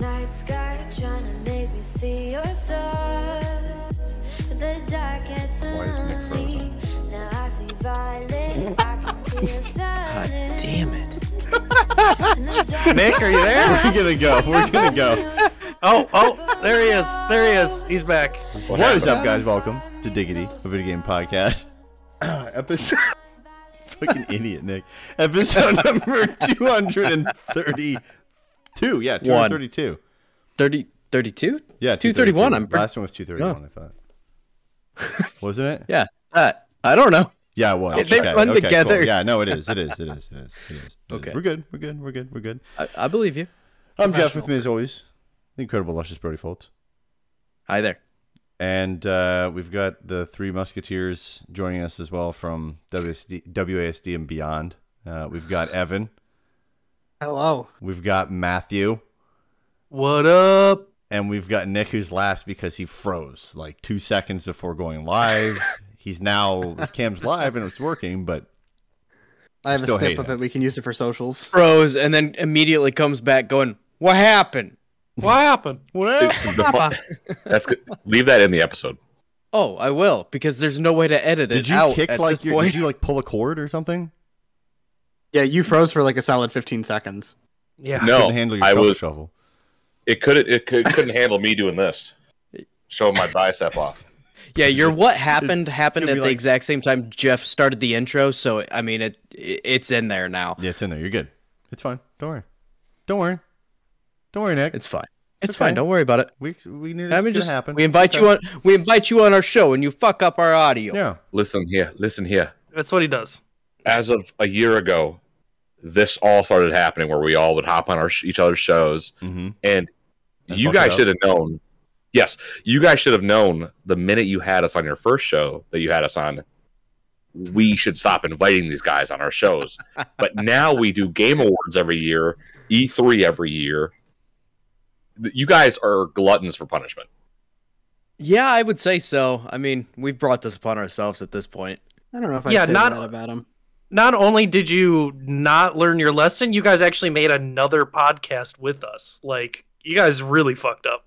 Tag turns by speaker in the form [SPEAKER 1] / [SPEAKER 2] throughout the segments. [SPEAKER 1] night sky trying to make me see your stars. The dark gets
[SPEAKER 2] Why is Nick
[SPEAKER 1] lonely. Now I see violet. I can feel
[SPEAKER 3] God
[SPEAKER 1] silence.
[SPEAKER 3] damn it.
[SPEAKER 1] In the dark,
[SPEAKER 2] Nick, are you there?
[SPEAKER 4] We're gonna go. We're gonna go.
[SPEAKER 3] Oh, oh, there he is. There he is. He's back.
[SPEAKER 4] What is up, guys? Welcome to Diggity, a video game podcast.
[SPEAKER 2] Episode.
[SPEAKER 4] Fucking idiot, Nick. Episode number 232. Yeah, 232.
[SPEAKER 3] 30, 32?
[SPEAKER 4] Yeah,
[SPEAKER 3] 231. I'm pretty, Oh.
[SPEAKER 4] Last one was 231, I thought. Wasn't it?
[SPEAKER 3] yeah. Uh, I don't know.
[SPEAKER 4] Yeah, it was.
[SPEAKER 3] They run together.
[SPEAKER 4] Yeah, no, it is. It is. It is. It is. It is. It
[SPEAKER 3] Okay.
[SPEAKER 4] is. We're good. We're good. We're good. We're good.
[SPEAKER 3] I, I believe you.
[SPEAKER 4] I'm Jeff with me as always. The incredible, luscious Brody Foltz.
[SPEAKER 3] Hi there.
[SPEAKER 4] And uh, we've got the three Musketeers joining us as well from WASD, WASD and beyond. Uh, we've got Evan.
[SPEAKER 5] Hello.
[SPEAKER 4] We've got Matthew.
[SPEAKER 3] What up?
[SPEAKER 4] And we've got Nick, who's last because he froze like two seconds before going live. He's now, his cam's live and it's working, but
[SPEAKER 5] I have
[SPEAKER 4] Still
[SPEAKER 5] a
[SPEAKER 4] hate
[SPEAKER 5] snip of
[SPEAKER 4] it.
[SPEAKER 5] it. We can use it for socials.
[SPEAKER 3] Froze and then immediately comes back going, What happened?
[SPEAKER 6] What happened?
[SPEAKER 3] Papa.
[SPEAKER 2] That's good. Leave that in the episode.
[SPEAKER 3] Oh, I will because there's no way to edit it
[SPEAKER 4] did you
[SPEAKER 3] out
[SPEAKER 4] kick
[SPEAKER 3] at
[SPEAKER 4] like
[SPEAKER 3] this
[SPEAKER 4] your,
[SPEAKER 3] point.
[SPEAKER 4] did you like pull a cord or something?
[SPEAKER 5] Yeah, you froze for like a solid 15 seconds.
[SPEAKER 6] Yeah.
[SPEAKER 4] You
[SPEAKER 6] No.
[SPEAKER 2] No.
[SPEAKER 4] couldn't handle your
[SPEAKER 2] I
[SPEAKER 4] shovel
[SPEAKER 2] was-
[SPEAKER 4] shovel.
[SPEAKER 2] It couldn't. It could, couldn't handle me doing this. Showing my bicep off.
[SPEAKER 3] yeah, your what happened happened
[SPEAKER 4] gonna
[SPEAKER 3] at
[SPEAKER 4] be
[SPEAKER 3] the
[SPEAKER 4] like-
[SPEAKER 3] exact same time Jeff started the intro, so I mean it, it it's in there now.
[SPEAKER 4] Yeah, it's in there. You're good. It's fine. Don't worry. Don't worry. Don't worry, Nick.
[SPEAKER 3] It's fine. It's
[SPEAKER 4] Okay.
[SPEAKER 3] fine. Don't worry about it.
[SPEAKER 4] we, we knew this
[SPEAKER 3] I
[SPEAKER 4] was
[SPEAKER 3] mean,
[SPEAKER 4] going to
[SPEAKER 3] just
[SPEAKER 4] happen.
[SPEAKER 3] we invite you on. We invite you on our show, and you fuck up our audio.
[SPEAKER 4] Yeah.
[SPEAKER 2] Listen here. Listen here.
[SPEAKER 6] That's what he does.
[SPEAKER 2] As of a year ago, this all started happening where we all would hop on our sh- each other's shows,
[SPEAKER 4] Mm-hmm. And
[SPEAKER 2] and, you
[SPEAKER 4] fuck it
[SPEAKER 2] guys
[SPEAKER 4] up.
[SPEAKER 2] should have known. Yes, you guys should have known the minute you had us on your first show that you had us on. We should stop inviting these guys on our shows. but now we do game awards every year, E3 every year. Th- You guys are gluttons for punishment.
[SPEAKER 3] Yeah, I would say so. I mean, we've brought this upon ourselves at this point.
[SPEAKER 5] I don't know if I
[SPEAKER 6] Yeah,
[SPEAKER 5] said
[SPEAKER 6] not-
[SPEAKER 5] that about him.
[SPEAKER 6] Not only did you not learn your lesson, you guys actually made another podcast with us. Like, you guys really fucked up.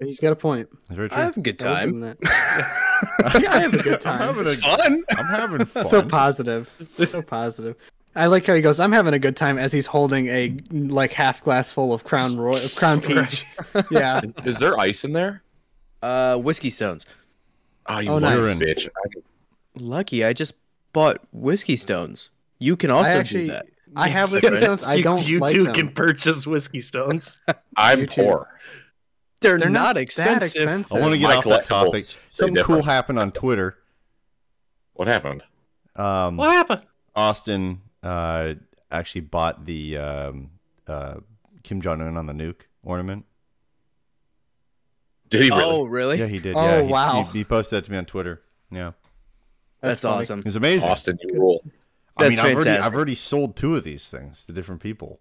[SPEAKER 5] He's got a point.
[SPEAKER 4] That's very true.
[SPEAKER 3] I have a good
[SPEAKER 5] I will give
[SPEAKER 3] time.
[SPEAKER 5] him that.
[SPEAKER 3] I
[SPEAKER 5] have a good time.
[SPEAKER 4] I'm having,
[SPEAKER 3] It's
[SPEAKER 4] a,
[SPEAKER 3] fun.
[SPEAKER 4] I'm having fun.
[SPEAKER 5] So positive. So positive. I like how he goes. I'm having a good time as he's holding a like half glass full of Crown Roy, of Crown Peach. Yeah,
[SPEAKER 2] Is, is there ice in there?
[SPEAKER 3] Uh, whiskey stones.
[SPEAKER 2] Oh, you
[SPEAKER 5] Oh,
[SPEAKER 2] lucky
[SPEAKER 4] nice.
[SPEAKER 2] bitch. I-
[SPEAKER 3] Lucky, I just bought whiskey stones. You can also
[SPEAKER 5] I actually
[SPEAKER 3] do that.
[SPEAKER 5] I have whiskey stones. I
[SPEAKER 6] You-
[SPEAKER 5] don't
[SPEAKER 6] You,
[SPEAKER 5] like
[SPEAKER 6] two
[SPEAKER 5] them.
[SPEAKER 6] can purchase whiskey stones.
[SPEAKER 2] I'm
[SPEAKER 5] You too.
[SPEAKER 2] poor.
[SPEAKER 3] They're,
[SPEAKER 5] They're
[SPEAKER 3] not,
[SPEAKER 5] not that
[SPEAKER 3] expensive.
[SPEAKER 5] expensive.
[SPEAKER 4] I want to get
[SPEAKER 2] My
[SPEAKER 4] off that topic.
[SPEAKER 2] collectibles say
[SPEAKER 4] Something cool
[SPEAKER 2] different.
[SPEAKER 4] happened on Twitter.
[SPEAKER 2] What happened?
[SPEAKER 4] Um,
[SPEAKER 6] What happened?
[SPEAKER 4] Austin uh, actually bought the um, uh, Kim Jong Un on the nuke ornament.
[SPEAKER 2] Did he really?
[SPEAKER 3] Oh, really?
[SPEAKER 4] Yeah, he did.
[SPEAKER 5] Oh,
[SPEAKER 4] yeah, he,
[SPEAKER 5] wow.
[SPEAKER 4] He, he posted that to me on Twitter. Yeah,
[SPEAKER 3] That's,
[SPEAKER 5] funny.
[SPEAKER 3] awesome.
[SPEAKER 4] it's amazing.
[SPEAKER 2] Austin, you rule.
[SPEAKER 4] I mean,
[SPEAKER 3] That's
[SPEAKER 4] I've already, I've
[SPEAKER 3] fantastic.
[SPEAKER 4] already sold two of these things to different people.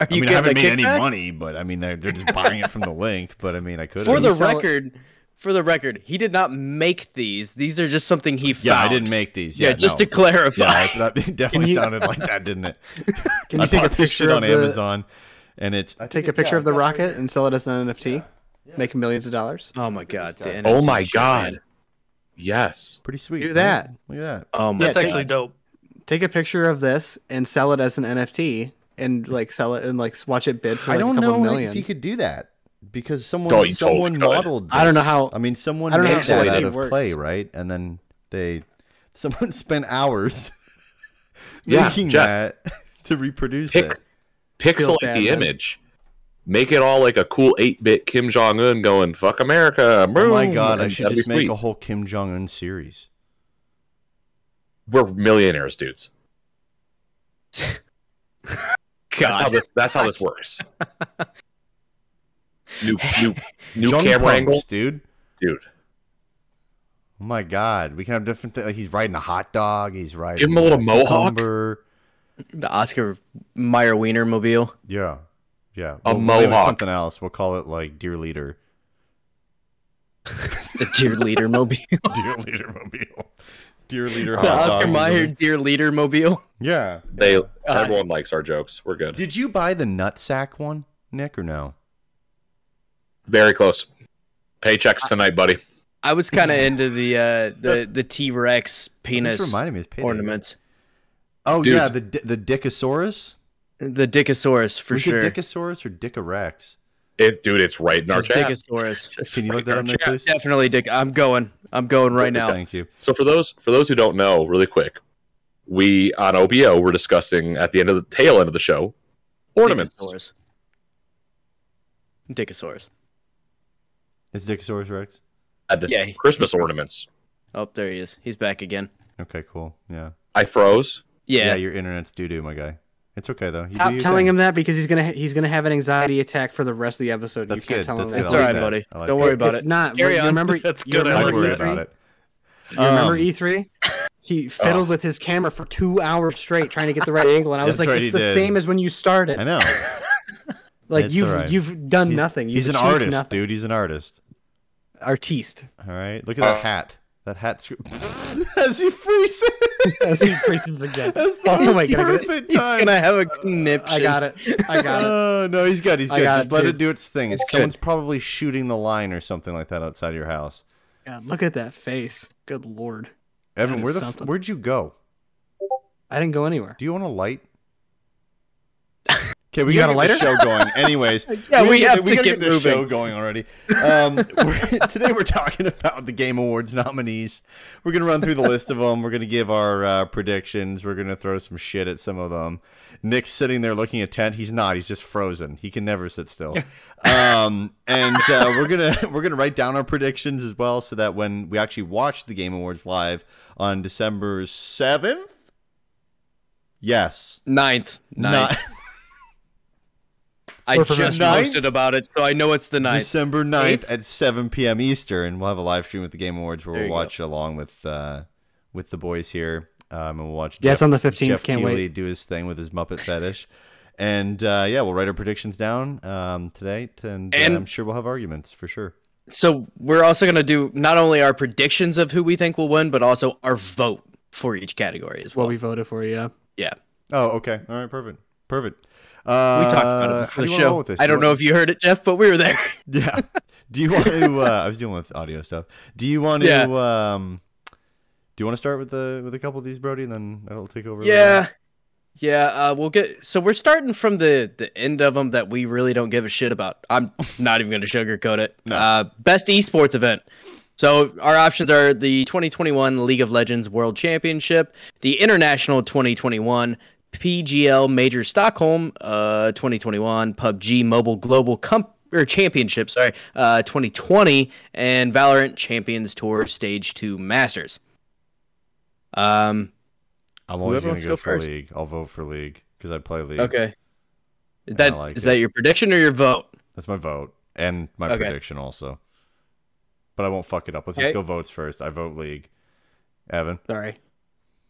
[SPEAKER 3] Are
[SPEAKER 4] I
[SPEAKER 3] you
[SPEAKER 4] mean, I haven't made
[SPEAKER 3] getting a
[SPEAKER 4] any
[SPEAKER 3] kickback?
[SPEAKER 4] money, but I mean, they're, they're just buying it from the link. But I mean, I could
[SPEAKER 3] For
[SPEAKER 5] Can
[SPEAKER 3] the
[SPEAKER 5] you sell it?
[SPEAKER 3] record, for the record, he did not make these. These are just something he found.
[SPEAKER 4] yeah, I didn't make these.
[SPEAKER 3] Yeah,
[SPEAKER 4] Yeah,
[SPEAKER 3] just
[SPEAKER 4] no.
[SPEAKER 3] to clarify.
[SPEAKER 4] yeah, that that definitely
[SPEAKER 5] you-
[SPEAKER 4] sounded like that, didn't it?
[SPEAKER 5] Can
[SPEAKER 4] I
[SPEAKER 5] you take a
[SPEAKER 4] bought this shit
[SPEAKER 5] picture
[SPEAKER 4] on
[SPEAKER 5] of the,
[SPEAKER 4] Amazon, and it's
[SPEAKER 5] Take a picture of the rocket and sell it as an NFT. Make millions of dollars.
[SPEAKER 3] Oh my god, the
[SPEAKER 2] Oh
[SPEAKER 3] NFT
[SPEAKER 2] my
[SPEAKER 3] shit,
[SPEAKER 2] god.
[SPEAKER 3] man.
[SPEAKER 2] Yes.
[SPEAKER 4] pretty sweet.
[SPEAKER 5] Do
[SPEAKER 4] right?
[SPEAKER 5] that.
[SPEAKER 4] Look at
[SPEAKER 3] Oh my
[SPEAKER 6] That's
[SPEAKER 5] Yeah,
[SPEAKER 6] actually dope.
[SPEAKER 5] take a picture of this and sell it as an NFT and like sell it and like watch it bid
[SPEAKER 4] that.
[SPEAKER 5] for like, a couple million.
[SPEAKER 4] if you could do that because someone
[SPEAKER 2] Oh, you totally
[SPEAKER 4] someone
[SPEAKER 2] could.
[SPEAKER 4] modeled.
[SPEAKER 5] I don't know
[SPEAKER 4] this.
[SPEAKER 5] how-
[SPEAKER 4] I mean, someone
[SPEAKER 5] I don't know
[SPEAKER 4] made
[SPEAKER 5] how
[SPEAKER 4] that
[SPEAKER 5] that
[SPEAKER 4] out
[SPEAKER 5] actually
[SPEAKER 4] of
[SPEAKER 5] works.
[SPEAKER 4] clay, right? And then they someone spent hours
[SPEAKER 2] Yeah,
[SPEAKER 4] making
[SPEAKER 2] Jeff.
[SPEAKER 4] that to reproduce
[SPEAKER 2] Pick-
[SPEAKER 4] it.
[SPEAKER 2] Pixelate
[SPEAKER 5] bad,
[SPEAKER 2] the
[SPEAKER 5] man.
[SPEAKER 2] image. Make it all like a cool 8 bit Kim Jong un going, fuck America.
[SPEAKER 4] Oh my
[SPEAKER 2] boom,"
[SPEAKER 4] god! I
[SPEAKER 2] and
[SPEAKER 4] should
[SPEAKER 2] that'd be
[SPEAKER 4] just make
[SPEAKER 2] sweet.
[SPEAKER 4] a whole Kim Jong Un series.
[SPEAKER 2] We're millionaires, dudes. That's how
[SPEAKER 3] God.
[SPEAKER 2] this, that's how this works. new new, new
[SPEAKER 4] Jung
[SPEAKER 2] camera
[SPEAKER 4] pumps,
[SPEAKER 2] angle.
[SPEAKER 4] dude.
[SPEAKER 2] Dude,
[SPEAKER 4] Oh my god, we can have different. Th- like he's riding a hot dog. He's riding.
[SPEAKER 2] him a little mohawk.
[SPEAKER 4] cucumber.
[SPEAKER 3] The Oscar Meyer Wiener mobile.
[SPEAKER 4] Yeah, yeah.
[SPEAKER 2] A
[SPEAKER 4] we'll name it
[SPEAKER 2] mohawk.
[SPEAKER 4] Something else. We'll call it like dear leader.
[SPEAKER 3] The cheerleader mobile.
[SPEAKER 4] Dear leader mobile. Dear leader,
[SPEAKER 3] The
[SPEAKER 4] hot
[SPEAKER 3] Oscar
[SPEAKER 4] dog.
[SPEAKER 3] Mayer Dear Leader Mobile.
[SPEAKER 4] Yeah.
[SPEAKER 2] They
[SPEAKER 3] Uh,
[SPEAKER 2] everyone likes our jokes. We're good.
[SPEAKER 4] Did you buy the nutsack one, Nick, or no?
[SPEAKER 2] Very close. Paychecks tonight, buddy.
[SPEAKER 3] I was kind of into the uh, the the T Rex
[SPEAKER 4] This
[SPEAKER 3] penis
[SPEAKER 4] reminded me of payday.
[SPEAKER 3] ornaments.
[SPEAKER 4] Oh
[SPEAKER 2] Dude.
[SPEAKER 4] yeah, the di- the Dickosaurus.
[SPEAKER 3] The Dickosaurus for
[SPEAKER 4] Was it
[SPEAKER 3] sure.
[SPEAKER 4] Dickosaurus or Dickorex?
[SPEAKER 2] It, dude, it's right in our
[SPEAKER 3] It's
[SPEAKER 2] chat.
[SPEAKER 3] Dickosaurus.
[SPEAKER 4] Can you look that up, Nick, please?
[SPEAKER 3] Definitely Dick. I'm going. I'm going right now.
[SPEAKER 4] Thank you.
[SPEAKER 2] So for those for those who don't know, really quick, we on OBO we're discussing at the end of the tail end of the show ornaments.
[SPEAKER 3] Dickosaurus. Dickosaurus.
[SPEAKER 4] It's Dickosaurus Rex.
[SPEAKER 2] Had
[SPEAKER 3] Yeah.
[SPEAKER 2] Christmas ornaments.
[SPEAKER 3] Oh, there he is. He's back again.
[SPEAKER 4] Okay, cool. Yeah.
[SPEAKER 2] I froze.
[SPEAKER 4] Yeah,
[SPEAKER 3] Yeah.
[SPEAKER 4] your internet's doo doo, my guy. It's okay though. You do
[SPEAKER 5] Stop
[SPEAKER 4] your
[SPEAKER 5] telling
[SPEAKER 4] thing.
[SPEAKER 5] him that because he's gonna he's gonna have an anxiety attack for the rest of the episode.
[SPEAKER 4] That's
[SPEAKER 5] you can't
[SPEAKER 4] good.
[SPEAKER 5] tell
[SPEAKER 4] That's
[SPEAKER 5] him
[SPEAKER 4] good.
[SPEAKER 5] that.
[SPEAKER 3] it's
[SPEAKER 4] I
[SPEAKER 3] all
[SPEAKER 4] like
[SPEAKER 3] right,
[SPEAKER 4] that.
[SPEAKER 3] buddy.
[SPEAKER 4] I like
[SPEAKER 3] Don't
[SPEAKER 4] that.
[SPEAKER 3] worry about
[SPEAKER 5] it's
[SPEAKER 3] it.
[SPEAKER 5] not.
[SPEAKER 3] Carry
[SPEAKER 5] you
[SPEAKER 3] on.
[SPEAKER 5] remember?
[SPEAKER 6] That's
[SPEAKER 5] you
[SPEAKER 6] good. I
[SPEAKER 4] Don't
[SPEAKER 5] Remember
[SPEAKER 4] worry
[SPEAKER 5] E3?
[SPEAKER 4] about it.
[SPEAKER 5] You remember
[SPEAKER 3] Um,
[SPEAKER 5] E3?
[SPEAKER 4] Oh.
[SPEAKER 5] He fiddled with his camera for two hours straight trying to get the right angle, and I was
[SPEAKER 4] That's
[SPEAKER 5] like,
[SPEAKER 4] right, he
[SPEAKER 5] "It's the
[SPEAKER 4] did.
[SPEAKER 5] same as when you started.
[SPEAKER 4] I know.
[SPEAKER 5] Like
[SPEAKER 4] It's
[SPEAKER 5] you've
[SPEAKER 4] all right.
[SPEAKER 5] you've done
[SPEAKER 4] He's-
[SPEAKER 5] nothing. You've
[SPEAKER 4] He's an
[SPEAKER 5] achieved
[SPEAKER 4] artist,
[SPEAKER 5] nothing.
[SPEAKER 4] dude. He's an artist.
[SPEAKER 5] Artiste.
[SPEAKER 4] All right. Look at that
[SPEAKER 2] Uh,
[SPEAKER 4] hat. That hat's as he freezes.
[SPEAKER 5] As he freezes again.
[SPEAKER 4] That's the
[SPEAKER 5] Oh my
[SPEAKER 4] most
[SPEAKER 5] God, I get it.
[SPEAKER 4] perfect
[SPEAKER 3] He's
[SPEAKER 4] time.
[SPEAKER 3] gonna have
[SPEAKER 4] Uh,
[SPEAKER 3] a conniption.
[SPEAKER 5] I got it. I got it.
[SPEAKER 4] Oh no, he's good. He's
[SPEAKER 5] I
[SPEAKER 4] good.
[SPEAKER 5] got
[SPEAKER 4] Just
[SPEAKER 5] it,
[SPEAKER 4] let
[SPEAKER 5] dude.
[SPEAKER 4] it do its thing.
[SPEAKER 3] It's good.
[SPEAKER 4] Someone's probably shooting the line or something like that outside your house.
[SPEAKER 5] God, look at that face. Good lord.
[SPEAKER 4] Evan,
[SPEAKER 5] That
[SPEAKER 4] where
[SPEAKER 5] is
[SPEAKER 4] the f-
[SPEAKER 5] something.
[SPEAKER 4] where'd you go?
[SPEAKER 5] I didn't go anywhere.
[SPEAKER 4] Do you want a light? Okay, we
[SPEAKER 5] You
[SPEAKER 4] gotta
[SPEAKER 5] got a
[SPEAKER 4] get the show going. Anyways,
[SPEAKER 3] Yeah, we
[SPEAKER 4] gotta
[SPEAKER 3] have
[SPEAKER 4] get-
[SPEAKER 3] to
[SPEAKER 4] gotta
[SPEAKER 3] get
[SPEAKER 4] this show
[SPEAKER 3] moving.
[SPEAKER 4] going already. Um, we're- today we're talking about the Game Awards nominees. We're gonna run through the list of them. We're gonna give our uh, predictions. We're gonna throw some shit at some of them. Nick's sitting there looking intent. He's not. He's just frozen. He can never sit still. um, and uh, we're gonna we're gonna write down our predictions as well, so that when we actually watch the Game Awards live on December seventh. Yes.
[SPEAKER 3] Ninth. Ninth.
[SPEAKER 4] Not-
[SPEAKER 3] I
[SPEAKER 5] Or
[SPEAKER 3] just
[SPEAKER 4] for ninth?
[SPEAKER 3] posted about it, so I know it's the ninth.
[SPEAKER 4] December 9th
[SPEAKER 3] Eighth?
[SPEAKER 4] at 7 p.m. Eastern. We'll have a live stream at the Game Awards where
[SPEAKER 3] There
[SPEAKER 4] we'll
[SPEAKER 3] you go.
[SPEAKER 4] watch along with uh, with the boys here. Um, and we'll watch
[SPEAKER 5] Yes, on the 15th.
[SPEAKER 4] Jeff
[SPEAKER 5] Can't
[SPEAKER 4] Keighley
[SPEAKER 5] wait.
[SPEAKER 4] do his thing with his Muppet fetish. And uh, yeah, we'll write our predictions down um, today, and, uh,
[SPEAKER 3] And-
[SPEAKER 4] I'm sure we'll have arguments for sure.
[SPEAKER 3] So we're also gonna do not only our predictions of who we think will win, but also our vote for each category as well.
[SPEAKER 5] What we voted for, yeah.
[SPEAKER 3] yeah.
[SPEAKER 4] Oh, okay, all right, perfect, perfect.
[SPEAKER 3] We
[SPEAKER 4] Uh,
[SPEAKER 3] talked about it
[SPEAKER 4] how
[SPEAKER 3] before
[SPEAKER 4] do you
[SPEAKER 3] the
[SPEAKER 4] wanna roll
[SPEAKER 3] show.
[SPEAKER 4] with this?
[SPEAKER 3] I
[SPEAKER 4] Do you
[SPEAKER 3] don't know
[SPEAKER 4] want-
[SPEAKER 3] if you heard it, Jeff, but we were there.
[SPEAKER 4] Yeah. Do you want to? Uh, I was dealing with audio stuff. Do you want to? Um, do you want to start with the with a couple of these, Brody, and then I'll take over. later?
[SPEAKER 3] Yeah. Yeah, uh, we'll get so we're starting from the the end of them that we really don't give a shit about. I'm not even going to sugarcoat it.
[SPEAKER 4] No.
[SPEAKER 3] Uh, best esports event. So our options are the 2021 League of Legends World Championship, the International 2021 PGL Major Stockholm uh, 2021 PUBG Mobile Global Comp or Championship, sorry, uh, 2020, and Valorant Champions Tour Stage Two Masters. Um,
[SPEAKER 4] I'm always
[SPEAKER 3] Whoever
[SPEAKER 4] going
[SPEAKER 3] wants
[SPEAKER 4] to
[SPEAKER 3] to
[SPEAKER 4] go,
[SPEAKER 3] go
[SPEAKER 4] for
[SPEAKER 3] first.
[SPEAKER 4] league. I'll vote for league because I play league.
[SPEAKER 3] Okay. Is that is
[SPEAKER 4] like it.
[SPEAKER 3] that your prediction or your vote?
[SPEAKER 4] That's my vote and my
[SPEAKER 3] Okay.
[SPEAKER 4] prediction also. But I won't fuck it up. Let's
[SPEAKER 3] Okay.
[SPEAKER 4] just go votes first. I vote league. Evan.
[SPEAKER 5] Sorry.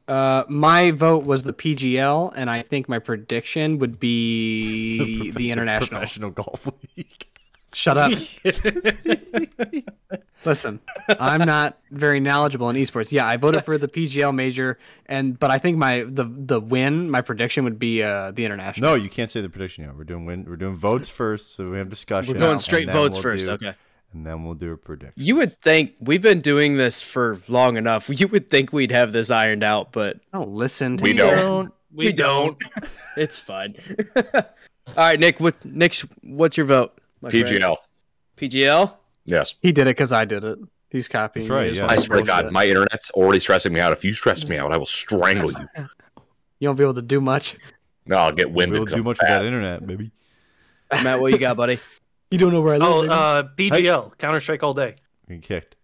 [SPEAKER 5] Uh, my vote was the PGL, and I think my prediction would be the international.
[SPEAKER 4] Professional golf league.
[SPEAKER 5] Shut up. Listen, I'm not very knowledgeable in esports. Yeah, I voted for the PGL major, and but I think my the the win, my prediction would be uh the international.
[SPEAKER 4] no, you can't say the prediction yet. We're doing win- we're doing votes first, so we have discussion.
[SPEAKER 3] We're going
[SPEAKER 4] and
[SPEAKER 3] straight
[SPEAKER 4] then
[SPEAKER 3] votes
[SPEAKER 4] we'll
[SPEAKER 3] first.
[SPEAKER 4] do-
[SPEAKER 3] Okay.
[SPEAKER 4] And then we'll do a prediction.
[SPEAKER 3] You would think we've been doing this for long enough. You would think we'd have this ironed out, but
[SPEAKER 5] Don't listen. To
[SPEAKER 2] We
[SPEAKER 5] me.
[SPEAKER 2] don't.
[SPEAKER 6] We, don't.
[SPEAKER 3] it's fine. All right, Nick. What Nick? What's your vote? my friend?
[SPEAKER 2] PGL.
[SPEAKER 3] PGL.
[SPEAKER 2] Yes.
[SPEAKER 5] He did it because I did it. He's copying.
[SPEAKER 4] That's right,
[SPEAKER 5] me as
[SPEAKER 4] yeah.
[SPEAKER 5] well.
[SPEAKER 2] I swear to God,
[SPEAKER 5] Bullshit.
[SPEAKER 2] my internet's already stressing me out. If you stress me out, I will strangle you.
[SPEAKER 5] you won't be able to do much.
[SPEAKER 2] No, I'll get winded.
[SPEAKER 4] we'll
[SPEAKER 2] 'cause
[SPEAKER 4] do
[SPEAKER 2] I'm
[SPEAKER 4] much
[SPEAKER 2] fat.
[SPEAKER 4] without internet, baby.
[SPEAKER 3] Matt, what you got, buddy?
[SPEAKER 5] You don't know where I live.
[SPEAKER 6] Oh,
[SPEAKER 5] baby.
[SPEAKER 6] uh, BGL, Counter Strike all day.
[SPEAKER 4] Getting kicked.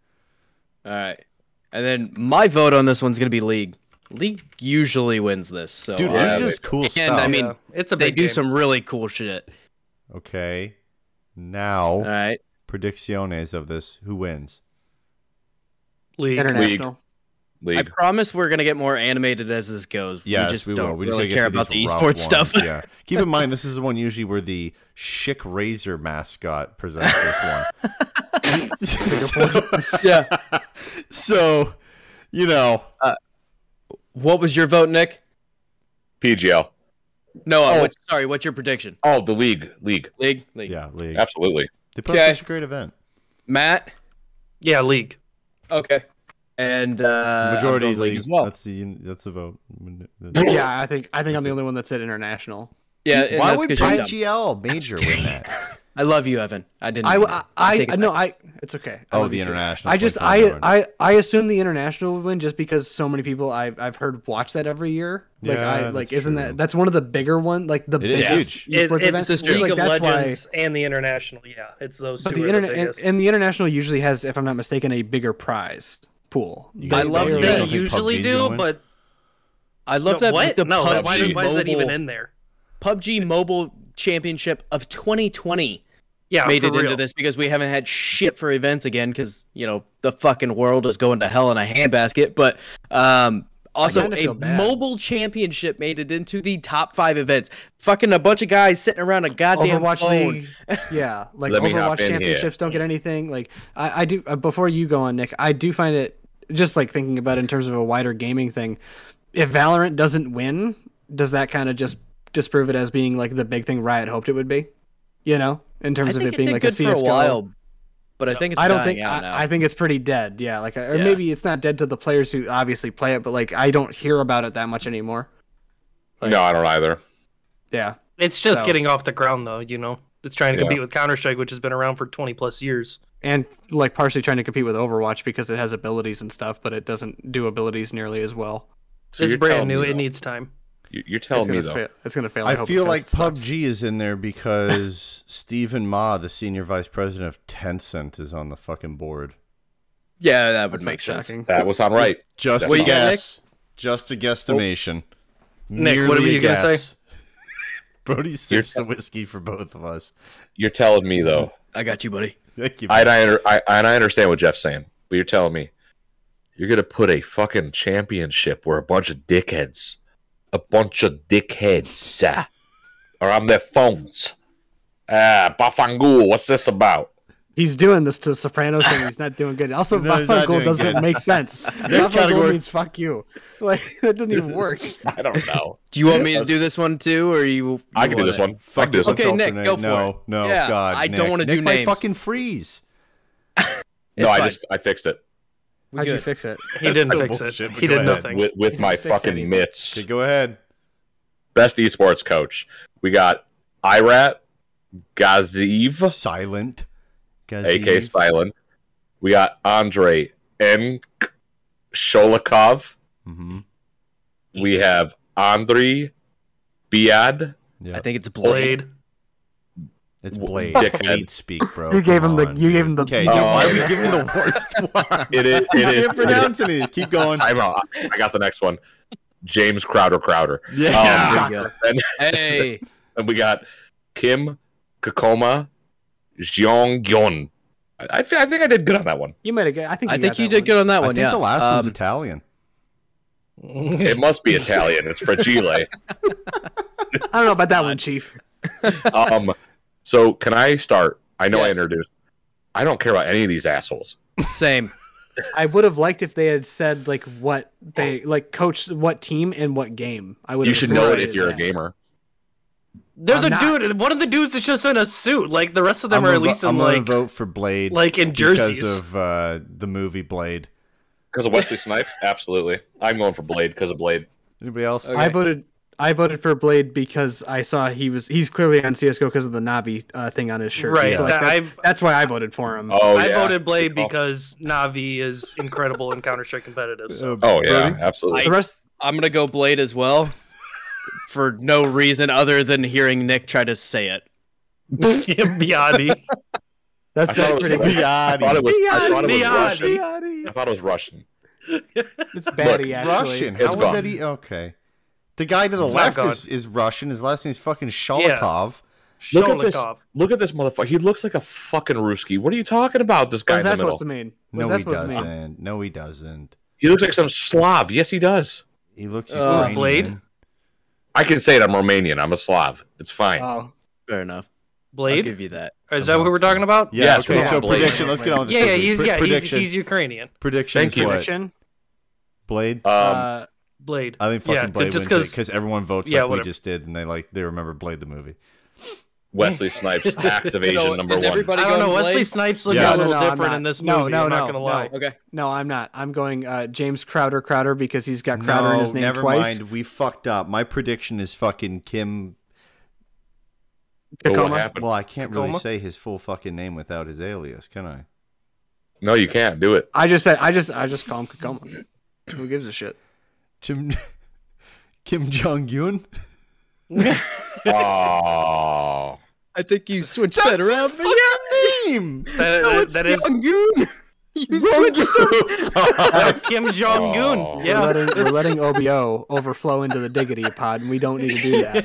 [SPEAKER 3] All right. And then my vote on this one's gonna be League. League usually wins this. So
[SPEAKER 4] Dude,
[SPEAKER 3] uh,
[SPEAKER 4] league is cool
[SPEAKER 3] and
[SPEAKER 4] stuff.
[SPEAKER 3] I mean,
[SPEAKER 6] Yeah, it's a
[SPEAKER 3] they
[SPEAKER 6] big
[SPEAKER 3] do
[SPEAKER 6] game.
[SPEAKER 3] some really cool shit.
[SPEAKER 4] okay.
[SPEAKER 3] All
[SPEAKER 4] Now
[SPEAKER 3] right.
[SPEAKER 4] predicciones of this. Who wins?
[SPEAKER 6] league.
[SPEAKER 5] international.
[SPEAKER 3] I
[SPEAKER 2] League.
[SPEAKER 3] promise we're gonna get more animated as this goes.
[SPEAKER 4] Yeah,
[SPEAKER 3] we just
[SPEAKER 4] we
[SPEAKER 3] don't
[SPEAKER 4] will. We just
[SPEAKER 3] really
[SPEAKER 4] gotta
[SPEAKER 3] care
[SPEAKER 4] get
[SPEAKER 3] about
[SPEAKER 4] through
[SPEAKER 3] the
[SPEAKER 4] these
[SPEAKER 3] esports
[SPEAKER 4] rough
[SPEAKER 3] stuff.
[SPEAKER 4] ones. yeah. Keep in mind, this is the one usually where the Schick Razor mascot presents this one. so,
[SPEAKER 3] yeah.
[SPEAKER 4] so, you know,
[SPEAKER 3] Uh, What was your vote, Nick?
[SPEAKER 2] PGL.
[SPEAKER 3] Noah,
[SPEAKER 2] Oh.
[SPEAKER 3] what's, sorry, what's your prediction?
[SPEAKER 2] Oh, the league, league,
[SPEAKER 3] League? League.
[SPEAKER 4] yeah, league.
[SPEAKER 2] absolutely.
[SPEAKER 4] They put on
[SPEAKER 3] Okay.
[SPEAKER 4] such a great event.
[SPEAKER 3] Matt?
[SPEAKER 6] Yeah, league.
[SPEAKER 3] Okay. And uh,
[SPEAKER 4] Majority
[SPEAKER 3] I'm
[SPEAKER 4] league.
[SPEAKER 3] going as well.
[SPEAKER 4] That's the that's the vote.
[SPEAKER 5] yeah, I think I think I'm the only one that said international.
[SPEAKER 3] yeah, and
[SPEAKER 4] Why
[SPEAKER 3] that's
[SPEAKER 4] would
[SPEAKER 3] 'cause you're dumb.
[SPEAKER 4] PGL major win that?
[SPEAKER 3] I love you, Evan. I didn't.
[SPEAKER 5] I
[SPEAKER 3] mean
[SPEAKER 5] I,
[SPEAKER 3] it.
[SPEAKER 5] I,
[SPEAKER 3] take it
[SPEAKER 5] no I it's okay. I
[SPEAKER 4] Oh,
[SPEAKER 5] love
[SPEAKER 4] the
[SPEAKER 5] you too.
[SPEAKER 4] international.
[SPEAKER 5] I just I,
[SPEAKER 4] Quinton Howard.
[SPEAKER 5] I I assume the international would win just because so many people I've I've heard watch that every year. Like
[SPEAKER 4] Yeah,
[SPEAKER 5] I like
[SPEAKER 4] that's
[SPEAKER 5] isn't
[SPEAKER 4] true.
[SPEAKER 5] that that's one of the bigger one like the
[SPEAKER 4] It is
[SPEAKER 5] biggest
[SPEAKER 4] huge.
[SPEAKER 5] e-sports
[SPEAKER 6] It-
[SPEAKER 5] event.
[SPEAKER 6] it's
[SPEAKER 3] It's
[SPEAKER 6] League
[SPEAKER 5] like,
[SPEAKER 6] of
[SPEAKER 5] that's why-
[SPEAKER 6] Legends and the International. Yeah, it's those
[SPEAKER 5] But
[SPEAKER 6] two. are
[SPEAKER 5] the
[SPEAKER 6] the
[SPEAKER 5] internet and,
[SPEAKER 6] biggest.
[SPEAKER 5] and the international usually has, if I'm not mistaken, a bigger prize pool.
[SPEAKER 4] You
[SPEAKER 5] They-
[SPEAKER 3] guys love
[SPEAKER 5] they
[SPEAKER 3] that.
[SPEAKER 5] are-
[SPEAKER 6] they
[SPEAKER 4] don't think
[SPEAKER 6] usually
[SPEAKER 4] PUBG's
[SPEAKER 6] do,
[SPEAKER 4] gonna win?
[SPEAKER 6] but
[SPEAKER 3] I love
[SPEAKER 6] no,
[SPEAKER 3] that.
[SPEAKER 6] what?
[SPEAKER 3] The
[SPEAKER 6] no, why,
[SPEAKER 3] PUBG
[SPEAKER 6] why is that even
[SPEAKER 3] Mobile-
[SPEAKER 6] in there?
[SPEAKER 3] PUBG Mobile Championship of 2020
[SPEAKER 6] Yeah,
[SPEAKER 3] made
[SPEAKER 6] for
[SPEAKER 3] it
[SPEAKER 6] real.
[SPEAKER 3] into this because we haven't had shit for events again because you know the fucking world is going to hell in a handbasket. But um, also
[SPEAKER 5] kinda
[SPEAKER 3] a
[SPEAKER 5] feel bad.
[SPEAKER 3] mobile championship made it into the top five events. Fucking a bunch of guys sitting around a goddamn
[SPEAKER 5] Overwatch
[SPEAKER 3] phone.
[SPEAKER 5] League, yeah, like
[SPEAKER 2] Let me hop
[SPEAKER 5] Overwatch
[SPEAKER 2] in here.
[SPEAKER 5] championships don't get anything. Like I, I do. Uh, before you go on, Nick, I do find it just like thinking about it in terms of a wider gaming thing. If Valorant doesn't win, does that kind of just disprove it as being like the big thing Riot hoped it would be? You know, in
[SPEAKER 3] I
[SPEAKER 5] terms of
[SPEAKER 3] think
[SPEAKER 5] it being
[SPEAKER 3] did
[SPEAKER 5] like a
[SPEAKER 3] good for
[SPEAKER 5] CS:GO.
[SPEAKER 3] a while, but I think it's
[SPEAKER 5] I don't
[SPEAKER 3] dying
[SPEAKER 5] think
[SPEAKER 3] out now.
[SPEAKER 5] I, I think it's pretty dead. Yeah, like or
[SPEAKER 3] Yeah.
[SPEAKER 5] maybe it's not dead to the players who obviously play it, but like I don't hear about it that much anymore. Like-
[SPEAKER 2] no, I don't either.
[SPEAKER 5] Yeah,
[SPEAKER 6] It's just
[SPEAKER 5] So-
[SPEAKER 6] getting off the ground, though. You know, it's trying to
[SPEAKER 2] Yeah.
[SPEAKER 6] compete with Counter Strike, which has been around for twenty plus years.
[SPEAKER 5] and like partially trying to compete with Overwatch because it has abilities and stuff, but it doesn't do abilities nearly as well.
[SPEAKER 2] So
[SPEAKER 6] it's
[SPEAKER 2] you're
[SPEAKER 6] brand
[SPEAKER 2] telling
[SPEAKER 6] new.
[SPEAKER 2] me,
[SPEAKER 6] it
[SPEAKER 2] though-
[SPEAKER 6] needs time.
[SPEAKER 2] you- You're
[SPEAKER 5] It's
[SPEAKER 2] telling me
[SPEAKER 5] gonna
[SPEAKER 2] though.
[SPEAKER 5] fail. It's gonna fail.
[SPEAKER 4] I
[SPEAKER 5] hope it
[SPEAKER 4] feel
[SPEAKER 5] fails.
[SPEAKER 4] like
[SPEAKER 5] It sucks.
[SPEAKER 4] PUBG is in there because Stephen Ma, the senior vice president of Tencent, is on the fucking board.
[SPEAKER 3] yeah, that would
[SPEAKER 5] That's
[SPEAKER 3] make
[SPEAKER 5] not
[SPEAKER 3] sense.
[SPEAKER 5] shocking.
[SPEAKER 2] That was not right.
[SPEAKER 4] Just
[SPEAKER 2] What
[SPEAKER 4] a
[SPEAKER 2] you got,
[SPEAKER 4] guess. Just a guesstimation.
[SPEAKER 6] Nick, what
[SPEAKER 4] Merely
[SPEAKER 6] were you
[SPEAKER 4] a
[SPEAKER 6] gonna say?
[SPEAKER 4] guess. Brody sips the whiskey for both of us.
[SPEAKER 2] You're telling me though.
[SPEAKER 3] I got you, buddy.
[SPEAKER 4] Thank you.
[SPEAKER 2] I, and I, under- I and I understand what Jeff's saying, but you're telling me you're gonna put a fucking championship where a bunch of dickheads, a bunch of dickheads, uh, are on their phones. Ah, Bafangul, what's this about?
[SPEAKER 5] He's doing this to Sopranos thing. He's not doing good. Also,
[SPEAKER 4] No,
[SPEAKER 5] no,
[SPEAKER 4] he's not doing
[SPEAKER 5] doesn't
[SPEAKER 4] good.
[SPEAKER 5] make sense. Rafa Gold
[SPEAKER 4] category.
[SPEAKER 5] means fuck you. Like that doesn't even work.
[SPEAKER 2] I don't know.
[SPEAKER 3] Do you want me to do this one too, or you? you
[SPEAKER 2] I can do
[SPEAKER 3] want
[SPEAKER 2] this
[SPEAKER 3] it?
[SPEAKER 2] one. I can do this
[SPEAKER 3] Okay,
[SPEAKER 4] let's
[SPEAKER 3] Nick, go for
[SPEAKER 4] no,
[SPEAKER 3] it.
[SPEAKER 4] No,
[SPEAKER 3] Yeah,
[SPEAKER 4] God,
[SPEAKER 3] I
[SPEAKER 4] Nick.
[SPEAKER 3] don't wanna do
[SPEAKER 4] Nick might
[SPEAKER 3] names.
[SPEAKER 4] fucking freeze.
[SPEAKER 2] one. No,
[SPEAKER 3] It's
[SPEAKER 2] I
[SPEAKER 3] fine.
[SPEAKER 2] just I fixed it
[SPEAKER 3] We
[SPEAKER 5] How'd you
[SPEAKER 3] good.
[SPEAKER 5] fix it?
[SPEAKER 6] He didn't
[SPEAKER 4] so
[SPEAKER 6] fix
[SPEAKER 4] bullshit,
[SPEAKER 6] it.
[SPEAKER 4] but
[SPEAKER 6] He
[SPEAKER 4] go
[SPEAKER 6] did
[SPEAKER 4] ahead.
[SPEAKER 6] nothing.
[SPEAKER 2] with, with my
[SPEAKER 5] fix
[SPEAKER 2] fucking
[SPEAKER 5] anything.
[SPEAKER 2] mitts.
[SPEAKER 4] Okay, go ahead.
[SPEAKER 2] Best esports coach. We got Irat, Gaziv,
[SPEAKER 4] Silent.
[SPEAKER 2] AK Silent. We got Andre N. Sholikov.
[SPEAKER 4] Mm-hmm.
[SPEAKER 2] We have Andre Biad.
[SPEAKER 4] Yeah.
[SPEAKER 3] I think it's Blade.
[SPEAKER 6] Blade.
[SPEAKER 4] It's
[SPEAKER 2] W-
[SPEAKER 4] Blade.
[SPEAKER 2] dickhead.
[SPEAKER 4] Blade speak, bro.
[SPEAKER 5] You gave
[SPEAKER 4] Come
[SPEAKER 5] him the-
[SPEAKER 4] on,
[SPEAKER 5] you gave
[SPEAKER 4] dude.
[SPEAKER 5] him the-
[SPEAKER 4] Okay,
[SPEAKER 5] you
[SPEAKER 4] you
[SPEAKER 2] gave
[SPEAKER 4] why
[SPEAKER 2] him
[SPEAKER 4] are you
[SPEAKER 2] the-
[SPEAKER 4] giving the worst one?
[SPEAKER 2] Um, It is. It
[SPEAKER 4] I
[SPEAKER 2] is.
[SPEAKER 4] can't pronounce these. Keep going.
[SPEAKER 2] Time out. I got the next one. James Crowder Crowder.
[SPEAKER 4] Yeah.
[SPEAKER 2] Um,
[SPEAKER 3] There you go.
[SPEAKER 2] and,
[SPEAKER 3] Hey,
[SPEAKER 2] and we got Kim Kakoma Jeongyeon. I, I, thi- I think I did good on that one.
[SPEAKER 5] You might have. got- I think.
[SPEAKER 3] I think
[SPEAKER 5] got
[SPEAKER 3] you
[SPEAKER 5] that
[SPEAKER 3] did
[SPEAKER 5] one.
[SPEAKER 3] good on that
[SPEAKER 4] I
[SPEAKER 3] one.
[SPEAKER 4] think
[SPEAKER 3] yeah.
[SPEAKER 4] the last one's
[SPEAKER 3] Um,
[SPEAKER 4] Italian.
[SPEAKER 2] It must be Italian. It's Fragile.
[SPEAKER 5] I don't know about that one, Chief.
[SPEAKER 2] Um, so can I start? I know I
[SPEAKER 3] Yes.
[SPEAKER 2] introduced. I don't care about any of these assholes.
[SPEAKER 3] same.
[SPEAKER 5] I would have liked if they had said like what they like coach what team and what game. I would.
[SPEAKER 2] You
[SPEAKER 5] have
[SPEAKER 2] should know it
[SPEAKER 5] appreciated
[SPEAKER 2] if you're a
[SPEAKER 5] that.
[SPEAKER 2] gamer.
[SPEAKER 6] There's
[SPEAKER 5] I'm
[SPEAKER 6] a
[SPEAKER 5] not.
[SPEAKER 6] dude. One of the dudes is just in a suit. Like the rest of
[SPEAKER 4] I'm
[SPEAKER 6] them are at
[SPEAKER 4] gonna vo-
[SPEAKER 6] least
[SPEAKER 4] I'm
[SPEAKER 6] in
[SPEAKER 4] gonna
[SPEAKER 6] like
[SPEAKER 4] vote for Blade
[SPEAKER 6] like in jerseys.
[SPEAKER 4] because of uh, the movie Blade.
[SPEAKER 2] Because of Wesley Snipes, absolutely. I'm going for Blade because of Blade.
[SPEAKER 4] Anybody else?
[SPEAKER 3] Okay.
[SPEAKER 5] I voted. I voted for Blade because I saw he was he's clearly on CS:GO because of the Navi uh, thing on his shirt.
[SPEAKER 6] Right,
[SPEAKER 5] So, like,
[SPEAKER 6] that-
[SPEAKER 5] that's,
[SPEAKER 6] I've-
[SPEAKER 5] that's why I voted for him.
[SPEAKER 2] Oh
[SPEAKER 6] I
[SPEAKER 2] yeah.
[SPEAKER 6] voted Blade
[SPEAKER 2] Good call.
[SPEAKER 6] because Navi is incredible in Counter Strike competitive. So.
[SPEAKER 4] Uh,
[SPEAKER 2] Oh yeah,
[SPEAKER 4] Brody?
[SPEAKER 2] absolutely.
[SPEAKER 5] the rest.
[SPEAKER 3] I'm gonna go Blade as well, for no reason other than hearing Nick try to say it.
[SPEAKER 6] Biondi.
[SPEAKER 5] That's,
[SPEAKER 2] I thought it
[SPEAKER 5] that's
[SPEAKER 2] was
[SPEAKER 5] pretty.
[SPEAKER 2] like- I thought it was. I thought it was
[SPEAKER 6] Beyond,
[SPEAKER 2] Russian. I thought it was Russian.
[SPEAKER 5] It's baddie actually.
[SPEAKER 4] Russian. How
[SPEAKER 2] It's
[SPEAKER 4] would
[SPEAKER 2] gone.
[SPEAKER 4] that he? Okay. The guy to the
[SPEAKER 6] It's not
[SPEAKER 4] left is, is Russian. His last name's fucking Sholikov.
[SPEAKER 2] Look at this.
[SPEAKER 6] Sholikov.
[SPEAKER 2] Look at this motherfucker. He looks like a fucking Ruski. What are you talking about? This
[SPEAKER 5] What
[SPEAKER 2] guy
[SPEAKER 5] is
[SPEAKER 2] in the
[SPEAKER 5] that supposed
[SPEAKER 2] middle.
[SPEAKER 5] to mean? What
[SPEAKER 4] No,
[SPEAKER 5] is that
[SPEAKER 4] he
[SPEAKER 5] supposed to mean?
[SPEAKER 4] doesn't. No, he doesn't.
[SPEAKER 2] He looks like some Slav. Yes, he does.
[SPEAKER 4] He looks
[SPEAKER 3] Uh,
[SPEAKER 4] Ukrainian.
[SPEAKER 6] Blade?
[SPEAKER 2] I can say it. I'm Romanian. I'm a Slav. It's fine. Um,
[SPEAKER 5] Oh,
[SPEAKER 3] Fair enough. I'll
[SPEAKER 6] Blade?
[SPEAKER 3] give you that.
[SPEAKER 6] Is that what we're talking about?
[SPEAKER 4] Yeah.
[SPEAKER 2] Yes,
[SPEAKER 4] okay.
[SPEAKER 2] we're
[SPEAKER 4] So
[SPEAKER 2] on Blade.
[SPEAKER 4] prediction. Let's get on with
[SPEAKER 6] Yeah, yeah,
[SPEAKER 4] this.
[SPEAKER 6] he's,
[SPEAKER 4] Pre-
[SPEAKER 6] yeah he's,
[SPEAKER 4] prediction.
[SPEAKER 6] he's Ukrainian.
[SPEAKER 4] prediction.
[SPEAKER 2] Thank
[SPEAKER 4] is
[SPEAKER 2] you.
[SPEAKER 4] what?
[SPEAKER 5] prediction.
[SPEAKER 4] Blade.
[SPEAKER 2] Um,
[SPEAKER 5] uh,
[SPEAKER 6] Blade.
[SPEAKER 4] I think fucking
[SPEAKER 6] yeah,
[SPEAKER 4] Blade wins
[SPEAKER 6] just
[SPEAKER 4] it
[SPEAKER 6] 'cause-
[SPEAKER 4] because everyone votes
[SPEAKER 6] yeah,
[SPEAKER 4] like
[SPEAKER 6] whatever.
[SPEAKER 4] we just did, and they like they remember Blade the movie.
[SPEAKER 2] Wesley Snipes tax evasion
[SPEAKER 3] So,
[SPEAKER 2] number
[SPEAKER 3] is
[SPEAKER 2] one.
[SPEAKER 3] everybody
[SPEAKER 6] I don't
[SPEAKER 3] going
[SPEAKER 6] know. Wesley
[SPEAKER 3] Blade?
[SPEAKER 6] Snipes looks a
[SPEAKER 2] Yeah.
[SPEAKER 6] little
[SPEAKER 5] No, no, I'm
[SPEAKER 6] different
[SPEAKER 5] not.
[SPEAKER 6] in this movie.
[SPEAKER 5] No, no,
[SPEAKER 6] I'm not
[SPEAKER 5] no,
[SPEAKER 6] gonna
[SPEAKER 5] no.
[SPEAKER 6] lie.
[SPEAKER 3] Okay.
[SPEAKER 5] no, I'm not. I'm going uh, James Crowder Crowder because he's got Crowder in his name
[SPEAKER 4] never
[SPEAKER 5] twice.
[SPEAKER 4] mind. We fucked up. My prediction is fucking Kim.
[SPEAKER 2] But what
[SPEAKER 5] Tacoma.
[SPEAKER 2] happened?
[SPEAKER 4] Well, I can't really
[SPEAKER 6] Tacoma?
[SPEAKER 4] say his full fucking name without his alias, can I?
[SPEAKER 2] No, you can't do it.
[SPEAKER 5] I just said I just I just call him Kakoma. Who gives a shit?
[SPEAKER 4] Kim Kim Jong Un.
[SPEAKER 2] Oh,
[SPEAKER 3] I think you switched that around. man.
[SPEAKER 4] name.
[SPEAKER 6] That,
[SPEAKER 3] No,
[SPEAKER 6] that-
[SPEAKER 3] it's
[SPEAKER 6] that is
[SPEAKER 3] Young-Yoon. You switched
[SPEAKER 6] that's Kim Jong Un.
[SPEAKER 2] Oh.
[SPEAKER 5] We're
[SPEAKER 6] Yeah.
[SPEAKER 5] letting, we're letting OBO overflow into the diggity pod, and we don't need to do that.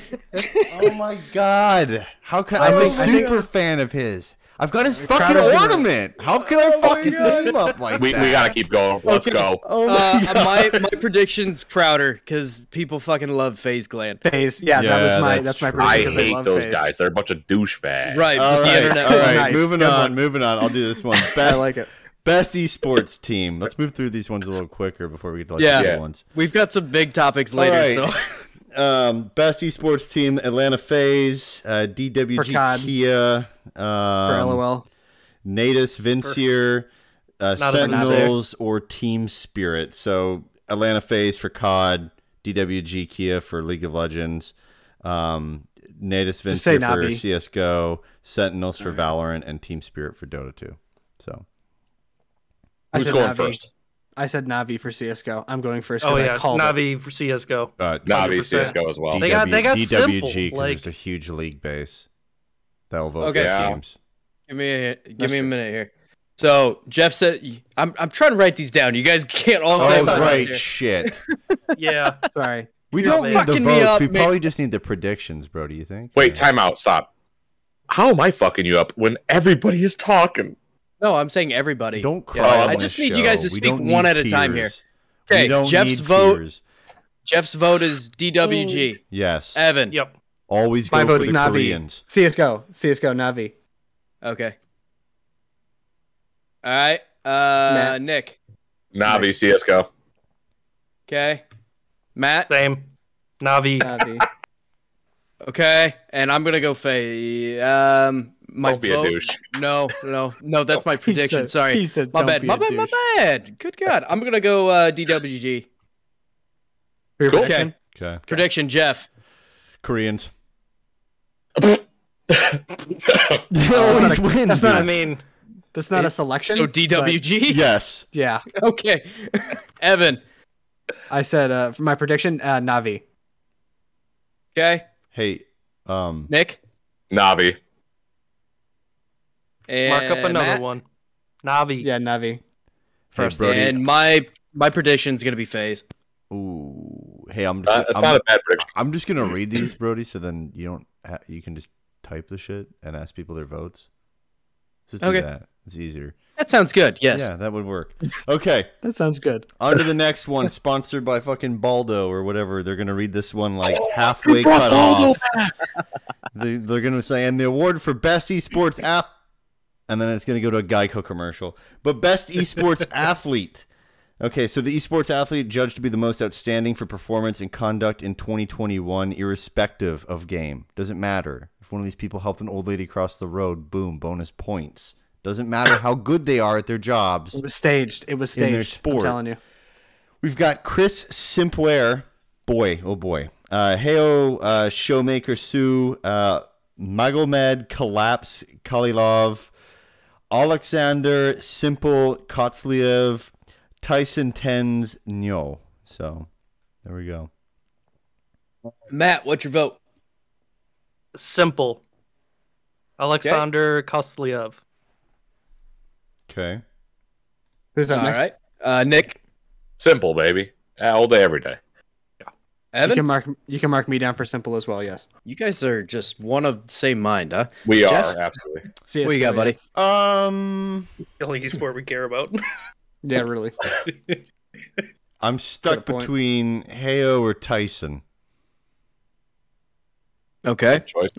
[SPEAKER 4] Oh my god! How could I'm a
[SPEAKER 5] think- I think-
[SPEAKER 4] super fan of his? I've got his fucking
[SPEAKER 5] Crowder's gonna-
[SPEAKER 4] ornament. How could I fuck his name up like
[SPEAKER 2] we,
[SPEAKER 4] that?
[SPEAKER 2] we gotta keep going. Let's go.
[SPEAKER 4] Oh
[SPEAKER 3] Uh, my my prediction's Crowder because people fucking love Phase Gland.
[SPEAKER 5] Phase, yeah,
[SPEAKER 4] Yeah,
[SPEAKER 5] that was my
[SPEAKER 4] that's
[SPEAKER 5] that's, my
[SPEAKER 4] true.
[SPEAKER 5] prediction.
[SPEAKER 2] I
[SPEAKER 5] 'cause they
[SPEAKER 2] hate
[SPEAKER 5] love
[SPEAKER 2] those
[SPEAKER 5] Phase.
[SPEAKER 2] guys. They're a bunch of douchebags.
[SPEAKER 3] Right.
[SPEAKER 4] All
[SPEAKER 3] The
[SPEAKER 4] right,
[SPEAKER 3] internet.
[SPEAKER 4] all right.
[SPEAKER 5] Nice,
[SPEAKER 4] Moving
[SPEAKER 5] good
[SPEAKER 4] on,
[SPEAKER 5] one.
[SPEAKER 4] moving on. I'll do this one. Best,
[SPEAKER 5] I like it.
[SPEAKER 4] best esports team. Let's move through these ones a little quicker before we get to like
[SPEAKER 3] Yeah.
[SPEAKER 4] the
[SPEAKER 2] Yeah.
[SPEAKER 4] other ones.
[SPEAKER 3] We've got some big topics later,
[SPEAKER 4] right.
[SPEAKER 3] so
[SPEAKER 4] Um, best esports team: Atlanta Phase, uh, DWG
[SPEAKER 5] For COD.
[SPEAKER 4] Kia,
[SPEAKER 5] For
[SPEAKER 4] um,
[SPEAKER 5] LOL,
[SPEAKER 4] Natus Vincier, uh,
[SPEAKER 6] Not as an answer.
[SPEAKER 4] Sentinels, or Team Spirit. So Atlanta Phase for COD, DWG Kia for League of Legends, um, Natus
[SPEAKER 5] Just say
[SPEAKER 4] Vincier for
[SPEAKER 5] Navi.
[SPEAKER 4] CS:GO, Sentinels for Valorant, and Team Spirit for Dota 2. So.
[SPEAKER 5] I
[SPEAKER 2] Who's
[SPEAKER 5] said
[SPEAKER 2] going
[SPEAKER 5] Navi.
[SPEAKER 2] first?
[SPEAKER 5] I said Navi for CS:GO. I'm going first.
[SPEAKER 6] Oh
[SPEAKER 5] 'cause I
[SPEAKER 6] yeah,
[SPEAKER 5] called it.
[SPEAKER 6] Navi for CS:GO.
[SPEAKER 4] Uh,
[SPEAKER 2] Navi,
[SPEAKER 6] 100%.
[SPEAKER 2] CS:GO as well.
[SPEAKER 6] They got- they got
[SPEAKER 4] DWG,
[SPEAKER 6] simple,
[SPEAKER 4] 'cause
[SPEAKER 6] like-
[SPEAKER 4] there's a huge league base that will vote
[SPEAKER 3] Okay.
[SPEAKER 4] for
[SPEAKER 2] Yeah.
[SPEAKER 4] games.
[SPEAKER 3] give me a, give
[SPEAKER 5] That's
[SPEAKER 3] me a
[SPEAKER 5] true.
[SPEAKER 3] minute here. So Jeff said, "I'm I'm trying to write these down. You guys can't all say
[SPEAKER 4] Oh,
[SPEAKER 6] time.
[SPEAKER 4] great shit.
[SPEAKER 6] Yeah.
[SPEAKER 5] Sorry,
[SPEAKER 4] We
[SPEAKER 6] You're
[SPEAKER 4] don't need the
[SPEAKER 3] fucking me
[SPEAKER 4] votes.
[SPEAKER 3] up,
[SPEAKER 4] we
[SPEAKER 3] man.
[SPEAKER 4] probably just need the predictions, bro. Do you think?
[SPEAKER 2] Wait, time out. Stop. How am I fucking you up when everybody is talking?
[SPEAKER 3] No, I'm saying everybody.
[SPEAKER 4] Don't cry.
[SPEAKER 3] Yeah,
[SPEAKER 2] on
[SPEAKER 3] I
[SPEAKER 2] my
[SPEAKER 3] just need you guys to speak one at a time here.
[SPEAKER 4] Okay,
[SPEAKER 3] Okay, Jeff's vote. Jeff's vote is DWG.
[SPEAKER 4] Yes.
[SPEAKER 3] Evan.
[SPEAKER 6] Yep.
[SPEAKER 4] Always go
[SPEAKER 5] my
[SPEAKER 4] for
[SPEAKER 5] vote's
[SPEAKER 4] the
[SPEAKER 5] Navi.
[SPEAKER 4] Koreans.
[SPEAKER 5] CS:GO, CS:GO, Navi.
[SPEAKER 3] Okay. All right. Uh,
[SPEAKER 5] Matt.
[SPEAKER 3] Nick.
[SPEAKER 2] Navi, CS:GO.
[SPEAKER 3] Okay. Matt.
[SPEAKER 6] Same. Navi.
[SPEAKER 5] Navi.
[SPEAKER 3] Okay. And I'm gonna go Faye. Um, my
[SPEAKER 2] Don't be a
[SPEAKER 3] vote.
[SPEAKER 2] douche.
[SPEAKER 3] No, no, no. That's my
[SPEAKER 5] He
[SPEAKER 3] prediction.
[SPEAKER 5] said-
[SPEAKER 3] Sorry.
[SPEAKER 5] He said,
[SPEAKER 3] My
[SPEAKER 5] "Don't
[SPEAKER 3] bad.
[SPEAKER 5] be
[SPEAKER 3] My
[SPEAKER 5] a
[SPEAKER 3] bad. My
[SPEAKER 5] douche."
[SPEAKER 3] bad. Good God. I'm gonna go uh, DWG.
[SPEAKER 5] For your
[SPEAKER 2] Cool.
[SPEAKER 5] prediction?
[SPEAKER 3] Okay.
[SPEAKER 4] Okay.
[SPEAKER 3] Prediction, Jeff.
[SPEAKER 4] Koreans.
[SPEAKER 5] Oh, not a-
[SPEAKER 4] always win.
[SPEAKER 5] that's not
[SPEAKER 6] I
[SPEAKER 4] dude.
[SPEAKER 6] mean,
[SPEAKER 5] That's not a selection.
[SPEAKER 3] So
[SPEAKER 5] but
[SPEAKER 3] DWG.
[SPEAKER 4] Yes.
[SPEAKER 5] yeah,
[SPEAKER 3] Okay. Evan.
[SPEAKER 5] I said uh, for my prediction, uh, Navi.
[SPEAKER 3] Okay.
[SPEAKER 4] Hey, um,
[SPEAKER 3] Nick.
[SPEAKER 2] Navi.
[SPEAKER 3] And
[SPEAKER 6] mark up another
[SPEAKER 3] Matt.
[SPEAKER 6] one. Navi.
[SPEAKER 5] Yeah, Navi.
[SPEAKER 4] first hey, Brody.
[SPEAKER 3] And my my prediction's gonna be Phase.
[SPEAKER 4] Ooh. Hey, I'm
[SPEAKER 2] Uh,
[SPEAKER 4] just,
[SPEAKER 2] it's
[SPEAKER 4] I'm,
[SPEAKER 2] not a bad prediction.
[SPEAKER 4] I'm just gonna read these, Brody. So then you don't ha- you can just type the shit and ask people their votes. Just do
[SPEAKER 3] Okay.
[SPEAKER 4] that. It's easier.
[SPEAKER 3] That sounds good. Yes.
[SPEAKER 4] Yeah, that would work. Okay,
[SPEAKER 5] That sounds good.
[SPEAKER 4] on to the next one. Sponsored by fucking Baldo or whatever. They're gonna read this one like halfway cut off. they, they're gonna say, and the award for best esports ath, and then it's gonna go to a Geico commercial. But best esports athlete. Okay, so the esports athlete judged to be the most outstanding for performance and conduct in 2021, irrespective of game. Doesn't matter. If one of these people helped an old lady cross the road, boom, bonus points. Doesn't matter how good they are at their jobs.
[SPEAKER 5] It was staged. It was
[SPEAKER 4] In
[SPEAKER 5] staged.
[SPEAKER 4] their sport.
[SPEAKER 5] I'm telling you.
[SPEAKER 4] We've got Chris Simpuer. Boy, oh boy. Uh, Heo uh, Showmaker Sue, uh, Magomed Collapse Kalilov, Alexander Simple Kotzliev, Tyson Tens Nyo. So there we go.
[SPEAKER 3] Matt, what's your vote?
[SPEAKER 6] Simple. Alexander Koslyev.
[SPEAKER 4] Okay.
[SPEAKER 5] Who's
[SPEAKER 3] All
[SPEAKER 5] up
[SPEAKER 3] right.
[SPEAKER 5] next?
[SPEAKER 3] Uh, Nick.
[SPEAKER 2] Simple, baby. Uh, all day, every day.
[SPEAKER 5] You
[SPEAKER 3] Evan.
[SPEAKER 5] can mark. You can mark me down for simple as well. Yes.
[SPEAKER 3] You guys are just one of the same mind, huh?
[SPEAKER 2] We
[SPEAKER 3] Jeff?
[SPEAKER 2] are absolutely.
[SPEAKER 5] CSGO,
[SPEAKER 3] what you got,
[SPEAKER 5] yeah.
[SPEAKER 3] buddy?
[SPEAKER 4] Um,
[SPEAKER 6] The only sport we care about.
[SPEAKER 5] Yeah, really.
[SPEAKER 4] I'm stuck
[SPEAKER 5] Good point.
[SPEAKER 4] between Heo or Tyson.
[SPEAKER 3] Okay.
[SPEAKER 2] Good choice.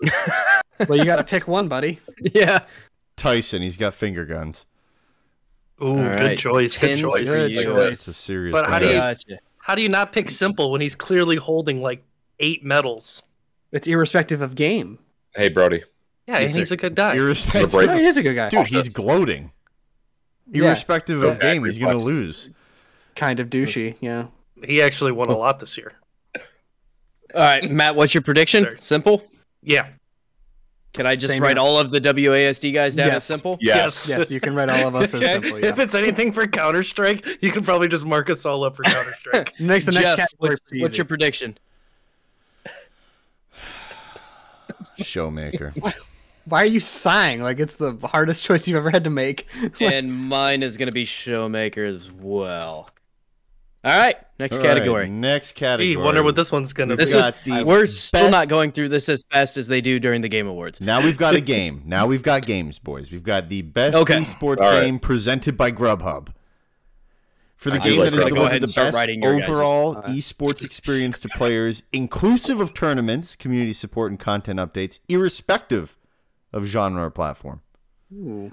[SPEAKER 5] well, you got to pick one, buddy.
[SPEAKER 3] Yeah.
[SPEAKER 4] Tyson, he's got finger guns.
[SPEAKER 6] Ooh,
[SPEAKER 3] All
[SPEAKER 6] good
[SPEAKER 3] right,
[SPEAKER 6] choice. Good
[SPEAKER 3] 10
[SPEAKER 6] choice.
[SPEAKER 3] zero.
[SPEAKER 2] Like
[SPEAKER 4] It's a
[SPEAKER 3] choice.
[SPEAKER 4] serious.
[SPEAKER 6] But how do
[SPEAKER 4] bet.
[SPEAKER 6] you-
[SPEAKER 3] Gotcha.
[SPEAKER 6] How do you not pick simple when he's clearly holding like eight medals?
[SPEAKER 5] It's irrespective of game.
[SPEAKER 2] Hey, Brody.
[SPEAKER 6] Yeah,
[SPEAKER 3] Yes,
[SPEAKER 6] he's
[SPEAKER 3] sir.
[SPEAKER 6] a good guy.
[SPEAKER 4] Irrespective,
[SPEAKER 2] Break.
[SPEAKER 5] No, Oh, he is a good guy.
[SPEAKER 4] dude, he's gloating.
[SPEAKER 5] Yeah.
[SPEAKER 4] Irrespective of
[SPEAKER 2] Yeah.
[SPEAKER 4] game, he's gonna lose.
[SPEAKER 5] kind of douchey. Yeah.
[SPEAKER 6] He actually won a lot this year.
[SPEAKER 3] All right, Matt, what's your prediction?
[SPEAKER 6] Sorry.
[SPEAKER 3] Simple.
[SPEAKER 6] Yeah.
[SPEAKER 3] Can I just
[SPEAKER 5] Same
[SPEAKER 3] write
[SPEAKER 5] here.
[SPEAKER 3] all of the WASD guys down
[SPEAKER 5] Yes.
[SPEAKER 3] as simple?
[SPEAKER 2] Yes.
[SPEAKER 5] Yes, you can write all of us as simple.
[SPEAKER 6] If
[SPEAKER 5] Yeah.
[SPEAKER 6] it's anything for Counter Strike, you can probably just mark us all up for Counter Strike.
[SPEAKER 5] Next, the next
[SPEAKER 3] Jeff,
[SPEAKER 5] category.
[SPEAKER 3] what's, what's your prediction?
[SPEAKER 4] Showmaker.
[SPEAKER 5] Why are you sighing? Like it's the hardest choice you've ever had to make.
[SPEAKER 3] and mine is going to be Showmaker as well. All right, next
[SPEAKER 4] All right,
[SPEAKER 3] category.
[SPEAKER 4] Next category.
[SPEAKER 6] Gee, wonder what this one's gonna
[SPEAKER 3] This
[SPEAKER 6] be.
[SPEAKER 3] is
[SPEAKER 4] got the
[SPEAKER 3] we're still not
[SPEAKER 4] best-
[SPEAKER 3] going through this as fast as they do during the Game Awards.
[SPEAKER 4] Now we've got a game. Now we've got games, boys. We've got the best
[SPEAKER 3] Okay.
[SPEAKER 4] esports
[SPEAKER 2] All right.
[SPEAKER 4] game presented by Grubhub. For the
[SPEAKER 2] I
[SPEAKER 4] game
[SPEAKER 2] like
[SPEAKER 4] that has
[SPEAKER 2] that. Go
[SPEAKER 4] delivered
[SPEAKER 3] ahead
[SPEAKER 4] the
[SPEAKER 3] and start
[SPEAKER 4] best
[SPEAKER 3] writing your guys'.
[SPEAKER 4] overall esports experience to players, inclusive of tournaments, community support, and content updates, irrespective of genre or platform.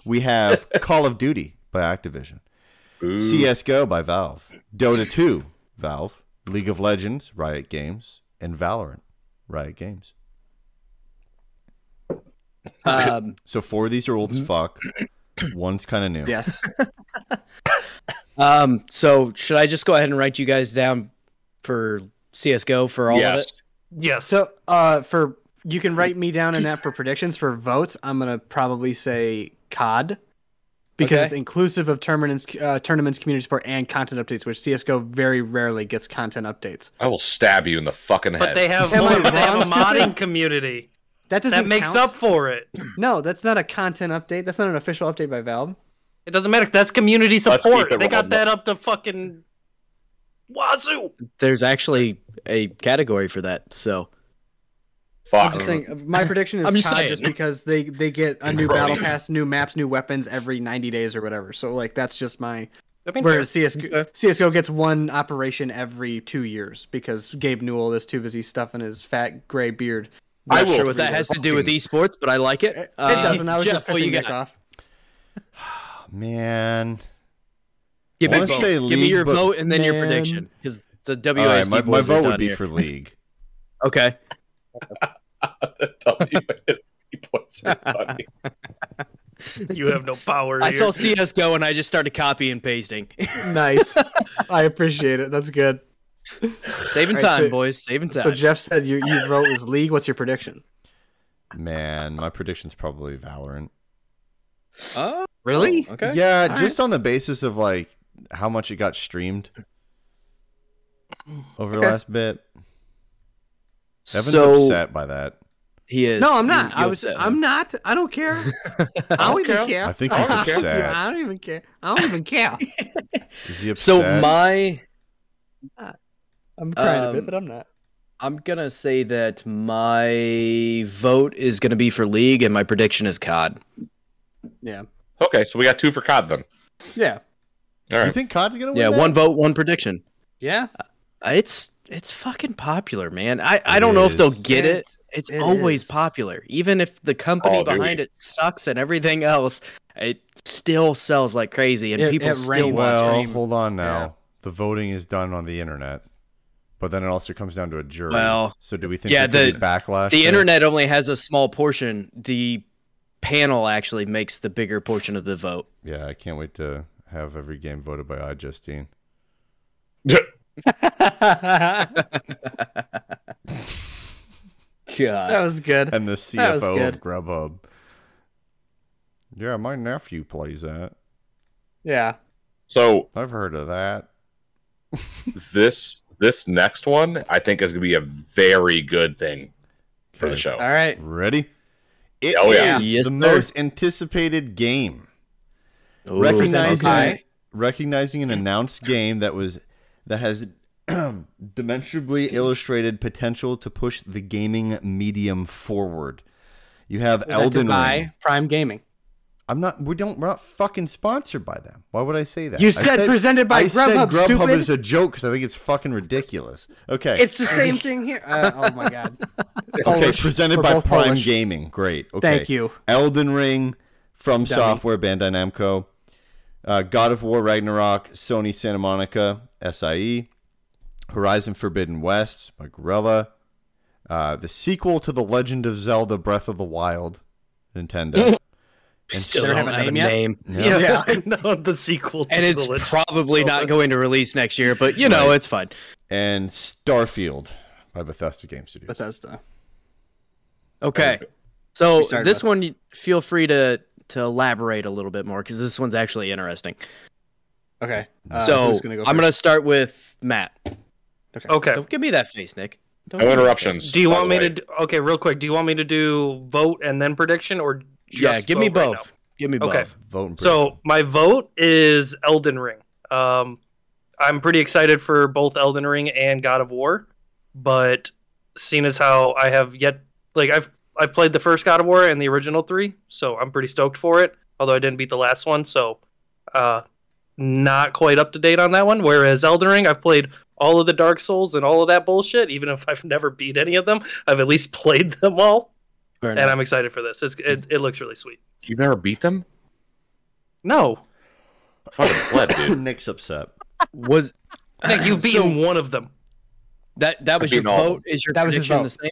[SPEAKER 4] We have Call of Duty by Activision.
[SPEAKER 2] Ooh.
[SPEAKER 4] CSGO by Valve, Dota 2, Valve, League of Legends, Riot Games, and Valorant, Riot Games.
[SPEAKER 3] Um,
[SPEAKER 4] So four of these are old
[SPEAKER 3] Mm-hmm.
[SPEAKER 4] as fuck. One's kind of new.
[SPEAKER 5] Yes.
[SPEAKER 3] um, so should I just go ahead and write you guys down for CS:GO for all of it?
[SPEAKER 2] yes.
[SPEAKER 6] yes.
[SPEAKER 5] So, uh, for you can write me down in that for predictions for votes. I'm gonna probably say COD because
[SPEAKER 3] Okay.
[SPEAKER 5] it's inclusive of tournaments, uh, tournaments, community support, and content updates, which CS:GO very rarely gets content updates.
[SPEAKER 2] I will stab you in the fucking
[SPEAKER 6] but
[SPEAKER 2] head.
[SPEAKER 6] they have
[SPEAKER 5] Am I
[SPEAKER 6] more, they have a
[SPEAKER 5] wrong, Stephen?
[SPEAKER 6] modding community.
[SPEAKER 5] That doesn't
[SPEAKER 6] That makes
[SPEAKER 5] count.
[SPEAKER 6] up for it.
[SPEAKER 5] No, that's not a content update. That's not an official update by Valve.
[SPEAKER 6] It doesn't matter. That's community
[SPEAKER 2] keep
[SPEAKER 6] support.
[SPEAKER 2] it
[SPEAKER 6] They
[SPEAKER 2] rolling.
[SPEAKER 6] got that up to fucking wazoo.
[SPEAKER 3] There's actually a category for that. So
[SPEAKER 2] Fuck.
[SPEAKER 5] I'm
[SPEAKER 2] Uh,
[SPEAKER 5] just saying. My prediction is
[SPEAKER 3] I'm just
[SPEAKER 5] COD
[SPEAKER 3] saying.
[SPEAKER 5] just because they they get a new battle pass, new maps, new weapons every 90 days or whatever. So like that's just my.
[SPEAKER 6] I mean,
[SPEAKER 5] Whereas CSGO,
[SPEAKER 6] Okay.
[SPEAKER 5] CSGO gets one operation every two years because Gabe Newell is too busy stuffing his fat gray beard.
[SPEAKER 2] I
[SPEAKER 3] not
[SPEAKER 2] will
[SPEAKER 3] sure what that has to do with esports, but I like it. Um,
[SPEAKER 5] It doesn't. I was just pissing Nick off.
[SPEAKER 4] Man.
[SPEAKER 3] Give me,
[SPEAKER 4] I wanna
[SPEAKER 3] both.
[SPEAKER 4] say
[SPEAKER 3] Give me
[SPEAKER 4] league,
[SPEAKER 3] your
[SPEAKER 4] but-
[SPEAKER 3] vote and then your
[SPEAKER 5] Man.
[SPEAKER 3] prediction because the WASD
[SPEAKER 4] All right, my, my
[SPEAKER 3] boys are
[SPEAKER 4] vote
[SPEAKER 3] done
[SPEAKER 4] would be
[SPEAKER 3] here.
[SPEAKER 4] for League.
[SPEAKER 3] okay.
[SPEAKER 2] WSD points are funny.
[SPEAKER 6] you have no power.
[SPEAKER 3] I
[SPEAKER 6] here.
[SPEAKER 3] saw CS:GO and I just started copy and pasting,
[SPEAKER 5] Nice. I appreciate it. That's good.
[SPEAKER 3] saving
[SPEAKER 5] All right,
[SPEAKER 3] time,
[SPEAKER 5] so-
[SPEAKER 3] boys, saving time.
[SPEAKER 5] So Jeff said you you vote was league. What's your prediction?
[SPEAKER 4] Man, my prediction's probably Valorant.
[SPEAKER 3] Oh,
[SPEAKER 5] Really?
[SPEAKER 3] okay.
[SPEAKER 4] Yeah,
[SPEAKER 5] All
[SPEAKER 4] just on the basis of like how much it got streamed over the
[SPEAKER 5] Okay.
[SPEAKER 4] last bit. Evan's
[SPEAKER 3] so
[SPEAKER 4] upset by that.
[SPEAKER 3] he is.
[SPEAKER 5] No, I'm not.
[SPEAKER 3] You- you
[SPEAKER 5] I was.
[SPEAKER 3] upset
[SPEAKER 5] I'm
[SPEAKER 3] him.
[SPEAKER 5] not. I don't care. I don't even care.
[SPEAKER 4] I think he's
[SPEAKER 5] don't care.
[SPEAKER 4] upset.
[SPEAKER 5] I don't even care. I don't even care.
[SPEAKER 4] Is he upset?
[SPEAKER 3] So my,
[SPEAKER 5] I'm crying a
[SPEAKER 3] Um,
[SPEAKER 5] bit, but I'm not.
[SPEAKER 3] I'm gonna say that my vote is gonna be for league, and my prediction is COD.
[SPEAKER 5] Yeah.
[SPEAKER 2] Okay, so we got two for COD then.
[SPEAKER 5] Yeah.
[SPEAKER 2] All
[SPEAKER 4] you
[SPEAKER 2] right.
[SPEAKER 4] think COD's gonna win?
[SPEAKER 3] Yeah,
[SPEAKER 4] that?
[SPEAKER 3] one vote, one prediction.
[SPEAKER 5] Yeah.
[SPEAKER 3] Uh, It's it's fucking popular, man. I, I don't know if they'll
[SPEAKER 4] is.
[SPEAKER 3] get it. It's
[SPEAKER 5] It
[SPEAKER 3] always
[SPEAKER 5] is.
[SPEAKER 3] popular, even if the company
[SPEAKER 4] Oh,
[SPEAKER 2] Call of
[SPEAKER 3] behind it sucks and everything else. It still sells like crazy, and
[SPEAKER 5] It-
[SPEAKER 3] people
[SPEAKER 5] it
[SPEAKER 3] still
[SPEAKER 5] reigns.
[SPEAKER 3] watch.
[SPEAKER 5] Well,
[SPEAKER 4] Well,
[SPEAKER 5] stream.
[SPEAKER 4] hold on now.
[SPEAKER 5] Yeah.
[SPEAKER 4] The voting is done on the internet, but then it also comes down to a jury.
[SPEAKER 3] Well,
[SPEAKER 4] so do we think
[SPEAKER 3] yeah,
[SPEAKER 4] there could
[SPEAKER 3] the-
[SPEAKER 4] be backlash?
[SPEAKER 3] The
[SPEAKER 4] there?
[SPEAKER 3] internet only has a small portion. The panel actually makes the bigger portion of the vote.
[SPEAKER 4] Yeah, I can't wait to have every game voted by I Justine.
[SPEAKER 5] That
[SPEAKER 3] God.
[SPEAKER 5] was good.
[SPEAKER 4] and the
[SPEAKER 5] That was
[SPEAKER 4] CFO of
[SPEAKER 5] good.
[SPEAKER 4] Grubhub. Yeah, my nephew plays that.
[SPEAKER 5] Yeah.
[SPEAKER 2] So
[SPEAKER 4] I've heard of that.
[SPEAKER 2] this this next one I think is gonna be a very good thing for the
[SPEAKER 4] Okay.
[SPEAKER 2] show.
[SPEAKER 5] All right.
[SPEAKER 4] Ready? It
[SPEAKER 2] Oh,
[SPEAKER 4] is
[SPEAKER 2] yeah.
[SPEAKER 3] Yes,
[SPEAKER 4] the
[SPEAKER 3] sir.
[SPEAKER 4] most anticipated game.
[SPEAKER 3] Ooh,
[SPEAKER 4] recognizing
[SPEAKER 5] okay.
[SPEAKER 4] recognizing an announced game that was that has demonstrably illustrated potential to push the gaming medium forward. You have
[SPEAKER 5] Presented
[SPEAKER 4] Elden
[SPEAKER 5] by
[SPEAKER 4] Ring.
[SPEAKER 5] Prime Gaming.
[SPEAKER 4] I'm not. We don't. We're not fucking sponsored by them. Why would I say that?
[SPEAKER 5] You
[SPEAKER 4] I
[SPEAKER 5] said presented by
[SPEAKER 4] I said
[SPEAKER 5] Grubhub,
[SPEAKER 4] Grubhub
[SPEAKER 5] stupid.
[SPEAKER 4] is a joke because I think it's fucking ridiculous. Okay.
[SPEAKER 5] It's the same thing here. Uh, oh my god.
[SPEAKER 4] Okay,
[SPEAKER 5] Polish.
[SPEAKER 4] presented
[SPEAKER 5] We're
[SPEAKER 4] by
[SPEAKER 5] both
[SPEAKER 4] Prime
[SPEAKER 5] Polish.
[SPEAKER 4] Gaming. Great. Okay.
[SPEAKER 5] Thank you.
[SPEAKER 4] Elden Ring from
[SPEAKER 5] Dummy.
[SPEAKER 4] Software Bandai Namco. uh, God of War Ragnarok, Sony Santa Monica, SIE, Horizon Forbidden West by Gorilla, uh, the sequel to The Legend of Zelda Breath of the Wild, Nintendo.
[SPEAKER 3] We Still
[SPEAKER 4] so-
[SPEAKER 3] don't have a name.
[SPEAKER 4] Yeah.
[SPEAKER 6] no, the sequel. To
[SPEAKER 3] And
[SPEAKER 6] the
[SPEAKER 3] it's
[SPEAKER 6] Legend.
[SPEAKER 3] probably not going to release next year, but you know,
[SPEAKER 4] Right.
[SPEAKER 3] it's fine.
[SPEAKER 4] And Starfield by Bethesda Game Studios.
[SPEAKER 5] Bethesda.
[SPEAKER 3] Okay. So
[SPEAKER 5] We started
[SPEAKER 3] this
[SPEAKER 5] with-
[SPEAKER 3] one, you- feel free to to elaborate a little bit more because this one's actually interesting.
[SPEAKER 5] Okay. Uh,
[SPEAKER 3] so
[SPEAKER 5] who's gonna go
[SPEAKER 3] I'm
[SPEAKER 5] first?
[SPEAKER 3] going to start with Matt.
[SPEAKER 6] Okay.
[SPEAKER 3] Don't give me that face, Nick. Don't
[SPEAKER 2] No
[SPEAKER 3] give me that
[SPEAKER 2] interruptions.
[SPEAKER 6] Do you
[SPEAKER 2] by
[SPEAKER 6] want
[SPEAKER 2] the
[SPEAKER 6] me to?
[SPEAKER 2] way.
[SPEAKER 6] d- Okay, real quick. Do you want me to do vote and then prediction, or
[SPEAKER 3] face. Yeah,
[SPEAKER 6] just
[SPEAKER 3] give me
[SPEAKER 6] vote right now?
[SPEAKER 3] both. give me both.
[SPEAKER 6] Okay.
[SPEAKER 4] Vote and
[SPEAKER 6] So my vote is Elden Ring. Um, I'm pretty excited for both Elden Ring and God of War, but seeing as how I have yet, like I've I've played the first God of War and the original three, so I'm pretty stoked for it. Although I didn't beat the last one, so uh, not quite up to date on that one. Whereas Elden Ring, I've played all of the Dark Souls and all of that bullshit. Even if I've never beat any of them, I've at least played them all,
[SPEAKER 3] Fair
[SPEAKER 6] and
[SPEAKER 3] enough.
[SPEAKER 6] I'm excited for this. It's, it, it looks really sweet.
[SPEAKER 2] You've never beat them?
[SPEAKER 6] No,
[SPEAKER 2] Fucking pleb,
[SPEAKER 4] Brandon.
[SPEAKER 2] dude.
[SPEAKER 4] Nick's upset.
[SPEAKER 3] Was
[SPEAKER 6] Nick, you've beaten one of them.
[SPEAKER 3] that that was your
[SPEAKER 2] beat all of
[SPEAKER 3] vote? Is your
[SPEAKER 5] That was his
[SPEAKER 3] prediction
[SPEAKER 5] vote.
[SPEAKER 3] the same?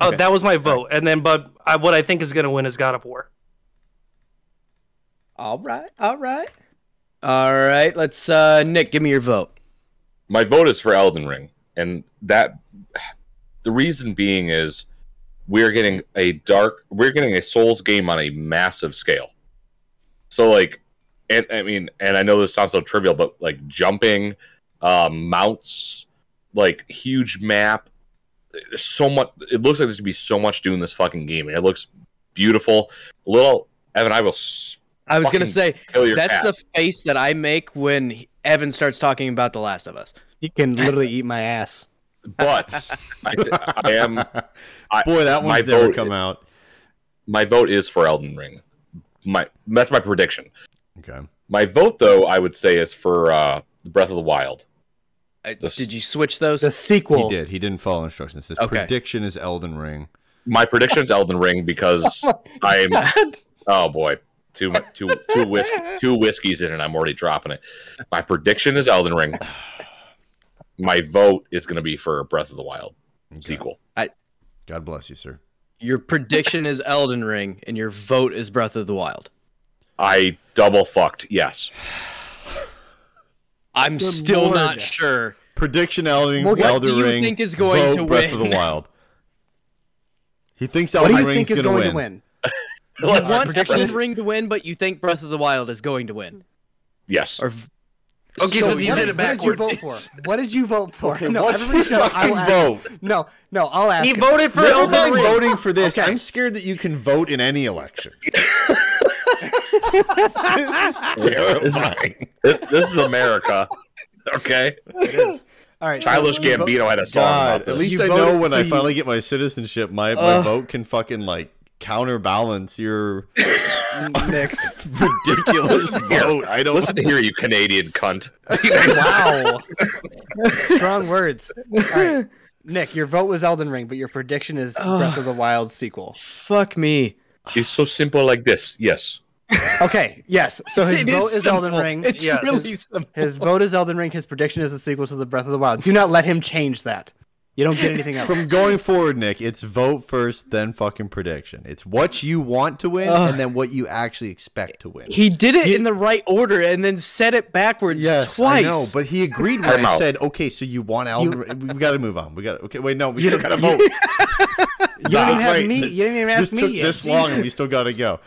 [SPEAKER 6] Oh,
[SPEAKER 3] Okay.
[SPEAKER 6] that was my vote, and then but I, what I think is going to win is God of War.
[SPEAKER 3] All right. All right. All right. Let's uh Nick, give me your vote.
[SPEAKER 2] My vote is for Elden Ring, and that the reason being is we're getting a dark, we're getting a Souls game on a massive scale. So like, and I mean, and I know this sounds so trivial, but like jumping, um, mounts, like huge map, there's so much. It looks like there's gonna be so much doing this fucking game, and it looks beautiful. Little Evan, I will s-
[SPEAKER 3] I was going to
[SPEAKER 2] Fucking
[SPEAKER 3] say
[SPEAKER 2] kill your
[SPEAKER 3] that's
[SPEAKER 2] cat.
[SPEAKER 3] the face that I make when he- Evan starts talking about The Last of Us.
[SPEAKER 5] You can literally eat my ass.
[SPEAKER 2] but I, th- I am I-
[SPEAKER 4] Boy, that
[SPEAKER 2] my
[SPEAKER 4] one's never
[SPEAKER 2] vote
[SPEAKER 4] come out.
[SPEAKER 2] my vote is for Elden Ring. My that's my prediction.
[SPEAKER 4] Okay.
[SPEAKER 2] My vote, though, I would say is for uh, Breath of the Wild.
[SPEAKER 3] I-
[SPEAKER 2] This-
[SPEAKER 3] Did you switch those?
[SPEAKER 5] The sequel.
[SPEAKER 4] He did. He didn't follow instructions. His
[SPEAKER 3] Okay.
[SPEAKER 4] prediction is Elden Ring.
[SPEAKER 2] My prediction is Elden Ring because I'm oh boy, two two two whis- two whiskeys in and I'm already dropping it. My prediction is Elden Ring. My vote is going to be for Breath of the Wild
[SPEAKER 4] Okay.
[SPEAKER 2] sequel.
[SPEAKER 4] God bless you, sir.
[SPEAKER 3] Your prediction is Elden Ring, and your vote is Breath of the Wild.
[SPEAKER 2] I double fucked. Yes,
[SPEAKER 3] I'm
[SPEAKER 5] Good
[SPEAKER 3] still
[SPEAKER 5] lord.
[SPEAKER 3] not sure.
[SPEAKER 4] Prediction Elden,
[SPEAKER 3] What
[SPEAKER 4] Elden
[SPEAKER 3] do you
[SPEAKER 4] Ring.
[SPEAKER 3] think is going
[SPEAKER 4] vote
[SPEAKER 3] to
[SPEAKER 4] Breath of
[SPEAKER 3] win?
[SPEAKER 4] the Wild. He thinks
[SPEAKER 5] What
[SPEAKER 4] Elden
[SPEAKER 5] do you
[SPEAKER 4] Ring's
[SPEAKER 5] think is
[SPEAKER 4] gonna win.
[SPEAKER 5] going to win?
[SPEAKER 3] You want
[SPEAKER 5] prediction
[SPEAKER 3] Elden
[SPEAKER 5] is-
[SPEAKER 3] Ring to win, but you think Breath of the Wild is going to win.
[SPEAKER 2] yes.
[SPEAKER 3] Or v- Oh,
[SPEAKER 6] Okay, so
[SPEAKER 3] So
[SPEAKER 6] you
[SPEAKER 5] what,
[SPEAKER 3] what-
[SPEAKER 6] did it
[SPEAKER 5] what did you
[SPEAKER 6] backwards.
[SPEAKER 5] vote for? What did you vote for?
[SPEAKER 4] Okay,
[SPEAKER 5] no,
[SPEAKER 4] what's
[SPEAKER 5] everybody
[SPEAKER 4] his
[SPEAKER 5] shut up. I will
[SPEAKER 4] fucking
[SPEAKER 5] ask him. No, no, I'll ask.
[SPEAKER 6] He
[SPEAKER 5] him.
[SPEAKER 6] voted for
[SPEAKER 4] Never
[SPEAKER 6] Elden
[SPEAKER 4] mind
[SPEAKER 6] Ring.
[SPEAKER 4] voting for this.
[SPEAKER 5] Okay.
[SPEAKER 4] I'm scared that you can vote in any election. this is terrifying.
[SPEAKER 2] This, this is America. Okay,
[SPEAKER 5] All right, so
[SPEAKER 2] Childish
[SPEAKER 5] you vote-
[SPEAKER 2] Gambino had a song
[SPEAKER 4] God,
[SPEAKER 2] about
[SPEAKER 4] at
[SPEAKER 2] this.
[SPEAKER 4] least
[SPEAKER 5] You
[SPEAKER 4] I
[SPEAKER 5] voted-
[SPEAKER 4] know when
[SPEAKER 5] so
[SPEAKER 4] I
[SPEAKER 5] you-
[SPEAKER 4] finally get my citizenship, my, my
[SPEAKER 3] Ugh.
[SPEAKER 4] vote can fucking like counterbalance your
[SPEAKER 5] Nick's.
[SPEAKER 4] ridiculous vote. I don't
[SPEAKER 2] Listen to here, you Canadian cunt.
[SPEAKER 5] Wow. Strong words. All right. Nick, your vote was Elden Ring, but your prediction is Breath of the Wild sequel.
[SPEAKER 3] fuck me.
[SPEAKER 2] It's so simple like this. Yes.
[SPEAKER 5] Okay, yes. So his
[SPEAKER 3] It
[SPEAKER 5] vote is,
[SPEAKER 3] simple.
[SPEAKER 5] Elden Ring.
[SPEAKER 3] It's
[SPEAKER 6] Yeah.
[SPEAKER 3] really simple.
[SPEAKER 5] His vote is Elden Ring. His prediction is a sequel to the Breath of the Wild. Do not let him change that. You don't get anything else.
[SPEAKER 4] From going forward, Nick, it's vote first, then fucking prediction. It's what you want to win and then what you actually expect to win.
[SPEAKER 3] He did it in the right order and then said it backwards twice.
[SPEAKER 4] I know, but he agreed when
[SPEAKER 2] Time
[SPEAKER 4] I
[SPEAKER 2] out.
[SPEAKER 4] said, "Okay, so you want Elden
[SPEAKER 5] You-
[SPEAKER 4] Ring? We got to move on. We got to okay. Wait, no, we still got to vote.
[SPEAKER 5] you don't even have
[SPEAKER 4] Wait,
[SPEAKER 5] me.
[SPEAKER 4] this-
[SPEAKER 5] You didn't even ask
[SPEAKER 4] this
[SPEAKER 5] me.
[SPEAKER 4] took
[SPEAKER 5] yet.
[SPEAKER 4] this long, and we still got to go.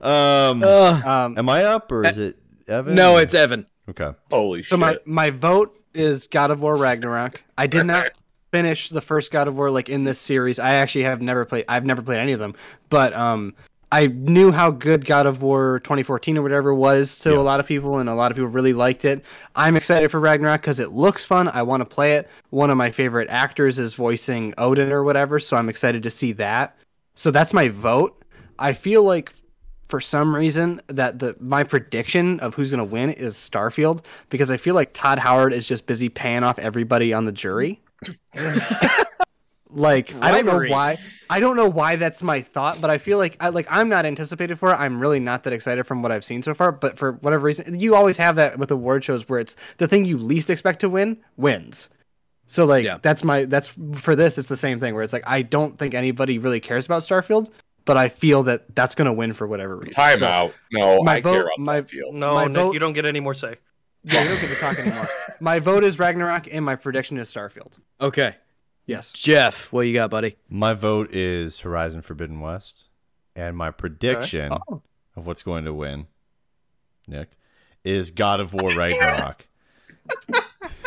[SPEAKER 4] Um,
[SPEAKER 3] Ugh.
[SPEAKER 5] Um,
[SPEAKER 4] am I up or is it Evan?
[SPEAKER 3] no, it's Evan.
[SPEAKER 4] okay.
[SPEAKER 2] Holy
[SPEAKER 5] So
[SPEAKER 2] shit.
[SPEAKER 5] my my vote is God of War Ragnarok. I did not finish the first God of War like in this series. I actually have never played. I've never played any of them, but um, I knew how good God of War 2014 or whatever was to a lot of people, and a lot of people really liked it. I'm excited for Ragnarok because it looks fun. I want to play it. One of my favorite actors is voicing Odin or whatever, so I'm excited to see that. So that's my vote. I feel like for some reason that the my prediction of who's going to win is Starfield because I feel like Todd Howard is just busy paying off everybody on the jury. Like I don't
[SPEAKER 3] Bribery.
[SPEAKER 5] know why. I don't know why that's my thought, but I feel like I like I'm not anticipated for it. I'm really not that excited from what I've seen so far. But for whatever reason, you always have that with award shows where it's the thing you least expect to win wins. So like
[SPEAKER 3] Yeah.
[SPEAKER 5] that's my that's for this it's the same thing where it's like I don't think anybody really cares about Starfield, but I feel that that's gonna win for whatever reason.
[SPEAKER 2] Time
[SPEAKER 5] So-
[SPEAKER 2] out. No,
[SPEAKER 5] my
[SPEAKER 2] I care
[SPEAKER 5] vote-
[SPEAKER 2] about
[SPEAKER 5] my-
[SPEAKER 2] Starfield.
[SPEAKER 6] No,
[SPEAKER 5] My
[SPEAKER 6] Nick,
[SPEAKER 5] vote-
[SPEAKER 6] you don't get any more say.
[SPEAKER 5] Yeah, you don't get to talk anymore. my vote is Ragnarok, and my prediction is Starfield.
[SPEAKER 3] Okay,
[SPEAKER 5] Yes.
[SPEAKER 3] Jeff, what you got, buddy?
[SPEAKER 4] My vote is Horizon Forbidden West, and my prediction
[SPEAKER 5] Oh.
[SPEAKER 4] of what's going to win, Nick, is God of War Ragnarok.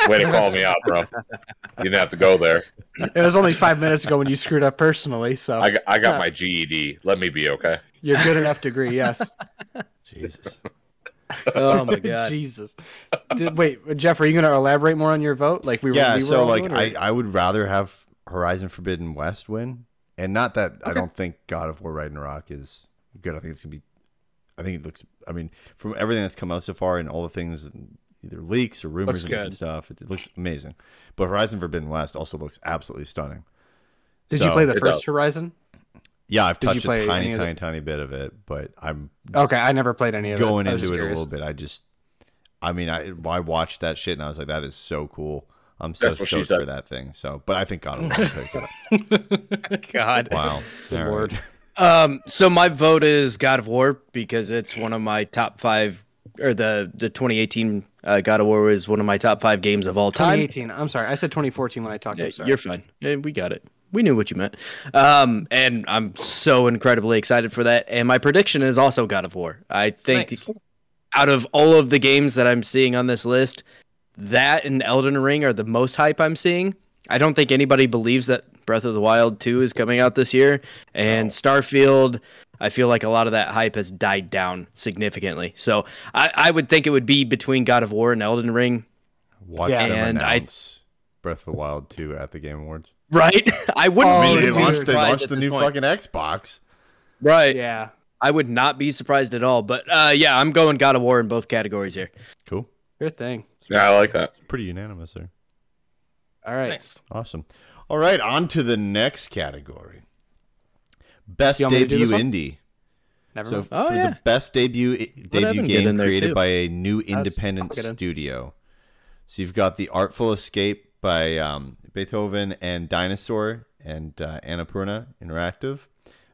[SPEAKER 2] Way to call me out, bro. You didn't have to go there.
[SPEAKER 5] It was only five minutes ago when you screwed up personally, so
[SPEAKER 2] I got, I got
[SPEAKER 5] not-
[SPEAKER 2] my GED. Let me be okay.
[SPEAKER 5] you're good enough degree. Yes.
[SPEAKER 4] Jesus.
[SPEAKER 3] Oh my god.
[SPEAKER 5] Jesus. Did, wait, Jeff, are you going to elaborate more on your vote? Like we were.
[SPEAKER 4] yeah,
[SPEAKER 5] we were
[SPEAKER 4] so
[SPEAKER 5] all
[SPEAKER 4] like
[SPEAKER 5] voting,
[SPEAKER 4] I,
[SPEAKER 5] or-
[SPEAKER 4] I would rather have Horizon Forbidden West win, and not that I don't think God of War Ragnarok is good. I think it's gonna be, I think it looks. I mean, from everything that's come out so far and all the things, either leaks or rumors
[SPEAKER 3] Looks
[SPEAKER 4] and different
[SPEAKER 3] good.
[SPEAKER 4] stuff, it, it looks amazing. But Horizon Forbidden West also looks absolutely stunning.
[SPEAKER 5] did you play the
[SPEAKER 2] It
[SPEAKER 5] first
[SPEAKER 2] does.
[SPEAKER 5] Horizon?
[SPEAKER 4] Yeah, I've
[SPEAKER 5] Did you
[SPEAKER 4] touched
[SPEAKER 5] play
[SPEAKER 4] a tiny,
[SPEAKER 5] any of the-
[SPEAKER 4] tiny, tiny bit of it, but I'm
[SPEAKER 5] Okay, I never played any of
[SPEAKER 4] going
[SPEAKER 5] it. I was
[SPEAKER 4] into it
[SPEAKER 5] just
[SPEAKER 4] a
[SPEAKER 5] curious.
[SPEAKER 4] little bit. I just, I mean, I I watched that shit and I was like, that is so cool. I'm so
[SPEAKER 2] That's what she
[SPEAKER 4] stoked
[SPEAKER 2] said.
[SPEAKER 4] for that thing. So, but I think God of War picked it.
[SPEAKER 3] God.
[SPEAKER 4] Wow,
[SPEAKER 3] Good
[SPEAKER 4] All right.
[SPEAKER 3] lord. Um, so my vote is God of War because it's one of my top five, or the the 2018 uh, God of War is one of my top five games of all time.
[SPEAKER 5] 2018. I'm sorry. I said 2014 when I talked.
[SPEAKER 3] Yeah,
[SPEAKER 5] I'm sorry.
[SPEAKER 3] you're fine. Yeah, we got it. We knew what you meant. Um, and I'm so incredibly excited for that. And my prediction is also God of War. I think
[SPEAKER 6] Nice.
[SPEAKER 3] out of all of the games that I'm seeing on this list, that and Elden Ring are the most hype I'm seeing. I don't think anybody believes that Breath of the Wild 2 is coming out this year. And Starfield, I feel like a lot of that hype has died down significantly. So I, I would think it would be between God of War and Elden Ring.
[SPEAKER 4] Watch
[SPEAKER 5] Yeah.
[SPEAKER 4] them
[SPEAKER 3] And I-
[SPEAKER 4] announce Breath of the Wild 2 at the Game Awards.
[SPEAKER 3] Right? I wouldn't
[SPEAKER 5] Oh,
[SPEAKER 3] really
[SPEAKER 5] they
[SPEAKER 3] be
[SPEAKER 5] launched-
[SPEAKER 3] surprised at this point.
[SPEAKER 4] Xbox.
[SPEAKER 3] Right.
[SPEAKER 5] Yeah.
[SPEAKER 3] I would not be surprised at all. But uh, yeah, I'm going God of War in both categories here.
[SPEAKER 4] Cool.
[SPEAKER 5] Good thing.
[SPEAKER 2] Yeah, I like that.
[SPEAKER 4] Pretty unanimous there.
[SPEAKER 5] All right.
[SPEAKER 6] Nice.
[SPEAKER 4] Awesome. All right, on to the next category. Best
[SPEAKER 5] You want me to do
[SPEAKER 4] debut
[SPEAKER 5] this one?
[SPEAKER 4] indie.
[SPEAKER 5] Never
[SPEAKER 4] So
[SPEAKER 5] mind.
[SPEAKER 4] for
[SPEAKER 3] Oh, yeah.
[SPEAKER 4] the best debut debut
[SPEAKER 3] Evan get
[SPEAKER 4] game
[SPEAKER 3] in there,
[SPEAKER 4] created
[SPEAKER 3] too.
[SPEAKER 4] by a new independent
[SPEAKER 5] I'll get in.
[SPEAKER 4] studio. So you've got The Artful Escape by um, Beethoven and Dinosaur and uh, Annapurna Interactive.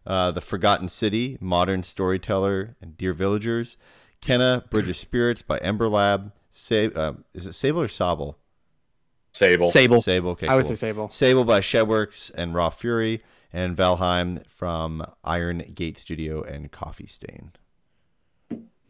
[SPEAKER 4] Uh, the Forgotten City, Modern Storyteller, and Dear Villagers. Kenna, Bridge of Spirits by Ember Lab. Sa- uh, is it Sable or Sable?
[SPEAKER 2] Sable.
[SPEAKER 3] Sable.
[SPEAKER 4] Sable. Okay,
[SPEAKER 5] I would
[SPEAKER 4] cool.
[SPEAKER 5] say Sable.
[SPEAKER 4] Sable by Shedworks and Raw Fury. And Valheim from Iron Gate Studio and Coffee Stain.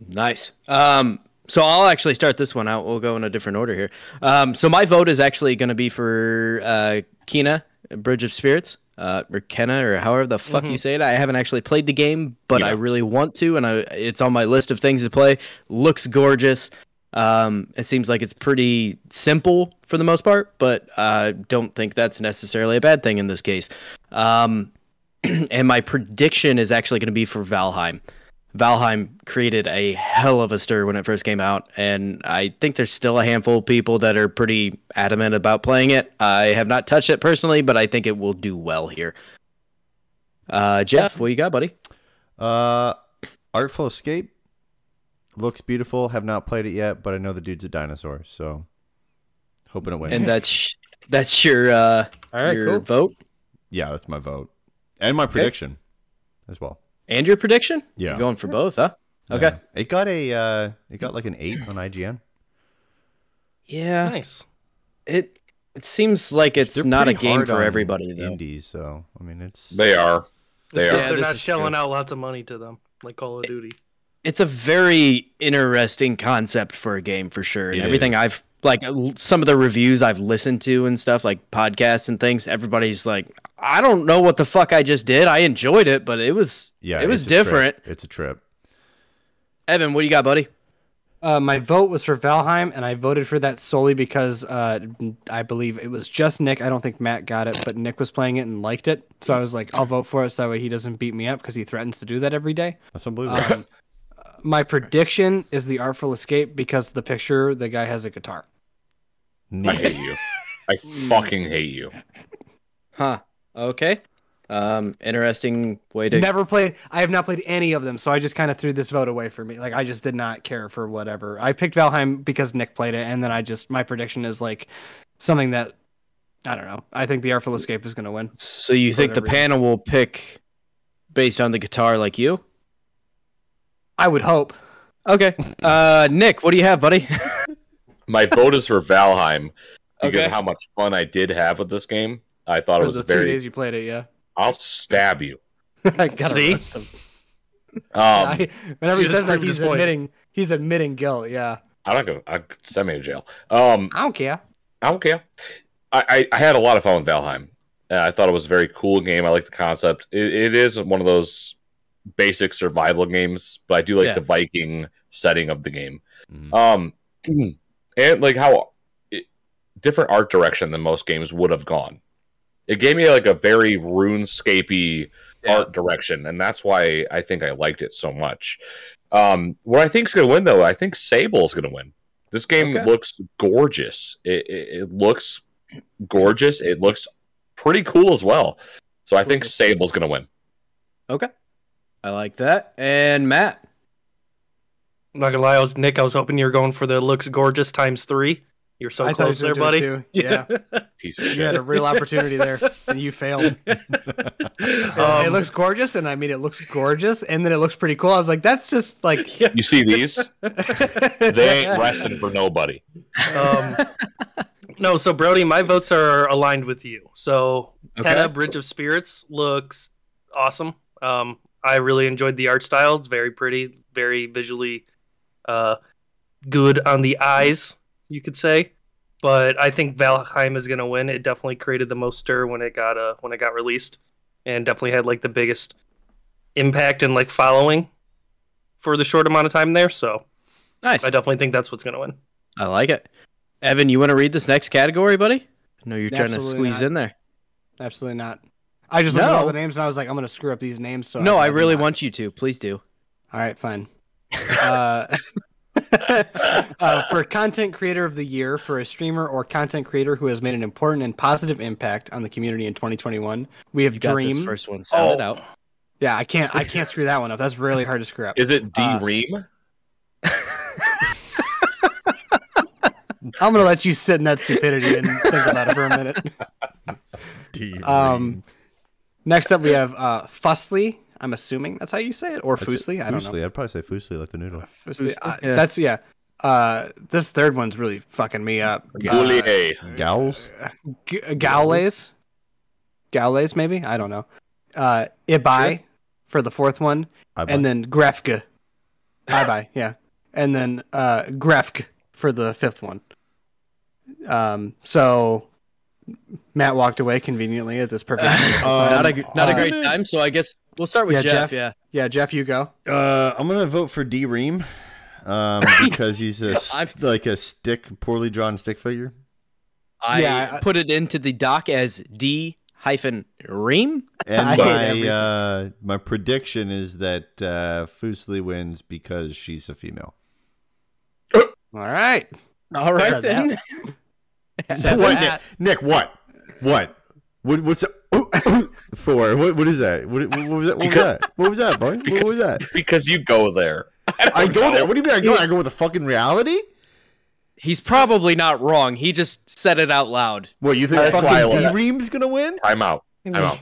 [SPEAKER 3] Nice. Um, so I'll actually start this one out. We'll go in a different order here. Um, so my vote is actually going to be for uh, Kena, Bridge of Spirits, uh, or Kena, or however the fuck you say it. I haven't actually played the game, but I really want to, and I, it's on my list of things to play. Looks gorgeous. Um, it seems like it's pretty simple for the most part, but I don't think that's necessarily a bad thing in this case. Um, and my prediction is actually going to be for Valheim. Valheim created a hell of a stir when it first came out, and I think there's still a handful of people that are pretty adamant about playing it. I have not touched it personally, but I think it will do well here. Uh, Jeff, what you got, buddy?
[SPEAKER 4] Uh, Artful Escape looks beautiful. Have not played it yet, but I know the dude's a dinosaur, so hoping it wins.
[SPEAKER 3] And that's that's your uh,
[SPEAKER 5] All right.
[SPEAKER 3] your
[SPEAKER 5] Cool.
[SPEAKER 3] vote
[SPEAKER 4] yeah, that's my vote and my prediction as well.
[SPEAKER 3] and your prediction.
[SPEAKER 4] Yeah.
[SPEAKER 3] You're going for both, huh? Okay.
[SPEAKER 4] Yeah. it got a uh, it got like an eight on IGN.
[SPEAKER 3] Yeah,
[SPEAKER 6] Nice.
[SPEAKER 3] it it seems like it's
[SPEAKER 4] They're
[SPEAKER 3] not a
[SPEAKER 4] pretty
[SPEAKER 3] game
[SPEAKER 4] hard
[SPEAKER 3] for
[SPEAKER 4] on
[SPEAKER 3] everybody though.
[SPEAKER 4] Indies, so I mean it's
[SPEAKER 2] They are. They
[SPEAKER 6] It's 'cause
[SPEAKER 2] are.
[SPEAKER 3] Yeah,
[SPEAKER 6] they're
[SPEAKER 3] this
[SPEAKER 6] not
[SPEAKER 3] is
[SPEAKER 6] shelling out lots of money to them, like Call of Duty.
[SPEAKER 3] it's a very interesting concept for a game for sure and
[SPEAKER 4] It
[SPEAKER 3] everything
[SPEAKER 4] is.
[SPEAKER 3] i've like l- some of the reviews i've listened to and stuff like podcasts and things everybody's like i don't know what the fuck i just did i enjoyed it but it was
[SPEAKER 4] yeah,
[SPEAKER 3] yeah it was
[SPEAKER 4] it's a trip.
[SPEAKER 3] different
[SPEAKER 4] It's a trip.
[SPEAKER 3] evan what do you got buddy
[SPEAKER 5] Uh, my vote was for Valheim, and I voted for that solely because uh, I believe it was just Nick. I don't think Matt got it, but Nick was playing it and liked it. So I was like, I'll vote for it so that way he doesn't beat me up because he threatens to do that every day.
[SPEAKER 4] That's unbelievable.
[SPEAKER 3] Uh,
[SPEAKER 5] Um, my prediction is the Artful Escape because the picture, the guy has a guitar.
[SPEAKER 2] I
[SPEAKER 4] Neat.
[SPEAKER 5] Mm.
[SPEAKER 2] hate you. I fucking hate you.
[SPEAKER 3] huh Okay. Um, interesting way to.
[SPEAKER 5] Never played. I have not played any of them, so I just kind of threw this vote away for me. Like I just did not care for whatever. I picked Valheim because Nick played it, and then I just my prediction is like something that I don't know. I think the Artful Escape is going to win.
[SPEAKER 3] So you think the
[SPEAKER 5] whatever reason.
[SPEAKER 3] panel will pick based on the guitar, like you?
[SPEAKER 5] I would hope.
[SPEAKER 3] Okay. Uh, Nick, what do you have, buddy?
[SPEAKER 2] My vote is for Valheim because
[SPEAKER 3] Okay.
[SPEAKER 2] of how much fun I did have with this game. I thought it
[SPEAKER 5] For
[SPEAKER 2] was
[SPEAKER 5] the two
[SPEAKER 2] very.
[SPEAKER 5] days you played it, yeah.
[SPEAKER 2] I'll stab you.
[SPEAKER 5] I gotta
[SPEAKER 6] See?
[SPEAKER 5] roast him.
[SPEAKER 2] Um,
[SPEAKER 5] I- whenever he
[SPEAKER 6] just
[SPEAKER 5] says that,
[SPEAKER 6] proved his
[SPEAKER 5] he's
[SPEAKER 6] point.
[SPEAKER 5] admitting he's admitting guilt. Yeah,
[SPEAKER 2] I don't go. I, send me to jail. Um,
[SPEAKER 5] I don't care.
[SPEAKER 2] I don't care. I, I, I had a lot of fun with Valheim. Uh, I thought it was a very cool game. I like the concept. It, it is one of those basic survival games, but I do like
[SPEAKER 3] Yeah.
[SPEAKER 2] the Viking setting of the game.
[SPEAKER 4] Mhm.
[SPEAKER 2] Um, and like how it, different art direction than most games would have gone. It gave me like a very RuneScapey
[SPEAKER 3] Yeah.
[SPEAKER 2] art direction, and that's why I think I liked it so much. Um, what I think's going to win, though, I think Sable's going to win. This game
[SPEAKER 3] Okay.
[SPEAKER 2] looks gorgeous. It, it, it looks gorgeous. It looks pretty cool as well. So I think Sable's going to win.
[SPEAKER 3] okay. I like that. And Matt.
[SPEAKER 6] I'm not gonna lie, I was Nick. I was hoping you were going for the looks gorgeous times three. You're so
[SPEAKER 5] I thought you
[SPEAKER 6] close
[SPEAKER 5] was gonna
[SPEAKER 6] there,
[SPEAKER 5] do
[SPEAKER 6] buddy.
[SPEAKER 5] it too. Yeah,
[SPEAKER 2] Piece of
[SPEAKER 5] you had
[SPEAKER 2] shit.
[SPEAKER 5] a real opportunity there, and you failed.
[SPEAKER 6] Um,
[SPEAKER 5] it looks gorgeous, and I mean, it looks gorgeous, and then it looks pretty cool. I was like, that's just like
[SPEAKER 2] You see these? They ain't resting for nobody.
[SPEAKER 6] Um, no, so Brody, my votes are aligned with you. So
[SPEAKER 3] Okay.
[SPEAKER 6] Kenna Bridge of Spirits looks awesome. Um, I really enjoyed the art style. It's very pretty, very visually uh, good on the eyes, you could say. But I think Valheim is going to win. It definitely created the most stir when it got uh, when it got released, and definitely had like the biggest impact and like following for the short amount of time there. So
[SPEAKER 3] Nice.
[SPEAKER 6] I definitely think that's what's going to win.
[SPEAKER 3] I like it. Evan, you want to read this next category, buddy? I know you're trying to
[SPEAKER 5] Absolutely
[SPEAKER 3] squeeze
[SPEAKER 5] not.
[SPEAKER 3] in there.
[SPEAKER 5] absolutely not. I just looked at
[SPEAKER 3] No.
[SPEAKER 5] all the names, and I was like, I'm gonna screw up these names. So
[SPEAKER 3] no, I
[SPEAKER 5] did
[SPEAKER 3] really
[SPEAKER 5] not.
[SPEAKER 3] want you to. Please do.
[SPEAKER 5] All right, fine. uh, uh, for content creator of the year, for a streamer or content creator who has made an important and positive impact on the community in 2021, we have
[SPEAKER 3] You got
[SPEAKER 5] Dream.
[SPEAKER 3] this first one. Sound it
[SPEAKER 2] Oh.
[SPEAKER 3] out.
[SPEAKER 5] Yeah, I can't. I can't screw that one up. That's really hard to screw up.
[SPEAKER 2] Is it D
[SPEAKER 5] Uh,
[SPEAKER 2] Ream?
[SPEAKER 5] I'm gonna let you sit in that stupidity and think about it for a minute.
[SPEAKER 4] D-ring.
[SPEAKER 5] Um, Next up, we have uh, Fussly. I'm assuming that's how you say it, or
[SPEAKER 4] That's it.
[SPEAKER 5] Fusely. I don't know.
[SPEAKER 4] Fusely, I'd probably say Fusely like the noodle.
[SPEAKER 5] Fusely.
[SPEAKER 3] Fusely,
[SPEAKER 5] Uh,
[SPEAKER 3] yeah.
[SPEAKER 5] That's yeah. Uh, this third one's really fucking me up. Uh,
[SPEAKER 2] Goulier.
[SPEAKER 4] Gowls?
[SPEAKER 5] G- Gaules, Gaules, maybe I don't know. Uh, Ibai for the fourth one,
[SPEAKER 4] I
[SPEAKER 5] and then Grefke. Bye bye, yeah, and then uh, Grefk for the fifth one. Um, so Matt walked away conveniently at this perfect. moment.
[SPEAKER 4] Um,
[SPEAKER 3] not a gr- not a
[SPEAKER 5] uh,
[SPEAKER 3] great time, so I guess we'll start with
[SPEAKER 5] Yeah,
[SPEAKER 3] Jeff.
[SPEAKER 5] Jeff.
[SPEAKER 3] Yeah.
[SPEAKER 5] yeah, Jeff, you go.
[SPEAKER 4] Uh, I'm gonna vote for D Ream, um, because he's a s-
[SPEAKER 3] I'm-
[SPEAKER 4] like a stick, poorly drawn stick figure.
[SPEAKER 3] I
[SPEAKER 5] Yeah, I-
[SPEAKER 3] put it into the doc as D hyphen ream.
[SPEAKER 4] And
[SPEAKER 5] I hate
[SPEAKER 4] my
[SPEAKER 5] everything.
[SPEAKER 4] uh, my prediction is that uh, Fusely wins because she's a female.
[SPEAKER 5] All right,
[SPEAKER 3] All
[SPEAKER 5] right
[SPEAKER 3] right
[SPEAKER 5] then.
[SPEAKER 3] then.
[SPEAKER 4] what, Nick? Nick, what? What? What? What's that? for? What? What is that? What, what was that? What was that? What was that, boy? What was that?
[SPEAKER 2] Because you go there.
[SPEAKER 4] I go there. What do you mean? I go? there? I go with the fucking reality.
[SPEAKER 3] He's probably not wrong. He just said it out loud.
[SPEAKER 4] What you think?
[SPEAKER 2] That's why I
[SPEAKER 4] fucking
[SPEAKER 2] love
[SPEAKER 4] D
[SPEAKER 2] it.
[SPEAKER 4] Ream's gonna win?
[SPEAKER 2] I'm out. I'm out.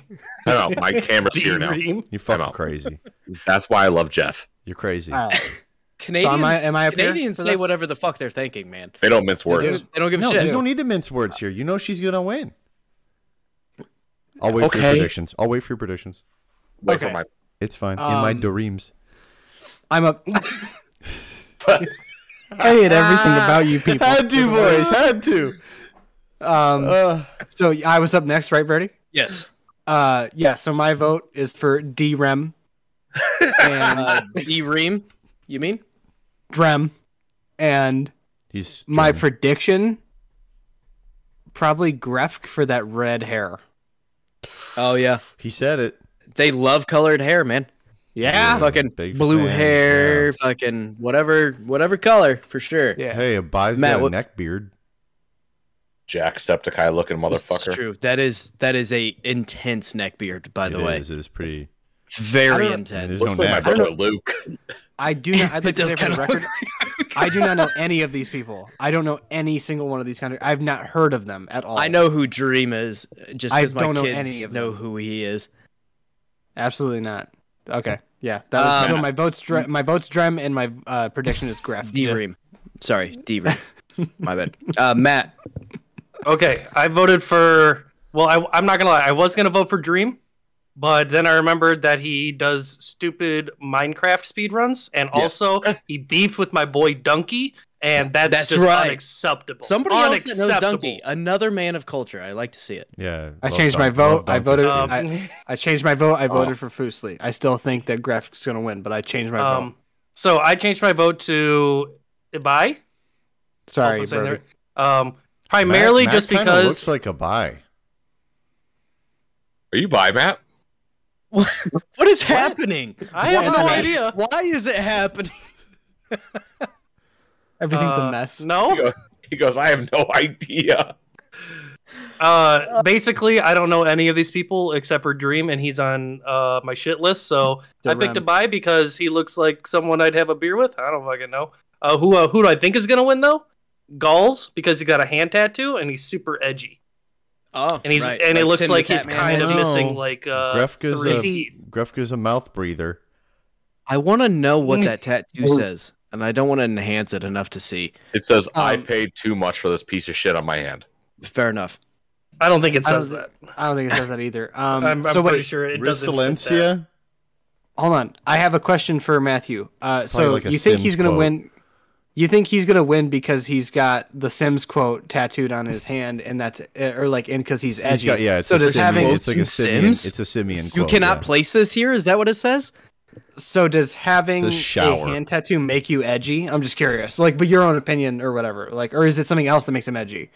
[SPEAKER 2] I'm out. My camera's here now.
[SPEAKER 6] Dream.
[SPEAKER 4] You're
[SPEAKER 2] I'm
[SPEAKER 4] fucking
[SPEAKER 2] out.
[SPEAKER 4] crazy.
[SPEAKER 2] That's why I love Jeff.
[SPEAKER 4] You're crazy.
[SPEAKER 5] all right.
[SPEAKER 3] Canadians,
[SPEAKER 5] am I- am I up here
[SPEAKER 3] Canadians
[SPEAKER 5] for
[SPEAKER 3] say
[SPEAKER 5] this?
[SPEAKER 3] whatever the fuck they're thinking, man.
[SPEAKER 2] They don't mince words.
[SPEAKER 5] do.
[SPEAKER 3] They don't give a
[SPEAKER 4] No,
[SPEAKER 3] shit.
[SPEAKER 4] there's no need to mince words here. You know she's gonna win. I'll wait for your
[SPEAKER 2] Okay.
[SPEAKER 4] predictions. I'll wait for your predictions.
[SPEAKER 2] Wait
[SPEAKER 5] Okay.
[SPEAKER 2] for my.
[SPEAKER 4] It's fine. In my
[SPEAKER 5] Um,
[SPEAKER 4] dreams.
[SPEAKER 5] I'm up. I hate everything about you people.
[SPEAKER 4] Had to.
[SPEAKER 3] Uh,
[SPEAKER 5] Um,
[SPEAKER 4] Uh,
[SPEAKER 5] so I was up next, right, Brady?
[SPEAKER 3] Yes.
[SPEAKER 5] Uh, yeah. So my vote is for D Rem and
[SPEAKER 3] Uh, D ream, you mean?
[SPEAKER 5] Drem, and
[SPEAKER 4] he's
[SPEAKER 5] my
[SPEAKER 4] German.
[SPEAKER 5] prediction probably Grefk for that red hair.
[SPEAKER 3] Oh yeah.
[SPEAKER 4] he said it.
[SPEAKER 3] They love colored hair, man.
[SPEAKER 4] Yeah.
[SPEAKER 3] Fucking
[SPEAKER 4] Big
[SPEAKER 3] blue
[SPEAKER 4] fan,
[SPEAKER 3] hair, fucking whatever, whatever color for sure.
[SPEAKER 5] Yeah.
[SPEAKER 4] Hey, a buy's
[SPEAKER 3] Matt,
[SPEAKER 4] got a
[SPEAKER 3] what-
[SPEAKER 4] neck beard.
[SPEAKER 2] Jacksepticeye looking
[SPEAKER 3] It's
[SPEAKER 2] motherfucker.
[SPEAKER 3] true. That is that is a intense neck beard, by the
[SPEAKER 4] It
[SPEAKER 3] way.
[SPEAKER 4] is, It is pretty.
[SPEAKER 5] I
[SPEAKER 3] Very
[SPEAKER 5] don't-
[SPEAKER 4] I mean,
[SPEAKER 3] intense.
[SPEAKER 4] there's
[SPEAKER 2] Looks
[SPEAKER 4] no
[SPEAKER 2] like my
[SPEAKER 4] doubt.
[SPEAKER 2] brother Luke.
[SPEAKER 5] I do not. I'd like
[SPEAKER 3] It
[SPEAKER 5] to
[SPEAKER 3] does
[SPEAKER 5] say for the
[SPEAKER 3] kinda
[SPEAKER 5] record, I do not know any of these people. I don't know any single one of these contractors. I've not heard of them at all.
[SPEAKER 3] I know who Dream is just
[SPEAKER 5] I
[SPEAKER 3] because my
[SPEAKER 5] don't know
[SPEAKER 3] kids
[SPEAKER 5] any of
[SPEAKER 3] know
[SPEAKER 5] them.
[SPEAKER 3] who he is.
[SPEAKER 5] absolutely not. Okay, yeah, that was,
[SPEAKER 3] Um,
[SPEAKER 5] so my vote's dre- my vote's drem and my uh, prediction is gref.
[SPEAKER 3] Dream. Sorry, Dream. my bad. Uh, Matt.
[SPEAKER 6] Okay, I voted for. Well, I, I'm not gonna lie. I was gonna vote for Dream, but then I remembered that he does stupid Minecraft speedruns, and
[SPEAKER 3] Yeah.
[SPEAKER 6] also he beefed with my boy Donkey, and that's,
[SPEAKER 3] That's
[SPEAKER 6] just
[SPEAKER 3] right.
[SPEAKER 6] unacceptable.
[SPEAKER 3] Somebody else that knows
[SPEAKER 6] Unacceptable.
[SPEAKER 3] Donkey. Another man of culture. I like to see it.
[SPEAKER 4] Yeah.
[SPEAKER 5] I
[SPEAKER 4] love
[SPEAKER 5] changed
[SPEAKER 4] Dunk-
[SPEAKER 5] my vote.
[SPEAKER 4] love
[SPEAKER 5] I
[SPEAKER 4] Duncan
[SPEAKER 5] voted.
[SPEAKER 4] City.
[SPEAKER 6] Um,
[SPEAKER 5] I, I changed my vote.
[SPEAKER 4] Oh.
[SPEAKER 5] I voted for Foosley. I still think that gref's gonna win, but I changed my vote.
[SPEAKER 6] Um, so I changed my vote to Ibai.
[SPEAKER 5] Sorry,
[SPEAKER 6] Hope I'm saying
[SPEAKER 5] Brody.
[SPEAKER 6] that right. Um, primarily
[SPEAKER 4] Matt-
[SPEAKER 6] just
[SPEAKER 4] Matt kinda
[SPEAKER 6] because
[SPEAKER 4] looks like a buy.
[SPEAKER 2] Are you by Matt?
[SPEAKER 3] What is happening?
[SPEAKER 6] I have
[SPEAKER 3] Why?
[SPEAKER 6] no idea.
[SPEAKER 3] Why is it happening?
[SPEAKER 5] Everything's
[SPEAKER 6] Uh,
[SPEAKER 5] a mess.
[SPEAKER 2] He
[SPEAKER 6] No,
[SPEAKER 2] goes, he goes, I have no idea.
[SPEAKER 6] uh, basically I don't know any of these people except for Dream, and he's on uh, my shit list. So I picked
[SPEAKER 5] Durham.
[SPEAKER 6] Ibai because he looks like someone I'd have a beer with. I don't fucking know. Uh, who uh, who do I think is gonna win though? Gauls because he got a hand tattoo and he's super edgy,
[SPEAKER 3] Oh,
[SPEAKER 6] and he's
[SPEAKER 3] right,
[SPEAKER 6] and it looks
[SPEAKER 3] Tim the
[SPEAKER 6] like he's
[SPEAKER 3] Catman
[SPEAKER 6] kind of
[SPEAKER 3] has-
[SPEAKER 4] No.
[SPEAKER 6] missing like uh,
[SPEAKER 4] Grefka's
[SPEAKER 6] three
[SPEAKER 4] a-
[SPEAKER 6] teeth.
[SPEAKER 4] Grefka's a mouth breather.
[SPEAKER 3] I want to know what
[SPEAKER 6] Mm.
[SPEAKER 3] that tattoo says, and I don't want to enhance it enough to see.
[SPEAKER 2] It says I
[SPEAKER 5] Um,
[SPEAKER 2] paid too much for this piece of shit on my hand.
[SPEAKER 3] Fair enough.
[SPEAKER 6] I don't think it
[SPEAKER 5] I don't
[SPEAKER 6] says
[SPEAKER 5] thi-
[SPEAKER 6] that.
[SPEAKER 5] I don't think it says that either. Um,
[SPEAKER 6] I'm, I'm
[SPEAKER 5] so
[SPEAKER 6] pretty
[SPEAKER 5] wait,
[SPEAKER 6] sure it doesn't. fit that.
[SPEAKER 4] Risalencia?
[SPEAKER 5] hold on. I have a question for Matthew. Uh, so
[SPEAKER 4] like a
[SPEAKER 5] you think
[SPEAKER 4] Sims
[SPEAKER 5] he's gonna
[SPEAKER 4] quote.
[SPEAKER 5] win? You think he's gonna win because he's got the Sims quote tattooed on his hand, and that's eh, or like, and because he's
[SPEAKER 4] He's
[SPEAKER 5] edgy.
[SPEAKER 4] got, yeah, it's
[SPEAKER 5] so
[SPEAKER 4] a
[SPEAKER 5] does
[SPEAKER 4] simian.
[SPEAKER 5] having
[SPEAKER 4] it's like a
[SPEAKER 3] Quotes in
[SPEAKER 4] simian.
[SPEAKER 3] Sims?
[SPEAKER 4] It's a simian.
[SPEAKER 3] you
[SPEAKER 4] quote,
[SPEAKER 3] cannot
[SPEAKER 4] yeah.
[SPEAKER 3] place this here. Is that what it says?
[SPEAKER 5] so does having
[SPEAKER 4] It's
[SPEAKER 5] a,
[SPEAKER 4] a shower.
[SPEAKER 5] hand tattoo make you edgy? I'm just curious, like, but your own opinion or whatever, like, or is it something else that makes him edgy?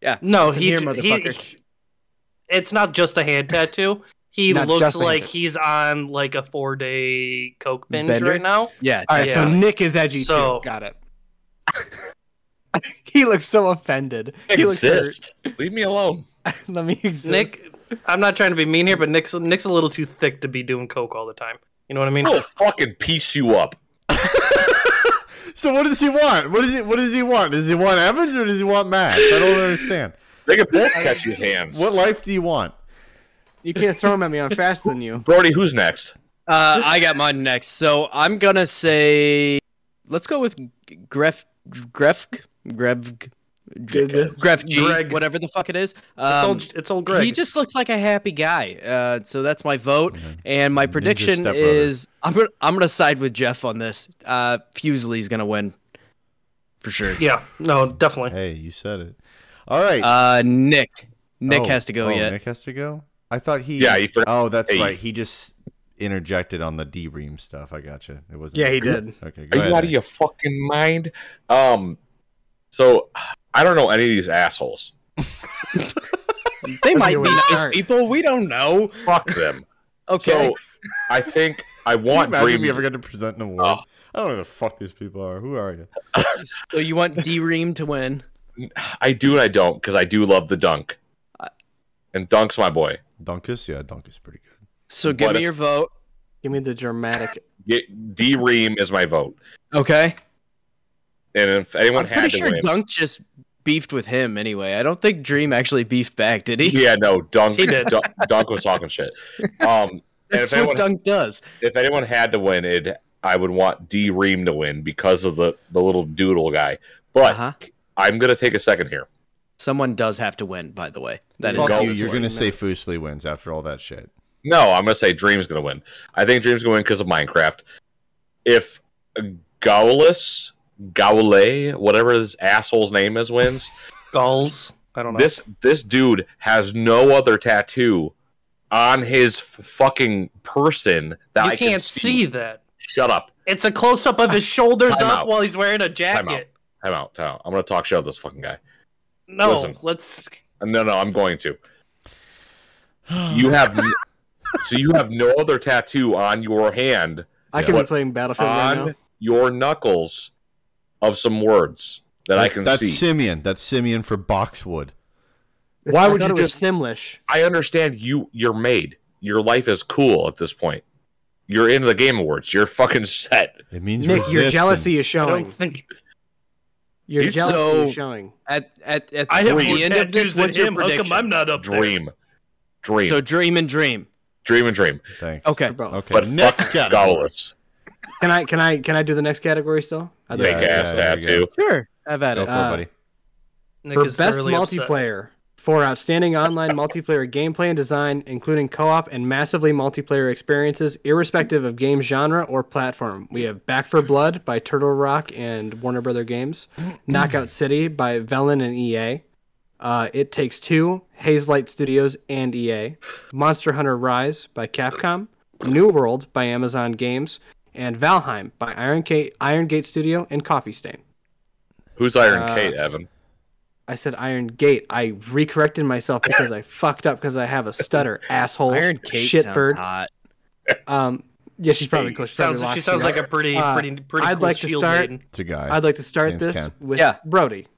[SPEAKER 3] Yeah.
[SPEAKER 6] No, Oh,
[SPEAKER 3] Listen
[SPEAKER 6] he,
[SPEAKER 3] here,
[SPEAKER 6] he-
[SPEAKER 3] motherfucker.
[SPEAKER 6] he- It's not just a hand tattoo. He
[SPEAKER 5] Not
[SPEAKER 6] looks
[SPEAKER 5] just a hand
[SPEAKER 6] like
[SPEAKER 5] tattoo.
[SPEAKER 6] he's on like a four day coke binge
[SPEAKER 3] Bender?
[SPEAKER 6] right now.
[SPEAKER 3] Yeah.
[SPEAKER 5] All right, so
[SPEAKER 6] Yeah.
[SPEAKER 5] Nick is edgy
[SPEAKER 6] So-
[SPEAKER 5] too. Got it. he looks so offended. He looks hurt.
[SPEAKER 2] Exist. Leave me alone.
[SPEAKER 5] Let me exist.
[SPEAKER 6] Nick, I'm not trying to be mean here, but Nick's Nick's a little too thick to be doing coke all the time. You know what I mean?
[SPEAKER 2] I
[SPEAKER 5] Oh,
[SPEAKER 2] will fucking piece you up.
[SPEAKER 4] So what does he want? What is it? What does he want? Does he want Evans or does he want Max? I don't understand.
[SPEAKER 2] They can both catch his hands.
[SPEAKER 4] What life do you want?
[SPEAKER 5] you can't throw him at me. I'm faster than you.
[SPEAKER 2] Brody, who's next?
[SPEAKER 3] Uh, I got mine next. So I'm gonna say, let's go with Gref, Gref, Grevg, Gref G,
[SPEAKER 6] Greg.
[SPEAKER 3] whatever the fuck it is.
[SPEAKER 6] it's
[SPEAKER 3] Um,
[SPEAKER 6] old it's old Greg.
[SPEAKER 3] He just looks like a happy guy. Uh, so that's my vote.
[SPEAKER 4] Mhm.
[SPEAKER 3] And my
[SPEAKER 4] Ninja
[SPEAKER 3] prediction
[SPEAKER 4] stepbrother.
[SPEAKER 3] is I'm gonna I'm gonna side with Jeff on this. Uh, Fusley's gonna win for sure.
[SPEAKER 6] yeah, no, definitely.
[SPEAKER 4] Hey, you said it. All right.
[SPEAKER 3] Uh, Nick. Nick
[SPEAKER 4] Oh,
[SPEAKER 3] has to go
[SPEAKER 4] oh,
[SPEAKER 3] yet.
[SPEAKER 4] Nick has to go. I thought he.
[SPEAKER 2] Yeah, he forgot-
[SPEAKER 4] Oh, that's
[SPEAKER 2] Hey.
[SPEAKER 4] right. He just interjected on the D ream stuff. I gotcha. It wasn't.
[SPEAKER 5] Yeah, he did.
[SPEAKER 4] Okay. Go
[SPEAKER 2] Are you out
[SPEAKER 4] ahead.
[SPEAKER 2] of your fucking mind? Um, so I don't know any of these assholes.
[SPEAKER 3] They
[SPEAKER 5] a
[SPEAKER 3] might
[SPEAKER 5] good
[SPEAKER 3] be
[SPEAKER 5] way to
[SPEAKER 3] nice
[SPEAKER 5] start.
[SPEAKER 3] people. We don't know.
[SPEAKER 2] Fuck them.
[SPEAKER 3] Okay.
[SPEAKER 2] So I think I
[SPEAKER 4] Can you
[SPEAKER 2] want
[SPEAKER 4] imagine if
[SPEAKER 2] Dream.
[SPEAKER 4] you ever got to present an award?
[SPEAKER 2] Oh.
[SPEAKER 4] I don't know who the fuck these people are. Who are you?
[SPEAKER 3] So, you want D Ream to win?
[SPEAKER 2] I do and I don't because I do love the dunk. And Dunk's my boy.
[SPEAKER 4] Dunkus? Yeah, Dunkus pretty good.
[SPEAKER 3] So give
[SPEAKER 2] What
[SPEAKER 3] me
[SPEAKER 2] if-
[SPEAKER 3] your vote.
[SPEAKER 5] Give me the dramatic.
[SPEAKER 2] D Ream is my vote.
[SPEAKER 3] Okay.
[SPEAKER 2] And if anyone
[SPEAKER 3] I'm
[SPEAKER 2] had
[SPEAKER 3] pretty
[SPEAKER 2] to
[SPEAKER 3] sure
[SPEAKER 2] win,
[SPEAKER 3] Dunk just beefed with him anyway. I don't think Dream actually beefed back, did he?
[SPEAKER 2] yeah, no, Dunk,
[SPEAKER 6] He did.
[SPEAKER 2] Dunk, Dunk was talking shit. Um, and
[SPEAKER 3] That's what
[SPEAKER 2] if anyone,
[SPEAKER 3] Dunk does.
[SPEAKER 2] if anyone had to win, it I would want D Ream to win because of the the little doodle guy. But
[SPEAKER 3] Uh-huh.
[SPEAKER 2] I'm gonna take a second here.
[SPEAKER 3] Someone does have to win, by the way. That is
[SPEAKER 2] Fuck
[SPEAKER 4] Fuck
[SPEAKER 2] all
[SPEAKER 4] you.
[SPEAKER 2] this
[SPEAKER 4] You're
[SPEAKER 2] work.
[SPEAKER 4] going to say Foosley wins after all that shit.
[SPEAKER 2] No, I'm gonna say Dream's gonna win. I think Dream's gonna win because of Minecraft. If Gaulus, Gaule, whatever his asshole's name is, wins,
[SPEAKER 6] Gauls. I don't know.
[SPEAKER 2] this this dude has no other tattoo on his f- fucking person that
[SPEAKER 6] you
[SPEAKER 2] I
[SPEAKER 6] can't
[SPEAKER 2] can
[SPEAKER 6] see that.
[SPEAKER 2] Shut up.
[SPEAKER 6] It's a close up of his shoulders
[SPEAKER 2] Time
[SPEAKER 6] up
[SPEAKER 2] out.
[SPEAKER 6] while he's wearing a
[SPEAKER 2] Time out.
[SPEAKER 6] jacket.
[SPEAKER 2] Time out. Time out. I'm gonna talk shit on this fucking guy.
[SPEAKER 6] No,
[SPEAKER 2] Listen.
[SPEAKER 6] let's
[SPEAKER 2] No, no, I'm going to. You have n- so you have no other tattoo on your hand
[SPEAKER 5] I could
[SPEAKER 2] Yeah.
[SPEAKER 5] be playing Battlefield right
[SPEAKER 2] on
[SPEAKER 5] now.
[SPEAKER 2] your knuckles of some words that I
[SPEAKER 4] That's-
[SPEAKER 2] can
[SPEAKER 4] that's
[SPEAKER 2] see.
[SPEAKER 4] Simeon. That's Simeon for Boxwood.
[SPEAKER 2] Why
[SPEAKER 5] I
[SPEAKER 2] would
[SPEAKER 5] thought
[SPEAKER 2] you
[SPEAKER 5] it was
[SPEAKER 2] just-
[SPEAKER 5] Simlish?
[SPEAKER 2] I understand you you're made. Your life is cool at this point. You're in the game awards. You're fucking set.
[SPEAKER 4] It means
[SPEAKER 5] Nick, your jealousy is
[SPEAKER 6] I
[SPEAKER 5] showing.
[SPEAKER 6] don't think
[SPEAKER 5] Your
[SPEAKER 2] He's
[SPEAKER 5] jealousy
[SPEAKER 3] so-
[SPEAKER 5] is showing.
[SPEAKER 3] At at at
[SPEAKER 6] I
[SPEAKER 3] the,
[SPEAKER 6] have more
[SPEAKER 3] end of this.
[SPEAKER 6] tattoos than
[SPEAKER 3] What's your
[SPEAKER 6] him. How
[SPEAKER 3] prediction?
[SPEAKER 6] come I'm not up there?
[SPEAKER 2] Dream. Dream.
[SPEAKER 3] So dream and dream.
[SPEAKER 2] dream and dream.
[SPEAKER 4] Thanks.
[SPEAKER 3] Okay.
[SPEAKER 5] For both.
[SPEAKER 4] Okay.
[SPEAKER 2] But fuck
[SPEAKER 4] Next category.
[SPEAKER 2] Gaullus.
[SPEAKER 5] Can I can I can I do the next category still? I
[SPEAKER 2] Big
[SPEAKER 5] think-
[SPEAKER 4] Yeah,
[SPEAKER 2] ass
[SPEAKER 4] yeah, there you
[SPEAKER 2] tattoo.
[SPEAKER 3] Sure. Have at
[SPEAKER 4] Go
[SPEAKER 3] it.
[SPEAKER 4] for
[SPEAKER 5] Uh,
[SPEAKER 4] it, buddy.
[SPEAKER 6] Nick
[SPEAKER 5] for
[SPEAKER 6] is
[SPEAKER 5] best
[SPEAKER 6] thoroughly upset.
[SPEAKER 5] multiplayer for outstanding online multiplayer gameplay and design, including co-op and massively multiplayer experiences, irrespective of game genre or platform. We have Back for Blood by Turtle Rock and Warner Brother Games, Knockout City by Velen and EA, uh, It Takes Two, Hazelight Studios and EA, Monster Hunter Rise by Capcom, New World by Amazon Games, and Valheim by Iron Gate, Iron Gate Studio and Coffee Stain.
[SPEAKER 2] Who's Iron
[SPEAKER 5] Uh,
[SPEAKER 2] Kate, Evan?
[SPEAKER 5] I said Iron Gate. I recorrected myself because I fucked up because I have a stutter, asshole.
[SPEAKER 3] Iron Kate
[SPEAKER 5] shit
[SPEAKER 3] sounds
[SPEAKER 5] bird.
[SPEAKER 3] hot.
[SPEAKER 5] Um, yeah, she's probably cool. She's
[SPEAKER 6] Sounds,
[SPEAKER 5] probably
[SPEAKER 6] she
[SPEAKER 5] lost
[SPEAKER 6] sounds
[SPEAKER 5] me.
[SPEAKER 6] like a pretty,
[SPEAKER 5] Uh,
[SPEAKER 6] pretty, pretty.
[SPEAKER 5] I'd
[SPEAKER 6] cool
[SPEAKER 5] like to
[SPEAKER 6] shield
[SPEAKER 5] start-
[SPEAKER 6] maiden.
[SPEAKER 4] It's a guy.
[SPEAKER 5] I'd like to start
[SPEAKER 4] James
[SPEAKER 5] this
[SPEAKER 4] Caan.
[SPEAKER 5] with
[SPEAKER 3] Yeah.
[SPEAKER 5] Brody.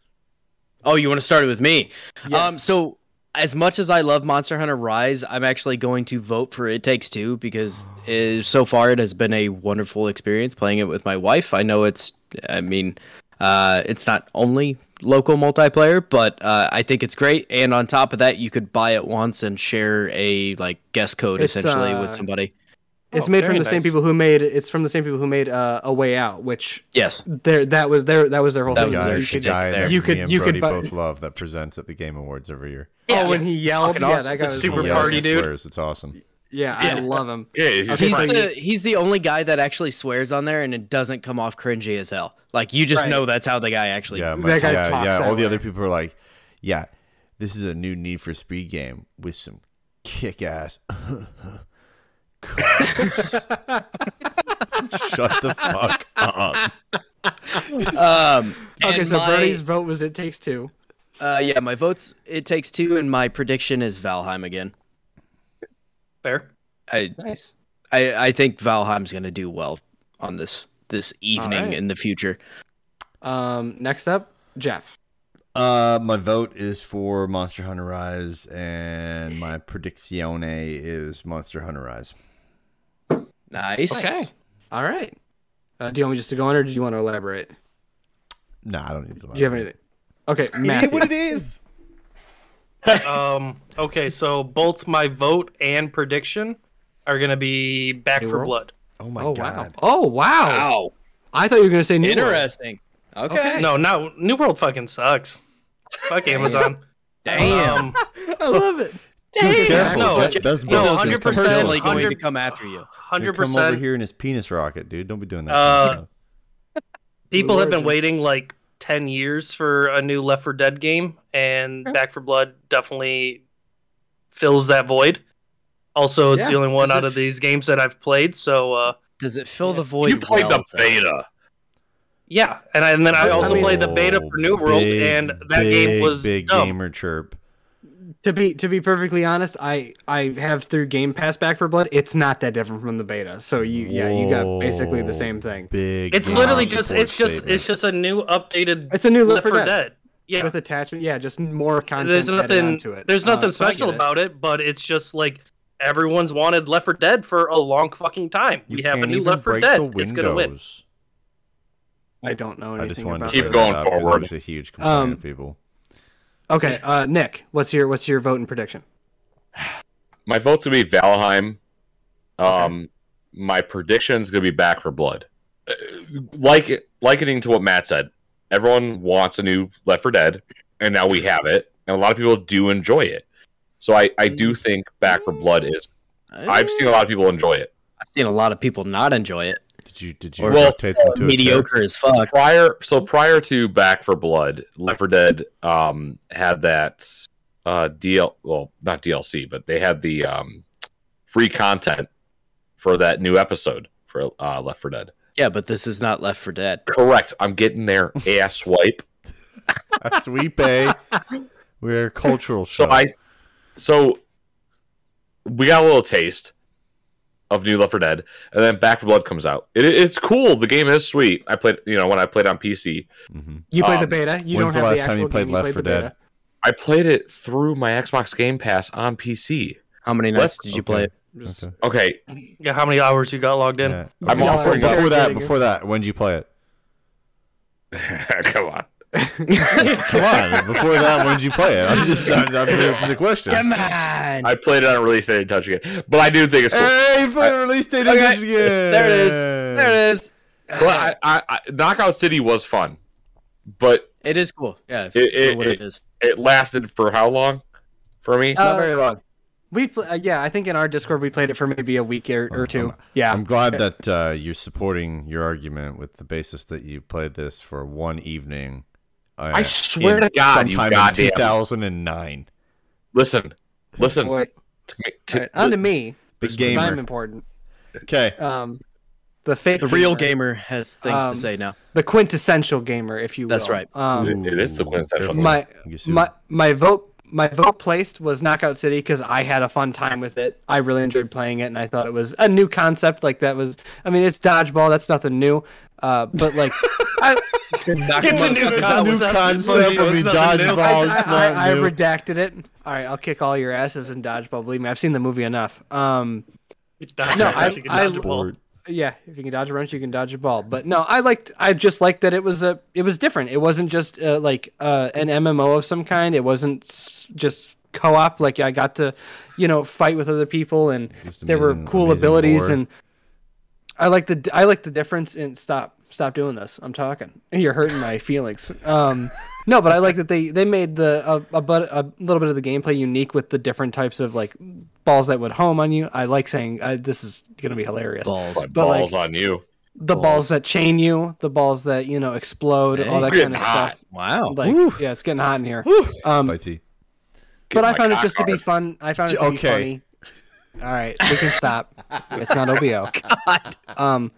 [SPEAKER 3] Oh, you want to start it with me? Um,
[SPEAKER 5] Yes.
[SPEAKER 3] so as much as I love Monster Hunter Rise, I'm actually going to vote for It Takes Two because uh so far it has been a wonderful experience playing it with my wife. I know it's, I mean, uh, it's not only local multiplayer, but uh, I think it's great. And on top of that, you could buy it once and share a like guest code
[SPEAKER 5] It's,
[SPEAKER 3] essentially with
[SPEAKER 5] uh,
[SPEAKER 3] somebody.
[SPEAKER 5] it's
[SPEAKER 6] Oh,
[SPEAKER 5] made from
[SPEAKER 6] very
[SPEAKER 5] the same
[SPEAKER 6] nice.
[SPEAKER 5] people who made. It's from the same people who made uh, A Way Out, which
[SPEAKER 3] Yes,
[SPEAKER 5] there that was their that was their whole
[SPEAKER 3] That was
[SPEAKER 5] thing. is
[SPEAKER 3] their
[SPEAKER 4] guy,
[SPEAKER 5] you
[SPEAKER 4] the
[SPEAKER 3] shit
[SPEAKER 5] could-
[SPEAKER 4] guy
[SPEAKER 3] there.
[SPEAKER 4] that
[SPEAKER 5] You
[SPEAKER 4] you
[SPEAKER 5] could-
[SPEAKER 4] me and
[SPEAKER 5] you could
[SPEAKER 4] Brody
[SPEAKER 5] bu-
[SPEAKER 4] both love that presents at the Game Awards every year.
[SPEAKER 3] Yeah,
[SPEAKER 5] oh, when he yelled,
[SPEAKER 3] fucking
[SPEAKER 5] yeah,
[SPEAKER 3] awesome.
[SPEAKER 5] that guy
[SPEAKER 6] That's
[SPEAKER 5] was
[SPEAKER 6] super
[SPEAKER 5] yeah,
[SPEAKER 6] party dude.
[SPEAKER 4] Swears. It's awesome.
[SPEAKER 5] Yeah, I
[SPEAKER 3] Yeah.
[SPEAKER 5] love him.
[SPEAKER 2] Yeah, he's
[SPEAKER 5] okay,
[SPEAKER 2] just
[SPEAKER 3] He's
[SPEAKER 5] so-
[SPEAKER 2] fine.
[SPEAKER 3] the he's the only guy that actually swears on there and it doesn't come off cringy as hell. Like you just
[SPEAKER 5] Right.
[SPEAKER 3] know that's how the guy actually.
[SPEAKER 4] Yeah,
[SPEAKER 5] That
[SPEAKER 4] my-
[SPEAKER 5] guy
[SPEAKER 4] yeah,
[SPEAKER 5] talks
[SPEAKER 4] yeah.
[SPEAKER 5] that
[SPEAKER 4] All the
[SPEAKER 5] way.
[SPEAKER 4] other people are like, yeah, this is a new Need for Speed game with some kick ass. Shut the fuck up.
[SPEAKER 3] Um,
[SPEAKER 5] Okay,
[SPEAKER 3] and
[SPEAKER 5] so
[SPEAKER 3] my-
[SPEAKER 5] Brody's vote was It Takes Two.
[SPEAKER 3] Uh, yeah, my votes. It takes two, and my prediction is Valheim again.
[SPEAKER 6] Fair.
[SPEAKER 3] I
[SPEAKER 5] Nice.
[SPEAKER 3] I, I think Valheim's gonna do well on this this evening
[SPEAKER 5] right.
[SPEAKER 3] in the future.
[SPEAKER 5] Um, next up, Jeff.
[SPEAKER 4] Uh, my vote is for Monster Hunter Rise, and my prediccione is Monster Hunter Rise.
[SPEAKER 3] Nice.
[SPEAKER 5] Okay. All right. Uh, do you want me just to go on, or do you want to elaborate?
[SPEAKER 4] No, I don't need to.
[SPEAKER 5] Do you have anything? Okay, Matthew.
[SPEAKER 4] What it is?
[SPEAKER 6] Um, okay, so both my vote and prediction are gonna be back
[SPEAKER 5] New
[SPEAKER 6] for
[SPEAKER 5] World?
[SPEAKER 6] blood.
[SPEAKER 4] Oh my
[SPEAKER 5] oh wow!
[SPEAKER 4] god!
[SPEAKER 5] Oh wow!
[SPEAKER 3] Wow.
[SPEAKER 5] I thought you were gonna say New World.
[SPEAKER 3] Interesting. Okay.
[SPEAKER 5] Okay.
[SPEAKER 6] No, not New World. Fucking sucks. Fuck Amazon.
[SPEAKER 3] Damn.
[SPEAKER 6] Um,
[SPEAKER 5] I love it.
[SPEAKER 4] Dude, careful.
[SPEAKER 6] No,
[SPEAKER 4] That- that's
[SPEAKER 3] He's
[SPEAKER 6] No,
[SPEAKER 4] Bezos'
[SPEAKER 6] 100%
[SPEAKER 3] personally
[SPEAKER 4] commercial.
[SPEAKER 3] going to
[SPEAKER 6] 100
[SPEAKER 3] come after you.
[SPEAKER 6] hundred
[SPEAKER 4] Come over
[SPEAKER 6] percent.
[SPEAKER 4] here in his penis rocket, dude. Don't be doing that.
[SPEAKER 6] Uh,
[SPEAKER 4] kind of stuff.
[SPEAKER 6] People have been
[SPEAKER 5] Lord.
[SPEAKER 6] waiting like ten years for a new Left 4 Dead game, and Back for Blood definitely fills that void. Also, it's
[SPEAKER 5] Yeah.
[SPEAKER 6] the only one
[SPEAKER 3] Does
[SPEAKER 6] out
[SPEAKER 3] it
[SPEAKER 6] of these games that I've played. So, uh,
[SPEAKER 3] Does it fill the void?
[SPEAKER 2] You played
[SPEAKER 3] well,
[SPEAKER 2] the
[SPEAKER 3] though?
[SPEAKER 2] beta.
[SPEAKER 6] yeah, and, I, and then I also
[SPEAKER 5] mean-
[SPEAKER 6] played the beta
[SPEAKER 4] Oh,
[SPEAKER 6] for New World,
[SPEAKER 4] big,
[SPEAKER 6] and that game
[SPEAKER 4] big,
[SPEAKER 6] was
[SPEAKER 4] big
[SPEAKER 6] dumb.
[SPEAKER 4] gamer chirp.
[SPEAKER 5] To be to be perfectly honest, I I have through Game Pass Back for Blood. It's not that different from the beta. So you yeah, you got basically the
[SPEAKER 4] Whoa,
[SPEAKER 5] same thing
[SPEAKER 4] Big.
[SPEAKER 6] It's
[SPEAKER 4] gamer
[SPEAKER 6] literally just
[SPEAKER 4] support
[SPEAKER 6] it's just
[SPEAKER 4] statement.
[SPEAKER 6] it's just a new updated
[SPEAKER 5] It's a new
[SPEAKER 6] Left
[SPEAKER 5] Left
[SPEAKER 6] 4
[SPEAKER 5] 4
[SPEAKER 6] Dead.
[SPEAKER 5] Dead.
[SPEAKER 6] Yeah.
[SPEAKER 5] with attachment. Yeah, just more content
[SPEAKER 6] there's
[SPEAKER 5] added
[SPEAKER 6] nothing
[SPEAKER 5] onto it.
[SPEAKER 6] there's nothing
[SPEAKER 5] Uh, so I
[SPEAKER 6] special
[SPEAKER 5] get it.
[SPEAKER 6] about it, but it's just like everyone's wanted Left 4 Dead for a long fucking time.
[SPEAKER 4] You
[SPEAKER 6] we have a
[SPEAKER 4] can't
[SPEAKER 6] new
[SPEAKER 4] even
[SPEAKER 6] Left 4
[SPEAKER 4] break
[SPEAKER 6] Dead.
[SPEAKER 4] the
[SPEAKER 6] It's gonna win.
[SPEAKER 4] windows.
[SPEAKER 5] I don't know
[SPEAKER 4] I
[SPEAKER 5] anything
[SPEAKER 4] just wanted
[SPEAKER 5] about
[SPEAKER 4] to
[SPEAKER 2] Keep
[SPEAKER 4] throw
[SPEAKER 5] it.
[SPEAKER 4] that
[SPEAKER 2] going
[SPEAKER 4] out because
[SPEAKER 2] forward.
[SPEAKER 4] It was a huge complaint
[SPEAKER 5] Um,
[SPEAKER 4] of people.
[SPEAKER 5] Okay, uh, Nick, what's your what's your vote and prediction?
[SPEAKER 2] My vote's gonna be Valheim. Um, my prediction's gonna be Back for Blood. Uh, Like likening to what Matt said, everyone wants a new Left for Dead, and now we have it, and a lot of people do enjoy it. So I, I do think Back for Blood is. I've seen a lot of people enjoy it.
[SPEAKER 3] I've seen a lot of people not enjoy it.
[SPEAKER 4] Did you did you
[SPEAKER 2] Well,
[SPEAKER 4] rotate them to a
[SPEAKER 3] Mediocre as fuck.
[SPEAKER 2] Prior, so prior to Back for Blood, Left for Dead um had that uh DL well not DLC, but they had the um free content for that new episode for uh Left for Dead.
[SPEAKER 3] Yeah, but this is not Left for Dead.
[SPEAKER 2] Correct. I'm getting their ass wipe.
[SPEAKER 4] character? That's we pay. We're a cultural.
[SPEAKER 2] So
[SPEAKER 4] show.
[SPEAKER 2] I, so we got a little taste of New Left 4 Dead, and then Back for Blood comes out. It, it's cool. The game is sweet. I played, you know, when I played on PC.
[SPEAKER 4] Mhm.
[SPEAKER 5] You played the
[SPEAKER 2] Um,
[SPEAKER 5] beta. You
[SPEAKER 4] when's
[SPEAKER 5] don't
[SPEAKER 4] the
[SPEAKER 5] have
[SPEAKER 4] last
[SPEAKER 5] the
[SPEAKER 4] time
[SPEAKER 5] actual
[SPEAKER 4] you played
[SPEAKER 5] game.
[SPEAKER 4] Left
[SPEAKER 5] you played
[SPEAKER 4] 4
[SPEAKER 5] the
[SPEAKER 4] Dead?
[SPEAKER 5] beta.
[SPEAKER 2] I played it through my Xbox Game Pass on PC.
[SPEAKER 3] How many
[SPEAKER 2] Let's-
[SPEAKER 3] nights did you play
[SPEAKER 4] okay.
[SPEAKER 3] it?
[SPEAKER 5] Just-
[SPEAKER 4] Okay.
[SPEAKER 2] Okay,
[SPEAKER 6] Yeah, how many hours you got logged in?
[SPEAKER 4] Yeah.
[SPEAKER 2] I'm
[SPEAKER 4] Okay.
[SPEAKER 2] offering up.
[SPEAKER 4] Before that,
[SPEAKER 5] Getting it.
[SPEAKER 4] before that, when did you play it?
[SPEAKER 2] come on.
[SPEAKER 4] Come on, before that, when did you play it? I'm just, I'm, I'm here for the question.
[SPEAKER 3] on.
[SPEAKER 2] I played it on release. I didn't touch it, yet. but I do think it's cool.
[SPEAKER 5] Eh.
[SPEAKER 4] Hey, you put a release date in
[SPEAKER 3] Okay.
[SPEAKER 4] again.
[SPEAKER 3] There it is. There it is.
[SPEAKER 2] But I, I, I, Knockout City was fun, but
[SPEAKER 3] It is cool. Yeah, for
[SPEAKER 2] It- it-
[SPEAKER 3] what it
[SPEAKER 2] it-
[SPEAKER 3] is.
[SPEAKER 2] it lasted for how long? For me,
[SPEAKER 5] Uh,
[SPEAKER 3] Not very long.
[SPEAKER 5] we pl- uh, yeah, I think in our Discord we played it for maybe a week or, or two. Yeah,
[SPEAKER 4] I'm glad that uh, you're supporting your argument with the basis that you played this for one evening. uh,
[SPEAKER 2] I swear
[SPEAKER 4] in-
[SPEAKER 2] to God, you
[SPEAKER 4] sometime
[SPEAKER 2] goddamn-
[SPEAKER 4] in 2009.
[SPEAKER 2] listen, listen.
[SPEAKER 5] Boy.
[SPEAKER 2] to me-
[SPEAKER 5] All
[SPEAKER 2] to-
[SPEAKER 5] right, on to me,
[SPEAKER 4] The
[SPEAKER 5] 'cause
[SPEAKER 4] gamer.
[SPEAKER 5] I'm important.
[SPEAKER 4] okay.
[SPEAKER 5] Um, the fake,
[SPEAKER 3] The real
[SPEAKER 5] gamer,
[SPEAKER 3] gamer has things
[SPEAKER 5] Um,
[SPEAKER 3] to say now.
[SPEAKER 5] the quintessential gamer, if you will.
[SPEAKER 3] That's right.
[SPEAKER 5] Um,
[SPEAKER 2] it is the quintessential
[SPEAKER 4] Ooh,
[SPEAKER 5] my
[SPEAKER 4] you see-
[SPEAKER 5] my my vote my vote placed was Knockout City because I had a fun time with it. I really enjoyed playing it, and I thought it was a new concept. Like that was, I mean, it's dodgeball. That's nothing new. Uh, but like, I,
[SPEAKER 4] It's a new, it's a new concept. I mean,
[SPEAKER 5] I,
[SPEAKER 4] dodgeball. It's
[SPEAKER 5] I, I,
[SPEAKER 4] not
[SPEAKER 5] I
[SPEAKER 4] new.
[SPEAKER 5] redacted it. All right, I'll kick all your asses in dodgeball. Believe me, I've seen the movie enough. Um,
[SPEAKER 6] Dodge
[SPEAKER 5] No,
[SPEAKER 6] a
[SPEAKER 5] I-
[SPEAKER 6] wrench, you can
[SPEAKER 5] I-
[SPEAKER 6] dodge a ball.
[SPEAKER 5] yeah, if you can dodge a wrench, you can dodge a ball. But no, I liked. I just liked that it was a. It was different. It wasn't just uh, like uh, an MMO of some kind. It wasn't s- just co-op. Like I got to, you know, fight with other people, and
[SPEAKER 4] Just
[SPEAKER 5] there were
[SPEAKER 4] amazing-
[SPEAKER 5] cool
[SPEAKER 4] amazing
[SPEAKER 5] abilities.
[SPEAKER 4] lore.
[SPEAKER 5] And I like the. I like the difference. in stop. Stop doing this. I'm talking. You're hurting my feelings. Um, no, but I like that they they made the a, a, but a little bit of the gameplay unique with the different types of like balls that would home on you. I like saying I, this is gonna be hilarious
[SPEAKER 3] Balls.
[SPEAKER 2] But
[SPEAKER 5] but, like,
[SPEAKER 2] balls on you.
[SPEAKER 5] the balls. that chain you, the balls that you know explode, all that
[SPEAKER 2] Hey.
[SPEAKER 5] kind of
[SPEAKER 2] Hot.
[SPEAKER 5] stuff.
[SPEAKER 3] Wow.
[SPEAKER 5] Like, yeah, it's getting hot in here. Um,
[SPEAKER 4] Spicy.
[SPEAKER 5] but I
[SPEAKER 2] my
[SPEAKER 5] found it
[SPEAKER 2] cock
[SPEAKER 5] just to be
[SPEAKER 2] hard.
[SPEAKER 5] fun. I found it to
[SPEAKER 4] Okay.
[SPEAKER 5] be funny. All right, we can stop. it's not OBO. Um,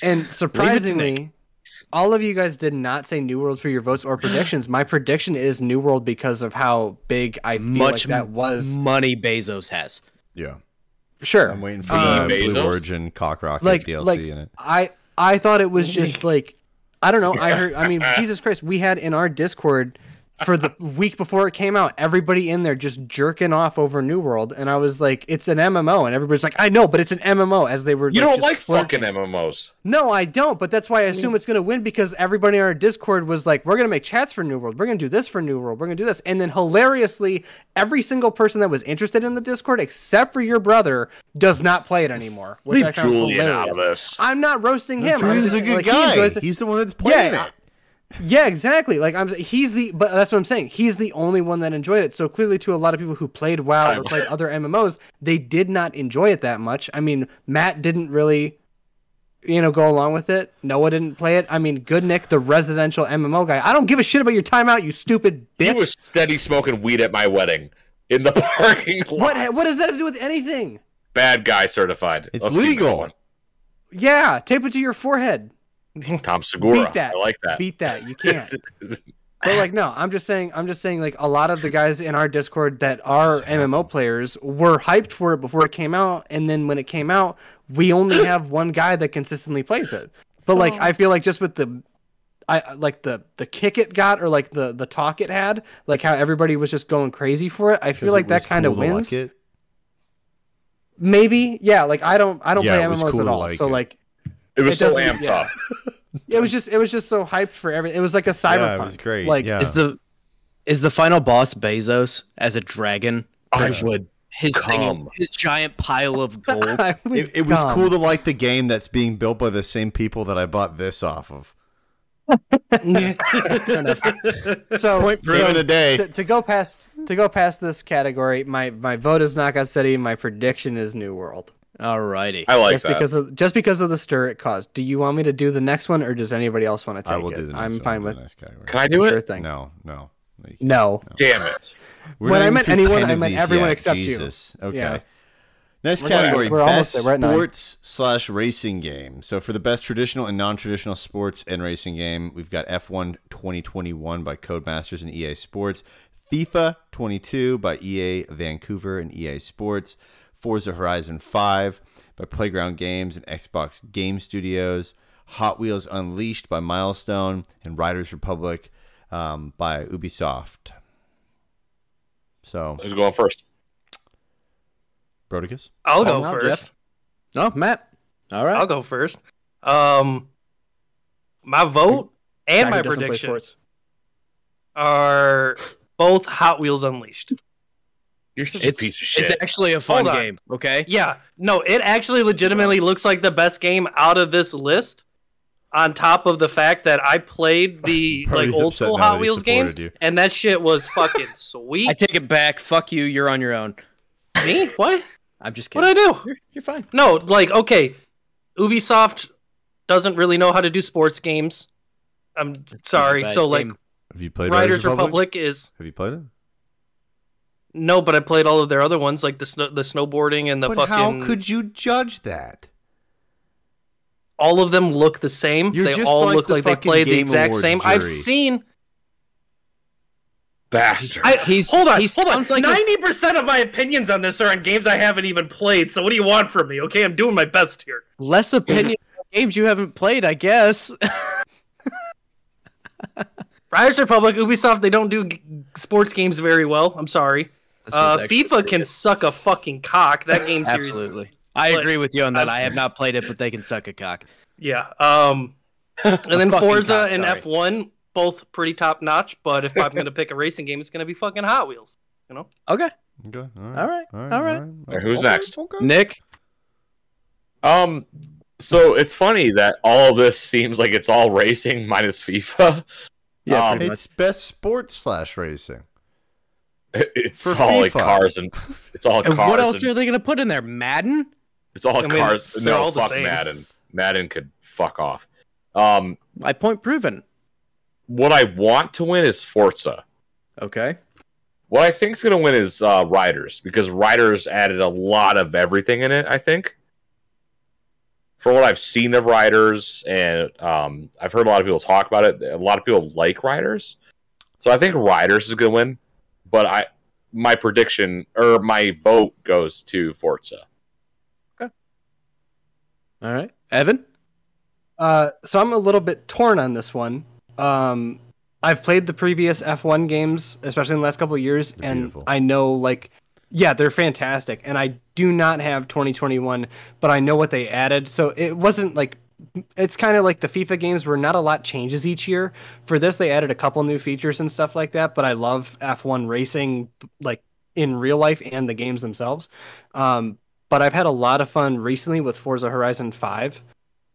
[SPEAKER 5] and surprisingly, all of you guys did not say New World for your votes or predictions. My prediction is New World because of how big I feel
[SPEAKER 3] Much
[SPEAKER 5] like that was.
[SPEAKER 3] money Bezos has.
[SPEAKER 4] Yeah.
[SPEAKER 5] Sure,
[SPEAKER 4] I'm waiting for
[SPEAKER 5] Um,
[SPEAKER 4] the
[SPEAKER 2] Bezos?
[SPEAKER 4] Blue Origin Cock Rocket
[SPEAKER 5] like
[SPEAKER 4] DLC
[SPEAKER 5] like
[SPEAKER 4] in it.
[SPEAKER 5] I I thought it was just like I don't know. I heard. I mean, Jesus Christ, we had in our Discord for the week before it came out, everybody in there just jerking off over New World, and I was like, it's an MMO, and everybody's like, I know, but it's an MMO. As they were,
[SPEAKER 2] You don't
[SPEAKER 5] just
[SPEAKER 2] like
[SPEAKER 5] flirting.
[SPEAKER 2] fucking MMOs.
[SPEAKER 5] No, I don't. But that's why I assume it's gonna win because everybody in our Discord was like, we're gonna make chats for New World, we're gonna do this for New World, we're gonna do this, and then hilariously, every single person that was interested in the Discord, except for your brother, does not play it anymore. which I
[SPEAKER 2] Leave
[SPEAKER 5] found
[SPEAKER 2] Julian
[SPEAKER 5] hilarious.
[SPEAKER 2] out of this.
[SPEAKER 5] I'm not roasting him. I'm
[SPEAKER 4] He's a
[SPEAKER 5] just-
[SPEAKER 4] good
[SPEAKER 5] like, he
[SPEAKER 4] guy.
[SPEAKER 5] enjoys it.
[SPEAKER 4] He's the one that's playing
[SPEAKER 5] Yeah,
[SPEAKER 4] it.
[SPEAKER 5] yeah, exactly. Like I'm, he's the. But that's what I'm saying. He's the only one that enjoyed it. So clearly, to a lot of people who played WoW or
[SPEAKER 2] Time.
[SPEAKER 5] played other MMOs, they did not enjoy it that much. I mean, Matt didn't really, you know, go along with it. Noah didn't play it. I mean, good Nick, the residential MMO guy. I don't give a shit about your timeout, you stupid
[SPEAKER 2] He
[SPEAKER 5] bitch.
[SPEAKER 2] was steady smoking weed at my wedding in the parking lot.
[SPEAKER 5] what? ha- What does that have to do with anything?
[SPEAKER 2] Bad guy certified.
[SPEAKER 4] It's
[SPEAKER 2] keep
[SPEAKER 4] legal.
[SPEAKER 2] going.
[SPEAKER 5] Yeah, tape it to your forehead.
[SPEAKER 2] Tom Segura.
[SPEAKER 5] Beat that.
[SPEAKER 2] I like that.
[SPEAKER 5] beat that. You can't. but like, no, I'm just saying. I'm just saying. Like, a lot of the guys in our Discord that are MMO players were hyped for it before it came out, and then when it came out, we only have one guy that consistently plays it. But like, I feel like just with the, I I- like the the kick it got or like the the talk it had, like how everybody was just going crazy for it. I feel like that kind of wins.
[SPEAKER 4] Like it.
[SPEAKER 5] Maybe, yeah. Like I don't, I don't
[SPEAKER 4] Yeah,
[SPEAKER 5] play
[SPEAKER 4] it was
[SPEAKER 5] MMOs
[SPEAKER 4] cool
[SPEAKER 5] at
[SPEAKER 4] to
[SPEAKER 5] all.
[SPEAKER 4] like
[SPEAKER 5] so
[SPEAKER 4] it.
[SPEAKER 5] like,
[SPEAKER 2] It was
[SPEAKER 5] It
[SPEAKER 2] so
[SPEAKER 5] doesn't-
[SPEAKER 2] amped
[SPEAKER 5] yeah.
[SPEAKER 2] up.
[SPEAKER 5] it was just, it was just so hyped for everything. It was like a cyberpunk.
[SPEAKER 4] Yeah, it was great.
[SPEAKER 5] Like,
[SPEAKER 4] yeah.
[SPEAKER 3] Is the is the final boss Bezos as a dragon?
[SPEAKER 2] I
[SPEAKER 3] His- his
[SPEAKER 2] come.
[SPEAKER 3] thing, his giant pile of gold.
[SPEAKER 5] I would
[SPEAKER 4] it, it was
[SPEAKER 5] come.
[SPEAKER 4] cool to like the game that's being built by the same people that I bought this off of.
[SPEAKER 5] So
[SPEAKER 4] Game of the day.
[SPEAKER 5] to, to go past to go past this category, my my vote is Knockout City. My prediction is New World.
[SPEAKER 3] Alrighty.
[SPEAKER 2] I like
[SPEAKER 5] just
[SPEAKER 2] that.
[SPEAKER 5] because of just because of the stir it caused. Do you want me to do the next one, or does anybody else want to
[SPEAKER 4] I
[SPEAKER 5] take
[SPEAKER 4] will
[SPEAKER 5] it?
[SPEAKER 4] do the next
[SPEAKER 5] I'm
[SPEAKER 4] one
[SPEAKER 5] fine
[SPEAKER 4] in
[SPEAKER 5] with
[SPEAKER 4] the next category.
[SPEAKER 2] Can I do
[SPEAKER 5] sure
[SPEAKER 2] it?
[SPEAKER 5] thing. No.
[SPEAKER 4] No, no. no, you can't.
[SPEAKER 2] Damn it.
[SPEAKER 4] We're
[SPEAKER 5] When
[SPEAKER 4] not
[SPEAKER 5] I
[SPEAKER 4] even
[SPEAKER 5] meant
[SPEAKER 4] through 10
[SPEAKER 5] anyone, I
[SPEAKER 4] of
[SPEAKER 5] meant
[SPEAKER 4] these
[SPEAKER 5] everyone
[SPEAKER 4] yet.
[SPEAKER 5] except you.
[SPEAKER 4] Jesus. Okay.
[SPEAKER 5] Yeah.
[SPEAKER 4] Next
[SPEAKER 5] We're-
[SPEAKER 4] category:
[SPEAKER 5] we're
[SPEAKER 4] best
[SPEAKER 5] almost there. We're at nine.
[SPEAKER 4] sports slash racing game. So for the best traditional and non-traditional sports and racing game, we've got F1 2021 by Codemasters and EA Sports, FIFA 22 by EA Vancouver and EA Sports, Forza Horizon 5 by Playground Games and Xbox Game Studios, Hot Wheels Unleashed by Milestone, and Riders Republic um, by Ubisoft. So,
[SPEAKER 2] Who's going first?
[SPEAKER 4] Brodicus?
[SPEAKER 6] I'll go
[SPEAKER 3] Oh, no,
[SPEAKER 6] first.
[SPEAKER 3] Jeff. Oh, Matt. All right.
[SPEAKER 6] I'll go first. Um, my vote and
[SPEAKER 5] Zachary
[SPEAKER 6] my
[SPEAKER 5] doesn't play
[SPEAKER 6] prediction
[SPEAKER 5] sports.
[SPEAKER 6] are both Hot Wheels Unleashed.
[SPEAKER 2] You're such
[SPEAKER 3] It's
[SPEAKER 2] a piece of shit.
[SPEAKER 3] it's actually a fun
[SPEAKER 6] Hold on.
[SPEAKER 3] game. Okay.
[SPEAKER 6] Yeah, no, it actually legitimately looks like the best game out of this list. On top of the fact that I played the like
[SPEAKER 4] Brody's
[SPEAKER 6] old
[SPEAKER 4] upset
[SPEAKER 6] school
[SPEAKER 4] now that
[SPEAKER 6] Hot
[SPEAKER 4] he
[SPEAKER 6] Wheels games,
[SPEAKER 4] supported you.
[SPEAKER 6] and that shit was fucking
[SPEAKER 3] I
[SPEAKER 6] sweet.
[SPEAKER 3] take it back. Fuck you. You're on your own.
[SPEAKER 6] Me? What?
[SPEAKER 3] I'm just
[SPEAKER 6] What would
[SPEAKER 3] kidding.
[SPEAKER 6] I do?
[SPEAKER 3] You're, you're fine.
[SPEAKER 6] No, like okay, Ubisoft doesn't really know how to do sports games. I'm sorry.
[SPEAKER 3] Bad
[SPEAKER 6] So like
[SPEAKER 3] game.
[SPEAKER 4] Have you played
[SPEAKER 6] Riders Republic is
[SPEAKER 4] Have you played it?
[SPEAKER 6] no, but I played all of their other ones like the snow, the snowboarding and the
[SPEAKER 4] but
[SPEAKER 6] fucking.
[SPEAKER 4] how could you judge that?
[SPEAKER 6] all of them look the same?
[SPEAKER 4] You're
[SPEAKER 6] they
[SPEAKER 4] just
[SPEAKER 6] all
[SPEAKER 4] like
[SPEAKER 6] look
[SPEAKER 4] the
[SPEAKER 6] like they
[SPEAKER 4] fucking
[SPEAKER 6] played the
[SPEAKER 4] Game
[SPEAKER 6] exact
[SPEAKER 4] Awards
[SPEAKER 6] same. I've
[SPEAKER 4] jury.
[SPEAKER 6] seen.
[SPEAKER 2] Bastard.
[SPEAKER 6] I,
[SPEAKER 3] He's-
[SPEAKER 6] hold on,
[SPEAKER 3] he
[SPEAKER 6] hold on.
[SPEAKER 3] sounds like a-
[SPEAKER 6] Ninety percent of my opinions on this are on games I haven't even played. So what do you want from me? Okay, I'm doing my best here.
[SPEAKER 3] Less opinion on games you haven't played, I guess.
[SPEAKER 6] Riders Republic, Ubisoft, they don't do g- sports games very well. I'm sorry. Uh, FIFA can suck a fucking cock. That game series.
[SPEAKER 3] Absolutely. I
[SPEAKER 6] But-
[SPEAKER 3] agree with you on that.
[SPEAKER 6] I've-
[SPEAKER 3] I have not played it, but they can suck a cock.
[SPEAKER 6] Yeah. Um, and then
[SPEAKER 3] fucking
[SPEAKER 6] Forza
[SPEAKER 3] cock,
[SPEAKER 6] and
[SPEAKER 3] sorry.
[SPEAKER 6] F1, both pretty top notch. But if I'm gonna pick a racing game, it's gonna be fucking Hot Wheels.
[SPEAKER 3] Okay.
[SPEAKER 4] Okay. All right.
[SPEAKER 3] All right, all right.
[SPEAKER 2] right, who's next?
[SPEAKER 3] Nick.
[SPEAKER 2] Um, so it's funny that all this seems like it's all racing minus FIFA.
[SPEAKER 3] Yeah,
[SPEAKER 2] Um,
[SPEAKER 3] pretty
[SPEAKER 4] It's best sports slash racing.
[SPEAKER 2] it- it's
[SPEAKER 4] For
[SPEAKER 2] all like
[SPEAKER 4] FIFA.
[SPEAKER 2] cars and it's all
[SPEAKER 3] And
[SPEAKER 2] cars.
[SPEAKER 3] what else
[SPEAKER 2] and-
[SPEAKER 3] are they going to put in there? Madden?
[SPEAKER 2] it's all
[SPEAKER 6] I mean,
[SPEAKER 2] cars.
[SPEAKER 6] they're
[SPEAKER 2] no,
[SPEAKER 6] all the
[SPEAKER 2] fuck
[SPEAKER 6] same.
[SPEAKER 2] Madden. Madden could fuck off. Um,
[SPEAKER 3] My point proven.
[SPEAKER 2] what I want to win is Forza.
[SPEAKER 3] Okay.
[SPEAKER 2] What I think's going to win is uh, Riders because Riders added a lot of everything in it. I think, from what I've seen of Riders, and um, I've heard a lot of people talk about it. A lot of people like Riders, so I think Riders is going to win. But I, my prediction or my vote goes to Forza.
[SPEAKER 3] All right. Evan?
[SPEAKER 5] Uh, so I'm a little bit torn on this one. Um, I've played the previous F1 games, especially in the last couple of years,
[SPEAKER 4] They're
[SPEAKER 5] and
[SPEAKER 4] beautiful.
[SPEAKER 5] I know like, yeah, they're fantastic. And I do not have 2021, but I know what they added, so it wasn't like. It's kind of like the FIFA games where not a lot changes each year. For this, they added a couple new features and stuff like that. But I love F1 racing, like in real life and the games themselves. Um, but I've had a lot of fun recently with Forza Horizon 5.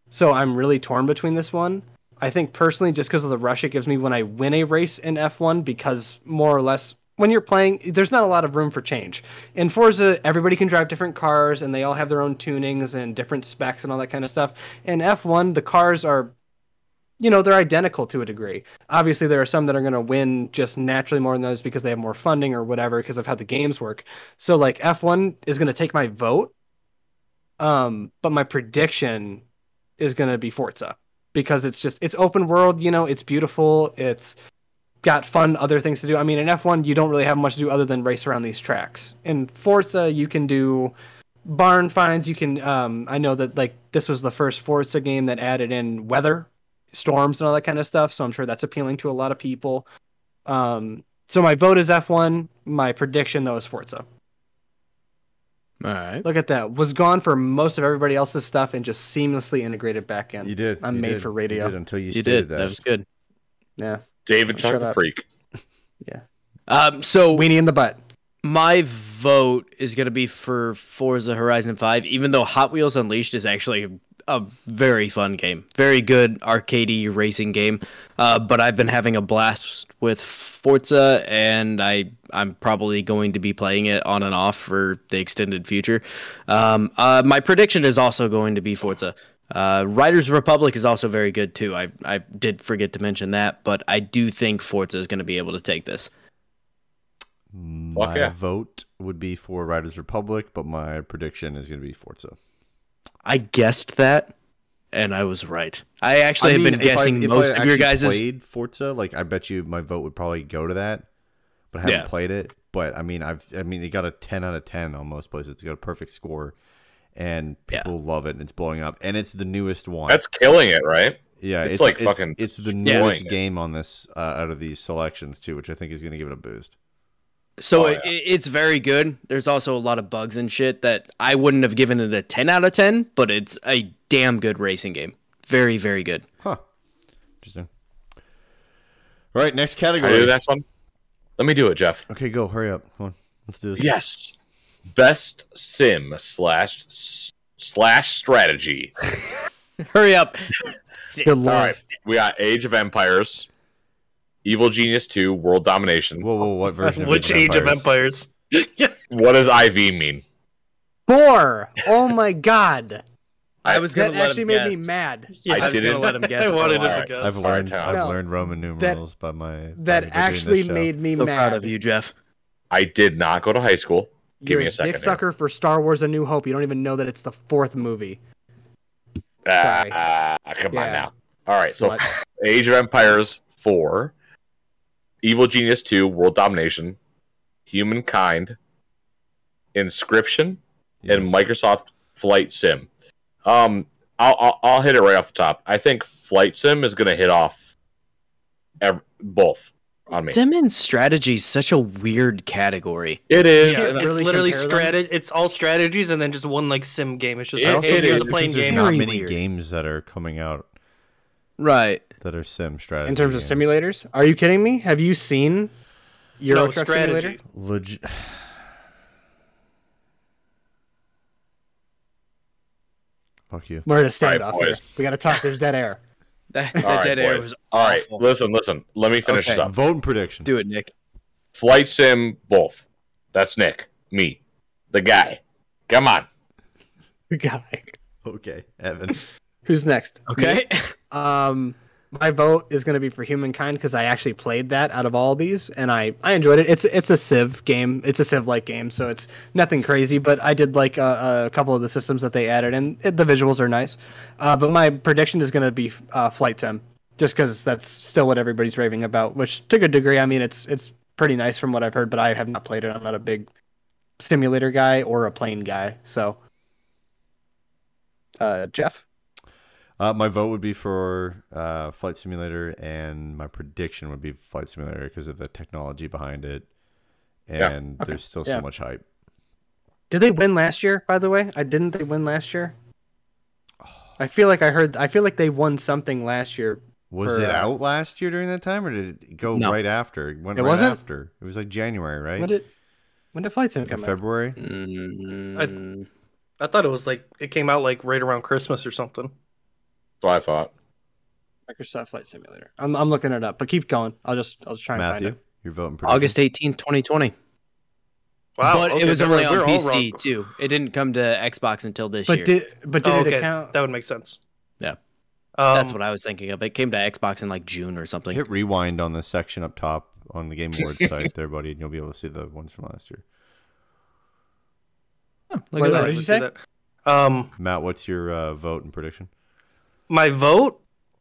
[SPEAKER 5] So I'm really torn between this one. I think personally, just because of the rush it gives me when I win a race in F1, because more or less when you're playing, there's not a lot of room for change. In Forza, everybody can drive different cars and they all have their own tunings and different specs and all that kind of stuff. In F1, the cars are, you know, they're identical to a degree. Obviously, there are some that are going to win just naturally more than others because they have more funding or whatever because of how the games work. So, like, F1 is going to take my vote. Um, but my prediction is going to be Forza because it's just it's open world, you know, it's beautiful, it's got fun other things to do. I mean, in F1 you don't really have much to do other than race around these tracks. In Forza you can do barn finds, you can um I know that like this was the first Forza game that added in weather, storms and all that kind of stuff, so I'm sure that's appealing to a lot of people. Um so my vote is F1, my prediction though is Forza.
[SPEAKER 3] All right.
[SPEAKER 5] Look at that. Was gone for most of everybody else's stuff and just seamlessly integrated back in.
[SPEAKER 4] You did.
[SPEAKER 5] I'm
[SPEAKER 4] you
[SPEAKER 5] made
[SPEAKER 4] did,
[SPEAKER 5] for radio.
[SPEAKER 4] You did until you,
[SPEAKER 3] You
[SPEAKER 4] stated
[SPEAKER 3] did.
[SPEAKER 4] that.
[SPEAKER 3] That was good.
[SPEAKER 5] Yeah.
[SPEAKER 2] David
[SPEAKER 5] Shut
[SPEAKER 2] Chuck the
[SPEAKER 5] up.
[SPEAKER 2] Freak.
[SPEAKER 3] Um, so
[SPEAKER 5] Weenie in the butt.
[SPEAKER 3] my vote is going to be for Forza Horizon 5, even though Hot Wheels Unleashed is actually a very fun game. Very good arcadey racing game. Uh, but I've been having a blast with Forza, and I, I'm probably going to be playing it on and off for the extended future. Um, uh, my prediction is also going to be Forza. Uh, Riders Republic is also very good, too. I, I did forget to mention that, but I do think Forza is going to be able to take this.
[SPEAKER 4] My
[SPEAKER 2] yeah.
[SPEAKER 4] vote would be for Riders Republic, but my prediction is going to be Forza.
[SPEAKER 3] I guessed that, and I was right. I actually
[SPEAKER 4] I
[SPEAKER 3] have
[SPEAKER 4] mean, if
[SPEAKER 3] been
[SPEAKER 4] I-
[SPEAKER 3] guessing
[SPEAKER 4] if I
[SPEAKER 3] most of your
[SPEAKER 4] actually
[SPEAKER 3] guys'
[SPEAKER 4] played Forza. Like, I bet you my vote would probably go to that, but I haven't
[SPEAKER 3] Yeah.
[SPEAKER 4] played it. But I mean, I've I mean, it got a ten out of ten on most places. It's got a perfect score, and
[SPEAKER 3] Yeah.
[SPEAKER 4] people love it, and it's blowing up, and it's the newest one.
[SPEAKER 2] That's killing it, right?
[SPEAKER 4] yeah,
[SPEAKER 2] it's like fucking
[SPEAKER 4] It's the
[SPEAKER 2] destroying
[SPEAKER 4] newest
[SPEAKER 2] it.
[SPEAKER 4] game on this uh, out of these selections too, which I think is going to give it a boost.
[SPEAKER 3] So
[SPEAKER 2] Oh,
[SPEAKER 3] it, it's very good. There's also a lot of bugs and shit that I wouldn't have given it a 10 out of 10, but it's a damn good racing game. Very, very good.
[SPEAKER 4] Huh. Interesting. All right, next
[SPEAKER 2] Can I
[SPEAKER 4] category.
[SPEAKER 2] do the next one? Let me do it, Jeff.
[SPEAKER 4] Okay, go. Hurry up. Come on. Let's do this.
[SPEAKER 2] Yes. Best sim slash s- slash strategy.
[SPEAKER 3] Hurry up.
[SPEAKER 5] Good lord.
[SPEAKER 2] All right. We got Age of Empires, Evil Genius 2, World Domination.
[SPEAKER 4] Whoa, whoa, what version of
[SPEAKER 6] Which Age of Empires?
[SPEAKER 2] What does IV mean?
[SPEAKER 5] Four. Oh my god.
[SPEAKER 3] I was going
[SPEAKER 5] That
[SPEAKER 3] to let
[SPEAKER 5] actually
[SPEAKER 3] him
[SPEAKER 5] made
[SPEAKER 3] guess.
[SPEAKER 5] me mad.
[SPEAKER 6] Yeah,
[SPEAKER 2] I
[SPEAKER 3] was
[SPEAKER 2] didn't.
[SPEAKER 3] gonna let him guess.
[SPEAKER 6] I
[SPEAKER 3] for a
[SPEAKER 6] wanted him
[SPEAKER 3] while.
[SPEAKER 6] to
[SPEAKER 2] Alright,
[SPEAKER 6] guess.
[SPEAKER 4] I've learned
[SPEAKER 2] Sorry,
[SPEAKER 4] I've
[SPEAKER 5] Tom.
[SPEAKER 4] learned Roman numerals by my
[SPEAKER 5] That
[SPEAKER 4] by doing this
[SPEAKER 5] actually
[SPEAKER 4] show.
[SPEAKER 5] made me
[SPEAKER 3] So
[SPEAKER 5] mad.
[SPEAKER 3] proud of you, Jeff.
[SPEAKER 2] I did not go to high school. Give
[SPEAKER 5] You're
[SPEAKER 2] me a
[SPEAKER 5] a
[SPEAKER 2] second
[SPEAKER 5] dick
[SPEAKER 2] here.
[SPEAKER 5] sucker for Star Wars: A New Hope. You don't even know that it's the fourth movie. Sorry.
[SPEAKER 2] Ah, ah, come on
[SPEAKER 5] Yeah.
[SPEAKER 2] now. All right. So
[SPEAKER 5] Slut.
[SPEAKER 2] Age of Empires 4, Evil Genius 2, World Domination, Humankind, Inscription,
[SPEAKER 4] Yes.
[SPEAKER 2] and Microsoft Flight Sim. Um, I'll, I'll I'll hit it right off the top. I think Flight Sim is going to hit off ev- both on me.
[SPEAKER 3] Sim and strategy is such a weird category.
[SPEAKER 2] It is.
[SPEAKER 6] Yeah,
[SPEAKER 5] Can't
[SPEAKER 2] and
[SPEAKER 6] it's
[SPEAKER 2] I-
[SPEAKER 5] really
[SPEAKER 6] literally
[SPEAKER 5] compare them.
[SPEAKER 6] strategy. It's all strategies, and then just one like sim game. It's just
[SPEAKER 2] It-
[SPEAKER 4] I
[SPEAKER 6] like,
[SPEAKER 4] don't
[SPEAKER 2] it
[SPEAKER 6] hey,
[SPEAKER 4] think
[SPEAKER 2] is,
[SPEAKER 6] here's
[SPEAKER 4] there's,
[SPEAKER 6] a playing
[SPEAKER 4] because there's
[SPEAKER 6] game.
[SPEAKER 4] not
[SPEAKER 3] Very
[SPEAKER 4] many
[SPEAKER 3] weird.
[SPEAKER 4] games that are coming out
[SPEAKER 3] Right.
[SPEAKER 4] that are sim strategy.
[SPEAKER 5] In terms of
[SPEAKER 4] games.
[SPEAKER 5] simulators, are you kidding me? Have you seen Euro
[SPEAKER 6] no
[SPEAKER 5] Truck
[SPEAKER 6] strategy.
[SPEAKER 5] Simulator?
[SPEAKER 4] Legi- Fuck you.
[SPEAKER 5] We're gonna stand
[SPEAKER 2] All right,
[SPEAKER 5] off here.
[SPEAKER 2] boys.
[SPEAKER 5] We gotta talk. There's dead air.
[SPEAKER 3] That, that
[SPEAKER 2] all right,
[SPEAKER 3] dead air
[SPEAKER 2] boys.
[SPEAKER 3] was
[SPEAKER 2] All right,
[SPEAKER 3] awful.
[SPEAKER 2] listen, listen. Let me finish
[SPEAKER 3] Okay.
[SPEAKER 2] this up.
[SPEAKER 4] Vote and prediction.
[SPEAKER 3] Do it, Nick.
[SPEAKER 2] Flight Sim, both. That's Nick, me, the guy. Come on.
[SPEAKER 5] We got it.
[SPEAKER 4] Okay, Evan.
[SPEAKER 5] Who's next?
[SPEAKER 3] Okay.
[SPEAKER 5] Um, my vote is going to be for Humankind because I actually played that out of all these, and I I enjoyed it. It's it's a Civ game. It's a Civ like game, so it's nothing crazy. But I did like uh, a, a couple of the systems that they added, and it, the visuals are nice. Uh, but my prediction is going to be uh, Flight Sim, just because that's still what everybody's raving about. Which to a degree, I mean, it's it's pretty nice from what I've heard, but I have not played it. I'm not a big simulator guy or a plane guy, so. Uh, Jeff.
[SPEAKER 4] Uh, my vote would be for uh, Flight Simulator, and my prediction would be Flight Simulator because of the technology behind it,
[SPEAKER 2] Yeah.
[SPEAKER 4] and there's still
[SPEAKER 5] Yeah.
[SPEAKER 4] so much hype.
[SPEAKER 5] Did they win last year? By the way, I didn't. They win last year. I feel like I heard. I feel like they won something last year.
[SPEAKER 4] Was
[SPEAKER 5] For,
[SPEAKER 4] it
[SPEAKER 5] uh,
[SPEAKER 4] out last year during that time, or did it go
[SPEAKER 3] No.
[SPEAKER 4] right after? It went
[SPEAKER 5] It
[SPEAKER 4] right
[SPEAKER 5] wasn't?
[SPEAKER 4] after. It was like January, right?
[SPEAKER 5] When did when did Flight Sim
[SPEAKER 4] Or
[SPEAKER 5] come out?
[SPEAKER 4] February.
[SPEAKER 3] Mm,
[SPEAKER 6] I thought it was like it came out like right around Christmas or something.
[SPEAKER 2] That's what I thought.
[SPEAKER 5] Microsoft Flight Simulator. I'm, I'm looking it up, but keep going. I'll just I'll just try and
[SPEAKER 4] Matthew,
[SPEAKER 5] find it.
[SPEAKER 4] you're voting prediction.
[SPEAKER 3] August 18th, 2020.
[SPEAKER 6] Wow,
[SPEAKER 3] but
[SPEAKER 6] okay,
[SPEAKER 3] it was
[SPEAKER 6] so
[SPEAKER 3] only
[SPEAKER 6] we're-
[SPEAKER 3] on
[SPEAKER 6] we're all
[SPEAKER 3] PC
[SPEAKER 6] wrong.
[SPEAKER 3] too. It didn't come to Xbox until this year.
[SPEAKER 5] But did but did
[SPEAKER 6] Oh,
[SPEAKER 5] it
[SPEAKER 6] okay,
[SPEAKER 5] account?
[SPEAKER 6] that would make sense.
[SPEAKER 3] Yeah.
[SPEAKER 6] um,
[SPEAKER 3] That's what I was thinking of. It came to Xbox in like June or something.
[SPEAKER 4] Hit rewind on the section up top on the Game Awards site there, buddy, and you'll be able to see the ones from last year.
[SPEAKER 3] Look at
[SPEAKER 5] Wait, wait,
[SPEAKER 3] that.
[SPEAKER 5] what did you
[SPEAKER 6] Let's
[SPEAKER 5] say?
[SPEAKER 6] do that. Um,
[SPEAKER 4] Matt, what's your uh, vote and prediction?
[SPEAKER 6] my vote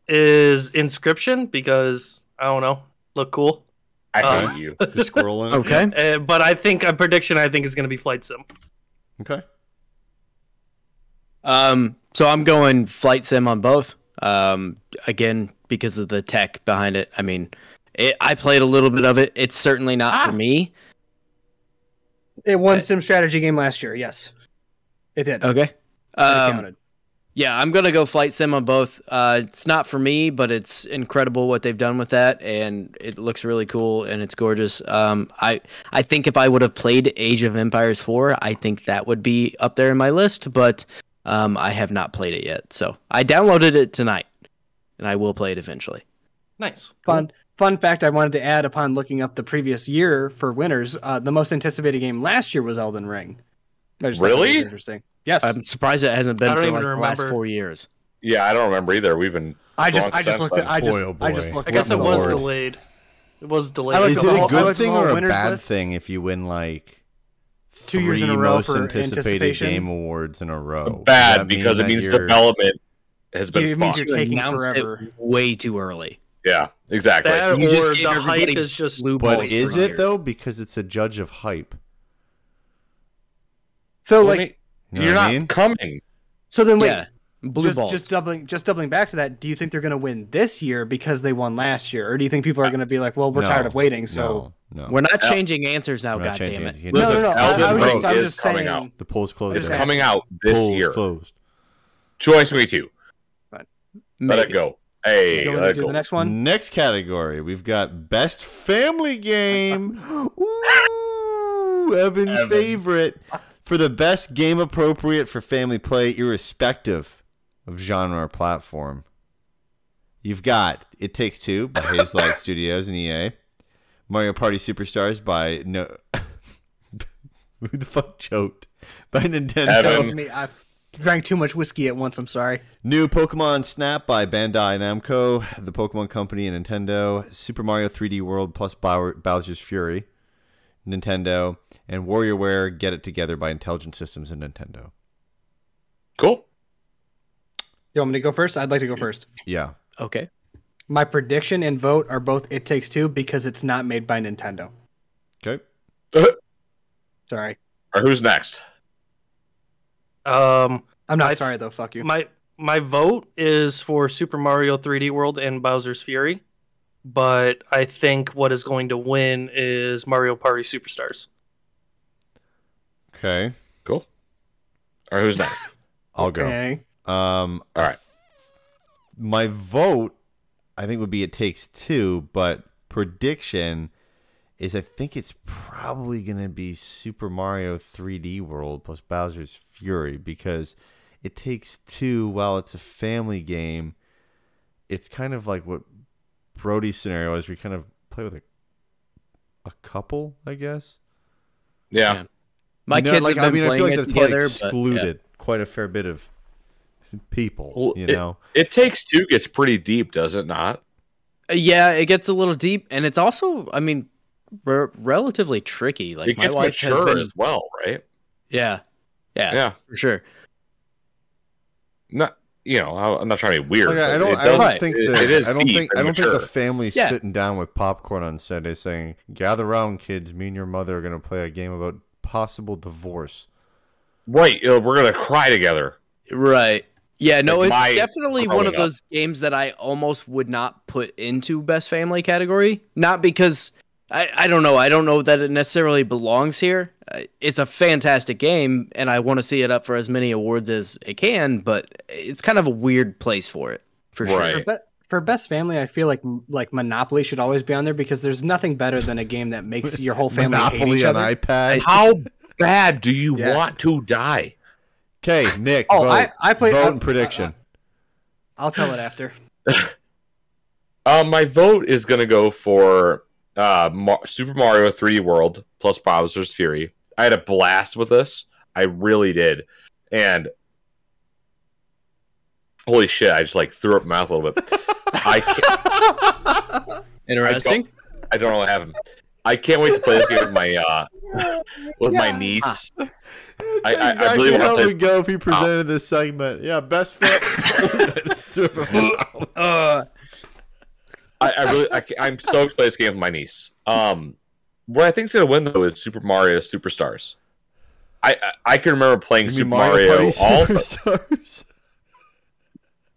[SPEAKER 6] is Inscription because I don't know, look cool.
[SPEAKER 2] I hate
[SPEAKER 5] Uh-huh.
[SPEAKER 6] Uh,
[SPEAKER 2] you.
[SPEAKER 4] You're squirreling.
[SPEAKER 3] Okay.
[SPEAKER 6] Uh, but I think a prediction I think is going to be Flight Sim.
[SPEAKER 4] Okay.
[SPEAKER 3] Um, so I'm going flight sim on both. Um, again because of the tech behind it. I mean, it, I played a little bit of it. It's certainly not for
[SPEAKER 5] Ah!
[SPEAKER 3] me.
[SPEAKER 5] It won sim strategy game last year. Yes, it did.
[SPEAKER 3] Okay.
[SPEAKER 5] That
[SPEAKER 3] Um,
[SPEAKER 5] counted.
[SPEAKER 3] yeah, I'm gonna go flight sim on both. Uh, it's not for me, but it's incredible what they've done with that, and it looks really cool and it's gorgeous. Um, I I think if I would have played Age of Empires 4, I think that would be up there in my list, but um, I have not played it yet. So I downloaded it tonight, and I will play it eventually.
[SPEAKER 6] Nice.
[SPEAKER 5] Fun fun fact I wanted to add upon looking up the previous year for winners. Uh, the most anticipated game last year was Elden Ring. I just thought that was
[SPEAKER 2] Really?
[SPEAKER 5] interesting. Yes.
[SPEAKER 3] I'm surprised it hasn't been
[SPEAKER 6] I
[SPEAKER 3] for
[SPEAKER 6] don't
[SPEAKER 3] like
[SPEAKER 6] even
[SPEAKER 3] the last
[SPEAKER 6] remember.
[SPEAKER 3] four years.
[SPEAKER 2] Yeah, I don't remember either. We've been.
[SPEAKER 5] I just
[SPEAKER 2] drunk
[SPEAKER 5] I just
[SPEAKER 2] since
[SPEAKER 5] looked at
[SPEAKER 2] then.
[SPEAKER 5] I just
[SPEAKER 4] Boy, oh
[SPEAKER 5] I just
[SPEAKER 4] boy.
[SPEAKER 5] looked
[SPEAKER 6] I
[SPEAKER 5] at
[SPEAKER 6] guess
[SPEAKER 5] the
[SPEAKER 6] it was
[SPEAKER 5] lord.
[SPEAKER 6] delayed. It was delayed.
[SPEAKER 5] I looked
[SPEAKER 4] Is
[SPEAKER 5] at
[SPEAKER 4] it
[SPEAKER 5] the
[SPEAKER 4] a
[SPEAKER 5] whole- I
[SPEAKER 4] good
[SPEAKER 5] looked at the
[SPEAKER 4] thing
[SPEAKER 5] whole
[SPEAKER 4] or a
[SPEAKER 5] winners
[SPEAKER 4] bad
[SPEAKER 5] list.
[SPEAKER 4] thing if you win like
[SPEAKER 5] Two years in
[SPEAKER 4] three
[SPEAKER 5] a row
[SPEAKER 4] most
[SPEAKER 5] for
[SPEAKER 4] anticipated
[SPEAKER 5] anticipation?
[SPEAKER 4] game awards in a row? Does
[SPEAKER 2] Bad
[SPEAKER 4] that Oh, mean
[SPEAKER 2] because it
[SPEAKER 4] that
[SPEAKER 2] means
[SPEAKER 4] you're-
[SPEAKER 2] development has
[SPEAKER 5] Dude,
[SPEAKER 2] been
[SPEAKER 5] it means
[SPEAKER 2] fucked.
[SPEAKER 5] you're taking
[SPEAKER 3] Announced it
[SPEAKER 5] forever.
[SPEAKER 3] way too early.
[SPEAKER 2] Yeah, exactly.
[SPEAKER 6] that
[SPEAKER 3] You just
[SPEAKER 6] or
[SPEAKER 3] gave
[SPEAKER 6] the hype
[SPEAKER 3] everybody
[SPEAKER 6] is just
[SPEAKER 3] Blue
[SPEAKER 4] But
[SPEAKER 3] balls
[SPEAKER 4] is
[SPEAKER 3] for
[SPEAKER 4] it
[SPEAKER 3] years.
[SPEAKER 4] though? Because it's a judge of hype.
[SPEAKER 5] So like
[SPEAKER 2] Let me-
[SPEAKER 4] You know
[SPEAKER 2] you're
[SPEAKER 4] what
[SPEAKER 2] not
[SPEAKER 4] I mean?
[SPEAKER 2] coming.
[SPEAKER 5] so then wait,
[SPEAKER 3] Yeah, blue
[SPEAKER 5] just,
[SPEAKER 3] balls.
[SPEAKER 5] just doubling just doubling back to that, do you think they're going to win this year because they won last year or do you think people are going to be like, "Well, we're
[SPEAKER 4] No,
[SPEAKER 5] tired of waiting, so
[SPEAKER 4] no, No.
[SPEAKER 3] We're not changing answers now,
[SPEAKER 4] We're not changing
[SPEAKER 3] goddamn it.
[SPEAKER 4] answers.
[SPEAKER 5] No,
[SPEAKER 2] Listen,
[SPEAKER 5] no, no. I,
[SPEAKER 2] Elden
[SPEAKER 5] I was just, I was
[SPEAKER 2] Ring is
[SPEAKER 5] just
[SPEAKER 2] coming
[SPEAKER 5] saying.
[SPEAKER 2] out.
[SPEAKER 4] the poll's closed.
[SPEAKER 2] It's
[SPEAKER 5] Okay.
[SPEAKER 2] coming out this
[SPEAKER 4] Poll's
[SPEAKER 2] year,
[SPEAKER 4] closed.
[SPEAKER 2] 2022. Let it
[SPEAKER 3] Maybe.
[SPEAKER 2] go. Hey,
[SPEAKER 5] You want me
[SPEAKER 2] let
[SPEAKER 5] to
[SPEAKER 2] it
[SPEAKER 5] do
[SPEAKER 2] go.
[SPEAKER 5] the next one?
[SPEAKER 4] Next category, we've got best family game. Ooh, Evan's
[SPEAKER 2] Evan.
[SPEAKER 4] favorite for the best game appropriate for family play, irrespective of genre or platform. You've got It Takes Two by Haze Light Studios and EA, Mario Party Superstars by no. Who the fuck choked by Nintendo?
[SPEAKER 5] That
[SPEAKER 2] Evan.
[SPEAKER 5] was me. I drank too much whiskey at once. I'm sorry.
[SPEAKER 4] New Pokemon Snap by Bandai Namco, the Pokemon Company, and Nintendo. Super Mario 3D World plus Bow- Bowser's Fury, Nintendo. And WarriorWare Get It Together by Intelligent Systems and Nintendo.
[SPEAKER 2] Cool.
[SPEAKER 5] You want me to go first? I'd like to go first.
[SPEAKER 4] Yeah.
[SPEAKER 3] Okay.
[SPEAKER 5] My prediction and vote are both It Takes Two because it's not made by Nintendo.
[SPEAKER 4] Okay.
[SPEAKER 5] Sorry.
[SPEAKER 2] Or who's next?
[SPEAKER 6] Um,
[SPEAKER 5] I'm not
[SPEAKER 6] I-
[SPEAKER 5] sorry though. Fuck you.
[SPEAKER 6] my my vote is for Super Mario 3D World and Bowser's Fury, but I think what is going to win is Mario Party Superstars.
[SPEAKER 4] Okay.
[SPEAKER 2] Or who's next?
[SPEAKER 4] I'll go.
[SPEAKER 5] Okay.
[SPEAKER 4] Um,
[SPEAKER 2] All right.
[SPEAKER 4] my vote, I think, would be It Takes Two, but prediction is I think it's probably going to be Super Mario 3D World plus Bowser's Fury because It Takes Two, while it's a family game, it's kind of like what Brody's scenario is. We kind of play with a, a couple, I guess.
[SPEAKER 2] Yeah.
[SPEAKER 3] Yeah. My
[SPEAKER 4] You know,
[SPEAKER 3] kids
[SPEAKER 4] like,
[SPEAKER 3] have been playing it
[SPEAKER 4] that's probably
[SPEAKER 3] together, but yeah.
[SPEAKER 4] excluded quite a fair bit of people,
[SPEAKER 2] Well,
[SPEAKER 4] you
[SPEAKER 2] it-
[SPEAKER 4] know.
[SPEAKER 2] It takes two gets pretty deep, does it not?
[SPEAKER 3] Uh, yeah, it gets a little deep, and it's also, I mean, re- relatively tricky. Like
[SPEAKER 2] it
[SPEAKER 3] my
[SPEAKER 2] gets
[SPEAKER 3] wife has
[SPEAKER 2] mature
[SPEAKER 3] been,
[SPEAKER 2] as well, right?
[SPEAKER 3] yeah, yeah,
[SPEAKER 2] Yeah.
[SPEAKER 3] for sure.
[SPEAKER 2] Not you know, I- I'm not trying to be weird.
[SPEAKER 4] Like,
[SPEAKER 2] but
[SPEAKER 4] I don't.
[SPEAKER 2] it
[SPEAKER 4] I don't
[SPEAKER 2] does-
[SPEAKER 4] think
[SPEAKER 2] it-
[SPEAKER 4] that.
[SPEAKER 2] it is
[SPEAKER 4] I don't
[SPEAKER 2] deep
[SPEAKER 4] think.
[SPEAKER 2] and
[SPEAKER 4] I don't think the
[SPEAKER 2] mature.
[SPEAKER 4] family
[SPEAKER 3] Yeah.
[SPEAKER 4] sitting down with popcorn on Sunday saying, "Gather round, kids. Me and your mother are going to play a game about possible divorce."
[SPEAKER 2] right. uh, We're gonna cry together.
[SPEAKER 3] Right. Yeah, no,
[SPEAKER 2] Like, my
[SPEAKER 3] it's definitely one
[SPEAKER 2] growing
[SPEAKER 3] of
[SPEAKER 2] up.
[SPEAKER 3] those games that I almost would not put into best family category. Not because I, I don't know, I don't know that it necessarily belongs here. Uh, It's a fantastic game, and I want to see it up for as many awards as it can, but it's kind of a weird place for it, for
[SPEAKER 2] Right.
[SPEAKER 3] sure.
[SPEAKER 5] For, be- for best family, I feel like like Monopoly should always be on there because there's nothing better than a game that makes your whole family hate
[SPEAKER 4] Monopoly
[SPEAKER 5] each
[SPEAKER 4] on
[SPEAKER 5] other.
[SPEAKER 4] iPad.
[SPEAKER 2] How bad do you
[SPEAKER 5] Yeah.
[SPEAKER 2] want to die?
[SPEAKER 4] Okay, Nick.
[SPEAKER 5] Oh,
[SPEAKER 4] vote.
[SPEAKER 5] I- I play-
[SPEAKER 4] vote
[SPEAKER 5] I-
[SPEAKER 4] and prediction.
[SPEAKER 5] I'll tell it after.
[SPEAKER 2] Um, my vote is gonna go for uh, Mar- Super Mario 3D World plus Bowser's Fury. I had a blast with this. I really did, and holy shit, I just like threw up my mouth a little bit. I can't,
[SPEAKER 3] Interesting.
[SPEAKER 2] I don't know what happened. I can't wait to play this game with my uh, with my niece. I- I
[SPEAKER 4] That's
[SPEAKER 2] really want
[SPEAKER 4] how
[SPEAKER 2] this.
[SPEAKER 4] we go if you presented this segment. Yeah, best fit.
[SPEAKER 2] I, I really, I, ca- I'm stoked to play this game with my niece. Um, what I think is going to win though is Super Mario Superstars. I I, I can remember playing Super Mario, all the
[SPEAKER 4] Superstars.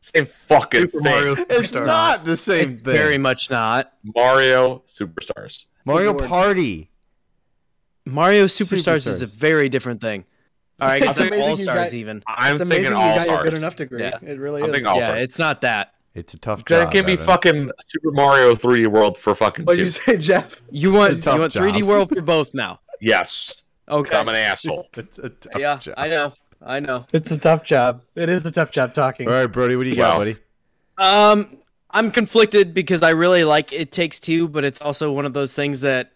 [SPEAKER 2] same fucking thing. Mario.
[SPEAKER 4] It's
[SPEAKER 6] Superstars.
[SPEAKER 4] not the same
[SPEAKER 3] It's
[SPEAKER 4] thing.
[SPEAKER 3] very much not.
[SPEAKER 2] Superstars.
[SPEAKER 4] Mario Party.
[SPEAKER 3] Mario Superstars, is a
[SPEAKER 4] Superstars.
[SPEAKER 3] very different thing. All right,
[SPEAKER 2] It's
[SPEAKER 3] because
[SPEAKER 5] amazing you
[SPEAKER 3] All Stars
[SPEAKER 5] got-
[SPEAKER 3] even.
[SPEAKER 2] I'm
[SPEAKER 5] it's amazing
[SPEAKER 2] thinking
[SPEAKER 5] you
[SPEAKER 2] All
[SPEAKER 5] got your good
[SPEAKER 2] Stars.
[SPEAKER 5] enough degree.
[SPEAKER 3] Yeah.
[SPEAKER 5] It really
[SPEAKER 2] I'm
[SPEAKER 5] is.
[SPEAKER 2] thinking All
[SPEAKER 3] yeah,
[SPEAKER 2] Stars.
[SPEAKER 3] it's not that.
[SPEAKER 4] It's a tough
[SPEAKER 2] Then
[SPEAKER 4] job.
[SPEAKER 2] it can be
[SPEAKER 4] Evan.
[SPEAKER 2] fucking Super Mario 3D World for fucking
[SPEAKER 5] What'd
[SPEAKER 2] two.
[SPEAKER 5] you say, Jeff?
[SPEAKER 3] You want
[SPEAKER 4] tough
[SPEAKER 3] you want 3D
[SPEAKER 4] job.
[SPEAKER 3] World for both now.
[SPEAKER 2] Yes,
[SPEAKER 3] Okay.
[SPEAKER 2] I'm an asshole.
[SPEAKER 4] It's a tough
[SPEAKER 3] yeah,
[SPEAKER 4] job.
[SPEAKER 3] I know. I know.
[SPEAKER 5] It's a tough job. It is a tough job talking.
[SPEAKER 4] All right, Brody, what do you got,
[SPEAKER 2] Wow.
[SPEAKER 4] buddy?
[SPEAKER 3] Um, I'm conflicted because I really like It Takes Two, but it's also one of those things that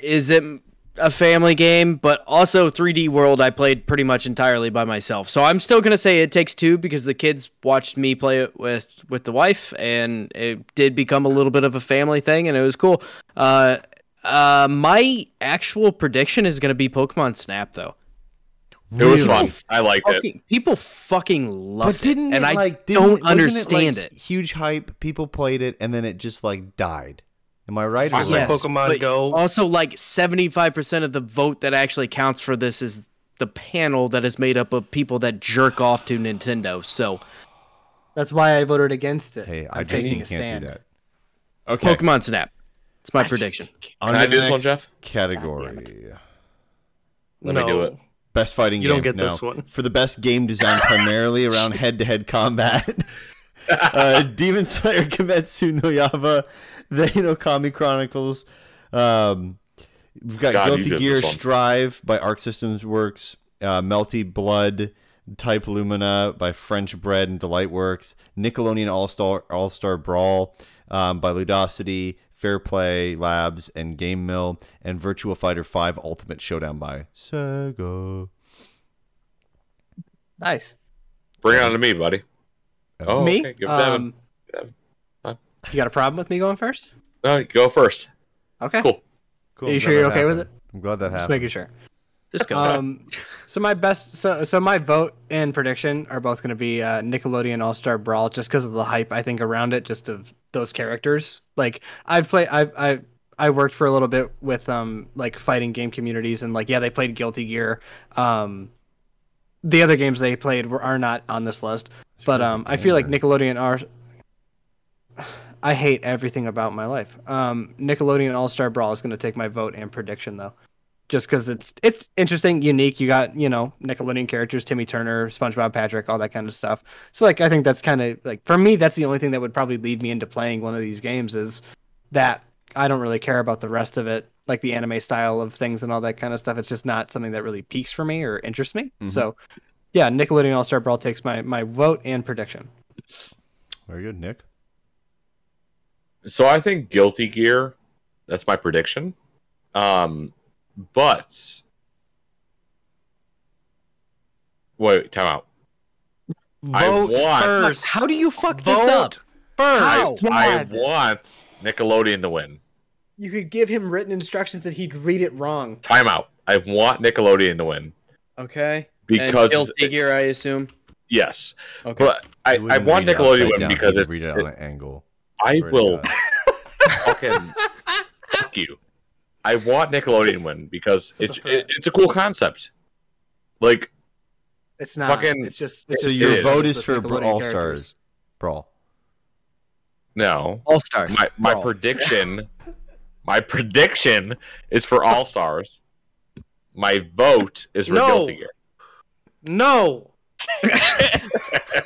[SPEAKER 3] isn't a family game, but also 3D World I played pretty much entirely by myself. So I'm still gonna say It Takes Two because the kids watched me play it with with the wife, and it did become a little bit of a family thing, and it was cool. Uh, uh, my actual prediction is gonna be Pokemon Snap though.
[SPEAKER 2] It was fun. I liked it.
[SPEAKER 3] Fucking, people fucking love
[SPEAKER 4] But didn't
[SPEAKER 3] it, and
[SPEAKER 4] it,
[SPEAKER 3] I
[SPEAKER 4] like, didn't,
[SPEAKER 3] don't
[SPEAKER 4] wasn't
[SPEAKER 3] understand
[SPEAKER 4] it,
[SPEAKER 3] it.
[SPEAKER 4] like, Huge hype. People played it, and then it just like died. Am I right? or
[SPEAKER 2] Yes.
[SPEAKER 4] wrong?
[SPEAKER 6] Like Pokemon
[SPEAKER 3] but
[SPEAKER 6] Go.
[SPEAKER 3] Also, like seventy-five percent of the vote that actually counts for this is the panel that is made up of people that jerk off to Nintendo. So
[SPEAKER 5] That's why I voted against it.
[SPEAKER 4] Hey, I
[SPEAKER 5] I'm
[SPEAKER 4] just
[SPEAKER 5] taking
[SPEAKER 4] can't
[SPEAKER 5] a stand.
[SPEAKER 4] do that. Okay.
[SPEAKER 3] Pokemon Snap. It's my prediction.
[SPEAKER 2] Can I do this one, Jeff?
[SPEAKER 4] Category.
[SPEAKER 2] Let me do it.
[SPEAKER 4] Best fighting
[SPEAKER 6] You
[SPEAKER 4] game.
[SPEAKER 6] don't get
[SPEAKER 4] no.
[SPEAKER 6] this one.
[SPEAKER 4] For the best game designed primarily around head to head combat. uh, Demon Slayer Kimetsu no Yaiba, The Inokami Chronicles. Um, we've got
[SPEAKER 2] God, you
[SPEAKER 4] Guilty
[SPEAKER 2] did
[SPEAKER 4] Gear
[SPEAKER 2] this one.
[SPEAKER 4] Strive by Arc Systems Works, uh, Melty Blood, Type Lumina by French Bread and Delight Works, Nickelodeon All Star All Star Brawl um, by Ludosity, Fair Play Labs, and Game Mill, and Virtua Fighter 5 Ultimate Showdown by Sega.
[SPEAKER 3] Nice.
[SPEAKER 2] Bring it on to me, buddy. Oh,
[SPEAKER 5] me?
[SPEAKER 2] okay, give
[SPEAKER 5] um,
[SPEAKER 2] Devin. Fine.
[SPEAKER 5] you got a problem with me going first?
[SPEAKER 2] All right, go first.
[SPEAKER 5] Okay.
[SPEAKER 2] Cool.
[SPEAKER 4] Cool,
[SPEAKER 5] Are you
[SPEAKER 4] I'm
[SPEAKER 5] sure
[SPEAKER 4] glad
[SPEAKER 5] you're
[SPEAKER 4] that
[SPEAKER 5] okay with
[SPEAKER 4] happened. I'm glad that
[SPEAKER 5] Just
[SPEAKER 4] happened.
[SPEAKER 5] making sure.
[SPEAKER 3] Just go.
[SPEAKER 5] Um, so my best, so so my vote and prediction are both going to be uh, Nickelodeon All Star Brawl, just because of the hype I think around it, just of those characters. Like I've played, I've I I worked for a little bit with um like fighting game communities, and like yeah, they played Guilty Gear. Um, the other games they played were are not on this list, but
[SPEAKER 4] She's a
[SPEAKER 5] um, I feel like
[SPEAKER 4] gamer.
[SPEAKER 5] Nickelodeon are. I hate everything about my life. Um, Nickelodeon All Star Brawl is going to take my vote and prediction though, just because it's it's interesting, unique. You got you know Nickelodeon characters, Timmy Turner, SpongeBob, Patrick, all that kind of stuff. So like I think that's kind of like for me, that's the only thing that would probably lead me into playing one of these games is that I don't really care about the rest of it, like the anime style of things and all that kind of stuff. It's just not something that really piques for me or interests me.
[SPEAKER 4] Mhm.
[SPEAKER 5] So yeah, Nickelodeon All Star Brawl takes my my vote and prediction.
[SPEAKER 4] Very good, Nick.
[SPEAKER 2] So I think Guilty Gear. That's my prediction. Um, but wait, time out. I want-
[SPEAKER 6] first.
[SPEAKER 3] How do you fuck this
[SPEAKER 6] Vote
[SPEAKER 3] up? How?
[SPEAKER 5] Wow.
[SPEAKER 2] I
[SPEAKER 5] God.
[SPEAKER 2] want Nickelodeon to win.
[SPEAKER 5] You could give him written instructions that he'd read it wrong.
[SPEAKER 2] Time out. I want Nickelodeon to win
[SPEAKER 3] Okay. and
[SPEAKER 2] because
[SPEAKER 3] guilty gear, I assume.
[SPEAKER 2] yes,
[SPEAKER 3] Okay.
[SPEAKER 2] but I,
[SPEAKER 4] It
[SPEAKER 2] I
[SPEAKER 4] wouldn't
[SPEAKER 2] want
[SPEAKER 4] read
[SPEAKER 2] Nickelodeon to
[SPEAKER 4] upside
[SPEAKER 2] win
[SPEAKER 4] down.
[SPEAKER 2] because
[SPEAKER 4] You'd
[SPEAKER 2] it's
[SPEAKER 4] read it on an angle.
[SPEAKER 2] I
[SPEAKER 4] Swear to
[SPEAKER 2] will
[SPEAKER 4] God.
[SPEAKER 2] fucking fuck you. I want Nickelodeon to win because
[SPEAKER 5] That's
[SPEAKER 2] it's
[SPEAKER 5] a threat.
[SPEAKER 2] it, it's a cool concept. Like
[SPEAKER 5] It's not.
[SPEAKER 2] Fucking-
[SPEAKER 5] it's just.
[SPEAKER 2] So
[SPEAKER 5] It's just
[SPEAKER 2] your
[SPEAKER 5] it's
[SPEAKER 4] vote
[SPEAKER 5] just
[SPEAKER 4] is for
[SPEAKER 5] with Nickelodeon
[SPEAKER 4] All
[SPEAKER 5] characters.
[SPEAKER 4] Stars. Brawl.
[SPEAKER 2] no,
[SPEAKER 3] All stars.
[SPEAKER 2] my my
[SPEAKER 3] Brawl.
[SPEAKER 2] prediction, my prediction is for All Stars. My vote is for
[SPEAKER 6] No.
[SPEAKER 2] Guilty Gear.
[SPEAKER 6] No.
[SPEAKER 3] Ow!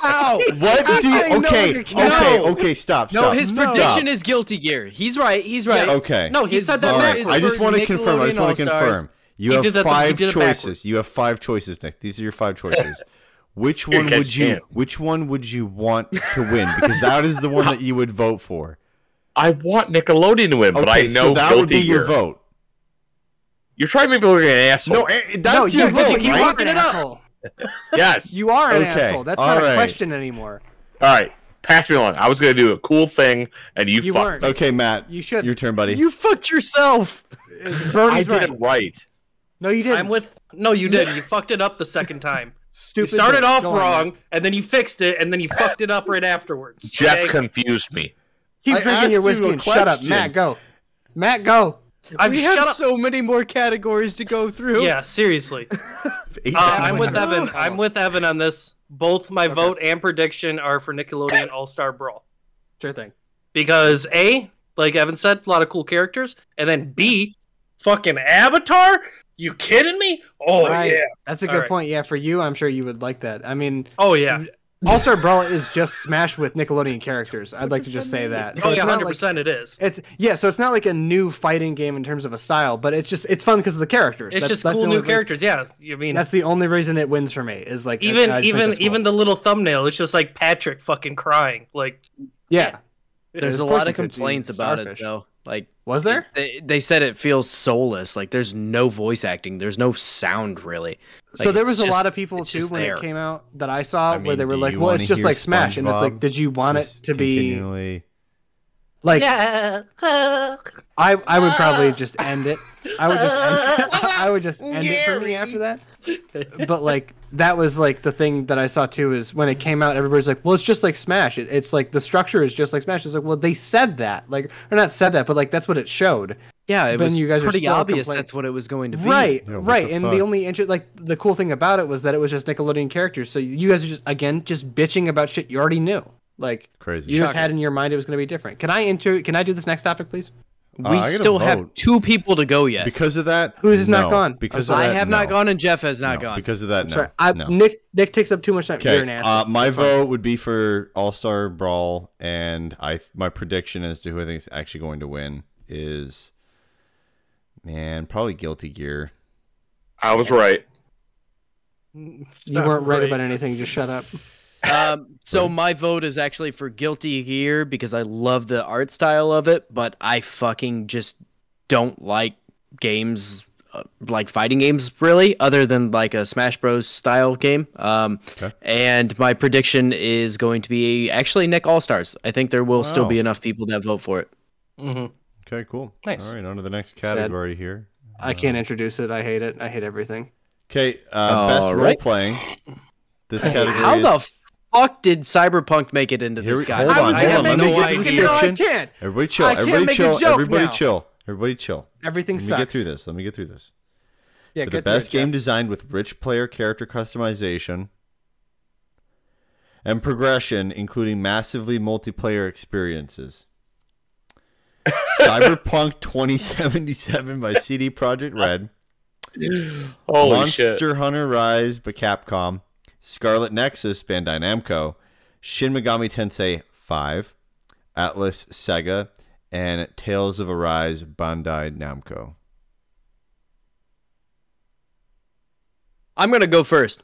[SPEAKER 4] Oh, What
[SPEAKER 5] I'm
[SPEAKER 4] do you,
[SPEAKER 5] saying no,
[SPEAKER 4] okay,
[SPEAKER 5] you can't.
[SPEAKER 4] okay,
[SPEAKER 6] No.
[SPEAKER 4] okay, stop,
[SPEAKER 3] No,
[SPEAKER 4] stop.
[SPEAKER 3] his
[SPEAKER 4] stop.
[SPEAKER 3] prediction is guilty gear. He's right. He's right.
[SPEAKER 4] Okay.
[SPEAKER 6] No, he
[SPEAKER 3] His
[SPEAKER 6] said
[SPEAKER 4] All
[SPEAKER 6] that
[SPEAKER 3] vote
[SPEAKER 6] back.
[SPEAKER 4] right.
[SPEAKER 3] is
[SPEAKER 4] I just
[SPEAKER 3] for
[SPEAKER 4] want to confirm. I just
[SPEAKER 3] Nickelodeon
[SPEAKER 4] want to
[SPEAKER 3] All-Stars.
[SPEAKER 4] confirm. You
[SPEAKER 6] He
[SPEAKER 4] have
[SPEAKER 6] did that the- he
[SPEAKER 4] five
[SPEAKER 6] did it
[SPEAKER 4] choices.
[SPEAKER 6] backwards.
[SPEAKER 4] You have five choices, Nick. These are your five choices. Which one
[SPEAKER 2] got
[SPEAKER 4] would you?
[SPEAKER 2] chance.
[SPEAKER 4] Which one would you want to win? Because that is the one that you would vote for.
[SPEAKER 2] I want Nickelodeon to win, but I
[SPEAKER 4] Okay,
[SPEAKER 2] know
[SPEAKER 4] so that
[SPEAKER 2] Guilty
[SPEAKER 4] would be
[SPEAKER 2] Gear.
[SPEAKER 4] your vote.
[SPEAKER 2] You're trying to make me look like an asshole.
[SPEAKER 4] No, eh, eh, that's
[SPEAKER 5] no,
[SPEAKER 4] your
[SPEAKER 5] you, vote,
[SPEAKER 4] vote,
[SPEAKER 5] you
[SPEAKER 4] right?
[SPEAKER 5] are an
[SPEAKER 6] it up.
[SPEAKER 5] asshole.
[SPEAKER 2] yes.
[SPEAKER 5] You are an
[SPEAKER 4] Okay,
[SPEAKER 5] asshole. That's
[SPEAKER 4] all
[SPEAKER 5] not
[SPEAKER 4] right.
[SPEAKER 5] a question anymore.
[SPEAKER 2] All right, pass me along. I was gonna do a cool thing, and you,
[SPEAKER 5] You
[SPEAKER 2] fucked.
[SPEAKER 5] weren't.
[SPEAKER 2] me.
[SPEAKER 4] Okay, Matt.
[SPEAKER 5] You should.
[SPEAKER 4] Your turn, buddy.
[SPEAKER 3] You fucked yourself.
[SPEAKER 2] I
[SPEAKER 5] Bernie's
[SPEAKER 2] did
[SPEAKER 5] right.
[SPEAKER 2] it right.
[SPEAKER 5] No, you didn't.
[SPEAKER 6] I'm with. No, you did. You fucked it up the second time. You
[SPEAKER 5] Stupid.
[SPEAKER 6] started
[SPEAKER 5] Nick.
[SPEAKER 6] off
[SPEAKER 5] Go on,
[SPEAKER 6] wrong,
[SPEAKER 5] Nick.
[SPEAKER 6] and then you fixed it, and then you fucked it up right afterwards.
[SPEAKER 2] Jeff
[SPEAKER 6] okay?
[SPEAKER 2] confused me.
[SPEAKER 5] Keep
[SPEAKER 4] I
[SPEAKER 5] drinking your
[SPEAKER 4] asked you
[SPEAKER 5] whiskey
[SPEAKER 4] a
[SPEAKER 5] and shut up,
[SPEAKER 4] question.
[SPEAKER 5] Matt. Go. Matt, go.
[SPEAKER 6] I'm
[SPEAKER 3] we
[SPEAKER 6] shut
[SPEAKER 3] have
[SPEAKER 6] up.
[SPEAKER 3] so many more categories to go through.
[SPEAKER 6] yeah, seriously. Uh,
[SPEAKER 4] Eight
[SPEAKER 6] I'm with
[SPEAKER 5] Almost.
[SPEAKER 6] Evan. I'm with Evan on this. Both my vote and prediction are for Nickelodeon All Star Brawl.
[SPEAKER 5] Sure thing.
[SPEAKER 6] because a like evan said a lot of cool characters and then b fucking avatar you kidding me oh
[SPEAKER 5] Right.
[SPEAKER 6] yeah
[SPEAKER 5] That's a
[SPEAKER 6] All
[SPEAKER 5] good
[SPEAKER 6] right.
[SPEAKER 5] point. Yeah, for you, I'm sure you would like that. I mean,
[SPEAKER 6] oh yeah
[SPEAKER 5] All Star Brawl is just Smash with Nickelodeon characters. I'd like to just say that. So
[SPEAKER 6] oh
[SPEAKER 5] it's
[SPEAKER 6] yeah
[SPEAKER 5] not
[SPEAKER 6] 100%
[SPEAKER 5] like
[SPEAKER 6] it is
[SPEAKER 5] It's yeah, so it's not like a new fighting game in terms of a style, but it's just it's fun because of the characters.
[SPEAKER 6] it's
[SPEAKER 5] That's-
[SPEAKER 6] just
[SPEAKER 5] that's the
[SPEAKER 6] cool
[SPEAKER 5] only
[SPEAKER 6] new
[SPEAKER 5] reason-
[SPEAKER 6] characters yeah i mean
[SPEAKER 5] That's the only reason it wins for me is like I-
[SPEAKER 6] even
[SPEAKER 5] I just think
[SPEAKER 6] even
[SPEAKER 5] that's cool.
[SPEAKER 6] even the little thumbnail it's just like patrick fucking crying like
[SPEAKER 5] yeah.
[SPEAKER 3] There's
[SPEAKER 5] Of
[SPEAKER 3] a
[SPEAKER 5] course
[SPEAKER 3] lot
[SPEAKER 5] you
[SPEAKER 3] of
[SPEAKER 5] could use
[SPEAKER 3] complaints about it
[SPEAKER 5] Starfish.
[SPEAKER 3] though. Like
[SPEAKER 5] Was there?
[SPEAKER 3] They, they said it feels soulless. Like there's no voice acting. There's no sound really.
[SPEAKER 5] so
[SPEAKER 3] Like,
[SPEAKER 5] there
[SPEAKER 3] it's
[SPEAKER 5] was a
[SPEAKER 3] just-
[SPEAKER 5] lot of people
[SPEAKER 3] it's
[SPEAKER 5] too
[SPEAKER 3] just
[SPEAKER 5] when
[SPEAKER 3] there.
[SPEAKER 5] it came out that I saw
[SPEAKER 4] I
[SPEAKER 5] where
[SPEAKER 4] mean,
[SPEAKER 5] they were
[SPEAKER 4] do
[SPEAKER 5] like,
[SPEAKER 4] you
[SPEAKER 5] "Well,
[SPEAKER 4] wanna
[SPEAKER 5] it's just
[SPEAKER 4] hear
[SPEAKER 5] like Smash," and it's
[SPEAKER 4] SpongeBob?
[SPEAKER 5] like, "Did you want it
[SPEAKER 4] Just
[SPEAKER 5] to be
[SPEAKER 4] continually-
[SPEAKER 5] like?"
[SPEAKER 6] yeah
[SPEAKER 5] I I would probably just end it. I would just end, I would just end it for me after that. But like that was like the thing that I saw too is when it came out, everybody's like, "Well, it's just like Smash. It, it's like the structure is just like Smash." It's like, well, they said that, like, or not said that, but like that's what it showed.
[SPEAKER 3] Yeah, it
[SPEAKER 5] Then
[SPEAKER 3] was
[SPEAKER 5] you guys are
[SPEAKER 3] pretty
[SPEAKER 5] still
[SPEAKER 3] obvious
[SPEAKER 5] complaining.
[SPEAKER 3] that's what it was going to be.
[SPEAKER 5] Right,
[SPEAKER 4] Yeah, what
[SPEAKER 5] right.
[SPEAKER 4] the
[SPEAKER 5] and
[SPEAKER 4] fuck?
[SPEAKER 5] the only interest, like the cool thing about it was that it was just Nickelodeon characters. So you guys are just again just bitching about shit you already knew. Like
[SPEAKER 4] Crazy.
[SPEAKER 5] you just had in your mind it was going to be different. Can I intro? Can I do this next topic, please?
[SPEAKER 4] Uh,
[SPEAKER 3] we
[SPEAKER 4] I gotta
[SPEAKER 3] still have
[SPEAKER 4] vote.
[SPEAKER 3] two people to go yet.
[SPEAKER 4] Because of that,
[SPEAKER 5] Who has not
[SPEAKER 4] no.
[SPEAKER 5] gone?
[SPEAKER 4] Because of
[SPEAKER 3] I
[SPEAKER 4] that,
[SPEAKER 3] have not
[SPEAKER 4] no.
[SPEAKER 3] gone, and Jeff has not
[SPEAKER 4] No,
[SPEAKER 3] gone.
[SPEAKER 4] Because of that,
[SPEAKER 5] I'm
[SPEAKER 4] no.
[SPEAKER 5] sorry. I,
[SPEAKER 4] no.
[SPEAKER 5] Nick Nick takes up too much time. You're an
[SPEAKER 4] Okay.
[SPEAKER 5] asshole.
[SPEAKER 4] Uh, my
[SPEAKER 5] That's fine.
[SPEAKER 4] vote would be for All Star Brawl, and I my prediction as to who I think is actually going to win is, man, probably Guilty Gear.
[SPEAKER 2] I was right.
[SPEAKER 5] You weren't right about anything. Just shut up.
[SPEAKER 3] Um, so my vote is actually for Guilty Gear because I love the art style of it, but I fucking just don't like games uh, like fighting games really, other than like a Smash Bros. style game. Um,
[SPEAKER 4] Okay.
[SPEAKER 3] and my prediction is going to be actually Nick All Stars. I think there will still
[SPEAKER 4] Wow.
[SPEAKER 3] be enough people that vote for it.
[SPEAKER 6] Mm-hmm.
[SPEAKER 4] Okay, cool.
[SPEAKER 6] Nice.
[SPEAKER 4] All right, on to the next
[SPEAKER 5] Sad.
[SPEAKER 4] category here.
[SPEAKER 5] I can't introduce it. I hate it. I hate everything.
[SPEAKER 4] Okay, uh, best
[SPEAKER 3] All
[SPEAKER 4] role
[SPEAKER 3] right.
[SPEAKER 4] playing. This category.
[SPEAKER 3] How
[SPEAKER 4] is,
[SPEAKER 3] the fuck did Cyberpunk make it into
[SPEAKER 4] Here
[SPEAKER 3] this
[SPEAKER 4] we-
[SPEAKER 3] guy?
[SPEAKER 4] hold on,
[SPEAKER 3] I have
[SPEAKER 4] hold on, let me get
[SPEAKER 3] no
[SPEAKER 4] to
[SPEAKER 3] idea.
[SPEAKER 4] the
[SPEAKER 5] You know I can't.
[SPEAKER 4] everybody chill.
[SPEAKER 5] I can't
[SPEAKER 4] everybody
[SPEAKER 5] make a
[SPEAKER 4] chill.
[SPEAKER 5] joke
[SPEAKER 4] everybody
[SPEAKER 5] now.
[SPEAKER 4] chill. Everybody chill.
[SPEAKER 5] Everything
[SPEAKER 4] Let me
[SPEAKER 5] sucks.
[SPEAKER 4] get through this. Let me get through this.
[SPEAKER 5] Yeah,
[SPEAKER 4] for
[SPEAKER 5] get
[SPEAKER 4] the
[SPEAKER 5] through
[SPEAKER 4] best
[SPEAKER 5] it,
[SPEAKER 4] game
[SPEAKER 5] Jeff.
[SPEAKER 4] design with rich player character customization and progression, including massively multiplayer experiences. Cyberpunk 2077 by CD Projekt Red,
[SPEAKER 2] Holy
[SPEAKER 4] Monster
[SPEAKER 2] shit!
[SPEAKER 4] Hunter Rise by Capcom, Scarlet Nexus Bandai Namco, Shin Megami Tensei 5, Atlas Sega, and Tales of Arise Bandai Namco.
[SPEAKER 3] I'm gonna go first.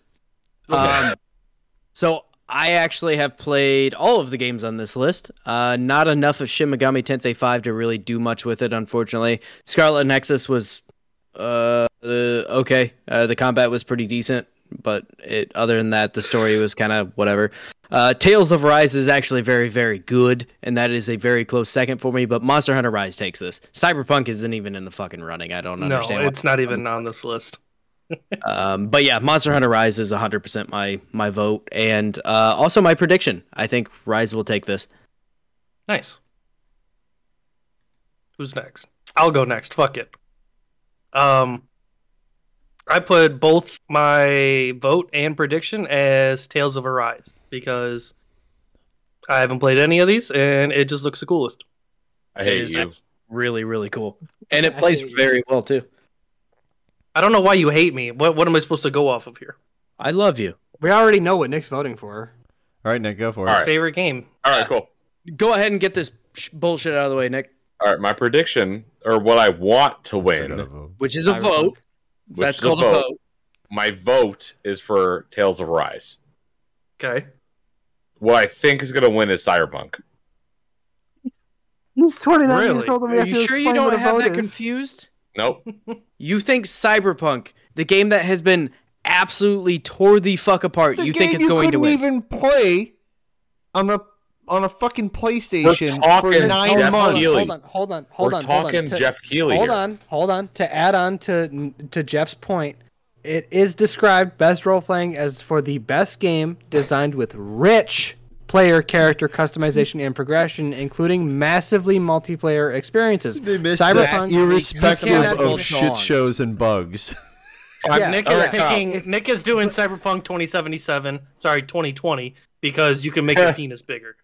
[SPEAKER 3] Um, so I actually have played all of the games on this list. Uh, not enough of Shin Megami Tensei 5 to really do much with it, unfortunately. Scarlet Nexus was uh, uh, okay. Uh, the combat was pretty decent, but it, other than that, the story was kind of whatever. Uh, Tales of Rise is actually very, very good, and that is a very close second for me. But Monster Hunter Rise takes this. Cyberpunk isn't even in the fucking running. I don't
[SPEAKER 6] No,
[SPEAKER 3] understand. why.
[SPEAKER 6] it's not even on this list.
[SPEAKER 3] Um, but yeah, Monster Hunter Rise is 100% my my vote, and uh, also my prediction. I think Rise will take this.
[SPEAKER 6] Nice. Who's next? I'll go next. Fuck it. Um, I put both my vote and prediction as Tales of Arise because I haven't played any of these, and it just looks the coolest.
[SPEAKER 2] I
[SPEAKER 3] It
[SPEAKER 2] hate
[SPEAKER 3] is
[SPEAKER 2] you.
[SPEAKER 3] really really cool, and it
[SPEAKER 5] I
[SPEAKER 3] plays
[SPEAKER 5] hate you.
[SPEAKER 3] very well too.
[SPEAKER 6] I don't know why you hate me. What what am I supposed to go off of here?
[SPEAKER 3] I love you.
[SPEAKER 5] We already know what Nick's voting for.
[SPEAKER 4] All right, Nick, go for it.
[SPEAKER 2] All right.
[SPEAKER 6] Favorite game?
[SPEAKER 2] All right, cool.
[SPEAKER 3] Go ahead and get this sh- bullshit out of the way, Nick.
[SPEAKER 2] All right, my prediction or what I want to
[SPEAKER 4] I gotta
[SPEAKER 2] win.
[SPEAKER 4] vote.
[SPEAKER 3] Which is a
[SPEAKER 5] Cyberpunk.
[SPEAKER 3] vote.
[SPEAKER 2] Which
[SPEAKER 3] That's
[SPEAKER 2] is a
[SPEAKER 3] called a
[SPEAKER 2] vote.
[SPEAKER 3] vote.
[SPEAKER 2] My vote is for Tales of Rise.
[SPEAKER 6] Okay.
[SPEAKER 2] What I think is going to win is Cyberpunk.
[SPEAKER 5] He's 29 years
[SPEAKER 6] Really?
[SPEAKER 5] old. and we
[SPEAKER 3] Are
[SPEAKER 5] have
[SPEAKER 3] you
[SPEAKER 5] to
[SPEAKER 3] sure you
[SPEAKER 5] explain
[SPEAKER 3] don't
[SPEAKER 5] what a
[SPEAKER 3] have
[SPEAKER 5] vote
[SPEAKER 3] that
[SPEAKER 5] is.
[SPEAKER 3] confused?
[SPEAKER 2] Nope.
[SPEAKER 3] You think Cyberpunk, the game that has been absolutely tore the fuck apart, you think it's going to win?
[SPEAKER 4] even play on a on a fucking PlayStation
[SPEAKER 2] talking Jeff Keighley.
[SPEAKER 5] Hold on, hold on, hold
[SPEAKER 2] We're
[SPEAKER 5] on. hold on.
[SPEAKER 2] talking
[SPEAKER 5] To-
[SPEAKER 2] Jeff Keeley.
[SPEAKER 5] Hold
[SPEAKER 2] here.
[SPEAKER 5] on, hold on. To add on to to Jeff's point, it is described best role playing as for the best game designed with rich player character customization and progression, including massively multiplayer experiences.
[SPEAKER 4] They missed
[SPEAKER 5] Cyberpunk,
[SPEAKER 4] that. Irrespective
[SPEAKER 5] cannot
[SPEAKER 4] of
[SPEAKER 5] be-
[SPEAKER 4] shit shows and bugs.
[SPEAKER 5] Yeah.
[SPEAKER 6] Nick
[SPEAKER 2] All
[SPEAKER 6] is
[SPEAKER 2] right.
[SPEAKER 6] picking.
[SPEAKER 5] It's-
[SPEAKER 6] Nick is doing Cyberpunk 2077. Sorry, 2020 because you can make your penis bigger.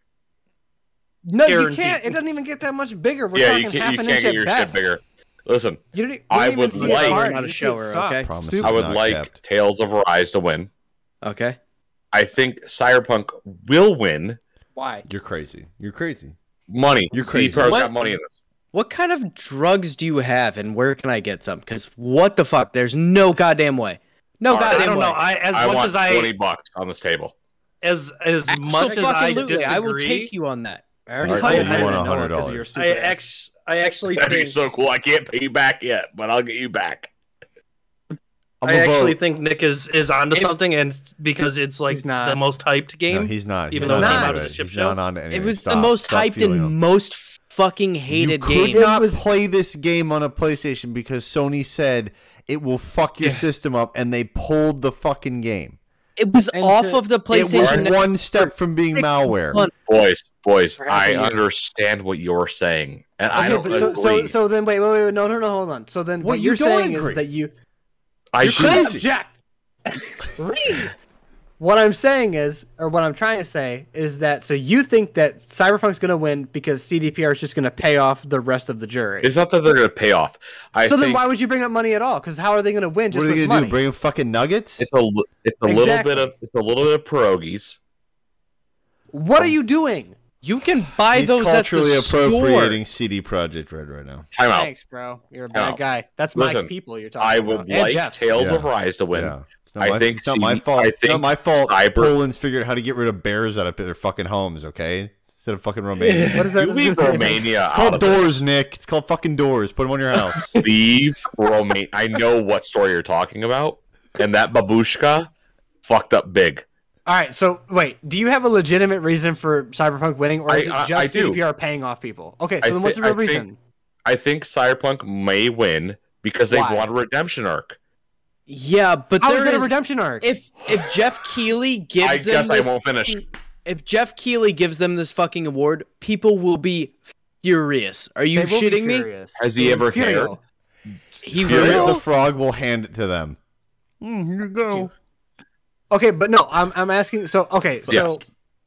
[SPEAKER 5] No, you
[SPEAKER 6] guaranteed.
[SPEAKER 5] can't. It doesn't even get that much bigger. We're
[SPEAKER 2] Yeah,
[SPEAKER 5] talking
[SPEAKER 2] you can't,
[SPEAKER 5] half
[SPEAKER 2] you
[SPEAKER 5] an
[SPEAKER 2] can't
[SPEAKER 5] inch
[SPEAKER 2] get
[SPEAKER 5] at
[SPEAKER 2] your
[SPEAKER 5] best.
[SPEAKER 2] shit bigger. Listen,
[SPEAKER 5] You don't, you
[SPEAKER 2] I
[SPEAKER 5] don't even
[SPEAKER 2] would
[SPEAKER 5] see it
[SPEAKER 2] like-
[SPEAKER 5] hard.
[SPEAKER 3] You're not a
[SPEAKER 5] You see it
[SPEAKER 3] shower,
[SPEAKER 5] soft.
[SPEAKER 3] okay?
[SPEAKER 4] Promises
[SPEAKER 2] I would
[SPEAKER 4] not
[SPEAKER 2] like
[SPEAKER 4] kept.
[SPEAKER 2] Tales of Rise to win.
[SPEAKER 3] Okay.
[SPEAKER 2] I think Cyberpunk will win
[SPEAKER 5] Why?
[SPEAKER 4] You're crazy. You're crazy.
[SPEAKER 2] money.
[SPEAKER 4] You're crazy.
[SPEAKER 2] CD Projekt's
[SPEAKER 3] What?
[SPEAKER 2] got money in this.
[SPEAKER 3] What kind of drugs do you have, and where can I get some? Because what the fuck? There's no goddamn way. No
[SPEAKER 2] All right,
[SPEAKER 3] goddamn
[SPEAKER 6] I don't
[SPEAKER 3] way.
[SPEAKER 6] know. I as
[SPEAKER 2] I
[SPEAKER 6] much
[SPEAKER 2] want
[SPEAKER 6] as I
[SPEAKER 2] twenty bucks on this table.
[SPEAKER 6] as as much as I disagree,
[SPEAKER 3] Absolutely. I will take you on that.
[SPEAKER 5] I already
[SPEAKER 4] Alright,
[SPEAKER 5] told
[SPEAKER 6] so
[SPEAKER 5] you
[SPEAKER 6] you
[SPEAKER 5] I
[SPEAKER 6] want
[SPEAKER 5] didn't know it 'cause of
[SPEAKER 4] $100.
[SPEAKER 5] your
[SPEAKER 6] I
[SPEAKER 5] stupid ass.
[SPEAKER 6] actually, I actually
[SPEAKER 2] That'd be
[SPEAKER 6] think
[SPEAKER 2] so cool. I can't pay you back yet, but I'll get you back.
[SPEAKER 4] I'm
[SPEAKER 6] I
[SPEAKER 4] a
[SPEAKER 6] actually
[SPEAKER 4] vote.
[SPEAKER 6] think Nick is is onto
[SPEAKER 3] If-
[SPEAKER 6] something, and because it's like
[SPEAKER 5] He's not.
[SPEAKER 6] the most hyped
[SPEAKER 4] No,
[SPEAKER 6] game.
[SPEAKER 4] he's not.
[SPEAKER 6] even
[SPEAKER 4] he's
[SPEAKER 5] though it came
[SPEAKER 4] not,
[SPEAKER 5] out
[SPEAKER 4] into
[SPEAKER 6] as a
[SPEAKER 4] it.
[SPEAKER 6] ship
[SPEAKER 4] He's
[SPEAKER 6] show.
[SPEAKER 4] not on anything.
[SPEAKER 3] it was the
[SPEAKER 4] Stop.
[SPEAKER 3] most
[SPEAKER 4] Stop
[SPEAKER 3] hyped
[SPEAKER 4] fueling
[SPEAKER 3] and
[SPEAKER 4] him.
[SPEAKER 3] most fucking hated
[SPEAKER 4] you
[SPEAKER 3] game.
[SPEAKER 4] could
[SPEAKER 5] It
[SPEAKER 4] not
[SPEAKER 5] was-
[SPEAKER 4] play this game on a PlayStation because Sony said it will fuck your
[SPEAKER 6] Yeah.
[SPEAKER 4] system up, and they pulled the fucking game.
[SPEAKER 3] It was
[SPEAKER 5] And
[SPEAKER 3] off
[SPEAKER 5] to-
[SPEAKER 3] of the
[SPEAKER 4] It was
[SPEAKER 3] PlayStation.
[SPEAKER 4] one step from being
[SPEAKER 3] Six
[SPEAKER 4] malware.
[SPEAKER 3] months.
[SPEAKER 2] Boys, boys,
[SPEAKER 5] Perhaps
[SPEAKER 2] I
[SPEAKER 5] a year.
[SPEAKER 2] understand what you're saying, and I
[SPEAKER 5] Okay,
[SPEAKER 2] don't
[SPEAKER 5] but
[SPEAKER 2] agree.
[SPEAKER 5] so, so so then wait wait wait no no no hold on. So then
[SPEAKER 4] Well,
[SPEAKER 5] what
[SPEAKER 4] you
[SPEAKER 5] you're
[SPEAKER 4] don't
[SPEAKER 5] saying
[SPEAKER 4] agree.
[SPEAKER 5] is that you
[SPEAKER 2] I
[SPEAKER 4] You're
[SPEAKER 2] do,
[SPEAKER 4] crazy.
[SPEAKER 5] object. Read. What I'm saying is, or what I'm trying to say is that so you think that Cyberpunk's going to win because CDPR is just going to pay off the rest of the jury.
[SPEAKER 2] It's not that they're going to pay off. I
[SPEAKER 5] so then
[SPEAKER 2] think
[SPEAKER 5] why would you bring up money at all? Because how are they going to win just
[SPEAKER 4] what are they
[SPEAKER 5] with
[SPEAKER 4] gonna
[SPEAKER 5] money?
[SPEAKER 4] do? Bring him fucking nuggets?
[SPEAKER 2] it's a li- it's a little
[SPEAKER 5] Exactly.
[SPEAKER 2] bit of it's a little bit of pierogies.
[SPEAKER 5] what are you doing?
[SPEAKER 3] You can buy
[SPEAKER 4] He's
[SPEAKER 3] those at the
[SPEAKER 4] culturally
[SPEAKER 3] store.
[SPEAKER 4] appropriating CD Project Red right now.
[SPEAKER 2] Time out.
[SPEAKER 5] Thanks, bro. You're a
[SPEAKER 2] No.
[SPEAKER 5] bad guy. That's my
[SPEAKER 2] Listen,
[SPEAKER 5] people you're talking
[SPEAKER 2] I
[SPEAKER 5] about.
[SPEAKER 2] would
[SPEAKER 5] And
[SPEAKER 2] like
[SPEAKER 5] Jeff's.
[SPEAKER 2] Tales of
[SPEAKER 4] Yeah.
[SPEAKER 2] Rise to win.
[SPEAKER 4] Yeah. It's not
[SPEAKER 2] I
[SPEAKER 4] my,
[SPEAKER 2] think
[SPEAKER 4] it's not my
[SPEAKER 2] CD
[SPEAKER 4] fault.
[SPEAKER 2] I
[SPEAKER 4] it's not
[SPEAKER 2] think
[SPEAKER 4] my fault.
[SPEAKER 2] cyber-
[SPEAKER 4] Poland's figured out how to get rid of bears out of their fucking homes. Okay, instead of fucking Romania.
[SPEAKER 5] What is that?
[SPEAKER 2] You leave Romania
[SPEAKER 4] It's
[SPEAKER 2] out
[SPEAKER 4] called
[SPEAKER 2] of this.
[SPEAKER 4] doors, Nick. It's called fucking doors. Put them on your house.
[SPEAKER 2] leave Romania. I know what story you're talking about, and that babushka fucked up big.
[SPEAKER 5] All right, so wait, do you have a legitimate reason for Cyberpunk winning, or
[SPEAKER 2] I-
[SPEAKER 5] is it
[SPEAKER 2] I-
[SPEAKER 5] just
[SPEAKER 2] I do.
[SPEAKER 5] CDPR paying off people? Okay, so
[SPEAKER 2] I
[SPEAKER 5] then what's
[SPEAKER 2] thi-
[SPEAKER 5] the real
[SPEAKER 2] I think-
[SPEAKER 5] reason?
[SPEAKER 2] I think Cyberpunk may win because they
[SPEAKER 5] Why?
[SPEAKER 2] want a redemption arc.
[SPEAKER 3] Yeah, but
[SPEAKER 5] How Oh, is
[SPEAKER 3] there
[SPEAKER 5] that a
[SPEAKER 3] is
[SPEAKER 5] redemption arc?
[SPEAKER 3] if if Jeff Keeley gives
[SPEAKER 2] I
[SPEAKER 3] them
[SPEAKER 2] guess I
[SPEAKER 3] this
[SPEAKER 2] won't finish.
[SPEAKER 3] if Jeff Keeley gives them this fucking award, people will be furious. Are you
[SPEAKER 5] They will be
[SPEAKER 3] shitting me?
[SPEAKER 5] furious.
[SPEAKER 2] Has he ever cared?
[SPEAKER 5] Furio.
[SPEAKER 3] He
[SPEAKER 4] Fury
[SPEAKER 3] will.
[SPEAKER 4] the frog will hand it to them.
[SPEAKER 3] Mm,
[SPEAKER 4] here you go.
[SPEAKER 5] Okay, but no, I'm I'm asking. So okay, so uh,
[SPEAKER 2] Yes.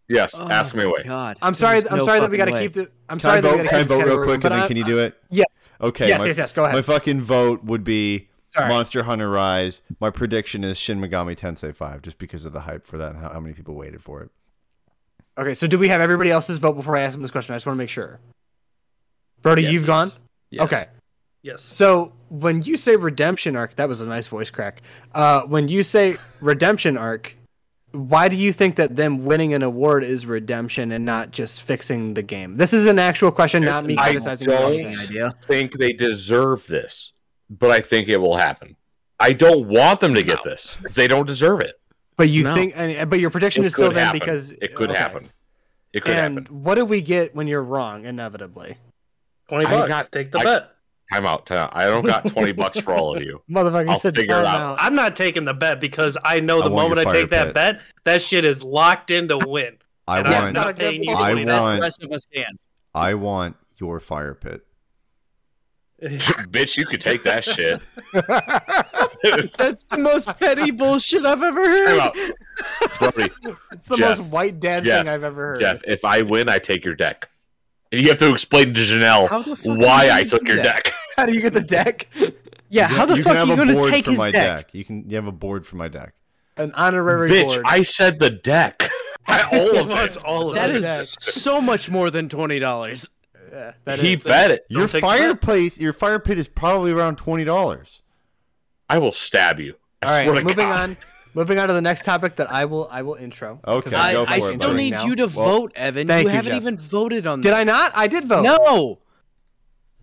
[SPEAKER 2] Yes,
[SPEAKER 3] Oh
[SPEAKER 2] ask me
[SPEAKER 3] my
[SPEAKER 2] away.
[SPEAKER 3] God.
[SPEAKER 5] I'm sorry.
[SPEAKER 3] There's
[SPEAKER 5] I'm
[SPEAKER 3] no
[SPEAKER 5] sorry that we got
[SPEAKER 3] fucking
[SPEAKER 5] to
[SPEAKER 3] way.
[SPEAKER 5] keep the. I'm
[SPEAKER 4] Can I
[SPEAKER 5] sorry that we
[SPEAKER 4] vote?
[SPEAKER 5] got to
[SPEAKER 4] Can I
[SPEAKER 5] keep
[SPEAKER 4] vote
[SPEAKER 5] this
[SPEAKER 4] real
[SPEAKER 5] category,
[SPEAKER 4] quick,
[SPEAKER 5] but
[SPEAKER 4] and then
[SPEAKER 5] I-
[SPEAKER 4] can you do it?
[SPEAKER 5] yeah.
[SPEAKER 4] Okay.
[SPEAKER 5] yes,
[SPEAKER 4] my,
[SPEAKER 5] yes, yes. Go
[SPEAKER 4] my
[SPEAKER 5] ahead.
[SPEAKER 4] fucking vote would be
[SPEAKER 5] Sorry.
[SPEAKER 4] Monster Hunter Rise. My prediction is Shin Megami Tensei 5, just because of the hype for that and how, how many people waited for it.
[SPEAKER 5] Okay, so do we have everybody else's vote before I ask them this question? I just want to make sure. Brody,
[SPEAKER 3] Yes,
[SPEAKER 5] you've
[SPEAKER 3] yes.
[SPEAKER 5] gone.
[SPEAKER 3] Yes.
[SPEAKER 5] Okay,
[SPEAKER 6] Yes.
[SPEAKER 5] so when you say redemption arc, that was a nice voice crack. Uh, when you say redemption arc, why do you think that them winning an award is redemption and not just fixing the game? This is an actual question, not me
[SPEAKER 2] I
[SPEAKER 5] criticizing.
[SPEAKER 2] don't-
[SPEAKER 5] the game.
[SPEAKER 3] Idea.
[SPEAKER 2] think they deserve this, but I think it will happen. I don't want them to get this. 'cause They don't deserve it.
[SPEAKER 5] But you
[SPEAKER 3] No.
[SPEAKER 5] think, and, but your prediction
[SPEAKER 2] It
[SPEAKER 5] is still
[SPEAKER 2] could
[SPEAKER 5] then
[SPEAKER 2] happen.
[SPEAKER 5] because
[SPEAKER 2] it could
[SPEAKER 5] okay.
[SPEAKER 2] happen. It could
[SPEAKER 5] and
[SPEAKER 2] happen.
[SPEAKER 5] what do we get when you're wrong, inevitably?
[SPEAKER 6] Twenty
[SPEAKER 2] I
[SPEAKER 6] bucks.
[SPEAKER 2] got-
[SPEAKER 6] Take the
[SPEAKER 2] I-
[SPEAKER 6] bet.
[SPEAKER 2] Time out. Time out. I don't got twenty bucks for all of you.
[SPEAKER 5] Motherfucker
[SPEAKER 2] I'll
[SPEAKER 5] said
[SPEAKER 2] figure it
[SPEAKER 5] time
[SPEAKER 2] out.
[SPEAKER 6] I'm not taking the bet because I know
[SPEAKER 4] I
[SPEAKER 6] the
[SPEAKER 4] want your
[SPEAKER 6] moment I
[SPEAKER 4] fire
[SPEAKER 6] take
[SPEAKER 4] pit.
[SPEAKER 6] that bet, that shit is locked in to win.
[SPEAKER 4] I
[SPEAKER 6] and
[SPEAKER 5] Yeah,
[SPEAKER 6] I'm
[SPEAKER 4] want,
[SPEAKER 5] no.
[SPEAKER 6] not paying you
[SPEAKER 4] I
[SPEAKER 6] twenty
[SPEAKER 4] want-
[SPEAKER 6] dollars.
[SPEAKER 4] Fine.
[SPEAKER 3] The rest of us can.
[SPEAKER 4] I want your fire pit.
[SPEAKER 2] Bitch, you could take that shit.
[SPEAKER 3] That's the most petty bullshit I've ever
[SPEAKER 2] Time
[SPEAKER 3] heard.
[SPEAKER 2] out. Brody,
[SPEAKER 5] It's the
[SPEAKER 2] Jeff,
[SPEAKER 5] most white dad
[SPEAKER 2] Jeff,
[SPEAKER 5] thing I've ever heard.
[SPEAKER 2] Jeff, if I win, I take your deck. And you have to explain to Janelle
[SPEAKER 3] How the fuck
[SPEAKER 2] why
[SPEAKER 3] do you
[SPEAKER 2] I
[SPEAKER 3] do
[SPEAKER 2] took your
[SPEAKER 3] that?
[SPEAKER 2] deck.
[SPEAKER 5] How do you get the deck?
[SPEAKER 3] Yeah, how the
[SPEAKER 4] you
[SPEAKER 3] fuck
[SPEAKER 4] can
[SPEAKER 3] are
[SPEAKER 4] have
[SPEAKER 3] you
[SPEAKER 4] a
[SPEAKER 3] gonna
[SPEAKER 4] board
[SPEAKER 3] take
[SPEAKER 4] for
[SPEAKER 3] his
[SPEAKER 4] my
[SPEAKER 3] deck?
[SPEAKER 4] deck? You can you have a board for my deck.
[SPEAKER 5] An honorary
[SPEAKER 2] Bitch,
[SPEAKER 5] board.
[SPEAKER 2] I said the deck. I, all of
[SPEAKER 6] That's
[SPEAKER 2] it.
[SPEAKER 6] all of
[SPEAKER 3] That
[SPEAKER 6] it.
[SPEAKER 3] is
[SPEAKER 5] Deck.
[SPEAKER 3] so much more than twenty dollars.
[SPEAKER 5] Yeah, that
[SPEAKER 2] he
[SPEAKER 5] is-
[SPEAKER 2] bet it.
[SPEAKER 4] Your
[SPEAKER 6] take the
[SPEAKER 4] fireplace, your fire pit is probably around twenty dollars.
[SPEAKER 2] I will stab you. I
[SPEAKER 5] All right,
[SPEAKER 2] swear to
[SPEAKER 5] moving
[SPEAKER 2] God.
[SPEAKER 5] on. Moving on to the next topic that I will I will intro.
[SPEAKER 4] Okay,
[SPEAKER 5] 'cause
[SPEAKER 4] go
[SPEAKER 3] I,
[SPEAKER 5] I'm
[SPEAKER 4] for
[SPEAKER 3] I
[SPEAKER 4] it,
[SPEAKER 5] voting
[SPEAKER 3] still
[SPEAKER 4] buddy.
[SPEAKER 3] need
[SPEAKER 5] now.
[SPEAKER 3] you to
[SPEAKER 4] Well,
[SPEAKER 3] vote, Evan.
[SPEAKER 5] thank
[SPEAKER 3] you
[SPEAKER 5] you,
[SPEAKER 3] haven't
[SPEAKER 5] Jeff.
[SPEAKER 3] even voted on.
[SPEAKER 5] Did I
[SPEAKER 3] this.
[SPEAKER 5] not? I did vote.
[SPEAKER 3] No.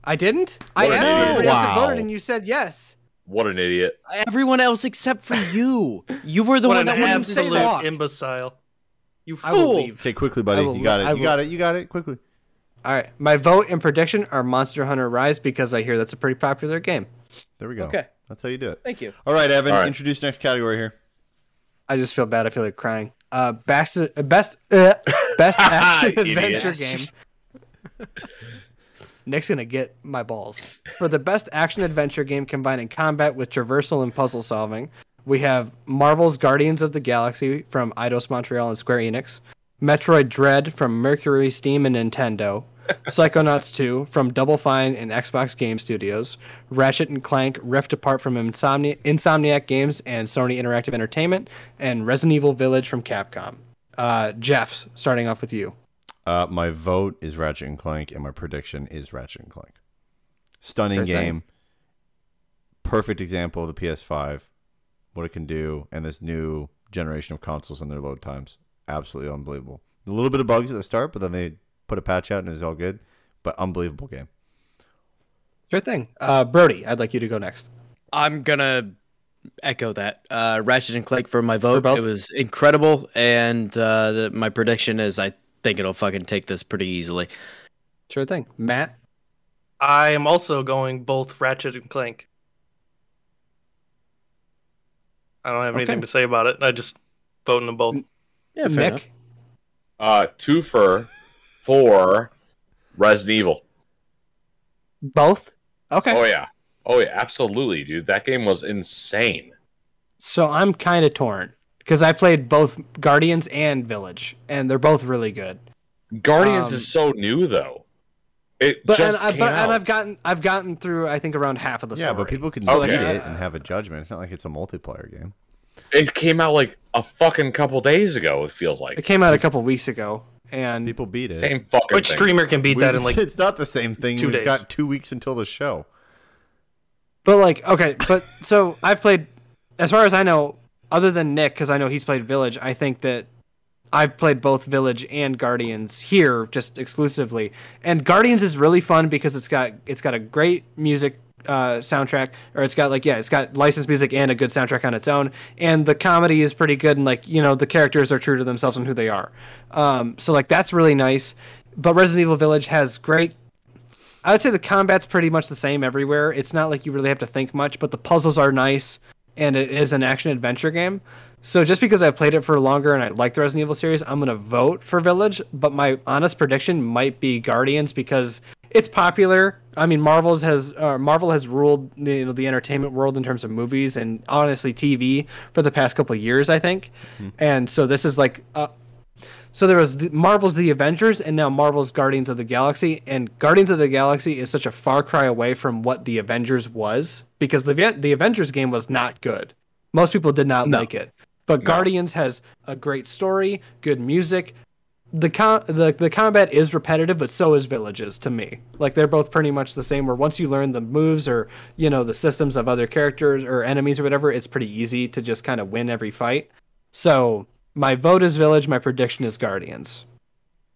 [SPEAKER 5] I didn't. I
[SPEAKER 2] What an
[SPEAKER 5] asked
[SPEAKER 2] idiot.
[SPEAKER 5] everybody else that
[SPEAKER 4] Wow.
[SPEAKER 5] voted, and you said yes.
[SPEAKER 2] What an idiot.
[SPEAKER 3] Everyone else except for you. You were the
[SPEAKER 6] what
[SPEAKER 3] one that
[SPEAKER 6] an
[SPEAKER 3] wouldn't
[SPEAKER 5] say
[SPEAKER 6] absolute
[SPEAKER 5] that.
[SPEAKER 3] talk.
[SPEAKER 6] imbecile. You
[SPEAKER 5] I will
[SPEAKER 6] fool.
[SPEAKER 5] leave.
[SPEAKER 4] Okay, quickly, buddy.
[SPEAKER 5] I will-
[SPEAKER 4] you got it.
[SPEAKER 5] I
[SPEAKER 4] You
[SPEAKER 5] will-
[SPEAKER 4] got it. You got it. Quickly.
[SPEAKER 5] All right, my vote and prediction are Monster Hunter Rise because I hear that's a pretty popular game.
[SPEAKER 4] There we go.
[SPEAKER 3] Okay.
[SPEAKER 4] That's how you do it.
[SPEAKER 3] Thank you.
[SPEAKER 4] All right, Evan.
[SPEAKER 2] All right.
[SPEAKER 4] Introduce next category here.
[SPEAKER 5] I just feel bad. I feel like crying. Uh, best uh, best uh, best action
[SPEAKER 2] Idiot.
[SPEAKER 5] adventure game. Nick's gonna get my balls for the best action adventure game combining combat with traversal and puzzle solving. We have Marvel's Guardians of the Galaxy from Eidos Montreal and Square Enix, Metroid Dread from Mercury Steam and Nintendo, Psychonauts 2 from Double Fine and Xbox Game Studios, Ratchet and Clank Rift Apart from Insomni- Insomniac Games and Sony Interactive Entertainment, and Resident Evil Village from Capcom. Uh, Jeff's starting off with you.
[SPEAKER 4] Uh, my vote is Ratchet and Clank, and my prediction is Ratchet and Clank. Stunning
[SPEAKER 5] Sure thing.
[SPEAKER 4] game. Perfect example of the PS5, what it can do, and this new generation of consoles and their load times. Absolutely unbelievable. A little bit of bugs at the start, but then they put a patch out and it's all good. But unbelievable game.
[SPEAKER 5] Sure thing. Uh, Brody, I'd like you to go next.
[SPEAKER 3] I'm gonna echo that. Uh, Ratchet and Clank for my vote.
[SPEAKER 5] both.
[SPEAKER 3] it was incredible, and uh, the, my prediction is I think it'll fucking take this pretty easily.
[SPEAKER 5] Sure thing. Matt?
[SPEAKER 6] I am also going both Ratchet and Clank. I don't have
[SPEAKER 5] Okay.
[SPEAKER 6] anything to say about it. I just voting them both.
[SPEAKER 3] Yeah,
[SPEAKER 5] Nick?
[SPEAKER 2] Uh, two for for Resident Evil.
[SPEAKER 5] Both? Okay.
[SPEAKER 2] Oh yeah. Oh yeah, absolutely, dude. That game was insane.
[SPEAKER 5] So I'm kind of torn. because I played both Guardians and Village, and they're both really good.
[SPEAKER 2] Guardians
[SPEAKER 5] Um,
[SPEAKER 2] is so new though. It
[SPEAKER 5] But and,
[SPEAKER 2] just
[SPEAKER 5] I,
[SPEAKER 2] came
[SPEAKER 5] but and
[SPEAKER 2] out.
[SPEAKER 5] I've gotten I've gotten through I think around half of the
[SPEAKER 4] Yeah,
[SPEAKER 5] story.
[SPEAKER 4] but people can
[SPEAKER 2] So,
[SPEAKER 4] so
[SPEAKER 2] like,
[SPEAKER 4] beat
[SPEAKER 5] I-
[SPEAKER 4] it and have a judgment. It's not like it's a multiplayer game.
[SPEAKER 2] it came out like a fucking couple days ago. It feels
[SPEAKER 5] It
[SPEAKER 2] like
[SPEAKER 5] came out a couple weeks ago, and
[SPEAKER 4] People beat it.
[SPEAKER 2] same fucking
[SPEAKER 6] Which
[SPEAKER 2] thing.
[SPEAKER 6] streamer can beat
[SPEAKER 4] We-
[SPEAKER 6] that in like?
[SPEAKER 4] it's not the same thing.
[SPEAKER 6] two
[SPEAKER 4] We've
[SPEAKER 6] days.
[SPEAKER 4] got two weeks until the show.
[SPEAKER 5] But like, okay, but so I've played, as far as I know, other than Nick, because I know he's played Village. I think that I've played both Village and Guardians here, just exclusively. And Guardians is really fun because it's got it's got a great music uh, soundtrack, or it's got like yeah, it's got licensed music and a good soundtrack on its own. And the comedy is pretty good, and like you know the characters are true to themselves and who they are. Um, so like that's really nice. But Resident Evil Village has great I would say the combat's pretty much the same everywhere. It's not like you really have to think much, but the puzzles are nice, and it is an action adventure game. So just because I've played it for longer and I like the Resident Evil series, I'm gonna vote for Village. But my honest prediction might be Guardians because it's popular. I mean, Marvel's has uh, Marvel has ruled you know, the entertainment world in terms of movies and honestly TV for the past couple of years, I think. And so this is like a, so there was the, Marvel's The Avengers, and now Marvel's Guardians of the Galaxy. And Guardians of the Galaxy is such a far cry away from what The Avengers was, because the Aven- the Avengers game was not good. Most people did not like it, but Guardians has a great story, good music. The, com- the the combat is repetitive, but so is Villages to me. Like they're both pretty much the same. Where once you learn the moves or you know the systems of other characters or enemies or whatever, it's pretty easy to just kind of win every fight. So my vote is Village. My prediction is Guardians.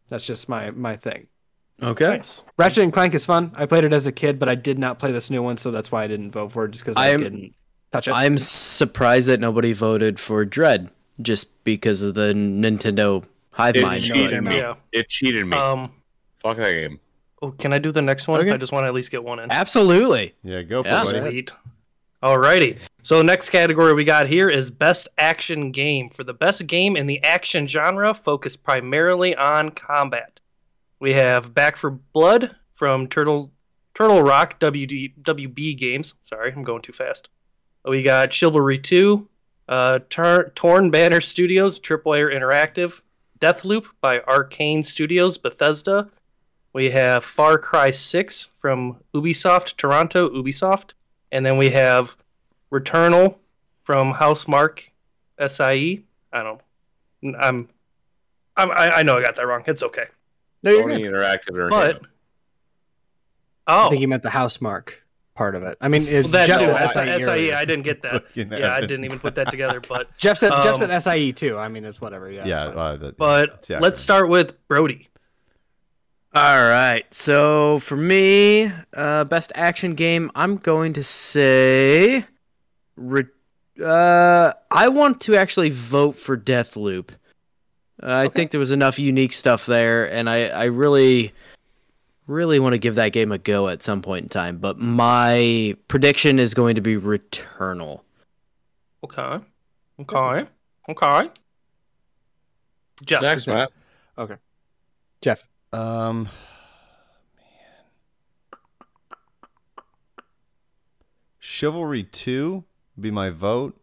[SPEAKER 5] That's just my my thing.
[SPEAKER 3] Okay.
[SPEAKER 5] Ratchet and Clank is fun. I played it as a kid, but I did not play this new one, so that's why I didn't vote for it. Just because I
[SPEAKER 3] I'm-
[SPEAKER 5] didn't touch it.
[SPEAKER 3] I'm surprised that nobody voted for Dread just because of the Nintendo hive
[SPEAKER 2] It
[SPEAKER 3] mind.
[SPEAKER 2] cheated me.
[SPEAKER 6] Yeah.
[SPEAKER 2] It cheated
[SPEAKER 5] Uh,
[SPEAKER 2] me.
[SPEAKER 6] Um.
[SPEAKER 2] Fuck that game.
[SPEAKER 6] Oh, can I do the next one?
[SPEAKER 3] Okay.
[SPEAKER 6] I just want to at least get one in.
[SPEAKER 3] Absolutely.
[SPEAKER 4] Yeah, go for
[SPEAKER 3] Yeah.
[SPEAKER 4] it. buddy.
[SPEAKER 6] Sweet. Alrighty. So the next category we got here is best action game. For the best game in the action genre, focused primarily on combat. We have Back for Blood from Turtle Turtle Rock WD, WB Games. Sorry, I'm going too fast. We got Chivalry 2, uh, Tor- Torn Banner Studios, Tripwire Interactive, Deathloop by Arcane Studios, Bethesda. We have Far Cry 6 from Ubisoft, Toronto, Ubisoft. And then we have Returnal from Housemark SIE. I don't. I'm. I'm I, I know I got that wrong. It's okay.
[SPEAKER 3] No,
[SPEAKER 2] Sony Interactive Entertainment.
[SPEAKER 6] But oh,
[SPEAKER 5] I think you meant the house mark part of it. I mean, it,
[SPEAKER 6] well, that
[SPEAKER 5] Jeff's,
[SPEAKER 6] too.
[SPEAKER 5] at
[SPEAKER 6] S-
[SPEAKER 5] SIE
[SPEAKER 6] SIE.
[SPEAKER 5] E earlier.
[SPEAKER 6] I E didn't get that.
[SPEAKER 4] Fucking
[SPEAKER 6] Yeah, I
[SPEAKER 4] heaven.
[SPEAKER 6] didn't even put that together. But
[SPEAKER 5] Jeff's at Jeff's
[SPEAKER 6] Um,
[SPEAKER 5] at SIE too. I mean, it's whatever. Yeah. it's
[SPEAKER 4] Yeah,
[SPEAKER 5] fine.
[SPEAKER 4] uh, that-
[SPEAKER 6] but
[SPEAKER 4] yeah,
[SPEAKER 6] let's start with Brody.
[SPEAKER 3] All right. So for me, uh, best action game, I'm going to say. Re- uh, I want to actually vote for Deathloop. Uh, I think there was enough unique stuff there, and I, I really, really want to give that game a go at some point in time. But my prediction is going to be Returnal.
[SPEAKER 6] Okay. Okay. Okay. Jeff.
[SPEAKER 2] Next, Matt.
[SPEAKER 5] Jeff.
[SPEAKER 4] Um, man. Chivalry 2 would be my vote.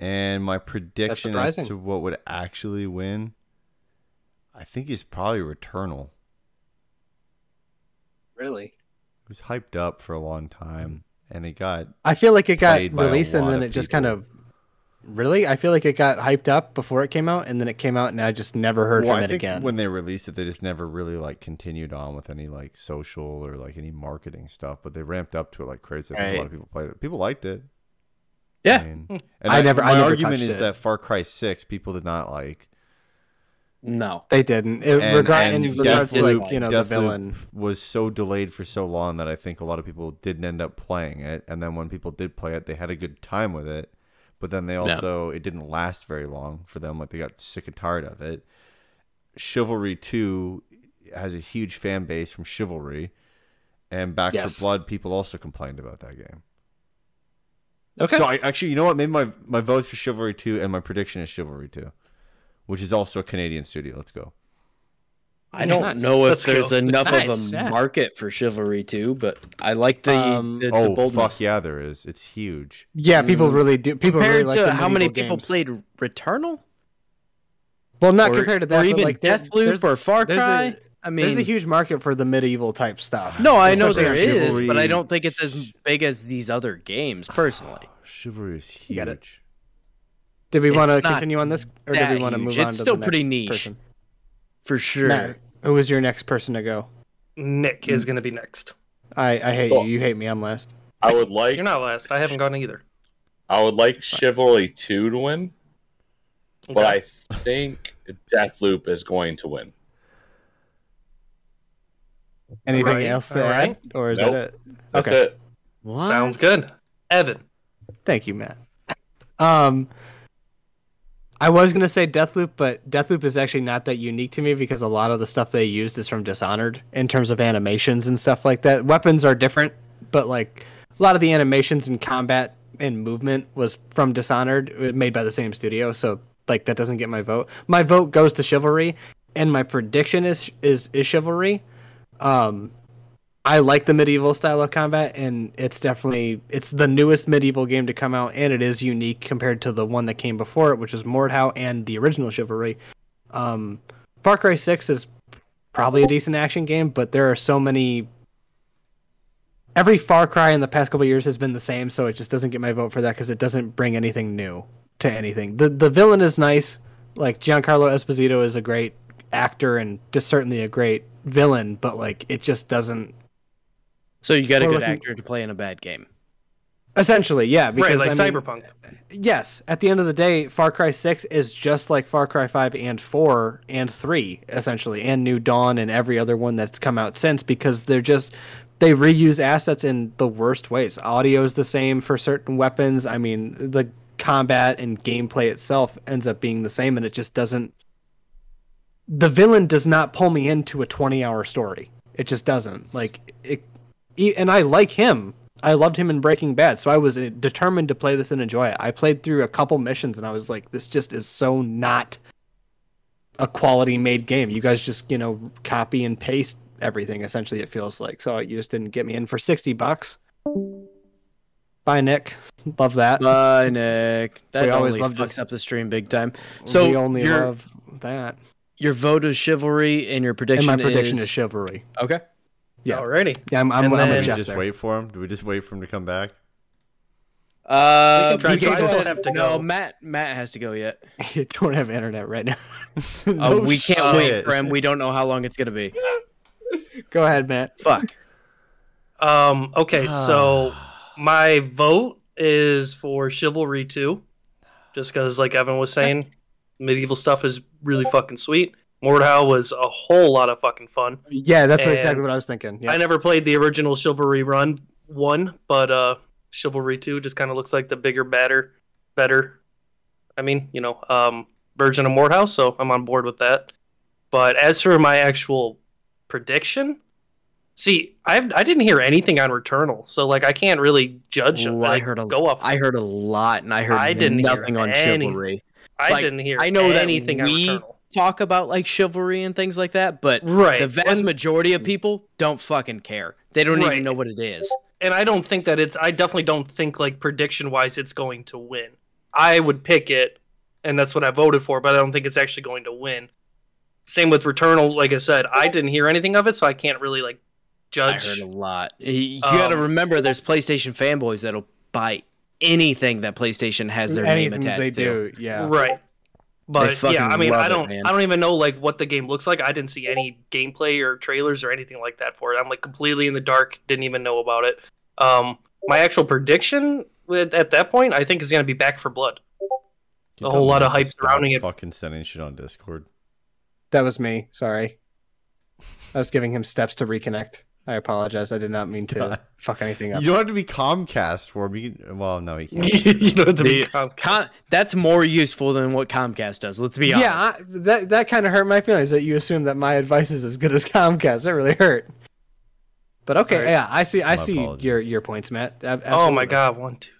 [SPEAKER 4] And my prediction as
[SPEAKER 5] surprising.
[SPEAKER 4] to what would actually win, I think is probably Returnal.
[SPEAKER 5] Really.
[SPEAKER 4] It was hyped up for a long time, and it got
[SPEAKER 5] I feel like it got
[SPEAKER 4] Played by a
[SPEAKER 5] released and
[SPEAKER 4] lot
[SPEAKER 5] then
[SPEAKER 4] of
[SPEAKER 5] it just
[SPEAKER 4] people.
[SPEAKER 5] kind of. Really, I feel like it got hyped up before it came out, and then it came out, and I just never heard
[SPEAKER 4] Well,
[SPEAKER 5] from
[SPEAKER 4] I
[SPEAKER 5] it
[SPEAKER 4] think
[SPEAKER 5] again.
[SPEAKER 4] When they released it, they just never really like continued on with any like social or like any marketing stuff. But they ramped up to it like crazy. I think A lot
[SPEAKER 3] Right.
[SPEAKER 4] of people played it. People liked it.
[SPEAKER 3] Yeah.
[SPEAKER 4] I mean,
[SPEAKER 6] Hmm.
[SPEAKER 4] and
[SPEAKER 5] I never-
[SPEAKER 4] My
[SPEAKER 5] I never
[SPEAKER 4] argument
[SPEAKER 5] touched
[SPEAKER 4] is
[SPEAKER 5] it.
[SPEAKER 4] that Far Cry Six people did not like.
[SPEAKER 3] No.
[SPEAKER 5] They didn't. It,
[SPEAKER 4] And-
[SPEAKER 5] regard,
[SPEAKER 4] and
[SPEAKER 5] in regards to
[SPEAKER 3] Deathloop-
[SPEAKER 5] like, you know
[SPEAKER 4] Deathloop
[SPEAKER 5] the villain.
[SPEAKER 4] was so delayed for so long that I think a lot of people didn't end up playing it. And then when people did play it, they had a good time with it. But then they also it didn't last very long for them. Like they got sick and tired of it. Chivalry Two has a huge fan base from Chivalry, and Back
[SPEAKER 3] Yes.
[SPEAKER 4] for Blood people also complained about that game.
[SPEAKER 5] Okay.
[SPEAKER 4] So I actually, you know what? Maybe my my vote's for Chivalry Two, and my prediction is Chivalry Two, which is also a Canadian studio. Let's go.
[SPEAKER 3] I don't
[SPEAKER 5] Nice.
[SPEAKER 3] know if
[SPEAKER 6] Let's go.
[SPEAKER 3] there's enough
[SPEAKER 5] Nice,
[SPEAKER 3] of a
[SPEAKER 5] yeah.
[SPEAKER 3] market for Chivalry 2, but I like the,
[SPEAKER 5] Um,
[SPEAKER 3] the, the
[SPEAKER 4] oh
[SPEAKER 3] boldness.
[SPEAKER 4] fuck yeah, there is. It's huge.
[SPEAKER 5] Yeah, people
[SPEAKER 3] Mm.
[SPEAKER 5] really do. People
[SPEAKER 3] Compared
[SPEAKER 5] really like
[SPEAKER 3] to
[SPEAKER 5] the
[SPEAKER 3] how many people
[SPEAKER 5] medieval games.
[SPEAKER 3] played Returnal?
[SPEAKER 5] Well, not
[SPEAKER 3] Or-
[SPEAKER 5] compared to that,
[SPEAKER 3] or
[SPEAKER 5] but
[SPEAKER 3] even
[SPEAKER 5] like there-
[SPEAKER 3] Deathloop
[SPEAKER 5] there's-
[SPEAKER 3] or Far
[SPEAKER 5] there's a-
[SPEAKER 3] Cry. I mean,
[SPEAKER 5] there's a huge market for the medieval type stuff.
[SPEAKER 3] no, I know there
[SPEAKER 5] especially on
[SPEAKER 3] is, but I
[SPEAKER 4] Chivalry.
[SPEAKER 3] don't think it's as big as these other games personally.
[SPEAKER 4] Chivalry is
[SPEAKER 5] You got it.
[SPEAKER 4] huge.
[SPEAKER 5] Did we want to
[SPEAKER 3] It's not
[SPEAKER 5] continue on this, or did
[SPEAKER 3] that
[SPEAKER 5] we want to
[SPEAKER 3] huge.
[SPEAKER 5] move
[SPEAKER 3] It's
[SPEAKER 5] on? to
[SPEAKER 3] still
[SPEAKER 5] the
[SPEAKER 3] pretty
[SPEAKER 5] next
[SPEAKER 3] niche.
[SPEAKER 5] Person?
[SPEAKER 3] For sure.
[SPEAKER 5] Matt, who was your next person to go?
[SPEAKER 6] Nick is going to be next.
[SPEAKER 5] I, I hate
[SPEAKER 2] Cool.
[SPEAKER 5] you. You hate me. I'm last.
[SPEAKER 2] I would like
[SPEAKER 6] You're not last. I haven't gone either.
[SPEAKER 2] I would like Chivalry two to win, but I think Deathloop is going to win.
[SPEAKER 5] Anything
[SPEAKER 6] Right,
[SPEAKER 5] else to
[SPEAKER 6] alright.
[SPEAKER 5] add, or is
[SPEAKER 2] Nope.
[SPEAKER 5] that it?
[SPEAKER 2] That's
[SPEAKER 5] Okay.
[SPEAKER 2] it.
[SPEAKER 6] Sounds good. Evan.
[SPEAKER 5] Thank you, Matt. Um, I was gonna say Deathloop, but Deathloop is actually not that unique to me because a lot of the stuff they used is from Dishonored in terms of animations and stuff like that. Weapons are different, but like a lot of the animations and combat and movement was from Dishonored, uh, made by the same studio. So like that doesn't get my vote. My vote goes to Chivalry, and my prediction is is is Chivalry. Um, I like the medieval style of combat, and it's definitely it's the newest medieval game to come out, and it is unique compared to the one that came before it, which was Mordhau and the original Chivalry. Um, Far Cry Six is probably a decent action game, but there are so many. Every Far Cry in the past couple years has been the same, so it just doesn't get my vote for that because it doesn't bring anything new to anything. the The villain is nice, like Giancarlo Esposito is a great actor and just certainly a great villain, but like it just doesn't
[SPEAKER 3] So you got a
[SPEAKER 5] We're
[SPEAKER 3] good
[SPEAKER 5] looking-
[SPEAKER 3] actor to play in a bad game.
[SPEAKER 5] Essentially, yeah,
[SPEAKER 6] Right,
[SPEAKER 5] because
[SPEAKER 6] like
[SPEAKER 5] I mean,
[SPEAKER 6] Cyberpunk.
[SPEAKER 5] Yes, at the end of the day, Far Cry Six is just like Far Cry Five and Four and Three, essentially, and New Dawn and every other one that's come out since, because they're just they reuse assets in the worst ways. Audio is the same for certain weapons. I mean, the combat and gameplay itself ends up being the same, and it just doesn't. The villain does not pull me into a twenty-hour story. It just doesn't. Like it, e- and I like him. I loved him in Breaking Bad, so I was uh, determined to play this and enjoy it. I played through a couple missions and I was like, this just is so not a quality made game. You guys just, you know, copy and paste everything essentially it feels like. So you just didn't get me in for 60 bucks. Bye Nick. Love that.
[SPEAKER 3] Bye, Nick. That
[SPEAKER 5] We always
[SPEAKER 3] always
[SPEAKER 5] love to-
[SPEAKER 3] fucks up the stream big time. So
[SPEAKER 5] we only
[SPEAKER 3] your
[SPEAKER 5] love that.
[SPEAKER 3] your vote is chivalry, and your
[SPEAKER 5] And
[SPEAKER 3] prediction,
[SPEAKER 5] my prediction is,
[SPEAKER 3] is
[SPEAKER 5] chivalry.
[SPEAKER 3] okay.
[SPEAKER 5] Yeah.
[SPEAKER 6] Alrighty.
[SPEAKER 5] Yeah, I'm I'm,
[SPEAKER 6] And
[SPEAKER 5] I'm
[SPEAKER 6] then-
[SPEAKER 5] a
[SPEAKER 4] Did we
[SPEAKER 5] Jeff
[SPEAKER 4] just
[SPEAKER 5] there.
[SPEAKER 4] wait for him? Do we just wait for him to come back?
[SPEAKER 6] We
[SPEAKER 3] Uh,
[SPEAKER 6] can try
[SPEAKER 3] because-
[SPEAKER 6] to- you guys have to
[SPEAKER 3] no,
[SPEAKER 6] go.
[SPEAKER 3] Matt. Matt has to go yet.
[SPEAKER 5] you don't have internet right now. Oh.
[SPEAKER 3] Uh,
[SPEAKER 4] No
[SPEAKER 3] we can't wait
[SPEAKER 4] shit.
[SPEAKER 3] for him. We don't know how long it's gonna be.
[SPEAKER 5] Go ahead, Matt.
[SPEAKER 3] Fuck.
[SPEAKER 6] Um, okay, so my vote is for Chivalry 2, just because, like Evan was saying, medieval stuff is really fucking sweet. Mordhau was a whole lot of fucking fun.
[SPEAKER 5] Yeah, that's what-
[SPEAKER 6] And
[SPEAKER 5] exactly what I was thinking. Yeah.
[SPEAKER 6] I never played the original Chivalry Run 1, but uh, Chivalry 2 just kind of looks like the bigger, badder, better. I mean, you know, um, version of Mordhau, so I'm on board with that. But as for my actual prediction, see, I've, I didn't hear anything on Returnal, so like I can't really judge.
[SPEAKER 3] Ooh,
[SPEAKER 6] them.
[SPEAKER 3] I
[SPEAKER 6] Like,
[SPEAKER 3] heard a-
[SPEAKER 6] go up.
[SPEAKER 3] I heard a lot, and I heard
[SPEAKER 6] I didn't hear
[SPEAKER 3] nothing on
[SPEAKER 6] any-
[SPEAKER 3] chivalry.
[SPEAKER 6] I
[SPEAKER 3] like,
[SPEAKER 6] didn't hear.
[SPEAKER 3] I know that
[SPEAKER 6] anything
[SPEAKER 3] we-
[SPEAKER 6] on Returnal.
[SPEAKER 3] Talk about like chivalry and things like that, but
[SPEAKER 6] Right.
[SPEAKER 3] the vast
[SPEAKER 6] and,
[SPEAKER 3] majority of people don't fucking care. They don't
[SPEAKER 6] Right.
[SPEAKER 3] even know what it is.
[SPEAKER 6] and I don't think that it's. I definitely don't think like prediction wise it's going to win. I would pick it, and that's what I voted for. But I don't think it's actually going to win. Same with Returnal. Like I said, I didn't hear anything of it, so I can't really like
[SPEAKER 3] I
[SPEAKER 6] judge.
[SPEAKER 3] heard a lot. You, you got to
[SPEAKER 6] Um,
[SPEAKER 3] remember, there's PlayStation fanboys that'll buy anything that PlayStation has their name
[SPEAKER 5] Anything
[SPEAKER 3] attached
[SPEAKER 5] they
[SPEAKER 3] to.
[SPEAKER 5] do, yeah.
[SPEAKER 6] Right. But
[SPEAKER 3] fucking
[SPEAKER 6] yeah, I mean,
[SPEAKER 3] love
[SPEAKER 6] I
[SPEAKER 3] it,
[SPEAKER 6] don't,
[SPEAKER 3] man.
[SPEAKER 6] I don't even know like what the game looks like. I didn't see any gameplay or trailers or anything like that for it. I'm like completely in the dark. Didn't even know about it. Um, my actual prediction with, at that point, I think, is going to be Back for Blood.
[SPEAKER 4] You tell
[SPEAKER 6] A whole lot
[SPEAKER 4] Nick
[SPEAKER 6] of
[SPEAKER 4] to
[SPEAKER 6] hype
[SPEAKER 4] stop
[SPEAKER 6] surrounding it.
[SPEAKER 4] Fucking sending shit on Discord.
[SPEAKER 5] That was me. Sorry. I was giving him steps to reconnect. I apologize. I did not mean to fuck anything
[SPEAKER 4] You
[SPEAKER 5] up.
[SPEAKER 4] don't have to be Comcast for me. Well, no, you can't.
[SPEAKER 6] you know, to be
[SPEAKER 3] Yeah.
[SPEAKER 6] com-
[SPEAKER 3] Com- that's more useful than what Comcast does. Let's be honest.
[SPEAKER 5] Yeah, I, that that kind of hurt my feelings that you assume that my advice is as good as Comcast. That really hurt. But okay,
[SPEAKER 6] Alright.
[SPEAKER 5] yeah, I see. I
[SPEAKER 4] My
[SPEAKER 5] see
[SPEAKER 4] apologies.
[SPEAKER 5] your your points, Matt. Ab-
[SPEAKER 6] Oh my
[SPEAKER 5] absolutely.
[SPEAKER 6] god, one, two.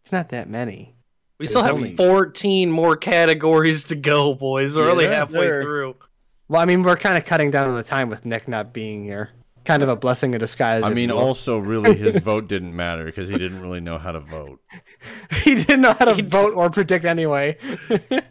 [SPEAKER 5] it's not that many.
[SPEAKER 6] We still have
[SPEAKER 4] only-
[SPEAKER 6] 14 more categories to go, boys. We're only
[SPEAKER 3] Yes,
[SPEAKER 6] halfway
[SPEAKER 3] sir.
[SPEAKER 6] through.
[SPEAKER 5] Well, I mean, we're kind of cutting down on the time with Nick not being here. Kind of a blessing in disguise.
[SPEAKER 4] I
[SPEAKER 5] if
[SPEAKER 4] mean,
[SPEAKER 5] you will.
[SPEAKER 4] also, really, his vote didn't matter because he didn't really know how to vote.
[SPEAKER 5] he didn't know how to vote or predict anyway.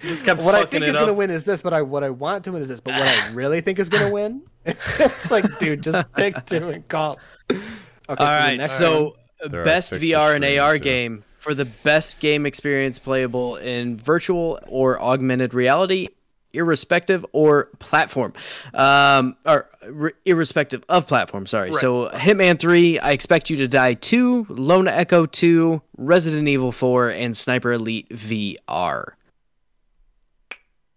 [SPEAKER 6] Just kept
[SPEAKER 5] what I
[SPEAKER 6] fucking
[SPEAKER 5] think
[SPEAKER 6] it
[SPEAKER 5] is going to
[SPEAKER 6] up.
[SPEAKER 5] win is this, but I what I want to win is this, but what I really think is going to win, it's like, dude, just pick two and call. Okay,
[SPEAKER 3] All
[SPEAKER 5] the
[SPEAKER 3] right,
[SPEAKER 5] next one-
[SPEAKER 3] so uh,
[SPEAKER 4] There are
[SPEAKER 3] best
[SPEAKER 4] six
[SPEAKER 3] VR and
[SPEAKER 4] extremes,
[SPEAKER 3] AR
[SPEAKER 4] yeah.
[SPEAKER 3] game for the best game experience playable in virtual or augmented reality, irrespective or platform, um, or r- irrespective of platform. Sorry.
[SPEAKER 6] Right.
[SPEAKER 3] So Hitman Three, I expect you to die. Two, Lone Echo Two, Resident Evil Four, and Sniper Elite VR.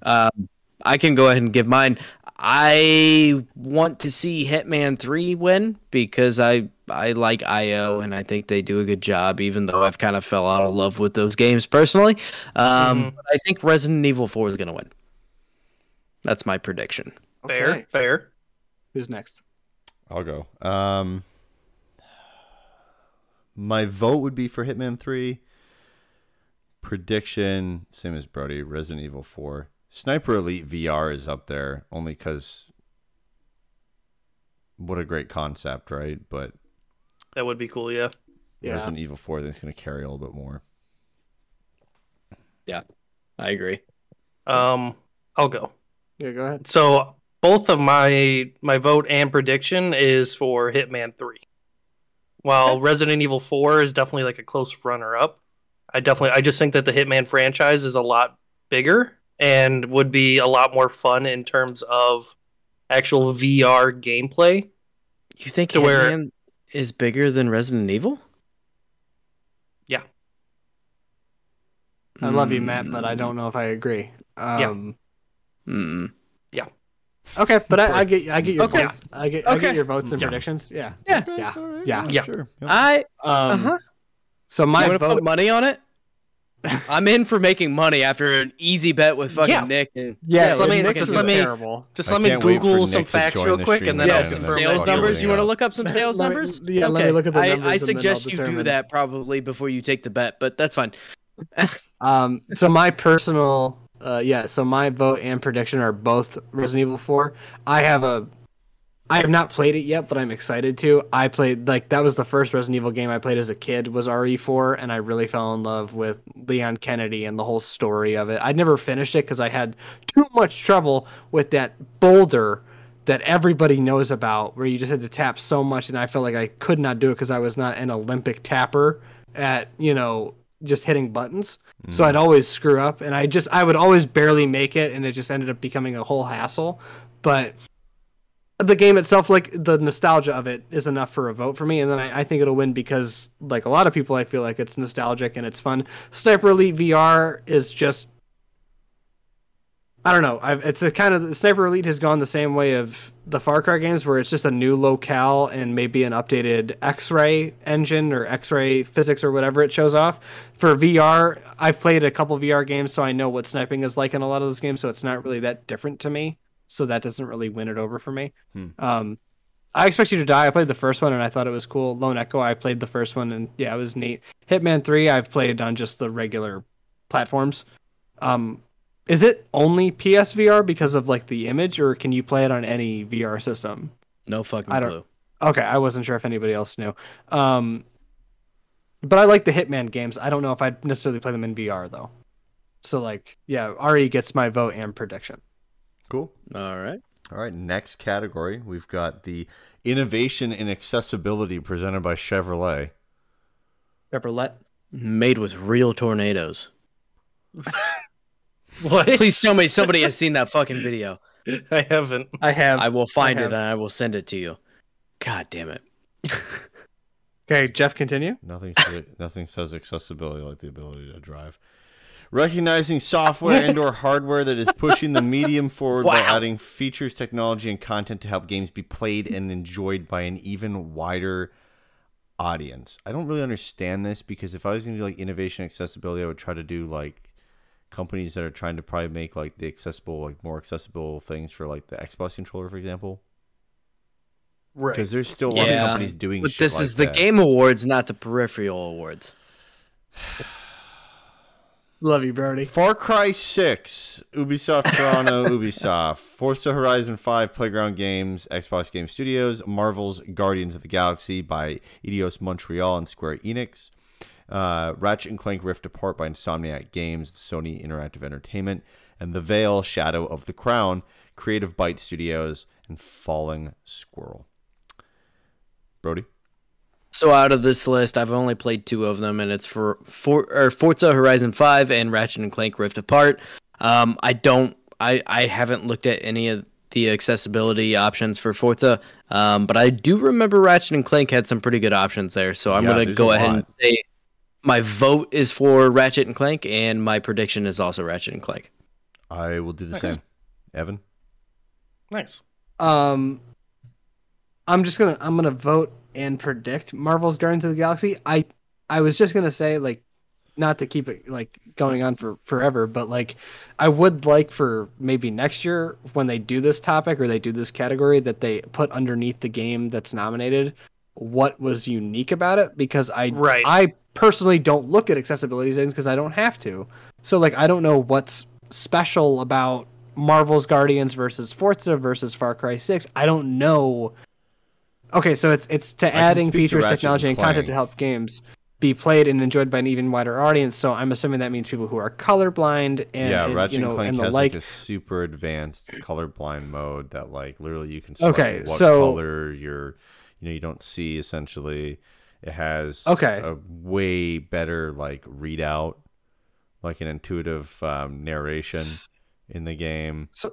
[SPEAKER 3] Um, I can go ahead and give mine. I want to see Hitman 3 win because I I like IO and I think they do a good job even though I've kind of fell out of love with those games personally. Um,
[SPEAKER 5] Mm-hmm.
[SPEAKER 3] but I think Resident Evil 4 is going to win. That's my prediction.
[SPEAKER 6] Fair,
[SPEAKER 5] Okay,
[SPEAKER 6] fair.
[SPEAKER 5] Who's next?
[SPEAKER 4] I'll go. Um, my vote would be for Hitman Three. Prediction: same as Brody. Resident Evil Four. Sniper Elite VR is up there only because what a great concept, right? But
[SPEAKER 6] That would be cool, yeah.
[SPEAKER 5] Yeah.
[SPEAKER 4] Resident Evil Four, then it's going to carry a little bit more.
[SPEAKER 3] I agree.
[SPEAKER 6] Um, I'll go.
[SPEAKER 5] Yeah, go ahead.
[SPEAKER 6] So both of my my vote and prediction is for Hitman Three. While Resident Evil Four is definitely like a close runner up, I definitely I just think that the Hitman franchise is a lot bigger and would be a lot more fun in terms of actual VR gameplay.
[SPEAKER 3] You think
[SPEAKER 6] To
[SPEAKER 3] Hitman
[SPEAKER 6] where-
[SPEAKER 3] is bigger than Resident Evil?
[SPEAKER 6] Yeah.
[SPEAKER 5] I love you, Matt, but I don't know if I agree. Um,
[SPEAKER 3] Mm.
[SPEAKER 5] Okay, but I, I get I get your
[SPEAKER 3] Okay.
[SPEAKER 5] points. I get I get
[SPEAKER 3] Okay.
[SPEAKER 5] your votes and
[SPEAKER 6] Yeah.
[SPEAKER 5] predictions. Yeah.
[SPEAKER 3] Yeah. Uh,
[SPEAKER 5] Yeah.
[SPEAKER 4] all right,
[SPEAKER 5] Yeah.
[SPEAKER 6] Yeah.
[SPEAKER 4] Sure. Yep.
[SPEAKER 3] I
[SPEAKER 5] Um,
[SPEAKER 3] Uh-huh.
[SPEAKER 5] So
[SPEAKER 3] my
[SPEAKER 5] my
[SPEAKER 3] you vote
[SPEAKER 5] vote.
[SPEAKER 3] put money on it. I'm in for making money after an easy bet with fucking
[SPEAKER 6] Yeah.
[SPEAKER 3] Nick and
[SPEAKER 5] Yes,
[SPEAKER 6] Yeah, let me-
[SPEAKER 5] Nick
[SPEAKER 6] just
[SPEAKER 5] is
[SPEAKER 6] let me-
[SPEAKER 5] terrible.
[SPEAKER 6] Just
[SPEAKER 4] I
[SPEAKER 6] let me
[SPEAKER 4] can't wait
[SPEAKER 6] Google
[SPEAKER 4] for
[SPEAKER 6] some
[SPEAKER 4] Nick to
[SPEAKER 6] facts
[SPEAKER 4] join
[SPEAKER 6] real
[SPEAKER 4] the
[SPEAKER 6] quick,
[SPEAKER 4] stream
[SPEAKER 6] and then
[SPEAKER 4] tonight
[SPEAKER 3] yeah,
[SPEAKER 6] I'll
[SPEAKER 4] and
[SPEAKER 3] some
[SPEAKER 4] then
[SPEAKER 3] sales
[SPEAKER 4] fuck
[SPEAKER 3] numbers.
[SPEAKER 4] everything
[SPEAKER 3] You want to
[SPEAKER 4] up.
[SPEAKER 3] look up some sales
[SPEAKER 5] Let me-
[SPEAKER 3] numbers?
[SPEAKER 5] yeah, let me look at the
[SPEAKER 3] I-
[SPEAKER 5] numbers
[SPEAKER 3] I,
[SPEAKER 5] and then I'll
[SPEAKER 3] suggest you do
[SPEAKER 5] determine.
[SPEAKER 3] that probably before you take the bet, but that's fine.
[SPEAKER 5] Um, so my personal, uh, yeah. So my vote and prediction are both Resident Evil Four. I have a, I have not played it yet, but I'm excited to. I played like that was the first Resident Evil game I played as a kid was RE Four, and I really fell in love with Leon Kennedy and the whole story of it. I never finished it because I had too much trouble with that boulder that everybody knows about where you just had to tap so much and I felt like I could not do it because I was not an Olympic tapper at, you know, just hitting buttons. So I'd always screw up and I just I would always barely make it and it just ended up becoming a whole hassle. But the game itself, like the nostalgia of it, is enough for a vote for me, and then I, I think it'll win because, like a lot of people, I feel like it's nostalgic and it's fun. Sniper Elite VR is just I don't know. I've, it's a kind of Sniper Elite has gone the same way of the Far Cry games, where it's just a new locale and maybe an updated X-ray engine or X-ray physics or whatever it shows off. For VR, I've played a couple VR games, so I know what sniping is like in a lot of those games. So it's not really that different to me. So that doesn't really win it over for me.
[SPEAKER 4] Hmm.
[SPEAKER 5] Um, I expect you to die. I played the first one and I thought it was cool. Lone Echo, I played the first one and yeah, it was neat. Hitman Three, I've played on just the regular platforms. Um, is it only PSVR because of like the image, or can you play it on any VR system?
[SPEAKER 3] No fucking
[SPEAKER 5] I don't-
[SPEAKER 3] clue.
[SPEAKER 5] Okay, I wasn't sure if anybody else knew. Um, but I like the Hitman games. I don't know if I'd necessarily play them in VR though. So like, yeah, Ari gets my vote and prediction.
[SPEAKER 4] Cool.
[SPEAKER 3] All right.
[SPEAKER 4] All right, next category, we've got the innovation in accessibility presented by Chevrolet.
[SPEAKER 5] Chevrolet.
[SPEAKER 3] Made with real tornadoes. what? Please tell me somebody has seen that fucking video.
[SPEAKER 6] I haven't.
[SPEAKER 5] I have.
[SPEAKER 3] I will find it
[SPEAKER 5] have.
[SPEAKER 3] and I will send it to you. God damn it.
[SPEAKER 5] Okay, Jeff, continue.
[SPEAKER 4] Nothing says, nothing says accessibility like the ability to drive. Recognizing software and or hardware that is pushing the medium forward by
[SPEAKER 3] Wow.
[SPEAKER 4] adding features, technology and content to help games be played and enjoyed by an even wider audience. I don't really understand this because if I was going to do like innovation and accessibility, I would try to do like companies that are trying to probably make like the accessible like more accessible things for like the Xbox controller for example.
[SPEAKER 6] Right.
[SPEAKER 4] Because there's still a lot of
[SPEAKER 3] Yeah.
[SPEAKER 4] companies doing
[SPEAKER 3] But
[SPEAKER 4] shit
[SPEAKER 3] this
[SPEAKER 4] like
[SPEAKER 3] is the
[SPEAKER 4] that.
[SPEAKER 3] Game Awards, not the Peripheral Awards.
[SPEAKER 5] Love you, Brody.
[SPEAKER 4] Far Cry 6, Ubisoft Toronto, Ubisoft, Forza Horizon 5, Playground Games, Xbox Game Studios, Marvel's Guardians of the Galaxy by Eidos Montreal and Square Enix, uh, Ratchet and Clank Rift Apart by Insomniac Games, Sony Interactive Entertainment, and The Veil Shadow of the Crown, Creative Bite Studios, and Falling Squirrel. Brody?
[SPEAKER 3] So out of this list, I've only played two of them, and it's for, for or Forza Horizon Five and Ratchet and Clank Rift Apart. Um, I don't, I, I haven't looked at any of the accessibility options for Forza, um, but I do remember Ratchet and Clank had some pretty good options there. So I'm
[SPEAKER 4] Yeah,
[SPEAKER 3] gonna
[SPEAKER 4] there's
[SPEAKER 3] go
[SPEAKER 4] a
[SPEAKER 3] ahead and
[SPEAKER 4] lot.
[SPEAKER 3] say my vote is for Ratchet and Clank, and my prediction is also Ratchet and Clank.
[SPEAKER 4] I will do the
[SPEAKER 6] Thanks.
[SPEAKER 4] same. Evan?
[SPEAKER 6] Nice.
[SPEAKER 5] Um, I'm just gonna I'm gonna vote and predict Marvel's Guardians of the Galaxy. I I was just gonna say like, not to keep it like going on for forever, but like, I would like for maybe next year when they do this topic or they do this category that they put underneath the game that's nominated what was unique about it because I
[SPEAKER 6] Right.
[SPEAKER 5] I personally don't look at accessibility things because I don't have to. So like I don't know what's special about Marvel's Guardians versus Forza versus Far Cry 6. I don't know. Okay, so it's it's to
[SPEAKER 4] can
[SPEAKER 5] adding
[SPEAKER 4] speak to
[SPEAKER 5] features,
[SPEAKER 4] Ratchet
[SPEAKER 5] technology,
[SPEAKER 4] and
[SPEAKER 5] and content
[SPEAKER 4] Clank.
[SPEAKER 5] to help games be played and enjoyed by an even wider audience. So I'm assuming that means people who are colorblind and,
[SPEAKER 4] yeah,
[SPEAKER 5] and,
[SPEAKER 4] Ratchet
[SPEAKER 5] you know
[SPEAKER 4] and Clank
[SPEAKER 5] and the
[SPEAKER 4] has
[SPEAKER 5] like.
[SPEAKER 4] a super advanced colorblind mode that like literally you can select
[SPEAKER 5] Okay,
[SPEAKER 4] what
[SPEAKER 5] so-
[SPEAKER 4] color you're you know you don't see essentially. It has
[SPEAKER 5] Okay.
[SPEAKER 4] a way better like readout, like an intuitive um, narration in the game.
[SPEAKER 5] so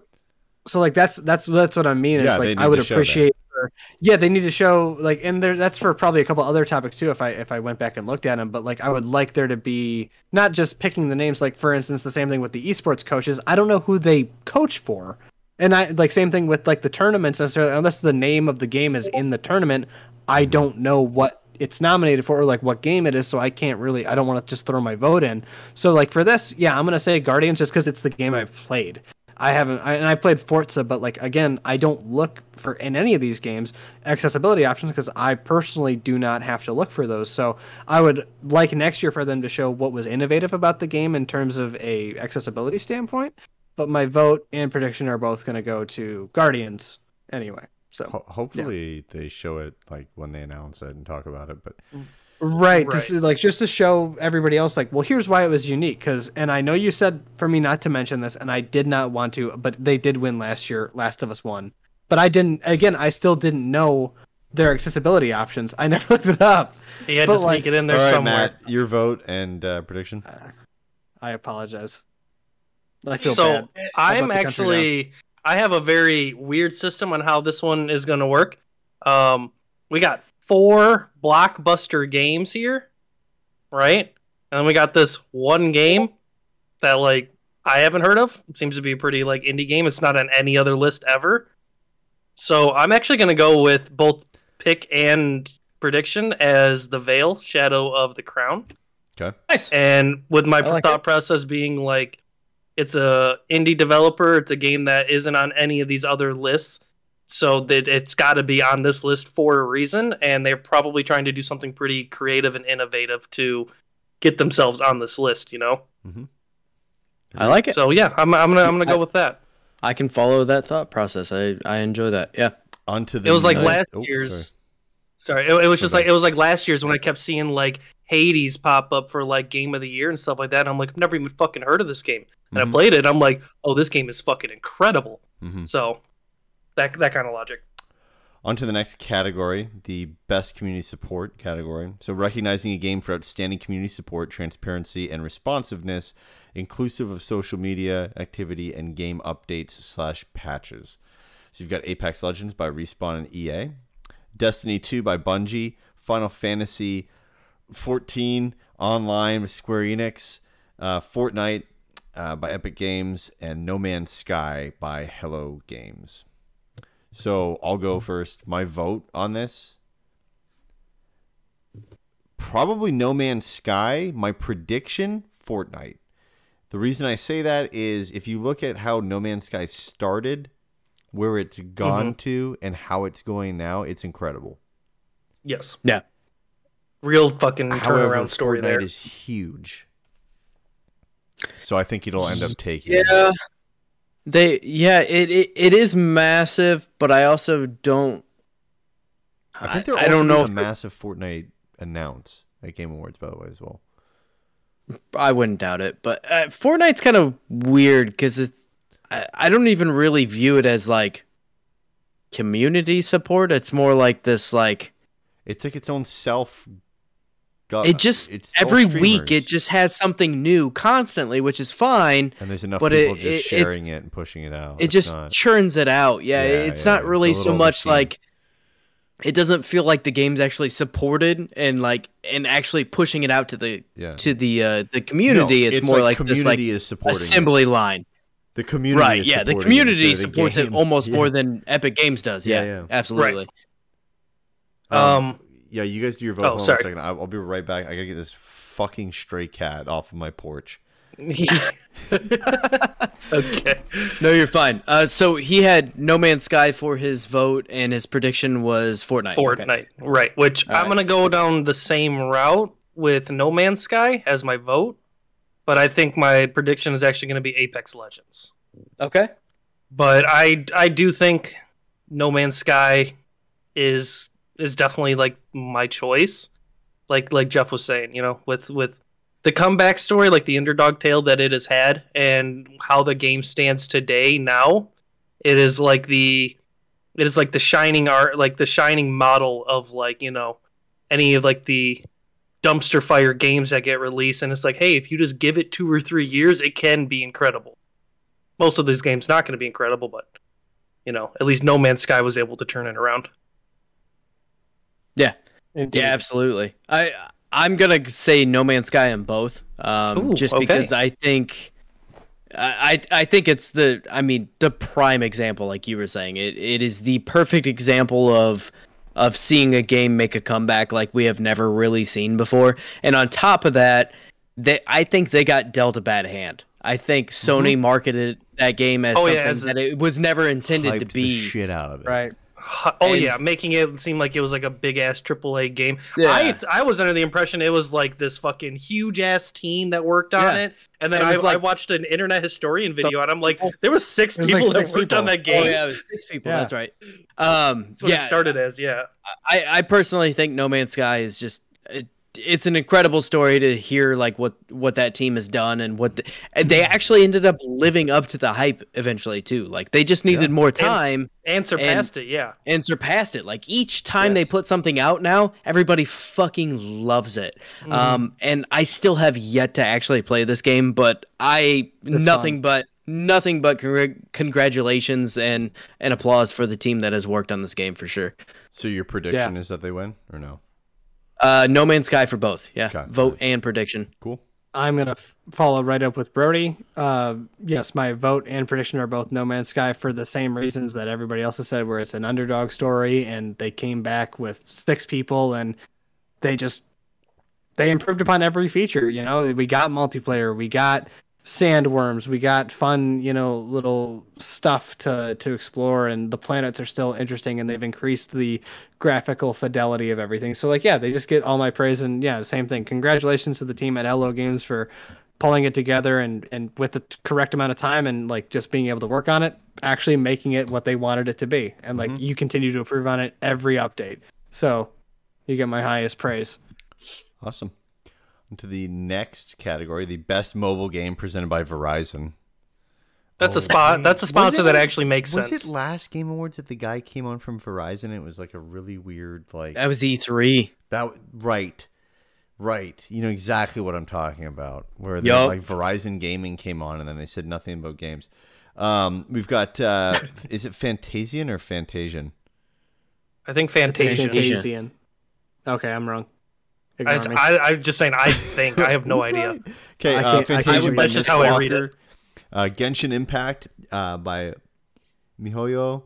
[SPEAKER 5] like that's that's that's what I mean. It's
[SPEAKER 4] Yeah, they
[SPEAKER 5] like
[SPEAKER 4] need
[SPEAKER 5] I would
[SPEAKER 4] to show that.
[SPEAKER 5] appreciate. for- yeah, they need to show like, and there that's for probably a couple other topics too. If I if I went back and looked at them, but like I would like there to be not just picking the names. Like for instance, the same thing with the esports coaches. I don't know who they coach for, and I like same thing with like the tournaments necessarily. Unless the name of the game is in the tournament, I
[SPEAKER 4] Mm-hmm.
[SPEAKER 5] don't know what it's nominated for or like what game it is. So I can't really. I don't want to just throw my vote in. So like for this, yeah, I'm gonna say Guardians just because it's the game I've played. I haven't, I, and I played Forza, but like again, I don't look for in any of these games accessibility options because I personally do not have to look for those. So I would like next year for them to show what was innovative about the game in terms of a accessibility standpoint. But my vote and prediction are both going to go to Guardians anyway. So
[SPEAKER 4] Ho- hopefully they show it like when they announce it and talk about it. But
[SPEAKER 5] right,
[SPEAKER 6] Right.
[SPEAKER 5] just to, like just to show everybody else, like, well, here's why it was unique. Because, and I know you said for me not to mention this, and I did not want to, but they did win last year. Last of Us won, but I didn't. Again, I still didn't know their accessibility options. I never looked it up.
[SPEAKER 6] He had
[SPEAKER 5] But,
[SPEAKER 6] to sneak
[SPEAKER 5] like-
[SPEAKER 6] it in there
[SPEAKER 4] all right,
[SPEAKER 6] somewhere.
[SPEAKER 4] Matt, your vote and uh, prediction.
[SPEAKER 5] I apologize. I feel
[SPEAKER 6] so
[SPEAKER 5] bad.
[SPEAKER 6] I'm
[SPEAKER 5] let the country down.
[SPEAKER 6] actually I have a very weird system on how this one is going to work. Um, we got four blockbuster games here, right? And then we got this one game that like I haven't heard of. It seems to be a pretty like indie game. It's not on any other list ever. So I'm actually going to go with both pick and prediction as the veil shadow of the crown
[SPEAKER 3] Nice.
[SPEAKER 6] and with my
[SPEAKER 3] I like
[SPEAKER 6] thought process being like it's a indie developer it's a game that isn't on any of these other lists so that it's got to be on this list for a reason and they're probably trying to do something pretty creative and innovative to get themselves on this list you know
[SPEAKER 3] I like it.
[SPEAKER 6] so yeah i'm, I'm gonna i'm gonna go with that
[SPEAKER 3] I can follow that thought process. I I enjoy that. Yeah.
[SPEAKER 4] Onto the
[SPEAKER 6] it was like
[SPEAKER 4] ninth-
[SPEAKER 6] last
[SPEAKER 4] oh,
[SPEAKER 6] year's
[SPEAKER 4] sorry.
[SPEAKER 6] sorry, it, it was just
[SPEAKER 4] Okay.
[SPEAKER 6] like it was like last year's when i kept seeing like hades pop up for like game of the year and stuff like that and i'm like i've never even fucking heard of this game and
[SPEAKER 4] Mhm.
[SPEAKER 6] i played it i'm like oh this game is fucking incredible
[SPEAKER 4] Mhm.
[SPEAKER 6] so that that kind of logic
[SPEAKER 4] On to the next category, the best community support category. So, recognizing a game for outstanding community support, transparency, and responsiveness, inclusive of social media activity and game updates slash patches. So, you've got Apex Legends by Respawn and EA, Destiny 2 by Bungie, Final Fantasy 14 online with Square Enix, uh, Fortnite uh, by Epic Games, and No Man's Sky by Hello Games. So I'll go first. My vote on this probably No Man's Sky. My prediction Fortnite. The reason I say that is if you look at how No Man's Sky started, where it's gone to, and how it's going now, it's incredible.
[SPEAKER 6] yes
[SPEAKER 3] Yeah.
[SPEAKER 6] real fucking turnaround
[SPEAKER 4] However,
[SPEAKER 6] story
[SPEAKER 4] Fortnite
[SPEAKER 6] there
[SPEAKER 4] is huge. So I think it'll end up taking. it.
[SPEAKER 3] Yeah. They yeah, it, it it is massive, but I also don't
[SPEAKER 4] I think they're.
[SPEAKER 3] I don't
[SPEAKER 4] also
[SPEAKER 3] know
[SPEAKER 4] doing
[SPEAKER 3] if-
[SPEAKER 4] a massive Fortnite announce at Game Awards, by the way, as well.
[SPEAKER 3] I wouldn't doubt it, but uh, Fortnite's kind of weird cuz it's I, I don't even really view it as like community support. It's more like this like
[SPEAKER 4] It took its own self. gu-
[SPEAKER 3] it just
[SPEAKER 4] Uh, its own
[SPEAKER 3] every week it
[SPEAKER 4] streamers,
[SPEAKER 3] just has something new constantly, which is fine.
[SPEAKER 4] and there's enough
[SPEAKER 3] but
[SPEAKER 4] people
[SPEAKER 3] it-
[SPEAKER 4] just
[SPEAKER 3] it- it's-
[SPEAKER 4] sharing it and pushing it out. Oh,
[SPEAKER 3] it
[SPEAKER 4] It's
[SPEAKER 3] just
[SPEAKER 4] not-
[SPEAKER 3] churns it out. Yeah,
[SPEAKER 4] Yeah,
[SPEAKER 3] it's
[SPEAKER 4] yeah,
[SPEAKER 3] not
[SPEAKER 4] it's
[SPEAKER 3] really
[SPEAKER 4] a
[SPEAKER 3] so
[SPEAKER 4] little
[SPEAKER 3] much
[SPEAKER 4] overseen.
[SPEAKER 3] like it doesn't feel like the game's actually supported and like and actually pushing it out to the
[SPEAKER 4] yeah.
[SPEAKER 3] to the uh the community.
[SPEAKER 4] No,
[SPEAKER 3] it's, more like this like
[SPEAKER 4] community is supporting it.
[SPEAKER 3] assembly line.
[SPEAKER 4] The community,
[SPEAKER 3] Right.
[SPEAKER 4] is
[SPEAKER 3] Yeah, the
[SPEAKER 4] supporting it instead
[SPEAKER 3] community
[SPEAKER 4] of the
[SPEAKER 3] supports it
[SPEAKER 4] game.
[SPEAKER 3] almost
[SPEAKER 4] Yeah.
[SPEAKER 3] more than Epic Games does.
[SPEAKER 4] Yeah,
[SPEAKER 3] Yeah.
[SPEAKER 4] yeah.
[SPEAKER 3] Absolutely.
[SPEAKER 4] oh.
[SPEAKER 6] Um,
[SPEAKER 4] yeah, you guys do your vote.
[SPEAKER 6] oh,
[SPEAKER 4] Hold on
[SPEAKER 6] sorry.
[SPEAKER 4] a second. I- I'll be right back. I gotta get this fucking stray cat off of my porch.
[SPEAKER 6] okay.
[SPEAKER 3] No, you're fine. Uh so he had No Man's Sky for his vote and his prediction was Fortnite. Okay.
[SPEAKER 6] Fortnite, right? Which
[SPEAKER 3] All
[SPEAKER 6] I'm
[SPEAKER 3] right.
[SPEAKER 6] gonna go down the same route with No Man's Sky as my vote, but I think my prediction is actually gonna be Apex Legends.
[SPEAKER 3] Okay.
[SPEAKER 6] But I I do think No Man's Sky is is definitely like my choice, like like Jeff was saying, you know, with with the comeback story, like the underdog tale that it has had, and how the game stands today now, it is like the it is like the shining art, like the shining model of like you know any of like the dumpster fire games that get released, and it's like, hey, if you just give it two or three years, it can be incredible. Most of these games not going to be incredible, but you know, at least No Man's Sky was able to turn it around.
[SPEAKER 3] Yeah, absolutely. I I'm gonna say No Man's Sky in both, um,
[SPEAKER 6] Ooh,
[SPEAKER 3] just
[SPEAKER 6] okay.
[SPEAKER 3] because I think I I I think it's the I mean the prime example, like you were saying. It it is the perfect example of of seeing a game make a comeback like we have never really seen before. And on top of that, they I think they got dealt a bad hand. I think Sony marketed that game as
[SPEAKER 6] Mm-hmm. Oh, yeah,
[SPEAKER 3] something
[SPEAKER 6] as a-
[SPEAKER 3] that it was never intended to
[SPEAKER 4] Hyped
[SPEAKER 3] be.
[SPEAKER 4] the shit out of it.
[SPEAKER 5] Right.
[SPEAKER 6] Huh, Oh
[SPEAKER 3] And-
[SPEAKER 6] yeah, making it seem like it was like a big ass AAA game.
[SPEAKER 3] Yeah.
[SPEAKER 6] I I was under the impression it was like this fucking huge ass team that worked on
[SPEAKER 3] Yeah.
[SPEAKER 6] it, and then
[SPEAKER 3] It
[SPEAKER 6] I,
[SPEAKER 3] was like-
[SPEAKER 6] I watched an internet historian video, and I'm like, there was six
[SPEAKER 5] It was,
[SPEAKER 6] people
[SPEAKER 5] like, six
[SPEAKER 6] that worked on
[SPEAKER 5] people.
[SPEAKER 6] that game.
[SPEAKER 3] Oh yeah, it was six people.
[SPEAKER 5] Yeah.
[SPEAKER 3] That's right. Um,
[SPEAKER 6] That's what
[SPEAKER 3] yeah,
[SPEAKER 6] it started as. Yeah,
[SPEAKER 3] I, I personally think No Man's Sky is just it, it's an incredible story to hear like what what that team has done and what the, and they
[SPEAKER 6] Mm-hmm.
[SPEAKER 3] actually ended up living up to the hype eventually too. Like they just needed more time
[SPEAKER 6] and surpassed it. Yeah,
[SPEAKER 3] and surpassed it. Like each
[SPEAKER 6] Yes.
[SPEAKER 3] time they put something out now, everybody fucking loves it.
[SPEAKER 6] Mm-hmm.
[SPEAKER 3] Um, and I still have yet to actually play this game, but I nothing but nothing but congr- congratulations and and applause for the team that has worked on this game for sure.
[SPEAKER 4] So your prediction is that they win or no?
[SPEAKER 3] Uh, No Man's Sky for both. Yeah,
[SPEAKER 4] Okay.
[SPEAKER 3] vote and prediction.
[SPEAKER 4] Cool.
[SPEAKER 5] I'm gonna f- follow right up with Brody. Uh, yes, my vote and prediction are both No Man's Sky for the same reasons that everybody else has said, where it's an underdog story and they came back with six people and they just they improved upon every feature. You know, we got multiplayer, we got sandworms, we got fun, you know, little stuff to to explore, and the planets are still interesting, and they've increased the graphical fidelity of everything. So like, yeah, they just get all my praise, and yeah, same thing. Congratulations to the team at Hello Games for pulling it together and and with the correct amount of time and like just being able to work on it actually making it what they wanted it to be and like you continue to improve on it every update so you get my highest praise
[SPEAKER 4] Awesome. On to the next category, the best mobile game presented by Verizon.
[SPEAKER 6] that's
[SPEAKER 4] Oh,
[SPEAKER 6] a spot.
[SPEAKER 4] wait.
[SPEAKER 6] That's a
[SPEAKER 4] Was
[SPEAKER 6] sponsor
[SPEAKER 4] it-
[SPEAKER 6] that actually makes
[SPEAKER 4] was
[SPEAKER 6] sense.
[SPEAKER 4] it last Game Awards that the guy came on from Verizon? and It was like a really weird, like
[SPEAKER 3] That was E three.
[SPEAKER 4] that. Right, right. You know exactly what I'm talking about. Where the,
[SPEAKER 3] Yup.
[SPEAKER 4] like Verizon Gaming came on, and then they said nothing about games. Um, we've got uh, is it Fantasian or Fantasian?
[SPEAKER 6] I think Fantasia.
[SPEAKER 3] Fantasia.
[SPEAKER 5] Fantasian. okay i'm wrong
[SPEAKER 6] I,
[SPEAKER 5] Ignore me.
[SPEAKER 6] I, I'm just saying. I think I have no idea.
[SPEAKER 4] Okay,
[SPEAKER 5] I
[SPEAKER 4] uh,
[SPEAKER 5] can't- I can't
[SPEAKER 4] Fantasia
[SPEAKER 5] read
[SPEAKER 4] by
[SPEAKER 5] That's
[SPEAKER 6] just
[SPEAKER 4] Nick
[SPEAKER 6] how I read
[SPEAKER 4] Walker. Uh, Genshin Impact uh, by Mihoyo,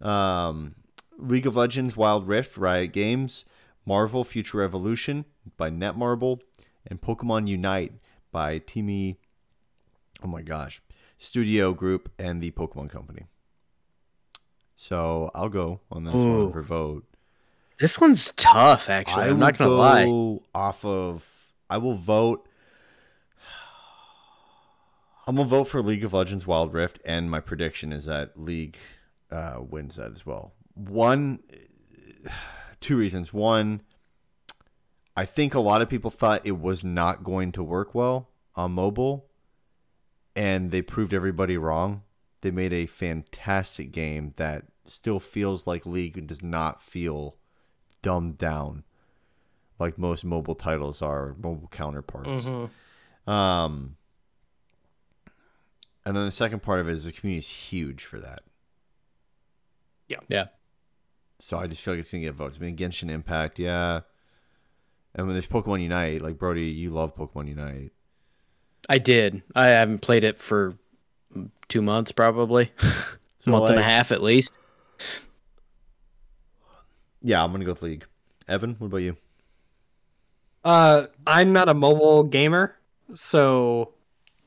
[SPEAKER 4] um, League of Legends Wild Rift, Riot Games, Marvel Future Evolution by Netmarble, and Pokemon Unite by Teamy. Oh my gosh, Studio Group and the Pokemon Company. So I'll go on this one
[SPEAKER 3] Ooh.
[SPEAKER 4] for vote.
[SPEAKER 3] This one's tough, actually. I'm not gonna
[SPEAKER 4] will
[SPEAKER 3] lie.
[SPEAKER 4] go Off of, I will vote. I'm gonna vote for League of Legends Wild Rift, and my prediction is that League uh, wins that as well. One, two reasons. One, I think a lot of people thought it was not going to work well on mobile, and they proved everybody wrong. They made a fantastic game that still feels like League and does not feel dumbed down like most mobile titles are, mobile counterparts.
[SPEAKER 6] Mhm.
[SPEAKER 4] Um, and then the second part of it is the community is huge for that.
[SPEAKER 3] Yeah.
[SPEAKER 4] So I just feel like it's gonna get votes. I mean, Genshin Impact, yeah. And when there's Pokemon Unite, like Brody, you love Pokemon Unite.
[SPEAKER 3] I did. I haven't played it for two months, probably
[SPEAKER 4] So,
[SPEAKER 3] month and a
[SPEAKER 4] like,
[SPEAKER 3] half at least.
[SPEAKER 4] Yeah, I'm gonna go with League. Evan, what about you?
[SPEAKER 5] Uh, I'm not a mobile gamer, so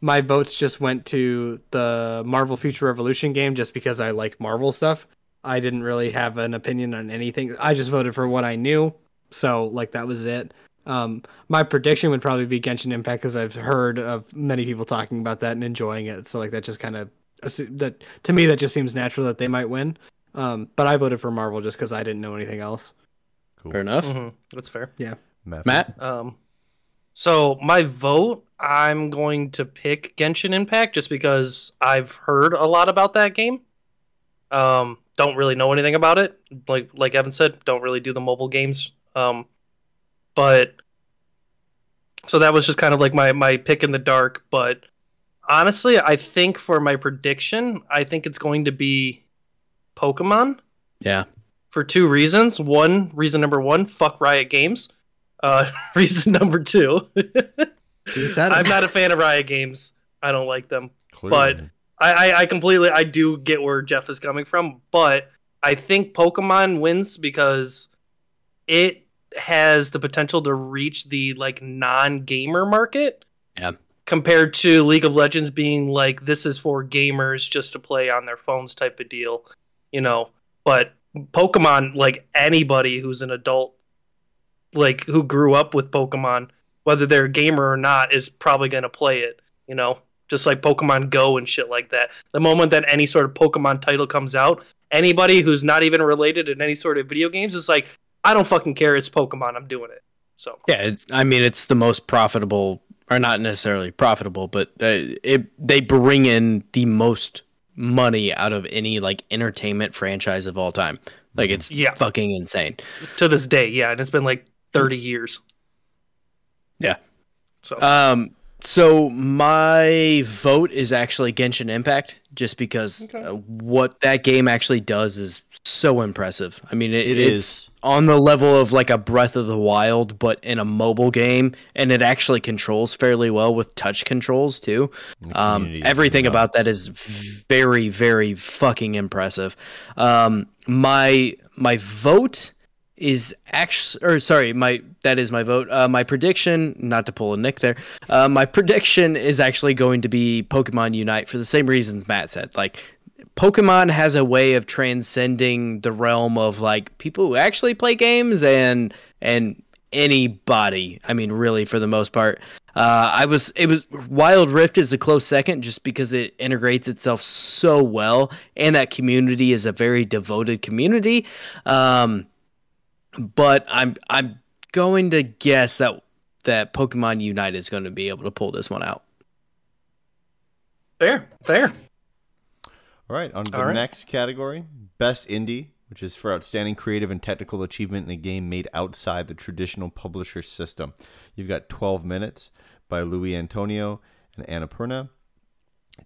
[SPEAKER 5] my votes just went to the Marvel Future Revolution game just because I like Marvel stuff. I didn't really have an opinion on anything. I just voted for what I knew, so like that was it. Um, my prediction would probably be Genshin Impact because I've heard of many people talking about that and enjoying it. So like that just kind of that to me that just seems natural that they might win. Um, but I voted for Marvel just because I didn't know anything else.
[SPEAKER 4] Cool.
[SPEAKER 3] Fair enough.
[SPEAKER 6] Mhm. That's fair.
[SPEAKER 4] Matt.
[SPEAKER 3] Er, Matt,
[SPEAKER 6] Um, so my vote, I'm going to pick Genshin Impact just because I've heard a lot about that game. Um, don't really know anything about it. Like like Evan said, don't really do the mobile games. Um, but so that was just kind of like my my pick in the dark. But honestly, I think for my prediction, I think it's going to be Pokemon
[SPEAKER 3] yeah,
[SPEAKER 6] for two reasons. One reason number one, fuck Riot Games. Uh, reason number two,
[SPEAKER 5] He said it.
[SPEAKER 6] I'm not a fan of Riot Games. I don't like them.
[SPEAKER 4] Clearly.
[SPEAKER 6] but- I, I, I completely I do get where Jeff is coming from, but I think Pokemon wins because it has the potential to reach the like non-gamer market.
[SPEAKER 3] Yeah.
[SPEAKER 6] Compared to League of Legends being like this is for gamers just to play on their phones type of deal, you know. But Pokemon, like anybody who's an adult, like who grew up with Pokemon, whether they're a gamer or not, is probably gonna play it, you know just like Pokemon Go and shit like that. The moment that any sort of Pokemon title comes out, anybody who's not even related in any sort of video games is like, I don't fucking care. It's Pokemon. I'm doing it. So
[SPEAKER 3] yeah. It, I mean, it's the most profitable, or not necessarily profitable, but uh, it they bring in the most money out of any like entertainment franchise of all time. Like it's
[SPEAKER 4] Mm-hmm.
[SPEAKER 6] Yeah.
[SPEAKER 3] fucking insane.
[SPEAKER 6] to this day, yeah, and it's been like 30 years.
[SPEAKER 3] Yeah.
[SPEAKER 6] So
[SPEAKER 3] Um, so my vote is actually Genshin Impact, just because uh, what that game actually does is so impressive. I mean, it,
[SPEAKER 4] It
[SPEAKER 3] it's
[SPEAKER 4] is.
[SPEAKER 3] on the level of like a Breath of the Wild, but in a mobile game, and it actually controls fairly well with touch controls too.
[SPEAKER 4] And the
[SPEAKER 3] Um,
[SPEAKER 4] community is
[SPEAKER 3] everything
[SPEAKER 4] nuts.
[SPEAKER 3] about that is very, very fucking impressive. Um, my my vote is actually, or sorry, my that is my vote. Uh, my prediction, not to pull a Nick there, uh, my prediction is actually going to be Pokemon Unite for the same reasons Matt said. Like, Pokemon has a way of transcending the realm of like people who actually play games and and anybody. I mean, really, for the most part. Uh, I was it was Wild Rift is a close second just because it integrates itself so well, and that community is a very devoted community. Um, but I'm I'm going to guess that that Pokemon Unite is going to be able to pull this one out.
[SPEAKER 6] fair, fair.
[SPEAKER 4] All right, on to the
[SPEAKER 6] All right.
[SPEAKER 4] next category, best indie, which is for outstanding creative and technical achievement in a game made outside the traditional publisher system. You've got 12 Minutes by Louis Antonio and Annapurna,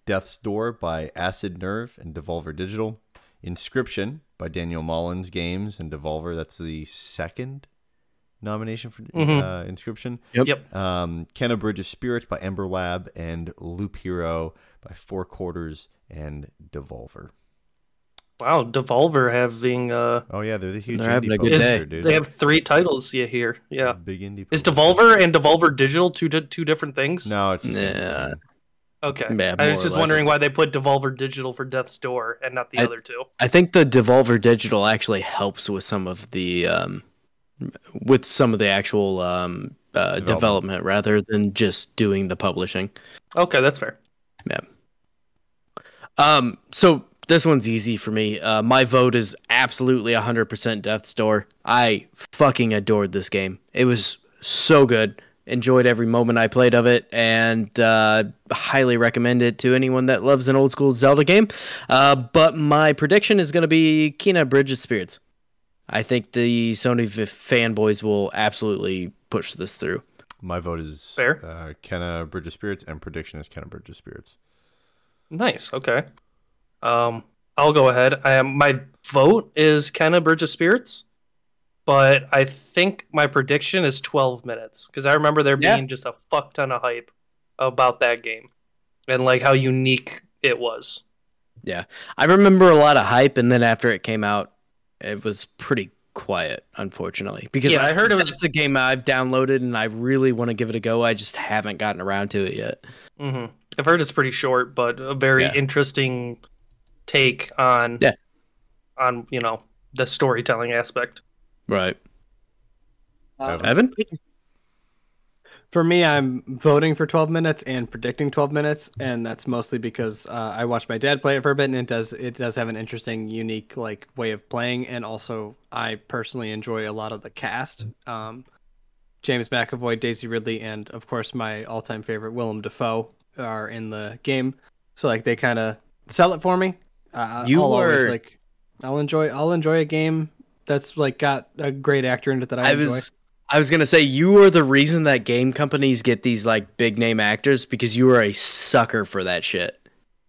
[SPEAKER 4] Death's Door by Acid Nerve and Devolver Digital, Inscription by Daniel Mullins Games and Devolver. That's the second nomination for
[SPEAKER 6] Mhm.
[SPEAKER 4] uh, Inscription.
[SPEAKER 3] Yep.
[SPEAKER 6] Yep.
[SPEAKER 4] Um, Can a Bridge of Spirits by Ember Lab and Loop Hero by Four Quarters and Devolver.
[SPEAKER 6] Wow, Devolver having uh,
[SPEAKER 4] Oh yeah, they're the huge.
[SPEAKER 3] They're having
[SPEAKER 4] indie
[SPEAKER 3] a good
[SPEAKER 4] publisher,
[SPEAKER 3] day.
[SPEAKER 4] dude.
[SPEAKER 6] they have three titles you hear. Yeah,
[SPEAKER 4] big indie.
[SPEAKER 6] is
[SPEAKER 4] publisher.
[SPEAKER 6] Devolver and Devolver Digital two di- two different things?
[SPEAKER 4] No, it's the same
[SPEAKER 3] Nah.
[SPEAKER 4] thing.
[SPEAKER 6] Okay.
[SPEAKER 3] Yeah,
[SPEAKER 6] I
[SPEAKER 3] more
[SPEAKER 6] was
[SPEAKER 3] or
[SPEAKER 6] just
[SPEAKER 3] less.
[SPEAKER 6] wondering why they put Devolver Digital for Death's Door and not the
[SPEAKER 3] I-
[SPEAKER 6] other two.
[SPEAKER 3] I think the Devolver Digital actually helps with some of the um, with some of the actual um, uh,
[SPEAKER 4] Development.
[SPEAKER 3] development rather than just doing the publishing.
[SPEAKER 6] Okay, that's fair.
[SPEAKER 3] Um, so this one's easy for me. Uh, my vote is absolutely 100% Death's Door. I fucking adored this game. It was so good. Enjoyed every moment I played of it, and uh, highly recommend it to anyone that loves an old school Zelda game. Uh, but my prediction is going to be Kena Bridge of Spirits. I think the Sony v- fanboys will absolutely push this through.
[SPEAKER 4] My vote is
[SPEAKER 6] Fair.
[SPEAKER 4] Uh, Kenna Bridge of Spirits, and prediction is Kenna Bridge of Spirits.
[SPEAKER 6] Nice. Okay. Um, I'll go ahead. I am, my vote is Kenna Bridge of Spirits, but I think my prediction is 12 minutes because I remember there
[SPEAKER 3] Yeah.
[SPEAKER 6] being just a fuck ton of hype about that game and like how unique it was.
[SPEAKER 3] I remember a lot of hype, and then after it came out, it was pretty quiet, unfortunately. Because
[SPEAKER 6] Yeah,
[SPEAKER 3] I heard it was it's a game I've downloaded and I really want to give it a go. I just haven't gotten around to it yet.
[SPEAKER 6] hmm I've heard it's pretty short, but a very
[SPEAKER 3] Yeah.
[SPEAKER 6] interesting take on
[SPEAKER 3] Yeah.
[SPEAKER 6] on you know the storytelling aspect.
[SPEAKER 3] Right,
[SPEAKER 5] Uh,
[SPEAKER 3] Evan?
[SPEAKER 5] For me, I'm voting for 12 minutes and predicting 12 minutes, and that's mostly because uh, I watched my dad play it for a bit, and it does it does have an interesting, unique like way of playing, and also I personally enjoy a lot of the cast. Um, James McAvoy, Daisy Ridley, and of course my all-time favorite Willem Dafoe are in the game, so like they kind of sell it for me. Uh,
[SPEAKER 3] You
[SPEAKER 5] I'll always,
[SPEAKER 3] were-
[SPEAKER 5] like, I'll enjoy I'll enjoy a game that's like got a great actor in it that I,
[SPEAKER 3] I
[SPEAKER 5] enjoy.
[SPEAKER 3] was I was gonna say you are the reason that game companies get these like big name actors because you are a sucker for that shit.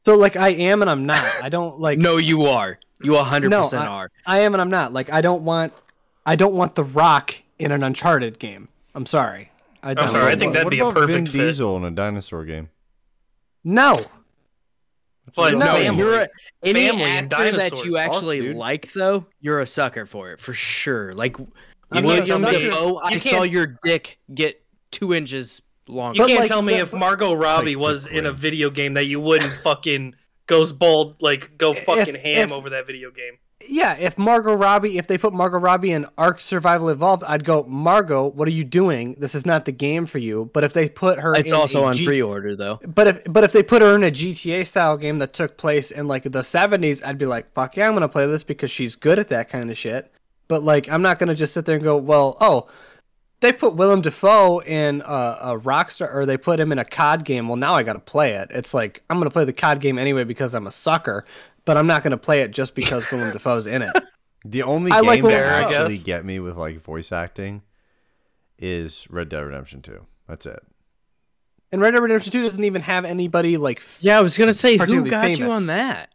[SPEAKER 5] So like I am and I'm not. I don't like
[SPEAKER 3] No, you are. You 100%
[SPEAKER 5] No,
[SPEAKER 3] are.
[SPEAKER 5] I am and I'm not. Like I don't want I don't want the rock in an uncharted game. I'm sorry. I don't
[SPEAKER 6] I'm sorry. I
[SPEAKER 5] want
[SPEAKER 6] think
[SPEAKER 5] it.
[SPEAKER 6] that'd
[SPEAKER 4] What
[SPEAKER 6] be a
[SPEAKER 4] about Vin
[SPEAKER 6] perfect fit.
[SPEAKER 4] Diesel in a dinosaur game.
[SPEAKER 5] No.
[SPEAKER 4] That's what
[SPEAKER 6] But
[SPEAKER 4] I'm
[SPEAKER 3] No,
[SPEAKER 4] saying.
[SPEAKER 6] family.
[SPEAKER 3] you're a, any
[SPEAKER 6] Family and
[SPEAKER 3] actor that
[SPEAKER 6] dinosaurs.
[SPEAKER 3] you
[SPEAKER 6] Fuck,
[SPEAKER 3] actually
[SPEAKER 4] dude.
[SPEAKER 3] like, though, you're a sucker for it for sure. Like
[SPEAKER 5] I'm not a
[SPEAKER 3] William
[SPEAKER 5] sucker.
[SPEAKER 3] Defoe, I
[SPEAKER 6] You
[SPEAKER 3] saw
[SPEAKER 6] can't-
[SPEAKER 3] your dick get two inches longer.
[SPEAKER 6] You
[SPEAKER 5] But,
[SPEAKER 6] can't
[SPEAKER 5] like,
[SPEAKER 6] tell me
[SPEAKER 5] the-
[SPEAKER 6] if Margot Robbie
[SPEAKER 4] Like,
[SPEAKER 6] was in a
[SPEAKER 4] great.
[SPEAKER 6] video game that you wouldn't fucking goes bald like go
[SPEAKER 5] If-
[SPEAKER 6] fucking ham
[SPEAKER 5] if-
[SPEAKER 6] over that video game.
[SPEAKER 5] Yeah, if Margot Robbie, if they put Margot Robbie in Ark Survival Evolved, I'd go, Margot, what are you doing? This is not the game for you. But if they put her,
[SPEAKER 3] It's
[SPEAKER 5] in
[SPEAKER 3] also
[SPEAKER 5] a
[SPEAKER 3] on
[SPEAKER 5] G-
[SPEAKER 3] pre-order though.
[SPEAKER 5] But if but if they put her in a GTA style game that took place in like the seventies, I'd be like, fuck yeah, I'm gonna play this because she's good at that kind of shit. But like, I'm not gonna just sit there and go, well, oh, they put Willem Dafoe in a, a Rockstar or they put him in a COD game. Well, now I gotta play it. It's like I'm gonna play the COD game anyway because I'm a sucker. But I'm not gonna play it just because Willem Dafoe's in it.
[SPEAKER 4] The only
[SPEAKER 5] I
[SPEAKER 4] game
[SPEAKER 5] like
[SPEAKER 4] that
[SPEAKER 5] Willem
[SPEAKER 6] Dafoe.
[SPEAKER 4] actually
[SPEAKER 6] Yes.
[SPEAKER 4] get me with like voice acting is Red Dead Redemption 2. That's it.
[SPEAKER 5] And Red Dead Redemption Two doesn't even have anybody like f-
[SPEAKER 3] Yeah, I was gonna say who
[SPEAKER 5] Particularly
[SPEAKER 3] got you
[SPEAKER 5] famous.
[SPEAKER 3] on that?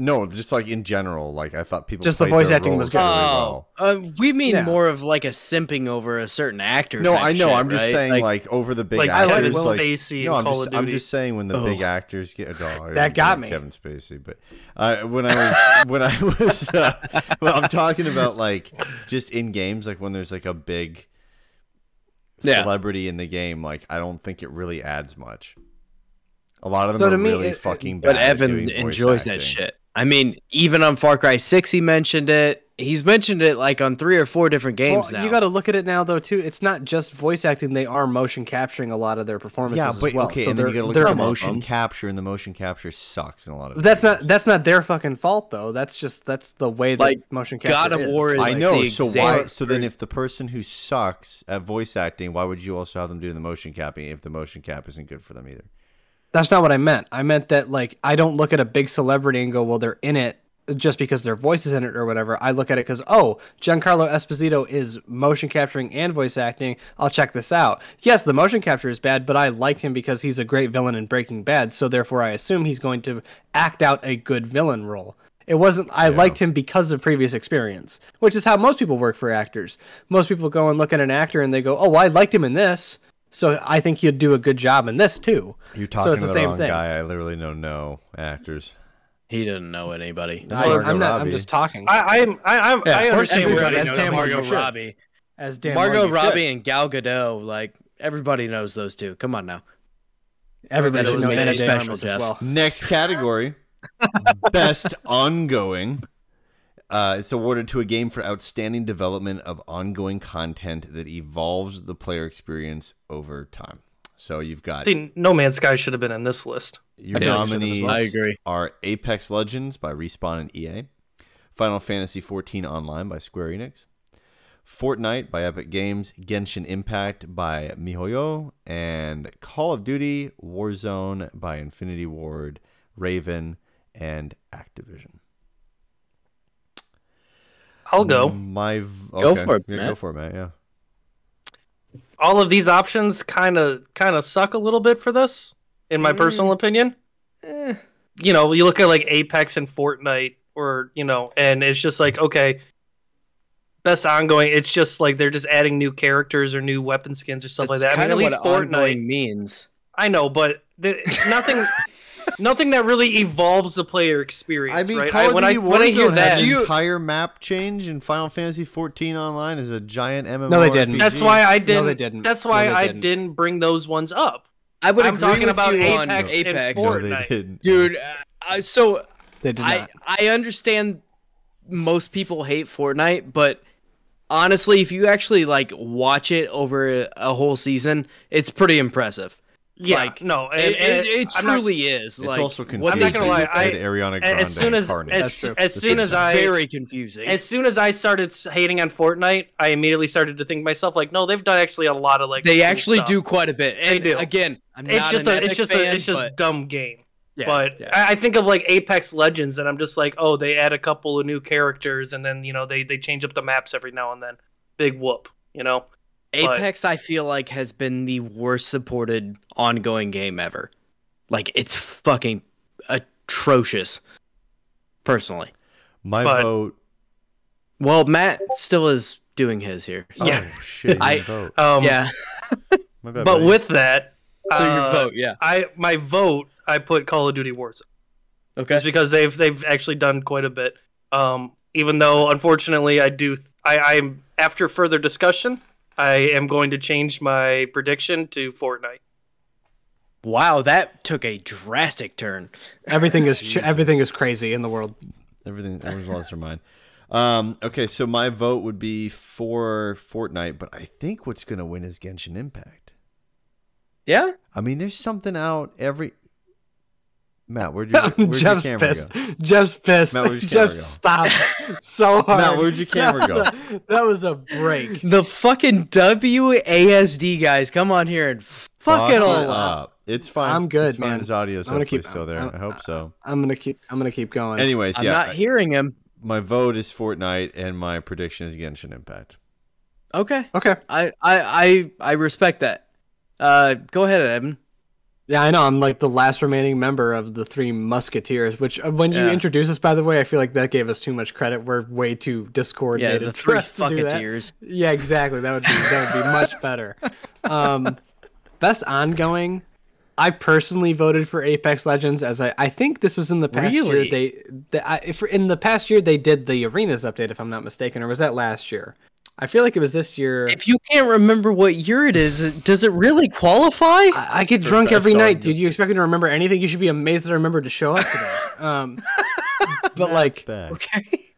[SPEAKER 4] No, just like in general, like I thought people
[SPEAKER 5] Just the
[SPEAKER 4] played
[SPEAKER 5] voice
[SPEAKER 4] their
[SPEAKER 5] acting
[SPEAKER 4] roles
[SPEAKER 5] was good.
[SPEAKER 4] really
[SPEAKER 3] Oh,
[SPEAKER 4] well.
[SPEAKER 3] uh, we mean
[SPEAKER 5] Yeah.
[SPEAKER 3] more of like a simping over a certain actor.
[SPEAKER 4] No,
[SPEAKER 3] type
[SPEAKER 4] I know.
[SPEAKER 3] shit,
[SPEAKER 4] I'm just
[SPEAKER 3] right?
[SPEAKER 4] saying, like, over the big
[SPEAKER 6] Like
[SPEAKER 5] I like
[SPEAKER 4] actors,
[SPEAKER 6] Kevin
[SPEAKER 5] Willem-
[SPEAKER 4] like
[SPEAKER 6] Spacey
[SPEAKER 4] no,
[SPEAKER 6] and
[SPEAKER 4] I'm
[SPEAKER 6] Call
[SPEAKER 4] just,
[SPEAKER 6] of
[SPEAKER 4] I'm
[SPEAKER 6] Duty.
[SPEAKER 4] just saying when the big
[SPEAKER 3] Oh.
[SPEAKER 4] actors get no, I
[SPEAKER 5] That got
[SPEAKER 4] don't
[SPEAKER 5] me.
[SPEAKER 4] like Kevin Spacey, but uh, when I was when I was uh, well, I'm talking about like just in games, like when there's like a big
[SPEAKER 3] Yeah.
[SPEAKER 4] celebrity in the game, like I don't think it really adds much. A lot of them
[SPEAKER 5] So
[SPEAKER 4] are
[SPEAKER 5] to me,
[SPEAKER 4] really
[SPEAKER 5] it-
[SPEAKER 4] fucking bad.
[SPEAKER 3] but
[SPEAKER 4] at
[SPEAKER 3] Evan
[SPEAKER 4] doing voice
[SPEAKER 3] enjoys that
[SPEAKER 4] acting.
[SPEAKER 3] shit. I mean, even on Far Cry Six, he mentioned it. He's mentioned it like on three or four different games
[SPEAKER 5] Well,
[SPEAKER 3] now.
[SPEAKER 5] you got to look at it now though too. It's not just voice acting; they are motion capturing a lot of their performances.
[SPEAKER 4] Yeah, but
[SPEAKER 5] as well.
[SPEAKER 4] okay,
[SPEAKER 5] so
[SPEAKER 4] and then
[SPEAKER 5] they're,
[SPEAKER 4] you gotta look
[SPEAKER 5] they're
[SPEAKER 4] at the
[SPEAKER 5] emo-
[SPEAKER 4] motion capture, and the motion capture sucks in a lot of.
[SPEAKER 5] That's
[SPEAKER 4] videos.
[SPEAKER 5] not that's not their fucking fault though. That's just that's the way that
[SPEAKER 3] Like,
[SPEAKER 5] motion capture.
[SPEAKER 3] God of War
[SPEAKER 5] is.
[SPEAKER 3] is
[SPEAKER 4] I
[SPEAKER 3] like,
[SPEAKER 4] know.
[SPEAKER 3] the
[SPEAKER 4] So why?
[SPEAKER 3] exact-
[SPEAKER 4] So then, if the person who sucks at voice acting, why would you also have them do the motion capping if the motion cap isn't good for them either?
[SPEAKER 5] That's not what I meant. I meant that like I don't look at a big celebrity and go, well, they're in it just because their voice is in it or whatever. I look at it because oh, Giancarlo Esposito is motion capturing and voice acting. I'll check this out. Yes, the motion capture is bad, but I like him because he's a great villain in Breaking Bad. So therefore, I assume he's going to act out a good villain role. It wasn't. I liked him because of previous experience, which is how most people work for actors. Most people go and look at an actor and they go, "Oh, well, I liked him in this, so I think he'd do a good job in this too."
[SPEAKER 4] You're talking
[SPEAKER 5] So it's
[SPEAKER 4] to
[SPEAKER 5] the
[SPEAKER 4] the,
[SPEAKER 5] same
[SPEAKER 4] wrong
[SPEAKER 5] thing.
[SPEAKER 4] guy. I literally know no actors.
[SPEAKER 3] he doesn't know anybody.
[SPEAKER 5] I,
[SPEAKER 4] Margot
[SPEAKER 5] I'm not.
[SPEAKER 4] Robbie.
[SPEAKER 5] I'm just talking.
[SPEAKER 6] I, I'm I, I'm
[SPEAKER 5] Yeah,
[SPEAKER 6] I
[SPEAKER 5] of course
[SPEAKER 6] understand where
[SPEAKER 5] everybody
[SPEAKER 6] I
[SPEAKER 5] knows
[SPEAKER 6] know
[SPEAKER 5] Damn
[SPEAKER 3] Margot
[SPEAKER 5] you should.
[SPEAKER 3] Robbie.
[SPEAKER 5] as Dan
[SPEAKER 3] Margot
[SPEAKER 5] Morgan
[SPEAKER 3] Robbie
[SPEAKER 5] should.
[SPEAKER 3] and Gal Gadot, like everybody knows those two. Come on now.
[SPEAKER 5] Everybody
[SPEAKER 3] That
[SPEAKER 5] should
[SPEAKER 3] doesn't
[SPEAKER 5] know
[SPEAKER 3] mean
[SPEAKER 5] Anna
[SPEAKER 3] it's
[SPEAKER 5] De
[SPEAKER 3] special,
[SPEAKER 5] Armas
[SPEAKER 3] Jeff.
[SPEAKER 5] as well.
[SPEAKER 4] Next category Best Ongoing. Uh, it's awarded to a game for outstanding development of ongoing content that evolves the player experience over time. So you've got
[SPEAKER 6] See, No Man's Sky should have been in this list.
[SPEAKER 4] your
[SPEAKER 3] I feel like we should have as
[SPEAKER 4] nominees
[SPEAKER 3] well. I agree.
[SPEAKER 4] are Apex Legends by Respawn and EA, Final Fantasy XIV Online by Square Enix, Fortnite by Epic Games, Genshin Impact by MiHoYo, and Call of Duty Warzone by Infinity Ward, Raven, and Activision.
[SPEAKER 6] I'll go.
[SPEAKER 4] My v-
[SPEAKER 3] Go
[SPEAKER 4] okay.
[SPEAKER 3] for it,
[SPEAKER 4] Yeah, Go
[SPEAKER 3] Matt.
[SPEAKER 4] for it, Matt. Yeah.
[SPEAKER 6] All of these options kind of kind of suck a little bit for this, in my personal opinion.
[SPEAKER 3] Mm. Eh,
[SPEAKER 6] You know, you look at like Apex and Fortnite, or you know, and it's just like okay, best ongoing. It's just like they're just adding new characters or new weapon skins or stuff
[SPEAKER 3] that's
[SPEAKER 6] like that. I mean,
[SPEAKER 3] kinda
[SPEAKER 6] at least
[SPEAKER 3] what
[SPEAKER 6] Fortnite.
[SPEAKER 3] ongoing means.
[SPEAKER 6] I know, but the, nothing, nothing that really evolves the player experience.
[SPEAKER 4] I mean,
[SPEAKER 6] right?
[SPEAKER 4] Call
[SPEAKER 6] I,
[SPEAKER 4] of
[SPEAKER 6] when
[SPEAKER 4] Duty
[SPEAKER 6] I when I hear
[SPEAKER 4] Warzone
[SPEAKER 6] that,
[SPEAKER 4] had an entire map change, and Final Fantasy 14 Online is a giant MMO.
[SPEAKER 5] No, they didn't.
[SPEAKER 6] that's why I didn't.
[SPEAKER 5] they didn't.
[SPEAKER 6] That's why
[SPEAKER 5] No, they
[SPEAKER 6] I
[SPEAKER 5] didn't.
[SPEAKER 6] didn't. bring those ones up.
[SPEAKER 3] I would
[SPEAKER 6] I'm
[SPEAKER 3] agree
[SPEAKER 6] talking
[SPEAKER 3] with
[SPEAKER 6] about
[SPEAKER 3] you on
[SPEAKER 6] Apex and
[SPEAKER 3] Apex.
[SPEAKER 6] Fortnite.
[SPEAKER 4] No, they didn't.
[SPEAKER 3] dude. uh, I, so
[SPEAKER 5] They did
[SPEAKER 3] I
[SPEAKER 5] not.
[SPEAKER 3] I understand most people hate Fortnite, but honestly, if you actually like watch it over a, a whole season, it's pretty impressive.
[SPEAKER 6] Yeah,
[SPEAKER 3] Like,
[SPEAKER 6] no, and,
[SPEAKER 3] It,
[SPEAKER 6] and
[SPEAKER 3] it, it
[SPEAKER 6] I'm not-
[SPEAKER 3] truly is.
[SPEAKER 4] It's
[SPEAKER 3] like,
[SPEAKER 4] also confusing.
[SPEAKER 3] what
[SPEAKER 6] I'm not gonna
[SPEAKER 3] they
[SPEAKER 6] lie,
[SPEAKER 3] do-
[SPEAKER 4] They
[SPEAKER 6] I-
[SPEAKER 4] had Ariana
[SPEAKER 6] as
[SPEAKER 4] Grande
[SPEAKER 6] soon
[SPEAKER 4] and
[SPEAKER 6] as-
[SPEAKER 4] Carnage.
[SPEAKER 6] as-
[SPEAKER 5] That's true.
[SPEAKER 6] as soon
[SPEAKER 3] it's
[SPEAKER 6] as I-
[SPEAKER 3] very confusing.
[SPEAKER 6] as soon as I started s- hating on Fortnite, I immediately started to think myself like, no, they've done actually a lot of like.
[SPEAKER 3] they
[SPEAKER 6] cool
[SPEAKER 3] actually
[SPEAKER 6] stuff.
[SPEAKER 3] do quite a bit. And
[SPEAKER 6] do.
[SPEAKER 3] again, I'm
[SPEAKER 6] It's
[SPEAKER 3] not
[SPEAKER 6] just
[SPEAKER 3] an
[SPEAKER 6] a, it's
[SPEAKER 3] Epic
[SPEAKER 6] just
[SPEAKER 3] fan,
[SPEAKER 6] a, it's just
[SPEAKER 3] but-
[SPEAKER 6] dumb game.
[SPEAKER 3] yeah,
[SPEAKER 6] but
[SPEAKER 3] yeah.
[SPEAKER 6] I, I think of like Apex Legends, and I'm just like, oh, they add a couple of new characters, and then you know they they change up the maps every now and then. Big whoop, you know. but-
[SPEAKER 3] Apex, I feel like has been the worst supported ongoing game ever. Like it's fucking atrocious. Personally,
[SPEAKER 4] My
[SPEAKER 6] But-
[SPEAKER 4] vote.
[SPEAKER 3] well, Matt still is doing his here. so-
[SPEAKER 6] Yeah.
[SPEAKER 4] Oh, shit.
[SPEAKER 3] I-
[SPEAKER 4] your vote.
[SPEAKER 6] Um,
[SPEAKER 3] yeah.
[SPEAKER 4] My bad,
[SPEAKER 6] But
[SPEAKER 4] buddy.
[SPEAKER 6] with that,
[SPEAKER 3] So your
[SPEAKER 6] uh,
[SPEAKER 3] vote, yeah.
[SPEAKER 6] I my vote, I put Call of Duty Warzone
[SPEAKER 3] Okay.
[SPEAKER 6] just because they've they've actually done quite a bit. Um, even though unfortunately I do th- I I'm after further discussion, I am going to change my prediction to Fortnite.
[SPEAKER 3] Wow, that took a drastic turn.
[SPEAKER 5] Everything is ch- everything is crazy in the world.
[SPEAKER 4] Everything everyone's lost their mind. Um, okay, so my vote would be for Fortnite, but I think what's gonna win is Genshin Impact.
[SPEAKER 3] Yeah.
[SPEAKER 4] I mean, there's something out every Matt, where'd your, where'd your
[SPEAKER 5] Jeff's
[SPEAKER 4] camera
[SPEAKER 5] pissed.
[SPEAKER 4] go?
[SPEAKER 5] Jeff's pissed.
[SPEAKER 4] Matt, where'd your
[SPEAKER 5] Jeff
[SPEAKER 4] camera
[SPEAKER 5] stopped so hard.
[SPEAKER 4] Matt, where'd your camera
[SPEAKER 5] that was A, that was a break.
[SPEAKER 3] The fucking WASD guys, come on here and fuck it all up.
[SPEAKER 4] It's fine.
[SPEAKER 5] I'm good,
[SPEAKER 4] it's fine.
[SPEAKER 5] man.
[SPEAKER 4] His audio's
[SPEAKER 5] I'm gonna
[SPEAKER 4] hopefully
[SPEAKER 5] keep-
[SPEAKER 4] still there.
[SPEAKER 5] I'm-
[SPEAKER 4] I hope so.
[SPEAKER 5] I'm gonna keep. I'm gonna keep going.
[SPEAKER 4] Anyways,
[SPEAKER 3] I'm
[SPEAKER 4] yeah,
[SPEAKER 3] not
[SPEAKER 4] I-
[SPEAKER 3] hearing him.
[SPEAKER 4] my vote is Fortnite, and my prediction is Genshin Impact.
[SPEAKER 3] Okay.
[SPEAKER 5] Okay.
[SPEAKER 3] I I I, I respect that. Uh, go ahead, Evan.
[SPEAKER 5] Yeah, I know. I'm like the last remaining member of the three musketeers. Which, uh, when you
[SPEAKER 3] Yeah.
[SPEAKER 5] introduce us, by the way, I feel like that gave us too much credit. We're way too
[SPEAKER 3] Yeah,
[SPEAKER 5] discoordinated.
[SPEAKER 3] the
[SPEAKER 5] for
[SPEAKER 3] three
[SPEAKER 5] us to do
[SPEAKER 3] fucking
[SPEAKER 5] that.
[SPEAKER 3] tears.
[SPEAKER 5] Yeah, exactly. That would be that would be much better. Um, best ongoing. I personally voted for Apex Legends as I, I think this was in the past
[SPEAKER 3] Really?
[SPEAKER 5] year they, they I, if, in the past year they did the arenas update if I'm not mistaken or was that last year? I feel like it was this year.
[SPEAKER 3] If you can't remember what year it is, does it really qualify?
[SPEAKER 5] I, I get drunk
[SPEAKER 4] best
[SPEAKER 5] every night,
[SPEAKER 4] ongoing.
[SPEAKER 5] dude. You expect me to remember anything? You should be amazed that I remembered to show up today. Um, but like,
[SPEAKER 4] Back.
[SPEAKER 3] Okay.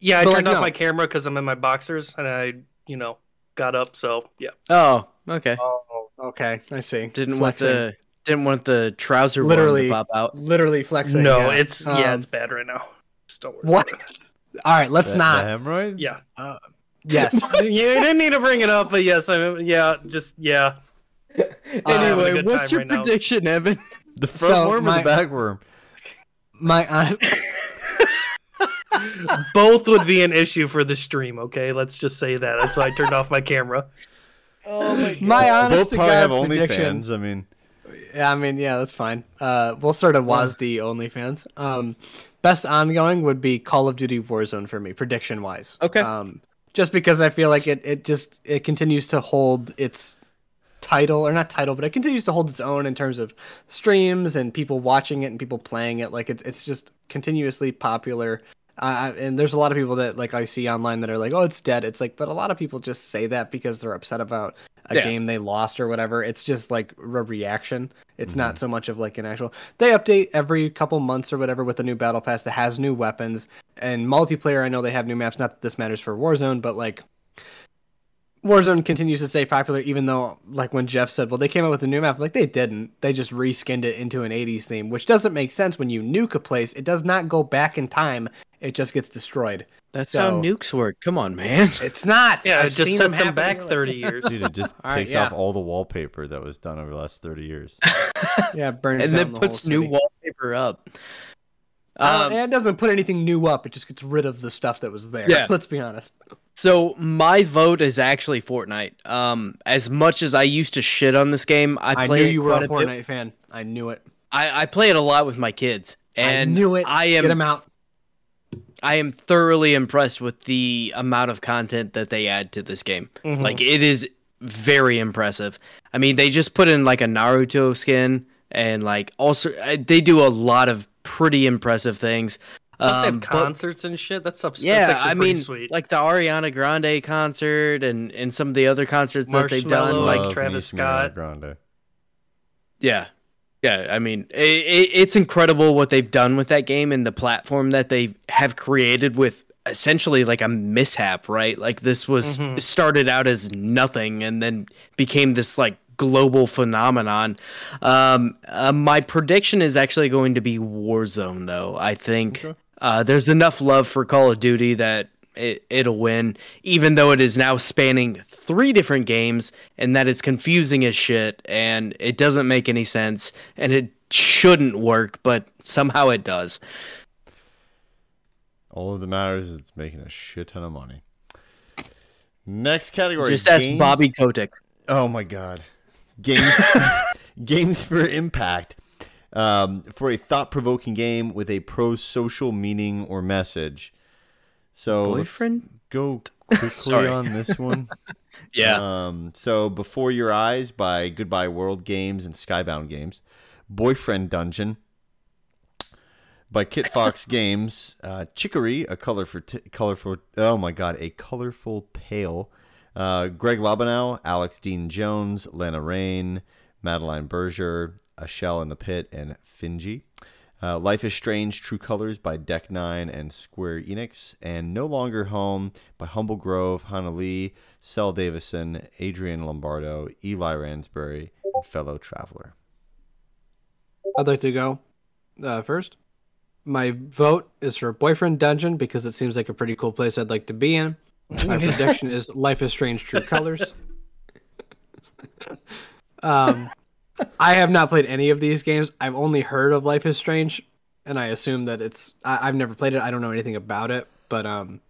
[SPEAKER 6] Yeah, I
[SPEAKER 5] But,
[SPEAKER 6] turned
[SPEAKER 5] like,
[SPEAKER 6] off
[SPEAKER 5] no.
[SPEAKER 6] my camera because I'm in my boxers, and I you know got up. So yeah.
[SPEAKER 3] Oh, okay.
[SPEAKER 5] oh, okay, I see.
[SPEAKER 3] Didn't want
[SPEAKER 5] Flexing.
[SPEAKER 3] the didn't want the trouser worm
[SPEAKER 5] Literally.
[SPEAKER 3] to pop out.
[SPEAKER 5] literally flexing.
[SPEAKER 6] No,
[SPEAKER 5] yeah.
[SPEAKER 6] it's yeah,
[SPEAKER 5] Um,
[SPEAKER 6] it's bad right now. Just don't worry.
[SPEAKER 5] What?
[SPEAKER 6] about it.
[SPEAKER 5] All right, let's
[SPEAKER 4] That-
[SPEAKER 5] not.
[SPEAKER 4] that hemorrhoid?
[SPEAKER 6] Yeah.
[SPEAKER 5] Yes.
[SPEAKER 6] you didn't need to bring it up, but yes, I mean, yeah, just yeah. having a
[SPEAKER 3] Anyway,
[SPEAKER 6] good time
[SPEAKER 3] what's your
[SPEAKER 6] right now.
[SPEAKER 3] prediction, Evan?
[SPEAKER 4] The front
[SPEAKER 5] So,
[SPEAKER 4] worm or
[SPEAKER 5] my-
[SPEAKER 4] the back worm?
[SPEAKER 5] My honest.
[SPEAKER 6] Both would be an issue for the stream. Okay, let's just say that. That's why I turned off my camera.
[SPEAKER 3] Oh my
[SPEAKER 5] My
[SPEAKER 4] Both
[SPEAKER 5] honest to
[SPEAKER 4] probably
[SPEAKER 5] God
[SPEAKER 4] have
[SPEAKER 5] prediction.
[SPEAKER 4] OnlyFans. I mean,
[SPEAKER 5] Yeah, I mean, yeah, that's fine. Uh, we'll start a WASD OnlyFans. Um, best ongoing would be Call of Duty Warzone for me, prediction wise.
[SPEAKER 3] Okay.
[SPEAKER 5] Um, just because I feel like it, it just it continues to hold its title or not title, but it continues to hold its own in terms of streams and people watching it and people playing it. Like it's it's just continuously popular. Uh, and there's a lot of people that like I see online that are like, "Oh, it's dead." It's like, but a lot of people just say that because they're upset about a
[SPEAKER 3] Yeah.
[SPEAKER 5] game they lost or whatever. It's just like a reaction. It's
[SPEAKER 3] Mm-hmm.
[SPEAKER 5] not so much of like an actual. They update every couple months or whatever with a new battle pass that has new weapons and multiplayer. I know they have new maps. Not that this matters for Warzone, but like Warzone continues to stay popular, even though, like when Jeff said, "Well, they came out with a new map," I'm like they didn't. They just reskinned it into an '80s theme, which doesn't make sense when you nuke a place. It does not go back in time. It just gets destroyed.
[SPEAKER 3] That's
[SPEAKER 5] So-
[SPEAKER 3] how nukes work. Come on, man.
[SPEAKER 5] It's not.
[SPEAKER 6] Yeah,
[SPEAKER 5] I've
[SPEAKER 6] it just
[SPEAKER 5] seen
[SPEAKER 6] sets them
[SPEAKER 5] them happen, and
[SPEAKER 6] back
[SPEAKER 5] you're like,
[SPEAKER 6] 30 years.
[SPEAKER 4] Dude, it just
[SPEAKER 5] All right,
[SPEAKER 4] takes
[SPEAKER 5] yeah.
[SPEAKER 4] off all the wallpaper that was done over the last 30 years.
[SPEAKER 5] Yeah, it burns
[SPEAKER 3] And
[SPEAKER 5] down
[SPEAKER 3] then
[SPEAKER 5] the
[SPEAKER 3] puts
[SPEAKER 5] whole
[SPEAKER 3] new
[SPEAKER 5] city.
[SPEAKER 3] wallpaper up.
[SPEAKER 5] Uh,
[SPEAKER 3] Um,
[SPEAKER 5] and it doesn't put anything new up. It just gets rid of the stuff that was there.
[SPEAKER 3] Yeah.
[SPEAKER 5] Let's be honest.
[SPEAKER 3] So my vote is actually Fortnite. Um, as much as I used to shit on this game, I
[SPEAKER 5] I,
[SPEAKER 3] play
[SPEAKER 5] knew
[SPEAKER 3] it
[SPEAKER 5] you were a
[SPEAKER 3] quite bit.
[SPEAKER 5] Fortnite fan. I knew it.
[SPEAKER 3] I, I play it a lot with my kids, and
[SPEAKER 5] I knew it.
[SPEAKER 3] I
[SPEAKER 5] Get him
[SPEAKER 3] am
[SPEAKER 5] out.
[SPEAKER 3] I am thoroughly impressed with the amount of content that they add to this game.
[SPEAKER 6] Mhm.
[SPEAKER 3] Like it is very impressive. I mean, they just put in like a Naruto skin, and like also uh, they do a lot of pretty impressive things.
[SPEAKER 6] Plus they have
[SPEAKER 3] Um, but-
[SPEAKER 6] concerts and shit. That's stuff.
[SPEAKER 3] yeah,
[SPEAKER 6] that's actually
[SPEAKER 3] I
[SPEAKER 6] pretty
[SPEAKER 3] mean,
[SPEAKER 6] sweet.
[SPEAKER 3] like the Ariana Grande concert and and some of the other concerts that they've done.
[SPEAKER 6] Marshmello.
[SPEAKER 3] Like,
[SPEAKER 6] like
[SPEAKER 4] Love
[SPEAKER 6] Travis
[SPEAKER 4] me some Ariana
[SPEAKER 6] Scott.
[SPEAKER 4] Grande.
[SPEAKER 3] yeah, yeah. I mean, i i it's incredible what they've done with that game and the platform that they have created with essentially like a mishap, right? Like this was
[SPEAKER 6] Mhm.
[SPEAKER 3] started out as nothing and then became this like global phenomenon. Um, uh, my prediction is actually going to be Warzone, though. I think uh, there's enough love for Call of Duty that it, it'll win, even though it is now spanning three different games and that is confusing as shit and it doesn't make any sense and it shouldn't work, but somehow it does.
[SPEAKER 4] All that matters is it's making a shit ton of money. Next category.
[SPEAKER 3] Just ask
[SPEAKER 4] games-
[SPEAKER 3] Bobby Kotick.
[SPEAKER 4] Oh my god. Games games for impact. Um, for a thought-provoking game with a pro-social meaning or message. So let's
[SPEAKER 3] Boyfriend?
[SPEAKER 4] go quickly
[SPEAKER 3] Sorry.
[SPEAKER 4] on this one. Um, so Before Your Eyes by Goodbye World Games and Skybound Games. Boyfriend Dungeon by Kit Fox Games. Uh, Chicory, a colorful, t- colorful, oh my god, a colorful tale. Uh, Greg Lobanow, Alex Dean Jones, Lana Rain, Madeline Berger, A Shell in the Pit, and Finji. Uh, Life is Strange, True Colors by Deck Nine and Square Enix, and No Longer Home by Humble Grove, Hannah Lee, Sel Davison, Adrian Lombardo, Eli Ransbury, and Fellow Traveler.
[SPEAKER 5] I'd like to go uh, first. My vote is for Boyfriend Dungeon because it seems like a pretty cool place I'd like to be in. My prediction is Life is Strange True Colors. Um, I have not played any of these games. I've only heard of Life is Strange, and I assume that it's. I, I've never played it. I don't know anything about it, but um.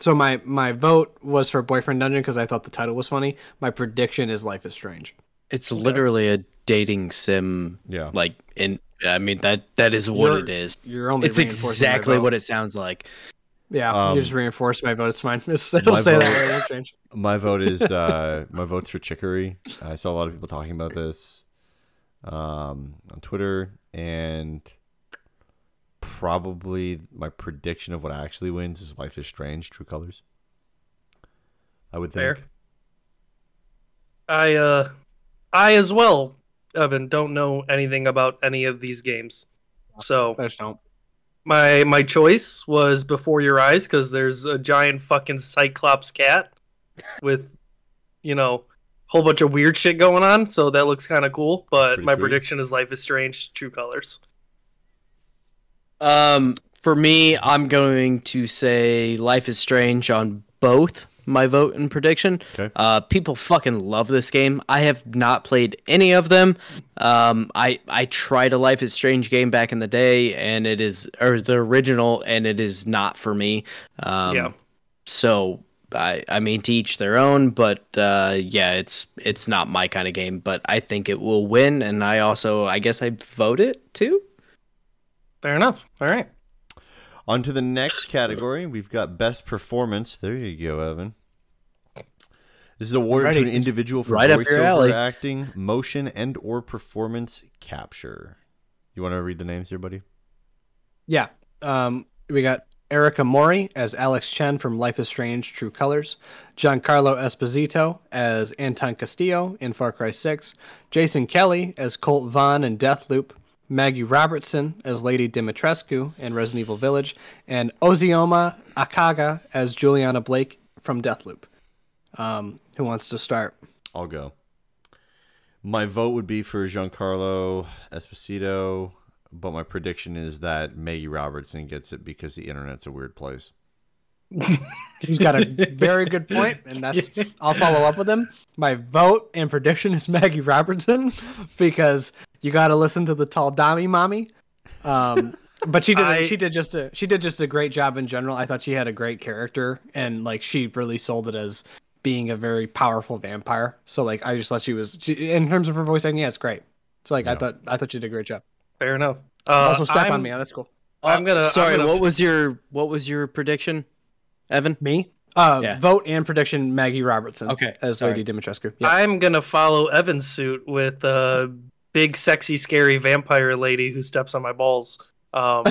[SPEAKER 5] So my my vote was for Boyfriend Dungeon because I thought the title was funny. My prediction is Life is Strange.
[SPEAKER 3] It's literally a dating sim.
[SPEAKER 4] Yeah.
[SPEAKER 3] Like, in I mean that that is what
[SPEAKER 5] You're-
[SPEAKER 3] it is.
[SPEAKER 5] You're only
[SPEAKER 3] It's exactly what it sounds like.
[SPEAKER 5] Yeah,
[SPEAKER 4] Um,
[SPEAKER 5] you just reinforced my vote. It's fine. It's- It'll
[SPEAKER 4] my
[SPEAKER 5] say that.
[SPEAKER 4] vote-
[SPEAKER 5] It won't change.
[SPEAKER 4] My vote is uh, my vote's for Chicory. I saw a lot of people talking about this um, on Twitter, and probably my prediction of what actually wins is Life is Strange, True Colors. I would think.
[SPEAKER 6] Fair. I uh, I as well, Evan, don't know anything about any of these games. So
[SPEAKER 5] I just don't.
[SPEAKER 6] my my choice was Before Your Eyes because there's a giant fucking cyclops cat with, you know, whole bunch of weird shit going on. So that looks kind of cool. But
[SPEAKER 4] Pretty
[SPEAKER 6] my
[SPEAKER 4] sweet.
[SPEAKER 6] prediction is Life is Strange, True Colors.
[SPEAKER 3] Um, for me, I'm going to say Life is Strange on both my vote and prediction.
[SPEAKER 4] Okay.
[SPEAKER 3] Uh, people fucking love this game. I have not played any of them. Um, I I tried a Life is Strange game back in the day, and it is or the original, and it is not for me. Um,
[SPEAKER 6] Yeah.
[SPEAKER 3] So I I mean to each their own, but uh, yeah, it's it's not my kind of game. But I think it will win, and I also I guess I vote it too.
[SPEAKER 6] Fair enough. All right.
[SPEAKER 4] On to the next category. We've got best performance. There you go, Evan. This is awarded to
[SPEAKER 5] Alrighty.
[SPEAKER 4] an individual for
[SPEAKER 3] Right up your alley.
[SPEAKER 4] voiceover acting, motion, and or performance capture. You want to read the names here, buddy?
[SPEAKER 5] Yeah. Um, we got Erica Mori as Alex Chen from Life is Strange: True Colors, Giancarlo Esposito as Anton Castillo in Far Cry 6, Jason Kelly as Colt Vaughn in Deathloop, Maggie Robertson as Lady Dimitrescu in Resident Evil Village, and Ozioma Akaga as Juliana Blake from Deathloop. Um, who wants to start?
[SPEAKER 4] I'll go. My vote would be for Giancarlo Esposito, but my prediction is that Maggie Robertson gets it because the internet's a weird place.
[SPEAKER 5] He's got a very good point, and that's I'll follow up with him. My vote and prediction is Maggie Robertson because you got to listen to the tall dami mommy. Um, but she did
[SPEAKER 6] I-
[SPEAKER 5] she did just a she did just a great job in general. I thought she had a great character, and like she really sold it as being a very powerful vampire. So like I just thought she was she, in terms of her voice, and yeah, it's great. So like I
[SPEAKER 4] Yeah.
[SPEAKER 5] thought I thought she did a great job.
[SPEAKER 6] Fair enough. Uh,
[SPEAKER 5] also, step
[SPEAKER 6] I'm-
[SPEAKER 5] on me. That's cool.
[SPEAKER 6] I'm gonna- I'm
[SPEAKER 3] Uh, Sorry,
[SPEAKER 6] gonna-
[SPEAKER 3] what was your what was your prediction, Evan?
[SPEAKER 5] Me. Uh,
[SPEAKER 3] Yeah.
[SPEAKER 5] vote and prediction Maggie Robertson.
[SPEAKER 3] Okay,
[SPEAKER 5] as
[SPEAKER 3] sorry.
[SPEAKER 5] Lady Dimitrescu. Yeah.
[SPEAKER 6] I'm gonna follow Evan's suit with a big, sexy, scary vampire lady who steps on my balls. Um,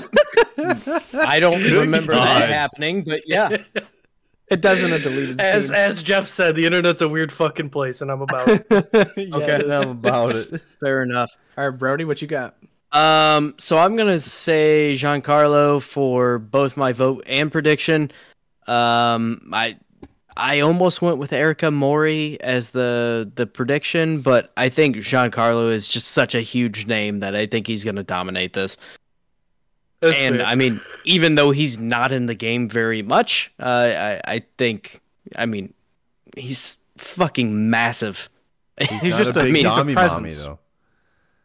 [SPEAKER 3] I don't remember
[SPEAKER 4] God.
[SPEAKER 3] that happening, but yeah,
[SPEAKER 5] It does in a deleted
[SPEAKER 6] as
[SPEAKER 5] scene.
[SPEAKER 6] as Jeff said, the internet's a weird fucking place, and I'm about it.
[SPEAKER 5] okay.
[SPEAKER 4] I'm about it.
[SPEAKER 3] fair enough.
[SPEAKER 5] All right, Brody, what you got?
[SPEAKER 3] Um, so I'm gonna say Giancarlo for both my vote and prediction. Um, I I almost went with Erica Mori as the the prediction, but I think Giancarlo is just such a huge name that I think he's gonna dominate this.
[SPEAKER 6] That's
[SPEAKER 3] and
[SPEAKER 6] fair.
[SPEAKER 3] I mean, even though he's not in the game very much, uh, I I think I mean he's fucking massive. He's,
[SPEAKER 4] Not
[SPEAKER 5] just
[SPEAKER 4] a
[SPEAKER 5] a-
[SPEAKER 4] big
[SPEAKER 5] he's a
[SPEAKER 4] Dami mommy,
[SPEAKER 5] presence.
[SPEAKER 4] though.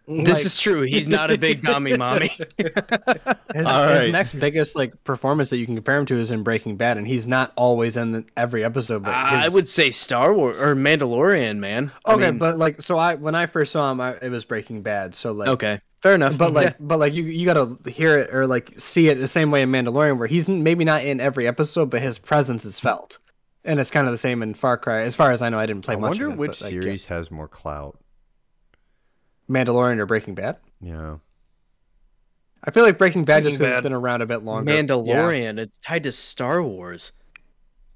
[SPEAKER 3] this
[SPEAKER 5] like-
[SPEAKER 3] is true. He's not a big dummy, mommy.
[SPEAKER 5] His,
[SPEAKER 4] All
[SPEAKER 5] his
[SPEAKER 4] right.
[SPEAKER 5] next biggest like performance that you can compare him to is in Breaking Bad, and he's not always in the, every episode. But
[SPEAKER 3] I
[SPEAKER 5] his-
[SPEAKER 3] would say Star Wars or Mandalorian, man. I
[SPEAKER 5] okay,
[SPEAKER 3] mean,
[SPEAKER 5] but like so, I when I first saw him, I, it was Breaking Bad. So like,
[SPEAKER 3] okay, fair enough.
[SPEAKER 5] but like, but like you you gotta hear it or like see it the same way in Mandalorian, where he's maybe not in every episode, but his presence is felt, and it's kind of the same in Far Cry. As far as I know, I didn't play
[SPEAKER 4] I
[SPEAKER 5] much.
[SPEAKER 4] wonder
[SPEAKER 5] of it,
[SPEAKER 4] which
[SPEAKER 5] but, like, yeah.
[SPEAKER 4] series has more clout.
[SPEAKER 5] Mandalorian or Breaking Bad.
[SPEAKER 4] Yeah.
[SPEAKER 5] I feel like Breaking Bad
[SPEAKER 6] Breaking
[SPEAKER 5] just because it's
[SPEAKER 6] Bad.
[SPEAKER 5] been around a bit longer. Yeah.
[SPEAKER 3] Mandalorian, it's tied to Star Wars.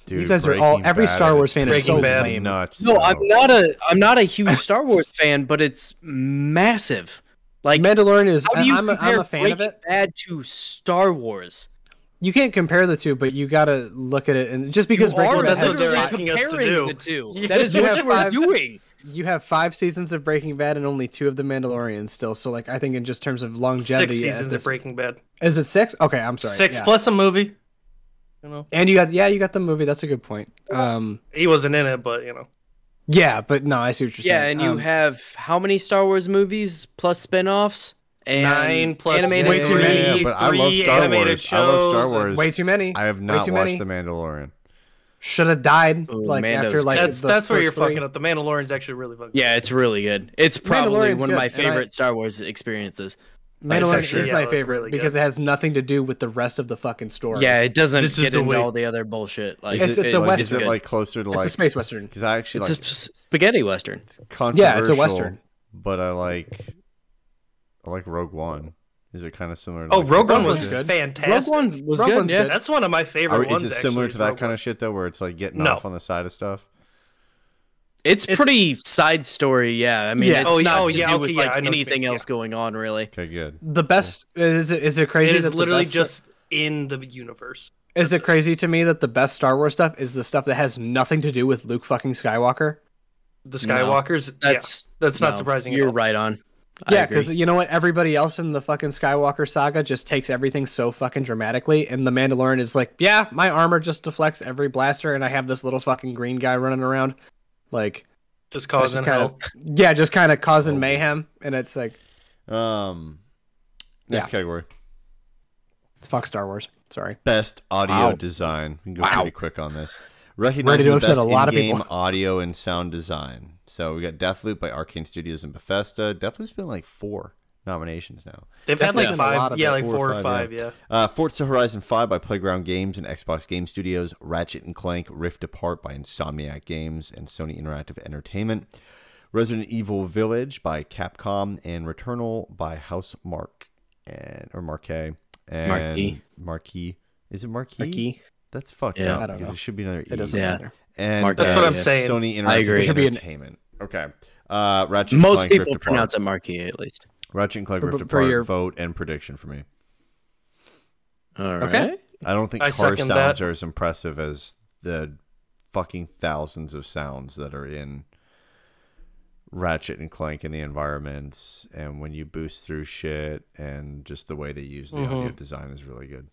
[SPEAKER 4] Dude,
[SPEAKER 5] guys are all-
[SPEAKER 4] Breaking
[SPEAKER 5] every
[SPEAKER 4] Bad
[SPEAKER 5] Star Wars fan is
[SPEAKER 4] Breaking
[SPEAKER 6] so
[SPEAKER 4] Bad
[SPEAKER 5] lame.
[SPEAKER 4] Nuts.
[SPEAKER 3] No,
[SPEAKER 4] though.
[SPEAKER 3] I'm not a I'm not a huge Star Wars fan, but it's massive. Like
[SPEAKER 5] Mandalorian is.
[SPEAKER 3] how do you
[SPEAKER 5] I'm, a,
[SPEAKER 3] compare
[SPEAKER 5] I'm a fan of
[SPEAKER 3] Breaking
[SPEAKER 5] it.
[SPEAKER 3] Bad to Star Wars?
[SPEAKER 5] You can't compare the two, but you gotta look at it and just because
[SPEAKER 3] you
[SPEAKER 5] Breaking
[SPEAKER 3] are,
[SPEAKER 5] Bad
[SPEAKER 3] that's
[SPEAKER 5] has
[SPEAKER 6] what
[SPEAKER 3] what
[SPEAKER 6] they're
[SPEAKER 3] they're
[SPEAKER 5] five-
[SPEAKER 6] asking us to
[SPEAKER 3] comparing
[SPEAKER 6] do.
[SPEAKER 3] the two.
[SPEAKER 6] Yeah.
[SPEAKER 3] That is
[SPEAKER 5] You
[SPEAKER 3] what
[SPEAKER 5] have
[SPEAKER 3] you are
[SPEAKER 5] five-
[SPEAKER 3] doing.
[SPEAKER 5] you have five seasons of Breaking Bad and only two of the Mandalorian still. So like I think in just terms of longevity,
[SPEAKER 6] six
[SPEAKER 5] as
[SPEAKER 6] seasons of
[SPEAKER 5] this-
[SPEAKER 6] Breaking Bad.
[SPEAKER 5] Is it six? Okay, I'm sorry.
[SPEAKER 6] six
[SPEAKER 5] yeah.
[SPEAKER 6] plus a movie. You know,
[SPEAKER 5] And you got yeah, you got the movie. That's a good point. Um,
[SPEAKER 6] he wasn't in it, but you know,
[SPEAKER 5] yeah, but no, I see what you're
[SPEAKER 3] Yeah,
[SPEAKER 5] saying.
[SPEAKER 3] and you
[SPEAKER 5] Um,
[SPEAKER 3] have how many Star Wars movies plus spin-offs? And
[SPEAKER 6] Nine plus
[SPEAKER 3] animated
[SPEAKER 5] way too
[SPEAKER 3] series?
[SPEAKER 5] many.
[SPEAKER 4] Yeah, but I love
[SPEAKER 6] three
[SPEAKER 4] Star
[SPEAKER 6] animated
[SPEAKER 4] Wars. I love Star
[SPEAKER 6] shows and-
[SPEAKER 4] Wars.
[SPEAKER 5] way too many.
[SPEAKER 4] I have not
[SPEAKER 5] too
[SPEAKER 4] watched
[SPEAKER 5] many.
[SPEAKER 4] The Mandalorian.
[SPEAKER 5] should have died
[SPEAKER 3] Ooh,
[SPEAKER 5] like
[SPEAKER 3] Mando's
[SPEAKER 5] after like
[SPEAKER 6] that's
[SPEAKER 5] the
[SPEAKER 6] that's where
[SPEAKER 5] first
[SPEAKER 6] you're
[SPEAKER 5] three.
[SPEAKER 6] fucking up. The Mandalorian's actually really fucking.
[SPEAKER 3] Yeah, it's really good. It's probably
[SPEAKER 5] Mandalorian's
[SPEAKER 3] one of
[SPEAKER 5] good,
[SPEAKER 3] my
[SPEAKER 5] and I-
[SPEAKER 3] favorite Star Wars experiences. Like, it's
[SPEAKER 5] Mandalorian
[SPEAKER 3] actually-
[SPEAKER 5] is
[SPEAKER 6] yeah,
[SPEAKER 5] my
[SPEAKER 6] like,
[SPEAKER 5] favorite
[SPEAKER 6] really good.
[SPEAKER 5] because it has nothing to do with the rest of the fucking story.
[SPEAKER 3] Yeah, it doesn't
[SPEAKER 6] This is
[SPEAKER 3] get
[SPEAKER 6] the
[SPEAKER 3] into
[SPEAKER 6] way-
[SPEAKER 3] all the other bullshit. Like
[SPEAKER 5] It's- it's a
[SPEAKER 4] like, Is
[SPEAKER 5] Western.
[SPEAKER 4] it like closer to
[SPEAKER 5] it's a
[SPEAKER 4] like?
[SPEAKER 5] space western.
[SPEAKER 4] Because I actually
[SPEAKER 3] It's
[SPEAKER 4] like
[SPEAKER 3] a s- spaghetti western.
[SPEAKER 4] controversial.
[SPEAKER 5] Yeah, it's a western.
[SPEAKER 4] But I like, I like Rogue One. Is it kind of similar? To
[SPEAKER 6] Oh,
[SPEAKER 4] like
[SPEAKER 6] Rogue One
[SPEAKER 5] Rogue
[SPEAKER 6] was
[SPEAKER 5] One's good.
[SPEAKER 3] Rogue
[SPEAKER 6] fantastic.
[SPEAKER 3] One was
[SPEAKER 5] Rogue
[SPEAKER 3] good.
[SPEAKER 5] One's
[SPEAKER 3] yeah.
[SPEAKER 5] good.
[SPEAKER 6] That's one of my
[SPEAKER 4] Are,
[SPEAKER 6] favorite
[SPEAKER 4] is
[SPEAKER 6] ones.
[SPEAKER 4] it similar
[SPEAKER 6] actually,
[SPEAKER 4] to
[SPEAKER 6] is
[SPEAKER 4] that
[SPEAKER 6] Rogue
[SPEAKER 4] kind
[SPEAKER 6] One.
[SPEAKER 4] of shit though, where it's like getting
[SPEAKER 6] No.
[SPEAKER 4] off on the side of stuff?
[SPEAKER 3] It's,
[SPEAKER 5] It's-
[SPEAKER 3] pretty side story. Yeah, I mean,
[SPEAKER 5] Yeah.
[SPEAKER 3] it's
[SPEAKER 6] Oh, yeah,
[SPEAKER 3] not
[SPEAKER 6] oh,
[SPEAKER 3] to
[SPEAKER 6] yeah,
[SPEAKER 3] do
[SPEAKER 6] okay,
[SPEAKER 3] with
[SPEAKER 6] yeah,
[SPEAKER 3] like
[SPEAKER 6] I know what you
[SPEAKER 3] anything
[SPEAKER 6] mean,
[SPEAKER 3] else going on really.
[SPEAKER 4] Okay, good.
[SPEAKER 5] The best is it, is it crazy?
[SPEAKER 6] It is
[SPEAKER 5] that the
[SPEAKER 6] literally
[SPEAKER 5] best-
[SPEAKER 6] just in the universe.
[SPEAKER 5] Is it crazy to me that the best Star Wars stuff is the stuff that has nothing to do with Luke fucking Skywalker?
[SPEAKER 6] The
[SPEAKER 3] No.
[SPEAKER 6] Skywalkers. yeah,
[SPEAKER 3] That's
[SPEAKER 6] that's not
[SPEAKER 3] no,
[SPEAKER 6] surprising. at
[SPEAKER 3] You're
[SPEAKER 6] all.
[SPEAKER 3] right on. I
[SPEAKER 5] yeah,
[SPEAKER 3] agree.
[SPEAKER 5] because you know what? Everybody else in the fucking Skywalker saga just takes everything so fucking dramatically, and the Mandalorian is like, yeah, my armor just deflects every blaster, and I have this little fucking green guy running around, like,
[SPEAKER 6] Just
[SPEAKER 5] that's
[SPEAKER 6] causing
[SPEAKER 5] just kind
[SPEAKER 6] hell.
[SPEAKER 5] of yeah, just kind of causing
[SPEAKER 4] Oh.
[SPEAKER 5] mayhem, and it's like,
[SPEAKER 4] Um, next
[SPEAKER 5] Yeah.
[SPEAKER 4] category:
[SPEAKER 5] fuck Star Wars. Sorry.
[SPEAKER 4] best audio
[SPEAKER 5] Wow.
[SPEAKER 4] design. We can go
[SPEAKER 5] Wow.
[SPEAKER 4] pretty quick on this. Recognizing
[SPEAKER 5] to
[SPEAKER 4] the
[SPEAKER 5] upset
[SPEAKER 4] best
[SPEAKER 5] a lot of
[SPEAKER 4] in-game
[SPEAKER 5] people.
[SPEAKER 4] audio and sound design. So we got Deathloop by Arcane Studios and Bethesda. Deathloop's been like four nominations now.
[SPEAKER 6] They've had
[SPEAKER 5] Definitely
[SPEAKER 6] like
[SPEAKER 5] been a lot
[SPEAKER 6] five.
[SPEAKER 5] of
[SPEAKER 6] Yeah,
[SPEAKER 5] it.
[SPEAKER 6] like
[SPEAKER 4] Four or
[SPEAKER 6] four
[SPEAKER 4] five,
[SPEAKER 6] or five.
[SPEAKER 4] yeah.
[SPEAKER 6] Yeah.
[SPEAKER 4] Uh, Forza Horizon 5 by Playground Games and Xbox Game Studios, Ratchet and Clank Rift Apart by Insomniac Games and Sony Interactive Entertainment, Resident Evil Village by Capcom, and Returnal by House Mark and or Marquee and
[SPEAKER 3] Marquee.
[SPEAKER 4] Marquee. Is it Marquee?
[SPEAKER 5] Marquee.
[SPEAKER 4] That's fucked
[SPEAKER 3] Yeah.
[SPEAKER 4] up
[SPEAKER 5] I don't
[SPEAKER 4] because
[SPEAKER 5] know.
[SPEAKER 4] It should be another E.
[SPEAKER 5] e, It doesn't
[SPEAKER 3] Yeah.
[SPEAKER 5] matter.
[SPEAKER 4] And
[SPEAKER 3] Marquee. That's
[SPEAKER 4] uh,
[SPEAKER 3] what I'm
[SPEAKER 6] saying.
[SPEAKER 4] Sony Interactive
[SPEAKER 3] I agree. There
[SPEAKER 5] should be an-
[SPEAKER 4] Entertainment. Okay. Uh, Ratchet and
[SPEAKER 3] Most
[SPEAKER 4] Clank
[SPEAKER 3] people
[SPEAKER 4] Rift
[SPEAKER 3] pronounce
[SPEAKER 4] Apart.
[SPEAKER 3] it Marquee at least.
[SPEAKER 4] Ratchet and Clank
[SPEAKER 5] For-
[SPEAKER 4] Rift
[SPEAKER 5] for
[SPEAKER 4] Apart
[SPEAKER 5] your-
[SPEAKER 4] vote and prediction for me.
[SPEAKER 3] All right.
[SPEAKER 5] Okay.
[SPEAKER 4] I don't think
[SPEAKER 6] I
[SPEAKER 4] car
[SPEAKER 6] second
[SPEAKER 4] sounds
[SPEAKER 6] that.
[SPEAKER 4] are as impressive as the fucking thousands of sounds that are in Ratchet and Clank and the environments, and when you boost through shit, and just the way they use the
[SPEAKER 5] Mm-hmm.
[SPEAKER 4] audio design is really good.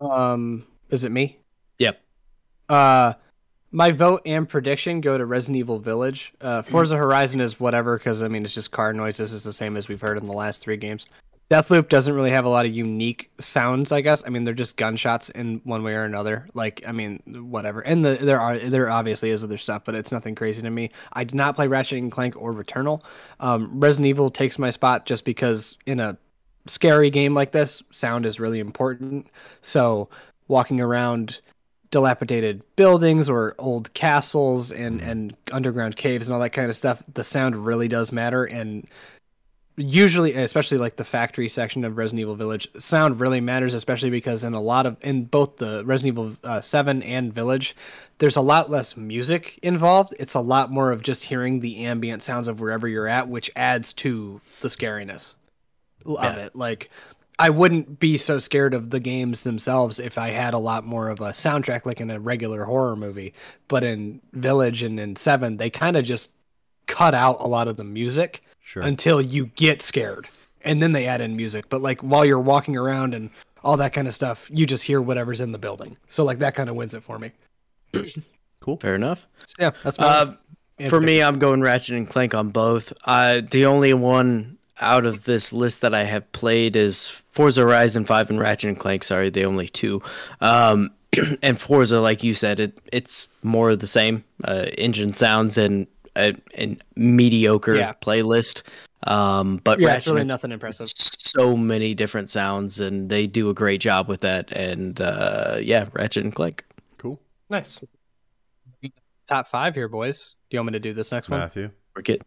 [SPEAKER 5] Um, is it me?
[SPEAKER 3] Yep.
[SPEAKER 5] Uh, my vote and prediction go to Resident Evil Village. Uh, Forza Horizon is whatever because I mean it's just car noises. It's the same as we've heard in the last three games. Deathloop doesn't really have a lot of unique sounds, I guess. I mean, they're just gunshots in one way or another. Like, I mean, whatever. And the, there are there obviously is other stuff, but it's nothing crazy to me. I did not play Ratchet and Clank or Returnal. Um, Resident Evil takes my spot just because in a scary game like this, sound is really important. So walking around dilapidated buildings or old castles and and underground caves and all that kind of stuff, the sound really does matter and usually especially like the factory section of Resident Evil Village sound really matters especially because in a lot of in both the Resident Evil uh, 7 and Village there's a lot less music involved it's a lot more of just hearing the ambient sounds of wherever you're at which adds to the scariness of it like I wouldn't be so scared of the games themselves if I had a lot more of a soundtrack like in a regular horror movie. But in Village and in Seven, they kind of just cut out a lot of the music
[SPEAKER 4] Sure.
[SPEAKER 5] until you get scared. And then they add in music. But like while you're walking around and all that kind of stuff, you just hear whatever's in the building. So like that kind of wins it for me.
[SPEAKER 3] Fair enough.
[SPEAKER 5] So, yeah, that's my
[SPEAKER 3] Uh, for me, I'm going Ratchet and Clank on both. Uh, the only one out of this list that I have played is Forza Horizon 5 and Ratchet and Clank. Sorry, the only two. Um, and Forza, like you said, it it's more of the same uh, engine sounds and a, and mediocre
[SPEAKER 5] Yeah.
[SPEAKER 3] playlist. Um, but
[SPEAKER 5] yeah, it's
[SPEAKER 3] Ratchet
[SPEAKER 5] really
[SPEAKER 3] and
[SPEAKER 5] nothing impressive.
[SPEAKER 3] so many different sounds, and they do a great job with that. And uh, yeah, Ratchet and Clank.
[SPEAKER 4] Cool.
[SPEAKER 6] Nice.
[SPEAKER 5] Top five here, boys. Do you want me to do this next one?
[SPEAKER 4] Matthew.
[SPEAKER 3] We're getting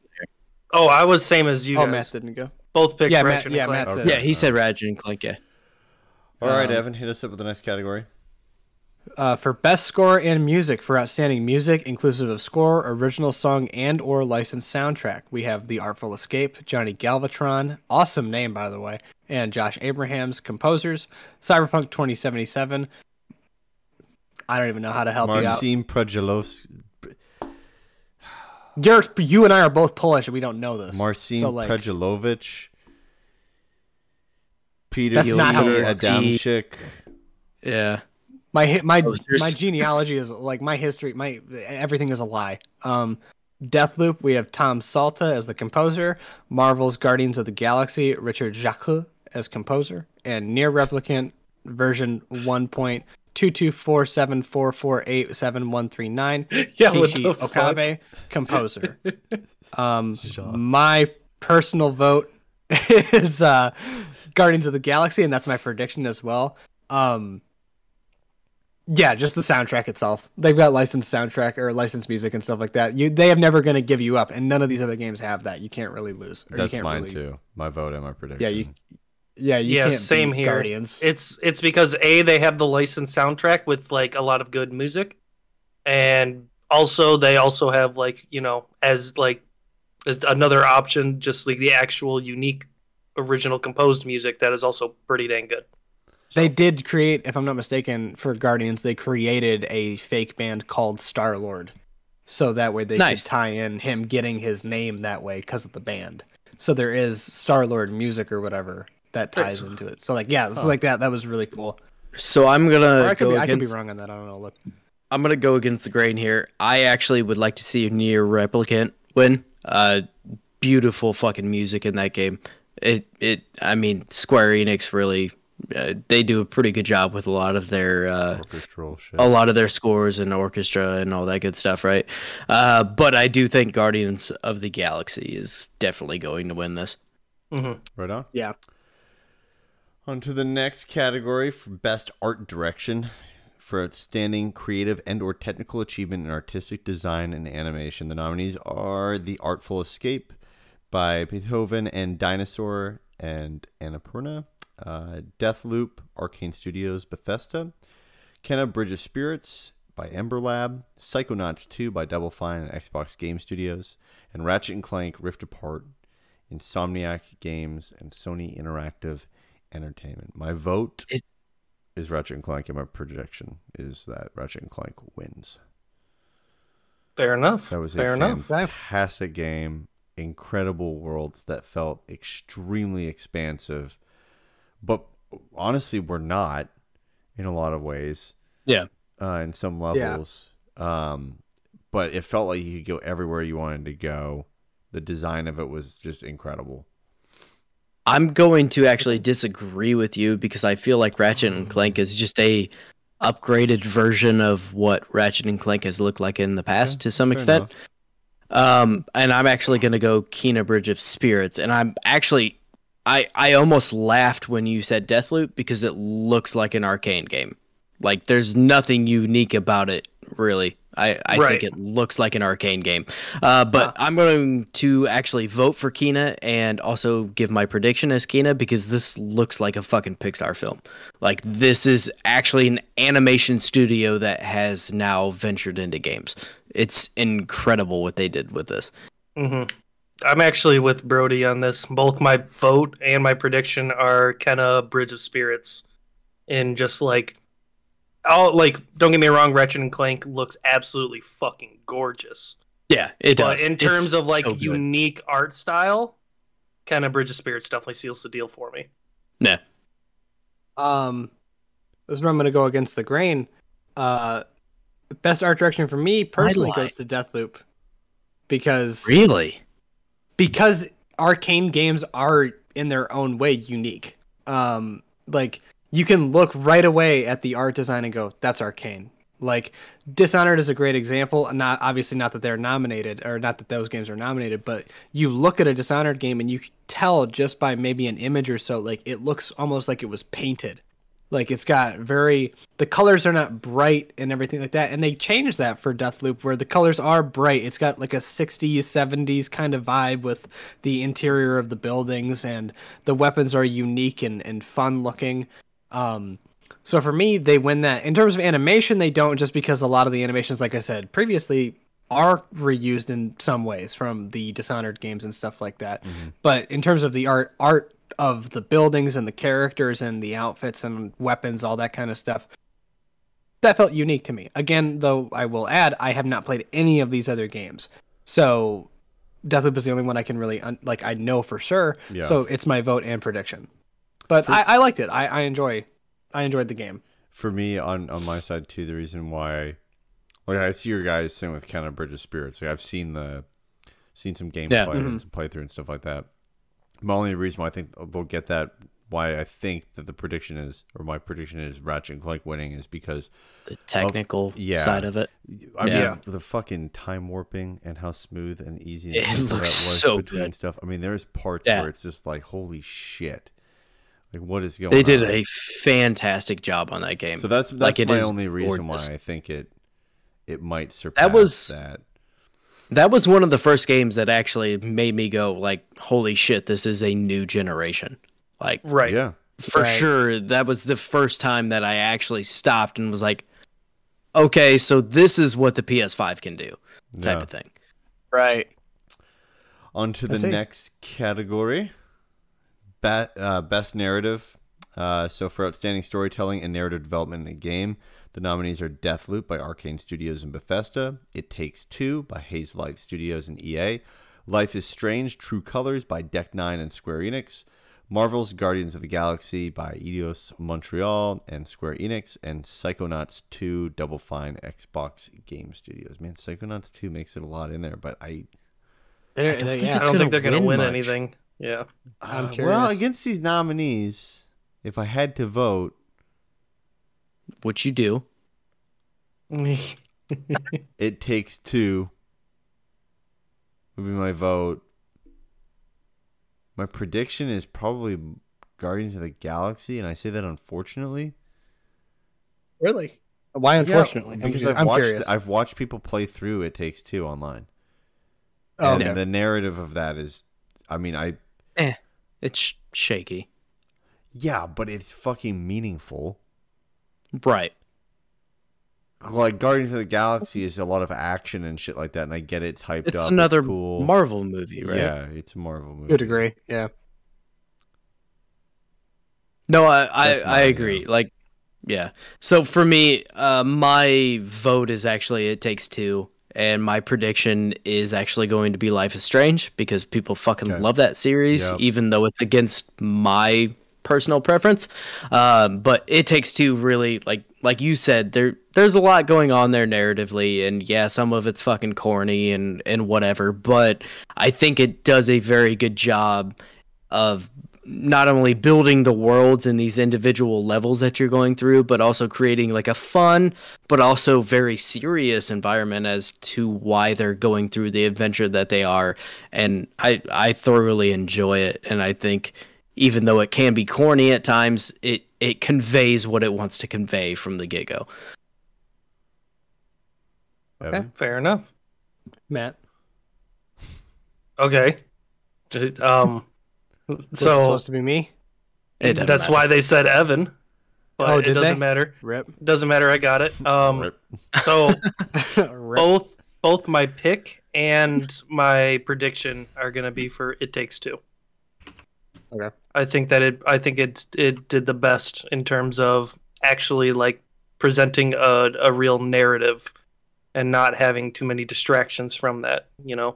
[SPEAKER 6] Oh, I was same as you
[SPEAKER 5] oh, Matt
[SPEAKER 6] guys.
[SPEAKER 5] didn't go.
[SPEAKER 6] Both picked
[SPEAKER 5] Yeah, Matt-
[SPEAKER 6] Ratchet
[SPEAKER 5] yeah,
[SPEAKER 6] and Clank.
[SPEAKER 5] Matt said-
[SPEAKER 3] Yeah, he said Ratchet and Clank. Yeah.
[SPEAKER 5] Um,
[SPEAKER 4] All right, Evan, hit us up with the next category.
[SPEAKER 5] uh, for best score and music for outstanding music inclusive of score original song and or licensed soundtrack we have the artful escape johnny galvatron awesome name by the way and josh abrahams composers cyberpunk 2077 i don't even know how to help you
[SPEAKER 4] Marcin Projalovsky.
[SPEAKER 5] out You're, you and i are both polish and we don't know this
[SPEAKER 4] Marcin
[SPEAKER 5] so like
[SPEAKER 4] Prejelovic, Peter
[SPEAKER 5] That's not how it
[SPEAKER 4] Ilya
[SPEAKER 5] works.
[SPEAKER 4] Adamczyk.
[SPEAKER 3] Yeah.
[SPEAKER 5] my hi-
[SPEAKER 6] Oh,
[SPEAKER 5] my
[SPEAKER 3] Posters.
[SPEAKER 5] my genealogy is like my history my everything is a lie um deathloop we have tom salta as the composer marvel's guardians of the galaxy richard jacques as composer and near replicant version 1.22474487139
[SPEAKER 6] Yeah, what
[SPEAKER 5] Kishi
[SPEAKER 6] the fuck?
[SPEAKER 5] okabe composer um my personal vote is uh guardians of the galaxy and that's my prediction as well um yeah, just the soundtrack itself. They've got licensed soundtrack or licensed music and stuff like that. You they have never going to give you up, and none of these other games have that. You can't really lose. or you
[SPEAKER 4] That's
[SPEAKER 5] can't
[SPEAKER 4] mine
[SPEAKER 5] really-
[SPEAKER 4] too. My vote and my prediction.
[SPEAKER 5] Yeah, you. Yeah, you
[SPEAKER 6] yeah,
[SPEAKER 5] can't
[SPEAKER 6] same
[SPEAKER 5] beat
[SPEAKER 6] here.
[SPEAKER 5] Guardians.
[SPEAKER 6] It's it's because a they have the licensed soundtrack with like a lot of good music, and also they also have like you know as like as another option just like the actual unique original composed music that is also pretty dang good.
[SPEAKER 5] They did create, if I'm not mistaken, for Guardians, they created a fake band called Star Lord, so that way they
[SPEAKER 3] Nice.
[SPEAKER 5] could tie in him getting his name that way because of the band. So there is Star Lord music or whatever that ties
[SPEAKER 6] Nice.
[SPEAKER 5] into it. So like, yeah, this is like that. That was really cool.
[SPEAKER 3] So I'm
[SPEAKER 5] Or
[SPEAKER 3] gonna
[SPEAKER 5] I could,
[SPEAKER 3] Uh, go
[SPEAKER 5] be, I could be
[SPEAKER 3] against.
[SPEAKER 5] wrong on that. I don't know. Look.
[SPEAKER 3] I'm gonna go against the grain here. I actually would like to see a near replicant win. Uh, beautiful fucking music in that game. It it. I mean, Square Enix really. Uh, they do a pretty good job with a lot of their uh,
[SPEAKER 4] Orchestral shit.
[SPEAKER 3] a lot of their scores and orchestra and all that good stuff, right? Uh, but I do think Guardians of the Galaxy is definitely going to win this.
[SPEAKER 6] Mhm.
[SPEAKER 4] Right on.
[SPEAKER 5] Yeah.
[SPEAKER 4] On to the next category for best art direction for outstanding creative and or technical achievement in artistic design and animation. The nominees are The Artful Escape by Beethoven and Dinosaur and Annapurna, uh, Deathloop, Arcane Studios, Bethesda, Kenna Bridge of Spirits by Ember Lab, Psychonauts 2 by Double Fine and Xbox Game Studios, and Ratchet and Clank Rift Apart, Insomniac Games, and Sony Interactive Entertainment. My vote
[SPEAKER 3] It-
[SPEAKER 4] is Ratchet and Clank, and my prediction is that Ratchet and Clank wins.
[SPEAKER 6] Fair enough.
[SPEAKER 4] That was a
[SPEAKER 6] fair enough.
[SPEAKER 4] fantastic game. Incredible worlds that felt extremely expansive, but honestly, were not in a lot of ways.
[SPEAKER 3] Yeah.
[SPEAKER 4] uh, in some
[SPEAKER 5] Yeah.
[SPEAKER 4] levels. Um, but it felt like you could go everywhere you wanted to go. The design of it was just incredible.
[SPEAKER 3] I'm going to actually disagree with you because I feel like Ratchet and Clank is just a upgraded version of what Ratchet and Clank has looked like in the past to some
[SPEAKER 4] fair
[SPEAKER 3] extent. Um, and I'm actually going to go Kena Bridge of Spirits, and I'm actually I I almost laughed when you said Deathloop because it looks like an arcane game. Like there's nothing unique about it really. I, I
[SPEAKER 6] Right.
[SPEAKER 3] think it looks like an arcane game. Uh, but I'm going to actually vote for Kena and also give my prediction as Kena because this looks like a fucking Pixar film. Like this is actually an animation studio that has now ventured into games. It's incredible what they did with this.
[SPEAKER 6] hmm I'm actually with Brody on this. Both my vote and my prediction are Kenna Bridge of Spirits, and just like, oh, like don't get me wrong, Ratchet and Clank looks absolutely fucking gorgeous.
[SPEAKER 3] Yeah, it
[SPEAKER 6] but
[SPEAKER 3] does.
[SPEAKER 6] in
[SPEAKER 3] It's
[SPEAKER 6] terms of like
[SPEAKER 3] so good.
[SPEAKER 6] unique art style, Kenna Bridge of Spirits definitely seals the deal for me.
[SPEAKER 5] Um, this is where I'm going to go against the grain. Uh, best art direction for me personally
[SPEAKER 3] lie.
[SPEAKER 5] goes to Deathloop because
[SPEAKER 3] really,
[SPEAKER 5] because arcane games are in their own way unique. Um, like you can look right away at the art design and go, "That's arcane." Like Dishonored is a great example. Not obviously not that they're nominated or not that those games are nominated, but you look at a Dishonored game and you can tell just by maybe an image or so, like it looks almost like it was painted. Like it's got very the colors are not bright and everything like that, and they changed that for Deathloop where the colors are bright. It's got like a 60s, 70s kind of vibe with the interior of the buildings, and the weapons are unique and and fun looking. Um, so for me, they win that. In terms of animation, they don't just because a lot of the animations, like I said previously, are reused in some ways from the Dishonored games and stuff like that. But in terms of the art, art of the buildings and the characters and the outfits and weapons, all that kind of stuff, that felt unique to me. Again, though, I will add, I have not played any of these other games, so Deathloop is the only one I can really un- like. I know for sure,
[SPEAKER 4] Yeah.
[SPEAKER 5] so it's my vote and prediction. But I, I liked it. I, I enjoy. I enjoyed the game.
[SPEAKER 4] For me, on on my side too, the reason why, like I see your guys sitting with kind of Bridge of Spirits. Like I've seen the, seen some gameplay
[SPEAKER 3] Yeah. mm-hmm.
[SPEAKER 4] and some playthrough and stuff like that. My only reason why I think they'll get that, why I think that the prediction is, or my prediction is Ratchet and Clank winning, is because
[SPEAKER 3] the technical
[SPEAKER 4] Oh, yeah.
[SPEAKER 3] side of it.
[SPEAKER 4] I
[SPEAKER 3] Yeah.
[SPEAKER 4] mean, the fucking time warping and how smooth and easy and
[SPEAKER 3] It
[SPEAKER 4] simple that
[SPEAKER 3] looks
[SPEAKER 4] was
[SPEAKER 3] so
[SPEAKER 4] between
[SPEAKER 3] good.
[SPEAKER 4] stuff. I mean, there's parts
[SPEAKER 3] Yeah.
[SPEAKER 4] where it's just like, holy shit, like what is going?
[SPEAKER 3] They did
[SPEAKER 4] on?
[SPEAKER 3] a fantastic job on that game.
[SPEAKER 4] so that's that's
[SPEAKER 3] like, it
[SPEAKER 4] my
[SPEAKER 3] is
[SPEAKER 4] only reason
[SPEAKER 3] gorgeous.
[SPEAKER 4] why I think it it might surpass that.
[SPEAKER 3] was- That was one of the first games that actually made me go like, "Holy shit, this is a new generation." Like
[SPEAKER 6] Right.
[SPEAKER 4] Yeah,
[SPEAKER 3] for
[SPEAKER 5] Right.
[SPEAKER 3] sure, that was the first time that I actually stopped and was like, "Okay, so this is what the PS5 can do."
[SPEAKER 4] yeah.
[SPEAKER 3] Type of thing.
[SPEAKER 5] Right.
[SPEAKER 4] On to
[SPEAKER 5] I
[SPEAKER 4] the
[SPEAKER 5] see.
[SPEAKER 4] next category, Ba uh, best narrative. Uh, so for outstanding storytelling and narrative development in a game, the nominees are Deathloop by Arcane Studios and Bethesda, It Takes Two by Hazelight Studios and EA, Life is Strange: True Colors by Deck Nine and Square Enix, Marvel's Guardians of the Galaxy by Eidos Montreal and Square Enix, and Psychonauts 2 Double Fine Xbox Game Studios. Man, Psychonauts 2 makes it a lot in there, but I
[SPEAKER 5] They're,
[SPEAKER 3] I don't
[SPEAKER 5] they-
[SPEAKER 3] think
[SPEAKER 5] yeah.
[SPEAKER 6] I
[SPEAKER 3] It's
[SPEAKER 6] don't think
[SPEAKER 3] gonna
[SPEAKER 6] they're gonna
[SPEAKER 3] win
[SPEAKER 6] win,
[SPEAKER 3] much.
[SPEAKER 6] anything. Yeah.
[SPEAKER 5] I'm
[SPEAKER 4] Uh, Well,
[SPEAKER 5] curious.
[SPEAKER 4] against these nominees, if I had to vote,
[SPEAKER 3] What you do?
[SPEAKER 4] it takes two. Would be my vote. My prediction is probably Guardians of the Galaxy, and I say that unfortunately.
[SPEAKER 5] Really? Why? Unfortunately,
[SPEAKER 4] Yeah, because
[SPEAKER 5] I'm,
[SPEAKER 4] I've
[SPEAKER 5] I'm
[SPEAKER 4] watched
[SPEAKER 5] curious.
[SPEAKER 4] I've watched people play through It Takes Two online,
[SPEAKER 5] oh,
[SPEAKER 4] and
[SPEAKER 5] okay.
[SPEAKER 4] the narrative of that is, I mean, I
[SPEAKER 3] It's sh- shaky,
[SPEAKER 4] yeah, but it's fucking meaningful.
[SPEAKER 3] right?
[SPEAKER 4] Like Guardians of the Galaxy is a lot of action and shit like that, and I get it typed
[SPEAKER 3] It's
[SPEAKER 4] up.
[SPEAKER 3] another
[SPEAKER 4] it's cool.
[SPEAKER 3] Marvel movie, right?
[SPEAKER 4] Yeah, it's a Marvel movie.
[SPEAKER 5] good agree. Yeah.
[SPEAKER 3] No, I I,
[SPEAKER 4] That's
[SPEAKER 3] I
[SPEAKER 4] mine,
[SPEAKER 3] agree.
[SPEAKER 4] yeah.
[SPEAKER 3] Like Yeah. So for me, uh, my vote is actually It Takes Two, and my prediction is actually going to be Life is Strange because people fucking
[SPEAKER 4] Okay.
[SPEAKER 3] love that series,
[SPEAKER 4] Yep.
[SPEAKER 3] even though it's against my personal preference. Um, but It Takes Two really, like like you said, there there's a lot going on there narratively, and yeah, some of it's fucking corny and and whatever, but I think it does a very good job of not only building the worlds and these individual levels that you're going through, but also creating like a fun, but also very serious environment as to why they're going through the adventure that they are. And I, I thoroughly enjoy it. And I think even though it can be corny at times, it, it conveys what it wants to convey from the get go.
[SPEAKER 4] Evan?
[SPEAKER 6] Fair enough.
[SPEAKER 5] Matt.
[SPEAKER 6] Okay. J- Um.
[SPEAKER 5] This is
[SPEAKER 6] so
[SPEAKER 5] supposed to be me.
[SPEAKER 3] It doesn't
[SPEAKER 6] that's
[SPEAKER 3] matter.
[SPEAKER 6] why they said Evan. But
[SPEAKER 5] Oh,
[SPEAKER 6] it
[SPEAKER 5] did
[SPEAKER 6] doesn't
[SPEAKER 5] they?
[SPEAKER 6] matter.
[SPEAKER 5] Rip.
[SPEAKER 6] Doesn't matter. I got it. Um.
[SPEAKER 4] Rip.
[SPEAKER 6] So
[SPEAKER 5] Rip.
[SPEAKER 6] both both my pick and my prediction are going to be for It Takes Two.
[SPEAKER 5] Okay.
[SPEAKER 6] I think that it I think it it did the best in terms of actually like presenting a a real narrative and not having too many distractions from that, you know.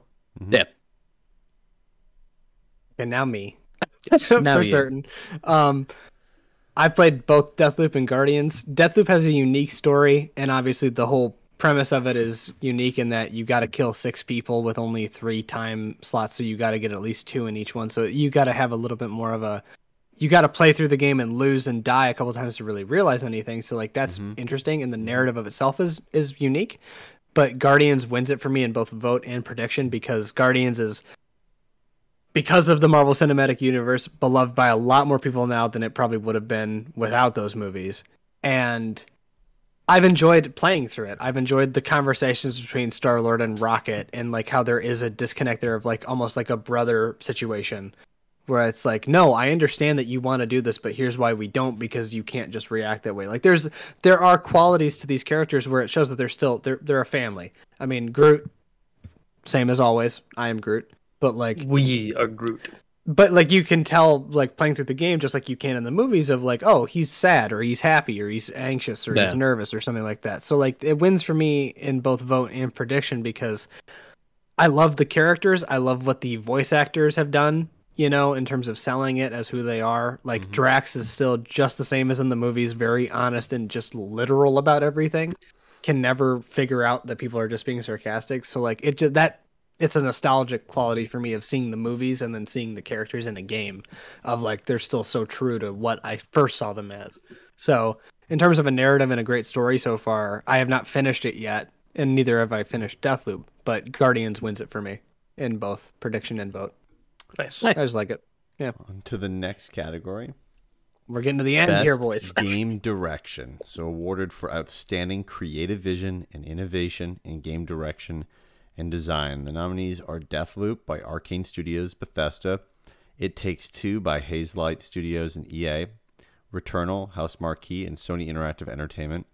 [SPEAKER 5] And now me.
[SPEAKER 3] Now
[SPEAKER 5] for
[SPEAKER 3] you.
[SPEAKER 5] certain. Um, I played both Deathloop and Guardians. Deathloop has a unique story, and obviously the whole premise of it is unique in that you got to kill six people with only three time slots, so you got to get at least two in each one. So you got to have a little bit more of a. You got to play through the game and lose and die a couple times to really realize anything. So like that's
[SPEAKER 3] Mm-hmm.
[SPEAKER 4] Mhm.
[SPEAKER 5] interesting, and the narrative of itself is is unique. But Guardians wins it for me in both vote and prediction because Guardians is because of the Marvel Cinematic Universe, beloved by a lot more people now than it probably would have been without those movies. And I've enjoyed playing through it. I've enjoyed the conversations between Star Lord and Rocket and like how there is a disconnect there of like almost like a brother situation where it's like, no, I understand that you want to do this, but here's why we don't because you can't just react that way. Like there's there are qualities to these characters where it shows that they're still they're they're a family. I mean, Groot, same as always, I am Groot. But like
[SPEAKER 6] We are Groot.
[SPEAKER 5] but like you can tell like playing through the game just like you can in the movies of like oh he's sad or he's happy or he's anxious or
[SPEAKER 3] Yeah.
[SPEAKER 5] he's nervous or something like that so like it wins for me in both vote and prediction because i love the characters i love what the voice actors have done you know in terms of selling it as who they are like drax is still just the same as in the movies very honest and just literal about everything can never figure out that people are just being sarcastic so like it just that it's a nostalgic quality for me of seeing the movies and then seeing the characters in a game of like they're still so true to what I first saw them as. So, in terms of a narrative and a great story so far, I have not finished it yet, and neither have I finished Deathloop, but Guardians wins it for me in both prediction and vote.
[SPEAKER 6] Nice.
[SPEAKER 5] I just like it.
[SPEAKER 4] On to the next category.
[SPEAKER 5] We're getting to the end
[SPEAKER 4] Best
[SPEAKER 5] here, boys.
[SPEAKER 4] game direction. So awarded for outstanding creative vision and innovation in game direction and design. The nominees are Deathloop by Arcane Studios, Bethesda, It Takes Two by Hazelight Studios and E EA, Returnal, House Marquee, and Sony Interactive Entertainment,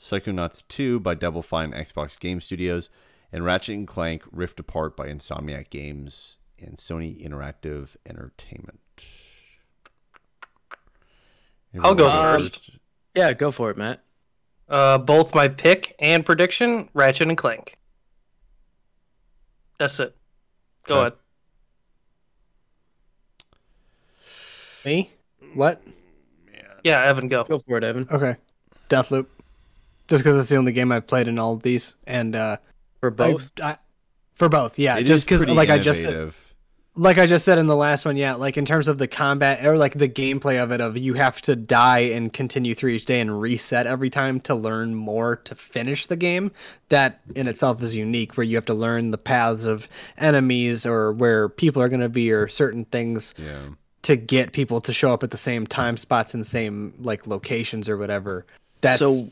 [SPEAKER 4] Psychonauts 2 by Double Fine Xbox Game Studios, and Ratchet and Clank Rift Apart by Insomniac Games and Sony Interactive Entertainment.
[SPEAKER 6] I'll go
[SPEAKER 4] Everyone
[SPEAKER 6] first.
[SPEAKER 3] Yeah, go for it, Matt.
[SPEAKER 6] Uh, both my pick and prediction, Ratchet and Clank. That's it. Go
[SPEAKER 4] Okay.
[SPEAKER 6] ahead.
[SPEAKER 5] me? What?
[SPEAKER 6] Yeah, Evan, go.
[SPEAKER 3] Go for it, Evan.
[SPEAKER 5] Okay. Deathloop. Just because it's the only game I've played in all of these, and uh,
[SPEAKER 3] For
[SPEAKER 5] I-
[SPEAKER 3] both.
[SPEAKER 5] I- for both, yeah.
[SPEAKER 4] It
[SPEAKER 5] just
[SPEAKER 4] is
[SPEAKER 5] because,
[SPEAKER 4] pretty
[SPEAKER 5] like I just said,
[SPEAKER 4] innovative.
[SPEAKER 5] like I just said in the last one, yeah, like in terms of the combat or like the gameplay of it, of you have to die and continue through each day and reset every time to learn more to finish the game. That in itself is unique, where you have to learn the paths of enemies or where people are going to be or certain things
[SPEAKER 4] yeah.
[SPEAKER 5] to get people to show up at the same time spots and same like locations or whatever. That's
[SPEAKER 3] So-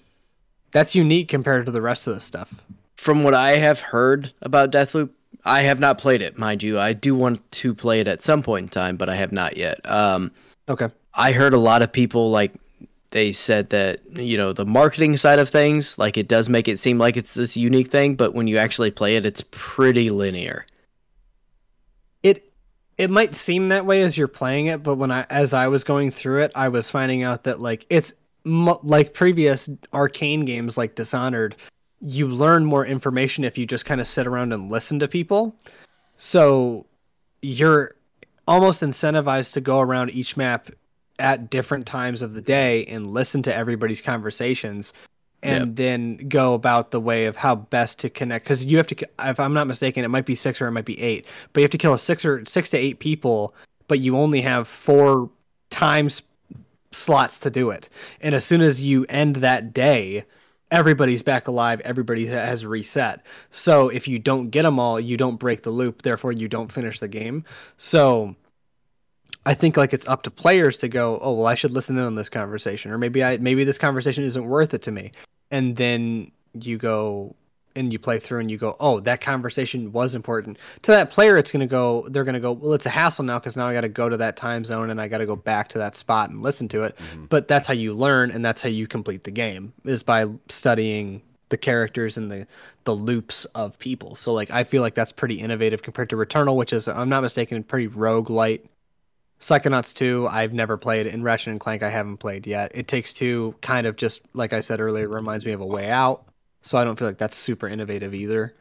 [SPEAKER 5] that's unique compared to the rest of the stuff.
[SPEAKER 3] from what I have heard about Deathloop, I have not played it, mind you. I do want to play it at some point in time, but I have not yet. Um,
[SPEAKER 5] Okay.
[SPEAKER 3] I heard a lot of people like they said that you know the marketing side of things, like it does make it seem like it's this unique thing, but when you actually play it, it's pretty linear.
[SPEAKER 5] it it might seem that way as you're playing it but when i as i was going through it i was finding out that like it's mu like previous arcane games like Dishonored, you learn more information if you just kind of sit around and listen to people. So you're almost incentivized to go around each map at different times of the day and listen to everybody's conversations and then go about the way of how best to connect because you have to ki- if i'm not mistaken it might be six or it might be eight but you have to kill a six or six to eight people but you only have four times slots to do it and as soon as you end that day everybody's back alive everybody ha- has reset so if you don't get them all you don't break the loop therefore you don't finish the game so I think like it's up to players to go, oh well, I should listen in on this conversation, or maybe I maybe this conversation isn't worth it to me, and then you go and you play through and you go, oh, that conversation was important to that player. It's gonna go, they're gonna go, well, it's a hassle now because now I got to go to that time zone and I got to go back to that spot and listen to it.
[SPEAKER 4] Mm-hmm.
[SPEAKER 5] But that's how you learn and that's how you complete the game is by studying the characters and the the loops of people. So like I feel like that's pretty innovative compared to Returnal, which is if I'm not mistaken, pretty rogue light Psychonauts 2, I've never played, and Ratchet and Clank, I haven't played yet. It Takes Two, kind of just like I said earlier, reminds me of A Way Out, so I don't feel like that's super innovative either,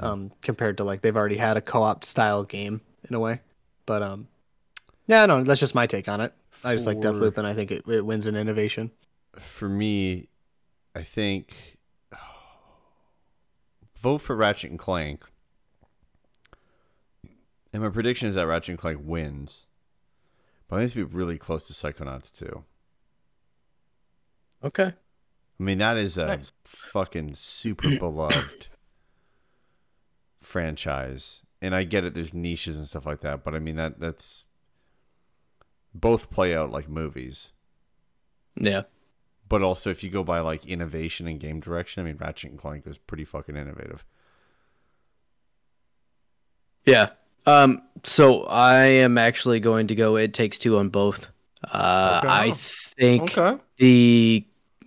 [SPEAKER 5] um, compared to like they've already had a co-op style game in a way. But um, yeah, no, that's just my take on it. I just like
[SPEAKER 4] For-
[SPEAKER 5] Deathloop, and I think it, it wins in innovation.
[SPEAKER 4] for me, I think vote for Ratchet and Clank. And my prediction is that Ratchet and Clank wins. But I think it's gonna be really close to Psychonauts too.
[SPEAKER 3] Okay.
[SPEAKER 4] I mean, that is a
[SPEAKER 3] Nice.
[SPEAKER 4] fucking super beloved franchise. And I get it, there's niches and stuff like that, but I mean that that's both play out like movies.
[SPEAKER 3] Yeah.
[SPEAKER 4] But also, if you go by like innovation and game direction, I mean, Ratchet and Clank was pretty fucking innovative.
[SPEAKER 3] Yeah. Um, so I am actually going to go It Takes Two on both. Uh,
[SPEAKER 6] Okay.
[SPEAKER 3] I think
[SPEAKER 6] Okay.
[SPEAKER 3] the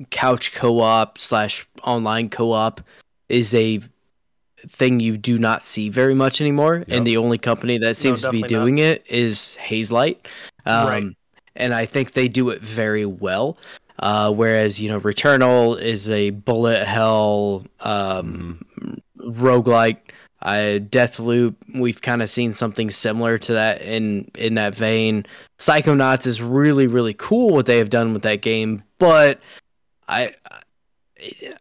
[SPEAKER 3] couch co-op slash online co-op is a thing you do not see very much anymore and the only company that seems to be
[SPEAKER 6] definitely not.
[SPEAKER 3] doing it is hazelight um,
[SPEAKER 6] Right.
[SPEAKER 3] and i think they do it very well uh, whereas you know returnal is a bullet hell um, roguelike uh, Deathloop, we've kind of seen something similar to that in in that vein. Psychonauts is really really cool what they have done with that game, but I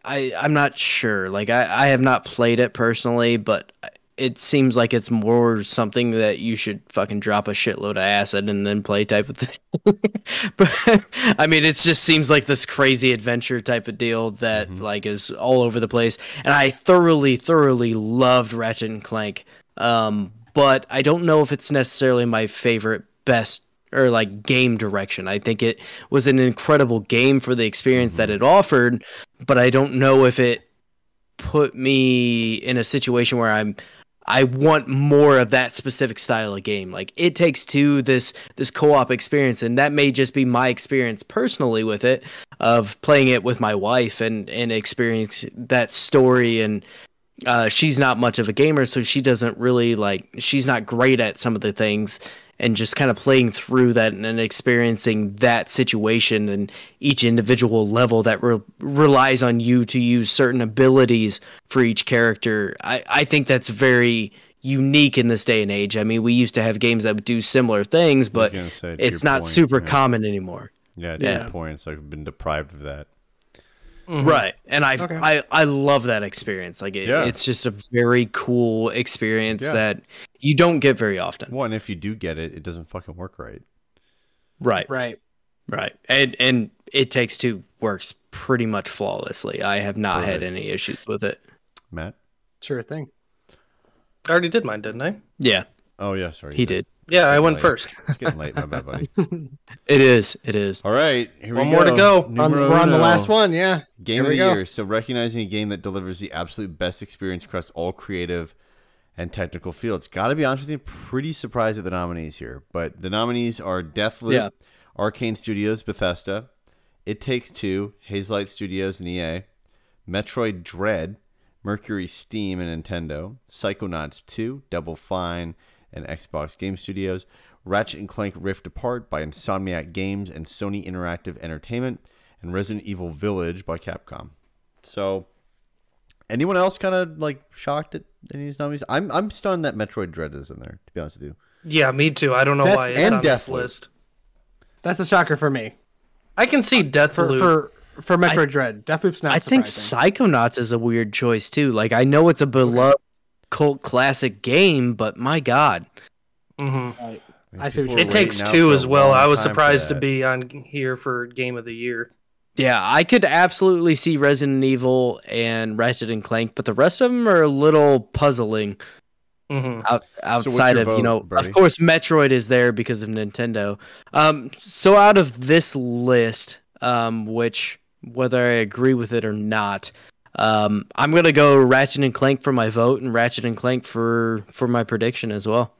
[SPEAKER 3] I I'm not sure. Like I I have not played it personally, but it seems like it's more something that you should fucking drop a shitload of acid and then play type of thing. but I mean, it just seems like this crazy adventure type of deal that like is all over the place. And I thoroughly, thoroughly loved Ratchet and Clank. Um, but I don't know if it's necessarily my favorite best or like game direction. I think it was an incredible game for the experience that it offered, but I don't know if it put me in a situation where I'm I want more of that specific style of game. Like it takes two this this co-op experience and that may just be my experience personally with it of playing it with my wife and and experience that story and uh, she's not much of a gamer, so she doesn't really like. She's not great at some of the things, and just kind of playing through that and, and experiencing that situation and each individual level that re- relies on you to use certain abilities for each character. I I think that's very unique in this day and age. I mean, we used to have games that would do similar things, but
[SPEAKER 4] gonna say, to
[SPEAKER 3] it's
[SPEAKER 4] your
[SPEAKER 3] not
[SPEAKER 4] point,
[SPEAKER 3] super
[SPEAKER 4] yeah.
[SPEAKER 3] common anymore.
[SPEAKER 4] Yeah, to
[SPEAKER 3] Yeah.
[SPEAKER 4] your point, it's like I've been deprived of that.
[SPEAKER 3] Right. And I I I love that experience. Like it,
[SPEAKER 4] Yeah.
[SPEAKER 3] it's just a very cool experience
[SPEAKER 4] Yeah.
[SPEAKER 3] that you don't get very often.
[SPEAKER 4] One, if you do get it, it doesn't fucking work right.
[SPEAKER 3] Right.
[SPEAKER 5] Right.
[SPEAKER 3] Right. And and it takes two works pretty much flawlessly. I have not had
[SPEAKER 4] Right.
[SPEAKER 3] any issues with it.
[SPEAKER 4] Matt?
[SPEAKER 5] Sure thing.
[SPEAKER 6] I already did mine, didn't I?
[SPEAKER 3] Yeah,
[SPEAKER 4] Oh, yeah, sorry.
[SPEAKER 3] he did.
[SPEAKER 6] Yeah, I went
[SPEAKER 4] Nice.
[SPEAKER 6] first.
[SPEAKER 4] It's getting late, my bad, buddy.
[SPEAKER 3] It is. It is.
[SPEAKER 4] All right, here
[SPEAKER 6] One
[SPEAKER 4] we
[SPEAKER 6] more to go.
[SPEAKER 5] We're on,
[SPEAKER 4] Numero
[SPEAKER 5] we're on the
[SPEAKER 4] uno.
[SPEAKER 5] last one, yeah.
[SPEAKER 4] Game
[SPEAKER 5] Here
[SPEAKER 4] of the
[SPEAKER 5] we go.
[SPEAKER 4] year. So recognizing a game that delivers the absolute best experience across all creative and technical fields. Got to be honest with you, pretty surprised at the nominees here. But the nominees are Deathloop,
[SPEAKER 3] Yeah.
[SPEAKER 4] Arcane Studios, Bethesda, It Takes Two, Hazelight Studios, and EA, Metroid Dread, Mercury Steam, and Nintendo, Psychonauts 2, Double Fine, and Xbox Game Studios, Ratchet and Clank Rift Apart by Insomniac Games and Sony Interactive Entertainment, and Resident Evil Village by Capcom. So, anyone else kind of like shocked at any of these nominees? I'm I'm stunned that Metroid Dread is in there. To be honest with you,
[SPEAKER 6] Yeah, me too. I don't know
[SPEAKER 4] That's-
[SPEAKER 6] why it's
[SPEAKER 4] and
[SPEAKER 6] on this
[SPEAKER 4] Deathloop.
[SPEAKER 6] list.
[SPEAKER 5] That's a shocker for me.
[SPEAKER 6] I can see
[SPEAKER 5] For
[SPEAKER 6] Deathloop.
[SPEAKER 5] for for Metroid Dread, Deathloop's not.
[SPEAKER 3] I think
[SPEAKER 5] surprising.
[SPEAKER 3] Psychonauts is a weird choice too. Like I know it's a beloved cult classic game, but my god,
[SPEAKER 6] Mhm.
[SPEAKER 4] mean,
[SPEAKER 5] I see
[SPEAKER 4] people
[SPEAKER 5] what you're
[SPEAKER 4] were
[SPEAKER 6] It
[SPEAKER 5] We're
[SPEAKER 6] takes
[SPEAKER 4] waiting out
[SPEAKER 6] two
[SPEAKER 4] for a
[SPEAKER 6] as well.
[SPEAKER 4] long
[SPEAKER 6] I was
[SPEAKER 4] time for
[SPEAKER 6] surprised to
[SPEAKER 4] that.
[SPEAKER 6] be on here for Game of the Year.
[SPEAKER 3] yeah, I could absolutely see Resident Evil and Ratchet and Clank, but the rest of them are a little puzzling
[SPEAKER 6] Mhm.
[SPEAKER 3] out,
[SPEAKER 4] what's
[SPEAKER 3] outside
[SPEAKER 4] your
[SPEAKER 3] of you
[SPEAKER 4] vote,
[SPEAKER 3] know.
[SPEAKER 4] Brady?
[SPEAKER 3] Of course, Metroid is there because of Nintendo. Um, so out of this list, um, which whether I agree with it or not. Um, I'm gonna go Ratchet and Clank for my vote, and Ratchet and Clank for for my prediction as well.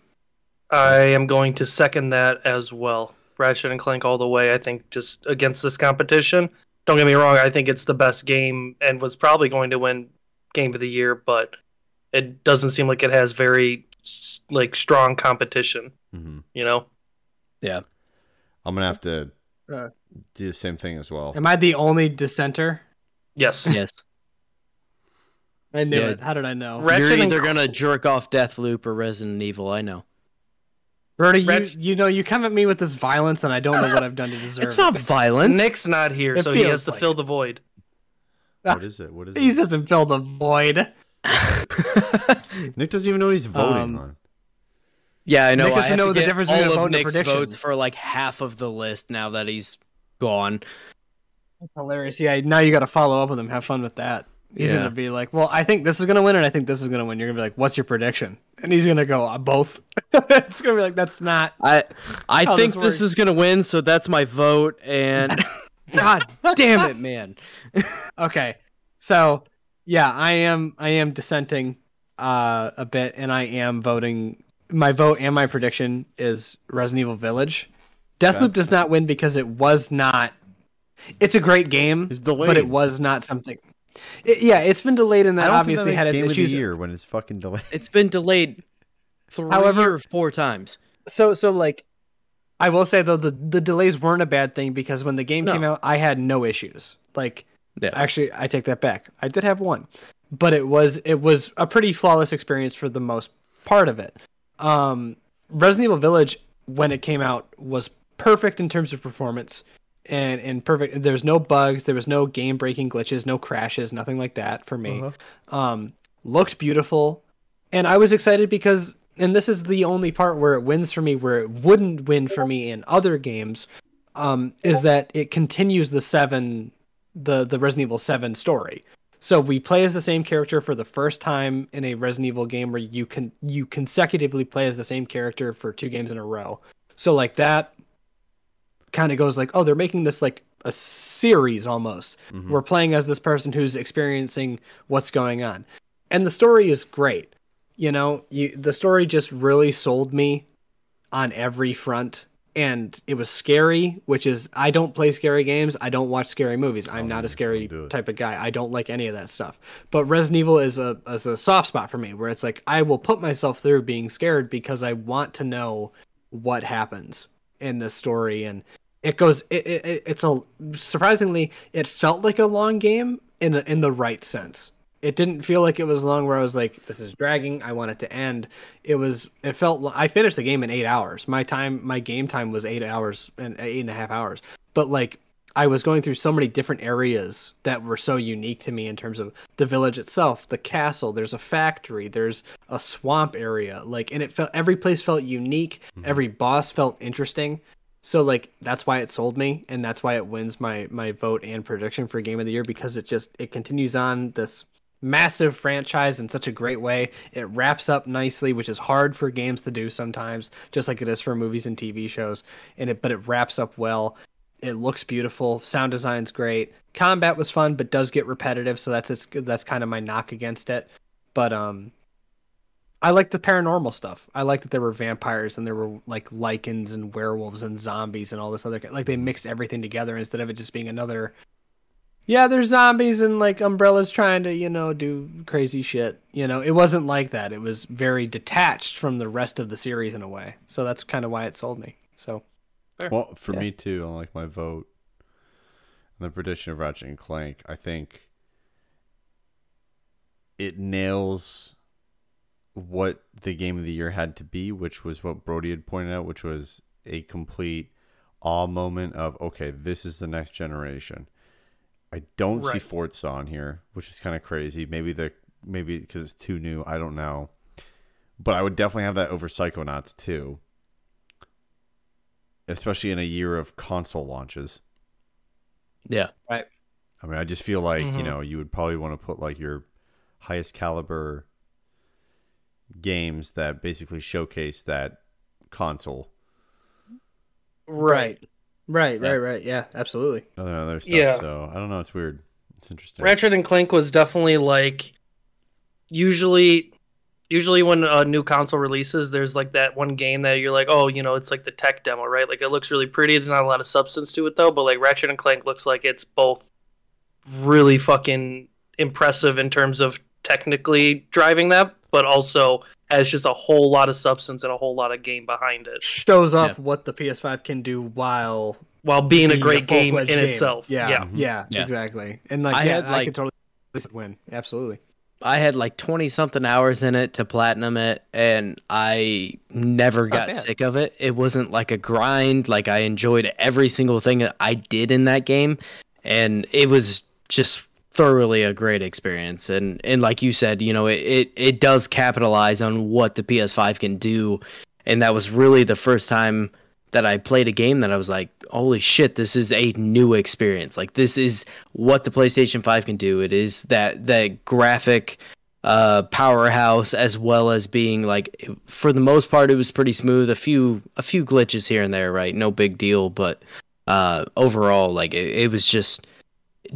[SPEAKER 6] I am going to second that as well. Ratchet and Clank all the way. I think just against this competition. Don't get me wrong. I think it's the best game and was probably going to win Game of the Year, but it doesn't seem like it has very s- like strong competition.
[SPEAKER 4] Mhm.
[SPEAKER 6] You know.
[SPEAKER 4] I'm gonna have to
[SPEAKER 5] Uh.
[SPEAKER 4] do the same thing as well.
[SPEAKER 5] Am I the only dissenter?
[SPEAKER 6] Yes.
[SPEAKER 3] Yes.
[SPEAKER 5] I knew
[SPEAKER 3] Yeah.
[SPEAKER 5] it. How did I know?
[SPEAKER 6] Ratchet
[SPEAKER 3] You're
[SPEAKER 6] and
[SPEAKER 3] either
[SPEAKER 6] Cl-
[SPEAKER 3] gonna jerk off Deathloop or Resident Evil. I know.
[SPEAKER 5] Bernie, you,
[SPEAKER 6] Ratchet-
[SPEAKER 5] you know you come at me with this violence, and I don't know what I've done to deserve.
[SPEAKER 3] It's
[SPEAKER 5] it.
[SPEAKER 3] not violence.
[SPEAKER 6] Nick's not here,
[SPEAKER 5] It
[SPEAKER 6] so he
[SPEAKER 5] feels
[SPEAKER 6] has to
[SPEAKER 5] like
[SPEAKER 6] fill
[SPEAKER 5] it.
[SPEAKER 6] the void.
[SPEAKER 4] what is it? What is
[SPEAKER 5] He
[SPEAKER 4] it?
[SPEAKER 5] doesn't fill the void.
[SPEAKER 4] Nick doesn't even know what he's voting
[SPEAKER 5] Um,
[SPEAKER 4] on.
[SPEAKER 3] yeah, I know.
[SPEAKER 5] Nick
[SPEAKER 3] I
[SPEAKER 5] doesn't
[SPEAKER 3] have
[SPEAKER 5] know
[SPEAKER 3] to
[SPEAKER 5] the
[SPEAKER 3] get
[SPEAKER 5] difference
[SPEAKER 3] all
[SPEAKER 5] between a vote
[SPEAKER 3] of
[SPEAKER 5] and a
[SPEAKER 3] Nick's
[SPEAKER 5] prediction.
[SPEAKER 3] votes for like half of the list now that he's gone.
[SPEAKER 5] Hilarious. Yeah. Now you got to follow up with him. Have fun with that. He's
[SPEAKER 3] Yeah.
[SPEAKER 5] gonna be like, "Well, I think this is gonna win, and I think this is gonna win." You're gonna be like, "What's your prediction?" And he's gonna go, uh, "Both." it's gonna be like, "That's not."
[SPEAKER 3] I I
[SPEAKER 5] How
[SPEAKER 3] think
[SPEAKER 5] this
[SPEAKER 3] this
[SPEAKER 5] works.
[SPEAKER 3] is gonna win, so that's my vote. And God damn it, man!
[SPEAKER 5] Okay. So yeah, I am I am dissenting uh a bit and I am voting my vote and my prediction is Resident Evil Village. Deathloop does not win because it was not it's a great game,
[SPEAKER 4] It's
[SPEAKER 5] but
[SPEAKER 4] delayed.
[SPEAKER 5] it was not something. It, yeah, it's been delayed and
[SPEAKER 4] I
[SPEAKER 5] that
[SPEAKER 4] don't
[SPEAKER 5] obviously
[SPEAKER 4] think that
[SPEAKER 5] had
[SPEAKER 4] makes
[SPEAKER 5] its
[SPEAKER 4] game of
[SPEAKER 5] issues.
[SPEAKER 4] the year when it's fucking delayed.
[SPEAKER 3] It's been delayed. Three
[SPEAKER 5] However-
[SPEAKER 3] or four times.
[SPEAKER 5] So so like I will say though the the delays weren't a bad thing because when the game
[SPEAKER 3] No.
[SPEAKER 5] came out I had no issues. Like
[SPEAKER 3] Yeah.
[SPEAKER 5] actually I take that back. I did have one. But it was it was a pretty flawless experience for the most part of it. Um Resident Evil Village when it came out was perfect in terms of performance and and perfect there's no bugs, there was no game breaking glitches, no crashes, nothing like that for me um, looked beautiful, and I was excited because, and this is the only part where it wins for me, where it wouldn't win for me in other games, um, is that it continues the seven, the the Resident Evil Seven story. So we play as the same character for the first time in a Resident Evil game where you can you consecutively play as the same character for two games in a row. So like that kind of goes like, oh, they're making this like a series almost.
[SPEAKER 4] Mm-hmm.
[SPEAKER 5] We're playing as this person who's experiencing what's going on. And the story is great. You know, you, the story just really sold me on every front. And it was scary, which is I don't play scary games. I don't watch scary movies. I'm not a scary
[SPEAKER 4] Oh, do it.
[SPEAKER 5] type of guy. I don't like any of that stuff. But Resident Evil is a is a soft spot for me where it's like I will put myself through being scared because I want to know what happens in this story and it goes it, it it- it's a surprisingly it felt like a long game in the, in the right sense it didn't feel like it was long where i was like this is dragging i want it to end it was it felt li- i finished the game in eight hours my time my game time was eight hours and eight and a half hours but like i was going through so many different areas that were so unique to me in terms of the village itself the castle there's a factory there's a swamp area like and it felt every place felt unique every boss felt interesting so like that's why it sold me, and that's why it wins my my vote and prediction for game of the year because it just it continues on this massive franchise in such a great way. It wraps up nicely, which is hard for games to do sometimes, just like it is for movies and TV shows. And it but it wraps up well. It looks beautiful. Sound design's great. Combat was fun, but does get repetitive, so that's it's that's kind of my knock against it. But um, I like the paranormal stuff. I like that there were vampires and there were like lichens and werewolves and zombies and all this other ki- like they mixed everything together instead of it just being another Yeah, there's zombies and like umbrellas trying to, you know, do crazy shit. You know, it wasn't like that. It was very detached from the rest of the series in a way. So that's kind of why it sold me. So
[SPEAKER 4] Well, for me too, I like my vote. the prediction of Ratchet and Clank, I think it nails what the game of the year had to be, which was what Brody had pointed out, which was a complete awe moment of okay, this is the next generation. I don't see
[SPEAKER 6] Right.
[SPEAKER 4] Forza on here, which is kind of crazy. Maybe the maybe because it's too new, I don't know. But I would definitely have that over Psychonauts too, especially in a year of console launches.
[SPEAKER 3] Yeah.
[SPEAKER 4] I mean, I just feel like you
[SPEAKER 3] Mm-hmm.
[SPEAKER 6] Mhm.
[SPEAKER 4] know you would probably want to put like your highest caliber games that basically showcase that console.
[SPEAKER 3] Right.
[SPEAKER 5] Right,
[SPEAKER 3] Yeah.
[SPEAKER 5] right, right. Yeah, absolutely.
[SPEAKER 4] Other than other stuff,
[SPEAKER 6] Yeah.
[SPEAKER 4] so I don't know. It's weird. It's interesting.
[SPEAKER 6] Ratchet and Clank was definitely like usually usually when a new console releases there's like that one game that you're like oh you know it's like the tech demo right like it looks really pretty there's not a lot of substance to it though but like Ratchet and Clank looks like it's both really fucking impressive in terms of technically driving that but also has just a whole lot of substance and a whole lot of game behind it
[SPEAKER 5] Shows off what the PS5 can do while
[SPEAKER 6] while being, a great game in
[SPEAKER 5] full-fledged
[SPEAKER 6] itself
[SPEAKER 5] Yeah,
[SPEAKER 6] yeah
[SPEAKER 5] yeah,
[SPEAKER 3] Yeah.
[SPEAKER 5] exactly. And like,
[SPEAKER 3] I
[SPEAKER 5] yeah,
[SPEAKER 3] had,
[SPEAKER 5] I
[SPEAKER 3] like-
[SPEAKER 5] could totally win. Absolutely.
[SPEAKER 3] I had like 20 something hours in it to platinum it and I never
[SPEAKER 5] not
[SPEAKER 3] got
[SPEAKER 5] bad.
[SPEAKER 3] sick of it. It wasn't like a grind. Like I enjoyed every single thing that I did in that game and it was just thoroughly a great experience. And and like you said, you know, it it, it does capitalize on what the PS5 can do and that was really the first time that I played a game that I was like, holy shit, this is a new experience. Like this is what the PlayStation 5 can do. It is that that graphic uh powerhouse as well as being like for the most part it was pretty smooth. A few a few glitches here and there, right? No big deal, but uh overall like it, it was just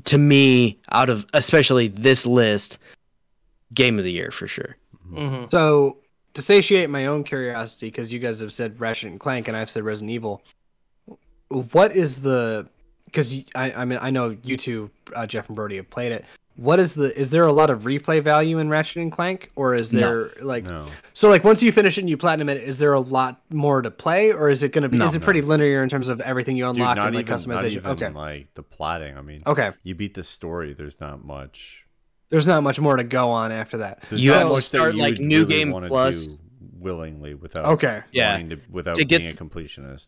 [SPEAKER 3] to me out of especially this list game of the year for sure.
[SPEAKER 6] Mhm.
[SPEAKER 5] So to satiate my own curiosity, because you guys have said Ratchet and Clank, and I've said Resident Evil. What is the? Because I, I mean, I know you two, uh, Jeff and Brody, have played it. What is the? Is there a lot of replay value in Ratchet and Clank, or is
[SPEAKER 3] No.
[SPEAKER 5] there like?
[SPEAKER 4] No.
[SPEAKER 5] So like once you finish it and you platinum it, is there a lot more to play, or is it going to be?
[SPEAKER 3] No,
[SPEAKER 5] is it
[SPEAKER 4] no.
[SPEAKER 5] pretty linear in terms of everything you
[SPEAKER 4] Dude,
[SPEAKER 5] unlock
[SPEAKER 4] not,
[SPEAKER 5] and like
[SPEAKER 4] even, not
[SPEAKER 5] customization?
[SPEAKER 4] even
[SPEAKER 5] okay,
[SPEAKER 4] like the plotting. I mean,
[SPEAKER 5] okay.
[SPEAKER 4] you beat the story. There's not much.
[SPEAKER 5] There's not much more to go on after that.
[SPEAKER 4] There's
[SPEAKER 3] You
[SPEAKER 4] not
[SPEAKER 3] have to
[SPEAKER 4] much that
[SPEAKER 3] start,
[SPEAKER 4] you
[SPEAKER 3] like,
[SPEAKER 4] would
[SPEAKER 3] new
[SPEAKER 4] really
[SPEAKER 3] game
[SPEAKER 4] wanna
[SPEAKER 3] plus.
[SPEAKER 4] do willingly without
[SPEAKER 5] Okay.
[SPEAKER 3] Yeah.
[SPEAKER 4] wanting to, without
[SPEAKER 3] To get
[SPEAKER 4] being a completionist.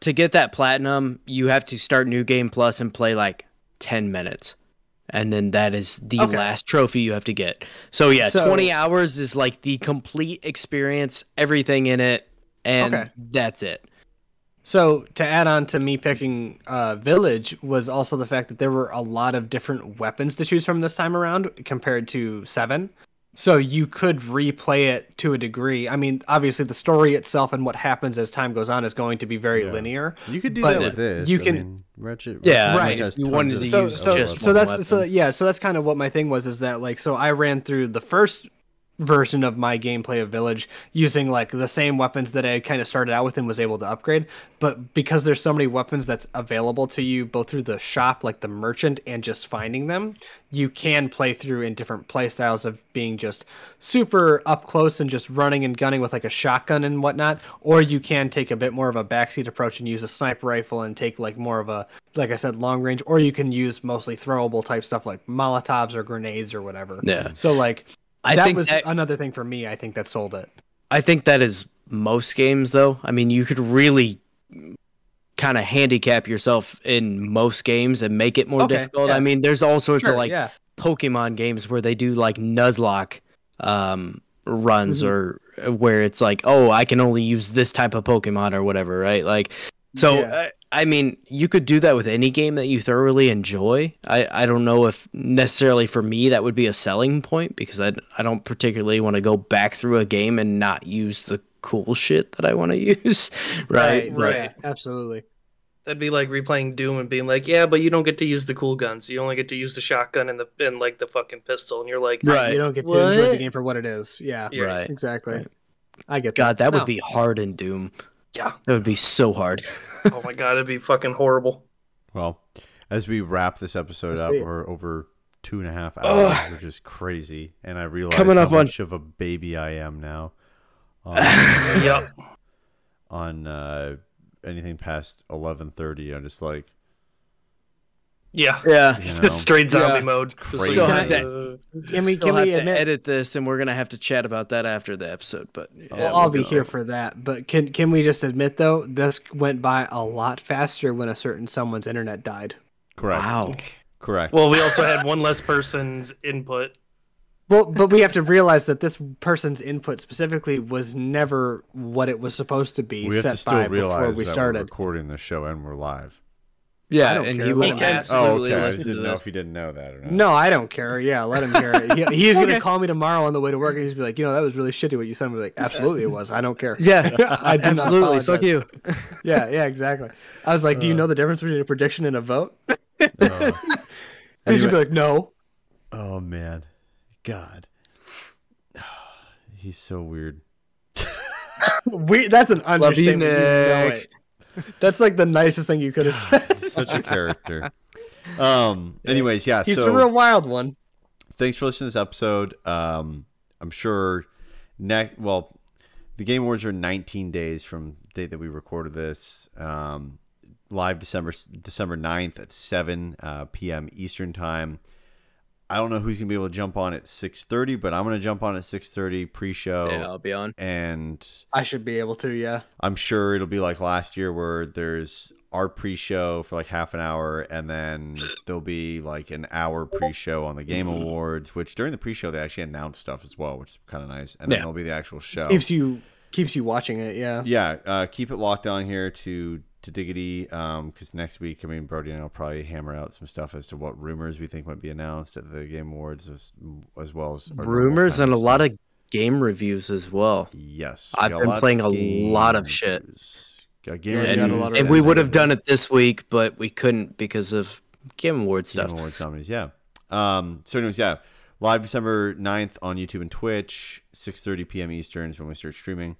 [SPEAKER 3] to get that platinum, you have to start new game plus and play like 10 minutes. And then that is the
[SPEAKER 5] Okay.
[SPEAKER 3] last trophy you have to get. So yeah,
[SPEAKER 5] So-
[SPEAKER 3] 20 hours is like the complete experience, everything in it, and
[SPEAKER 5] Okay.
[SPEAKER 3] that's it.
[SPEAKER 5] So to add on to me picking uh, Village was also the fact that there were a lot of different weapons to choose from this time around compared to Seven. So you could replay it to a degree. I mean, obviously the story itself and what happens as time goes on is going to be very
[SPEAKER 4] Yeah.
[SPEAKER 5] linear.
[SPEAKER 4] You could do
[SPEAKER 5] But
[SPEAKER 4] that with this.
[SPEAKER 5] you
[SPEAKER 4] I
[SPEAKER 5] can-
[SPEAKER 4] mean, Ratchet.
[SPEAKER 3] Yeah,
[SPEAKER 4] Ratchet
[SPEAKER 5] right,
[SPEAKER 4] Clank
[SPEAKER 5] if
[SPEAKER 4] has
[SPEAKER 3] you
[SPEAKER 4] tons
[SPEAKER 3] wanted
[SPEAKER 4] of
[SPEAKER 3] to
[SPEAKER 5] So
[SPEAKER 3] use
[SPEAKER 4] of
[SPEAKER 5] so
[SPEAKER 3] just
[SPEAKER 4] levels.
[SPEAKER 5] so
[SPEAKER 3] one
[SPEAKER 5] that's so
[SPEAKER 3] weapon.
[SPEAKER 5] yeah so that's kind of what my thing was is that like so I ran through the first version of my gameplay of Village using like the same weapons that I kind of started out with and was able to upgrade. But because there's so many weapons that's available to you both through the shop, like the merchant, and just finding them, you can play through in different play styles of being just super up close and just running and gunning with like a shotgun and whatnot, or you can take a bit more of a backseat approach and use a sniper rifle and take like more of a like I said, long range, or you can use mostly throwable type stuff like Molotovs or grenades or whatever.
[SPEAKER 3] Yeah.
[SPEAKER 5] So like
[SPEAKER 3] I
[SPEAKER 5] that
[SPEAKER 3] think
[SPEAKER 5] was uh,
[SPEAKER 3] that-
[SPEAKER 5] another thing for me. I think that sold it.
[SPEAKER 3] I think that is most games, though. I mean, you could really kind of handicap yourself in most games and make it more
[SPEAKER 5] Okay,
[SPEAKER 3] difficult.
[SPEAKER 5] yeah.
[SPEAKER 3] I mean, there's all sorts of like
[SPEAKER 5] yeah,
[SPEAKER 3] Pokemon games where they do like Nuzlocke um, runs
[SPEAKER 5] Mhm.
[SPEAKER 3] or where it's like, oh, I can only use this type of Pokemon or whatever, right? Like, so
[SPEAKER 5] Yeah.
[SPEAKER 3] uh, I mean, you could do that with any game that you thoroughly enjoy. I, I don't know if necessarily for me that would be a selling point because I, I don't particularly want to go back through a game and not use the cool shit that I want to use, right?
[SPEAKER 5] right,
[SPEAKER 3] But-
[SPEAKER 5] right, absolutely.
[SPEAKER 6] That'd be like replaying Doom and being like, "Yeah, but you don't get to use the cool guns. You only get to use the shotgun and the and like the fucking pistol." And you're like,
[SPEAKER 3] Right.
[SPEAKER 5] You don't get to enjoy the
[SPEAKER 6] What?
[SPEAKER 5] game for what it is. Yeah,
[SPEAKER 6] Yeah.
[SPEAKER 3] Right.
[SPEAKER 5] exactly.
[SPEAKER 3] Right.
[SPEAKER 5] I get
[SPEAKER 3] God, that
[SPEAKER 5] No.
[SPEAKER 3] would be hard in Doom.
[SPEAKER 6] "Yeah,
[SPEAKER 3] That would be so hard.
[SPEAKER 6] oh my god, it'd be fucking horrible."
[SPEAKER 4] Well, as we wrap this episode
[SPEAKER 5] Let's
[SPEAKER 4] up,
[SPEAKER 5] do it.
[SPEAKER 4] we're over two and a half hours,
[SPEAKER 3] Ugh.
[SPEAKER 4] which is crazy. And I realize
[SPEAKER 3] Coming
[SPEAKER 4] how
[SPEAKER 3] up on-
[SPEAKER 4] much of a baby I am now Um, on,
[SPEAKER 6] yep.
[SPEAKER 4] on uh, anything past eleven thirty. I'm just like,
[SPEAKER 6] Yeah.
[SPEAKER 3] Yeah.
[SPEAKER 4] You know?
[SPEAKER 6] Just straight zombie
[SPEAKER 3] Yeah.
[SPEAKER 6] mode. Just
[SPEAKER 4] Still
[SPEAKER 6] like,
[SPEAKER 3] have
[SPEAKER 6] uh,
[SPEAKER 5] Can we
[SPEAKER 3] Still
[SPEAKER 5] can
[SPEAKER 3] have
[SPEAKER 5] we
[SPEAKER 3] to
[SPEAKER 5] admit?
[SPEAKER 3] edit this, and we're gonna have to chat about that after the episode. But yeah,
[SPEAKER 5] Well,
[SPEAKER 3] we'll
[SPEAKER 5] I'll be
[SPEAKER 3] go
[SPEAKER 5] here
[SPEAKER 3] over.
[SPEAKER 5] for that. But can can we just admit though, this went by a lot faster when a certain someone's internet died.
[SPEAKER 4] Correct.
[SPEAKER 3] Wow.
[SPEAKER 4] Correct.
[SPEAKER 6] well, we also had one less person's input.
[SPEAKER 5] Well, but we have to realize that this person's input specifically was never what it was supposed to be
[SPEAKER 4] we have
[SPEAKER 5] set
[SPEAKER 4] to still
[SPEAKER 5] by
[SPEAKER 4] realize
[SPEAKER 5] before we
[SPEAKER 4] that we're
[SPEAKER 5] started.
[SPEAKER 4] recording the show and we're live.
[SPEAKER 5] I
[SPEAKER 3] Yeah,
[SPEAKER 5] don't
[SPEAKER 3] and
[SPEAKER 5] care.
[SPEAKER 3] he
[SPEAKER 5] Let
[SPEAKER 3] will
[SPEAKER 5] him
[SPEAKER 6] have it.
[SPEAKER 3] absolutely
[SPEAKER 4] oh, okay. I just
[SPEAKER 3] listen to
[SPEAKER 4] didn't know
[SPEAKER 3] this.
[SPEAKER 4] if you didn't know that or not.
[SPEAKER 5] No, I don't care. Yeah, let him hear it. He, he's gonna
[SPEAKER 3] Okay.
[SPEAKER 5] call me tomorrow on the way to work, and he's be like, you know, that was really shitty what you said. I'm like, absolutely, it was. I don't care.
[SPEAKER 3] Yeah,
[SPEAKER 5] I do not
[SPEAKER 3] absolutely. Fuck you.
[SPEAKER 5] apologize. Yeah, yeah, exactly. I was like,
[SPEAKER 4] Uh.
[SPEAKER 5] do you know the difference between a prediction and a vote?
[SPEAKER 4] Oh.
[SPEAKER 5] He's gonna be like, no.
[SPEAKER 4] oh man, God, he's so weird.
[SPEAKER 5] We that's an
[SPEAKER 3] Love you,
[SPEAKER 5] understatement. You know
[SPEAKER 3] Nick.
[SPEAKER 5] it. That's like the nicest thing you could have said.
[SPEAKER 4] Such a character. Um. Anyways, yeah.
[SPEAKER 5] He's
[SPEAKER 4] so
[SPEAKER 5] a real wild one.
[SPEAKER 4] thanks for listening to this episode. Um, I'm sure next, well, the Game Awards are 19 days from the date that we recorded this. Um, live December December 9th at 7 uh, p.m. Eastern time. I don't know who's gonna be able to jump on at 6:30, but I'm gonna jump on at 6:30 pre-show,
[SPEAKER 3] Yeah, I'll be on.
[SPEAKER 4] and
[SPEAKER 5] I should be able to, yeah.
[SPEAKER 4] I'm sure it'll be like last year where there's our pre-show for like half an hour and then there'll be like an hour pre-show on the game
[SPEAKER 3] Mm-hmm.
[SPEAKER 4] awards which during the pre-show they actually announce stuff as well which is kind of nice and then
[SPEAKER 3] Yeah.
[SPEAKER 4] there'll be the actual show
[SPEAKER 5] Keeps you keeps you watching it, yeah.
[SPEAKER 4] yeah uh, keep it locked on here to to diggity um because next week i mean brody and i'll probably hammer out some stuff as to what rumors we think might be announced at the game awards as, as well as our normal
[SPEAKER 3] Rumors
[SPEAKER 4] kind
[SPEAKER 3] and a lot
[SPEAKER 4] stuff.
[SPEAKER 3] of game reviews as well.
[SPEAKER 4] yes
[SPEAKER 3] I've
[SPEAKER 4] Got
[SPEAKER 3] been
[SPEAKER 4] lots
[SPEAKER 3] playing
[SPEAKER 4] of
[SPEAKER 3] a lot of
[SPEAKER 4] games.
[SPEAKER 3] shit.
[SPEAKER 4] Got game
[SPEAKER 5] Yeah, you got a
[SPEAKER 3] and,
[SPEAKER 5] lot of
[SPEAKER 4] reviews
[SPEAKER 3] and we
[SPEAKER 5] reviews.
[SPEAKER 3] would have done it this week, but we couldn't because of Game Award
[SPEAKER 4] Game
[SPEAKER 3] stuff.
[SPEAKER 4] Awards nominees, yeah. Um, so anyways, yeah. Live December 9th on YouTube and Twitch, 6.30 p.m. Eastern is when we start streaming.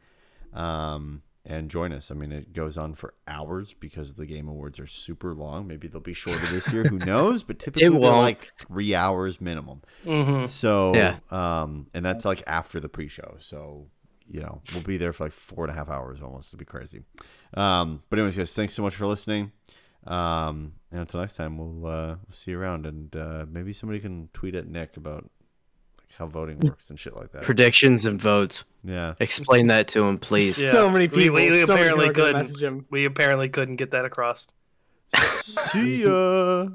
[SPEAKER 4] Um, and join us. I mean, it goes on for hours because the Game Awards are super long. Maybe they'll be shorter this year. Who knows? But typically they're
[SPEAKER 3] won't.
[SPEAKER 4] like three hours minimum.
[SPEAKER 6] hmm
[SPEAKER 4] So,
[SPEAKER 3] Yeah.
[SPEAKER 4] um, and that's like after the pre-show. So, you know, we'll be there for like four and a half hours almost. It'll be crazy. Um, but anyways, guys, thanks so much for listening. Um, and until next time, we'll uh, we'll see you around, and uh, maybe somebody can tweet at Nick about like how voting works and shit like that.
[SPEAKER 3] Predictions and votes.
[SPEAKER 4] yeah,
[SPEAKER 3] Explain that to him, please.
[SPEAKER 6] Yeah.
[SPEAKER 5] So many
[SPEAKER 6] We-
[SPEAKER 5] people.
[SPEAKER 6] we- we
[SPEAKER 5] so many
[SPEAKER 6] apparently
[SPEAKER 5] people are gonna
[SPEAKER 6] couldn't.
[SPEAKER 5] message him.
[SPEAKER 6] We apparently couldn't get that across.
[SPEAKER 4] see ya.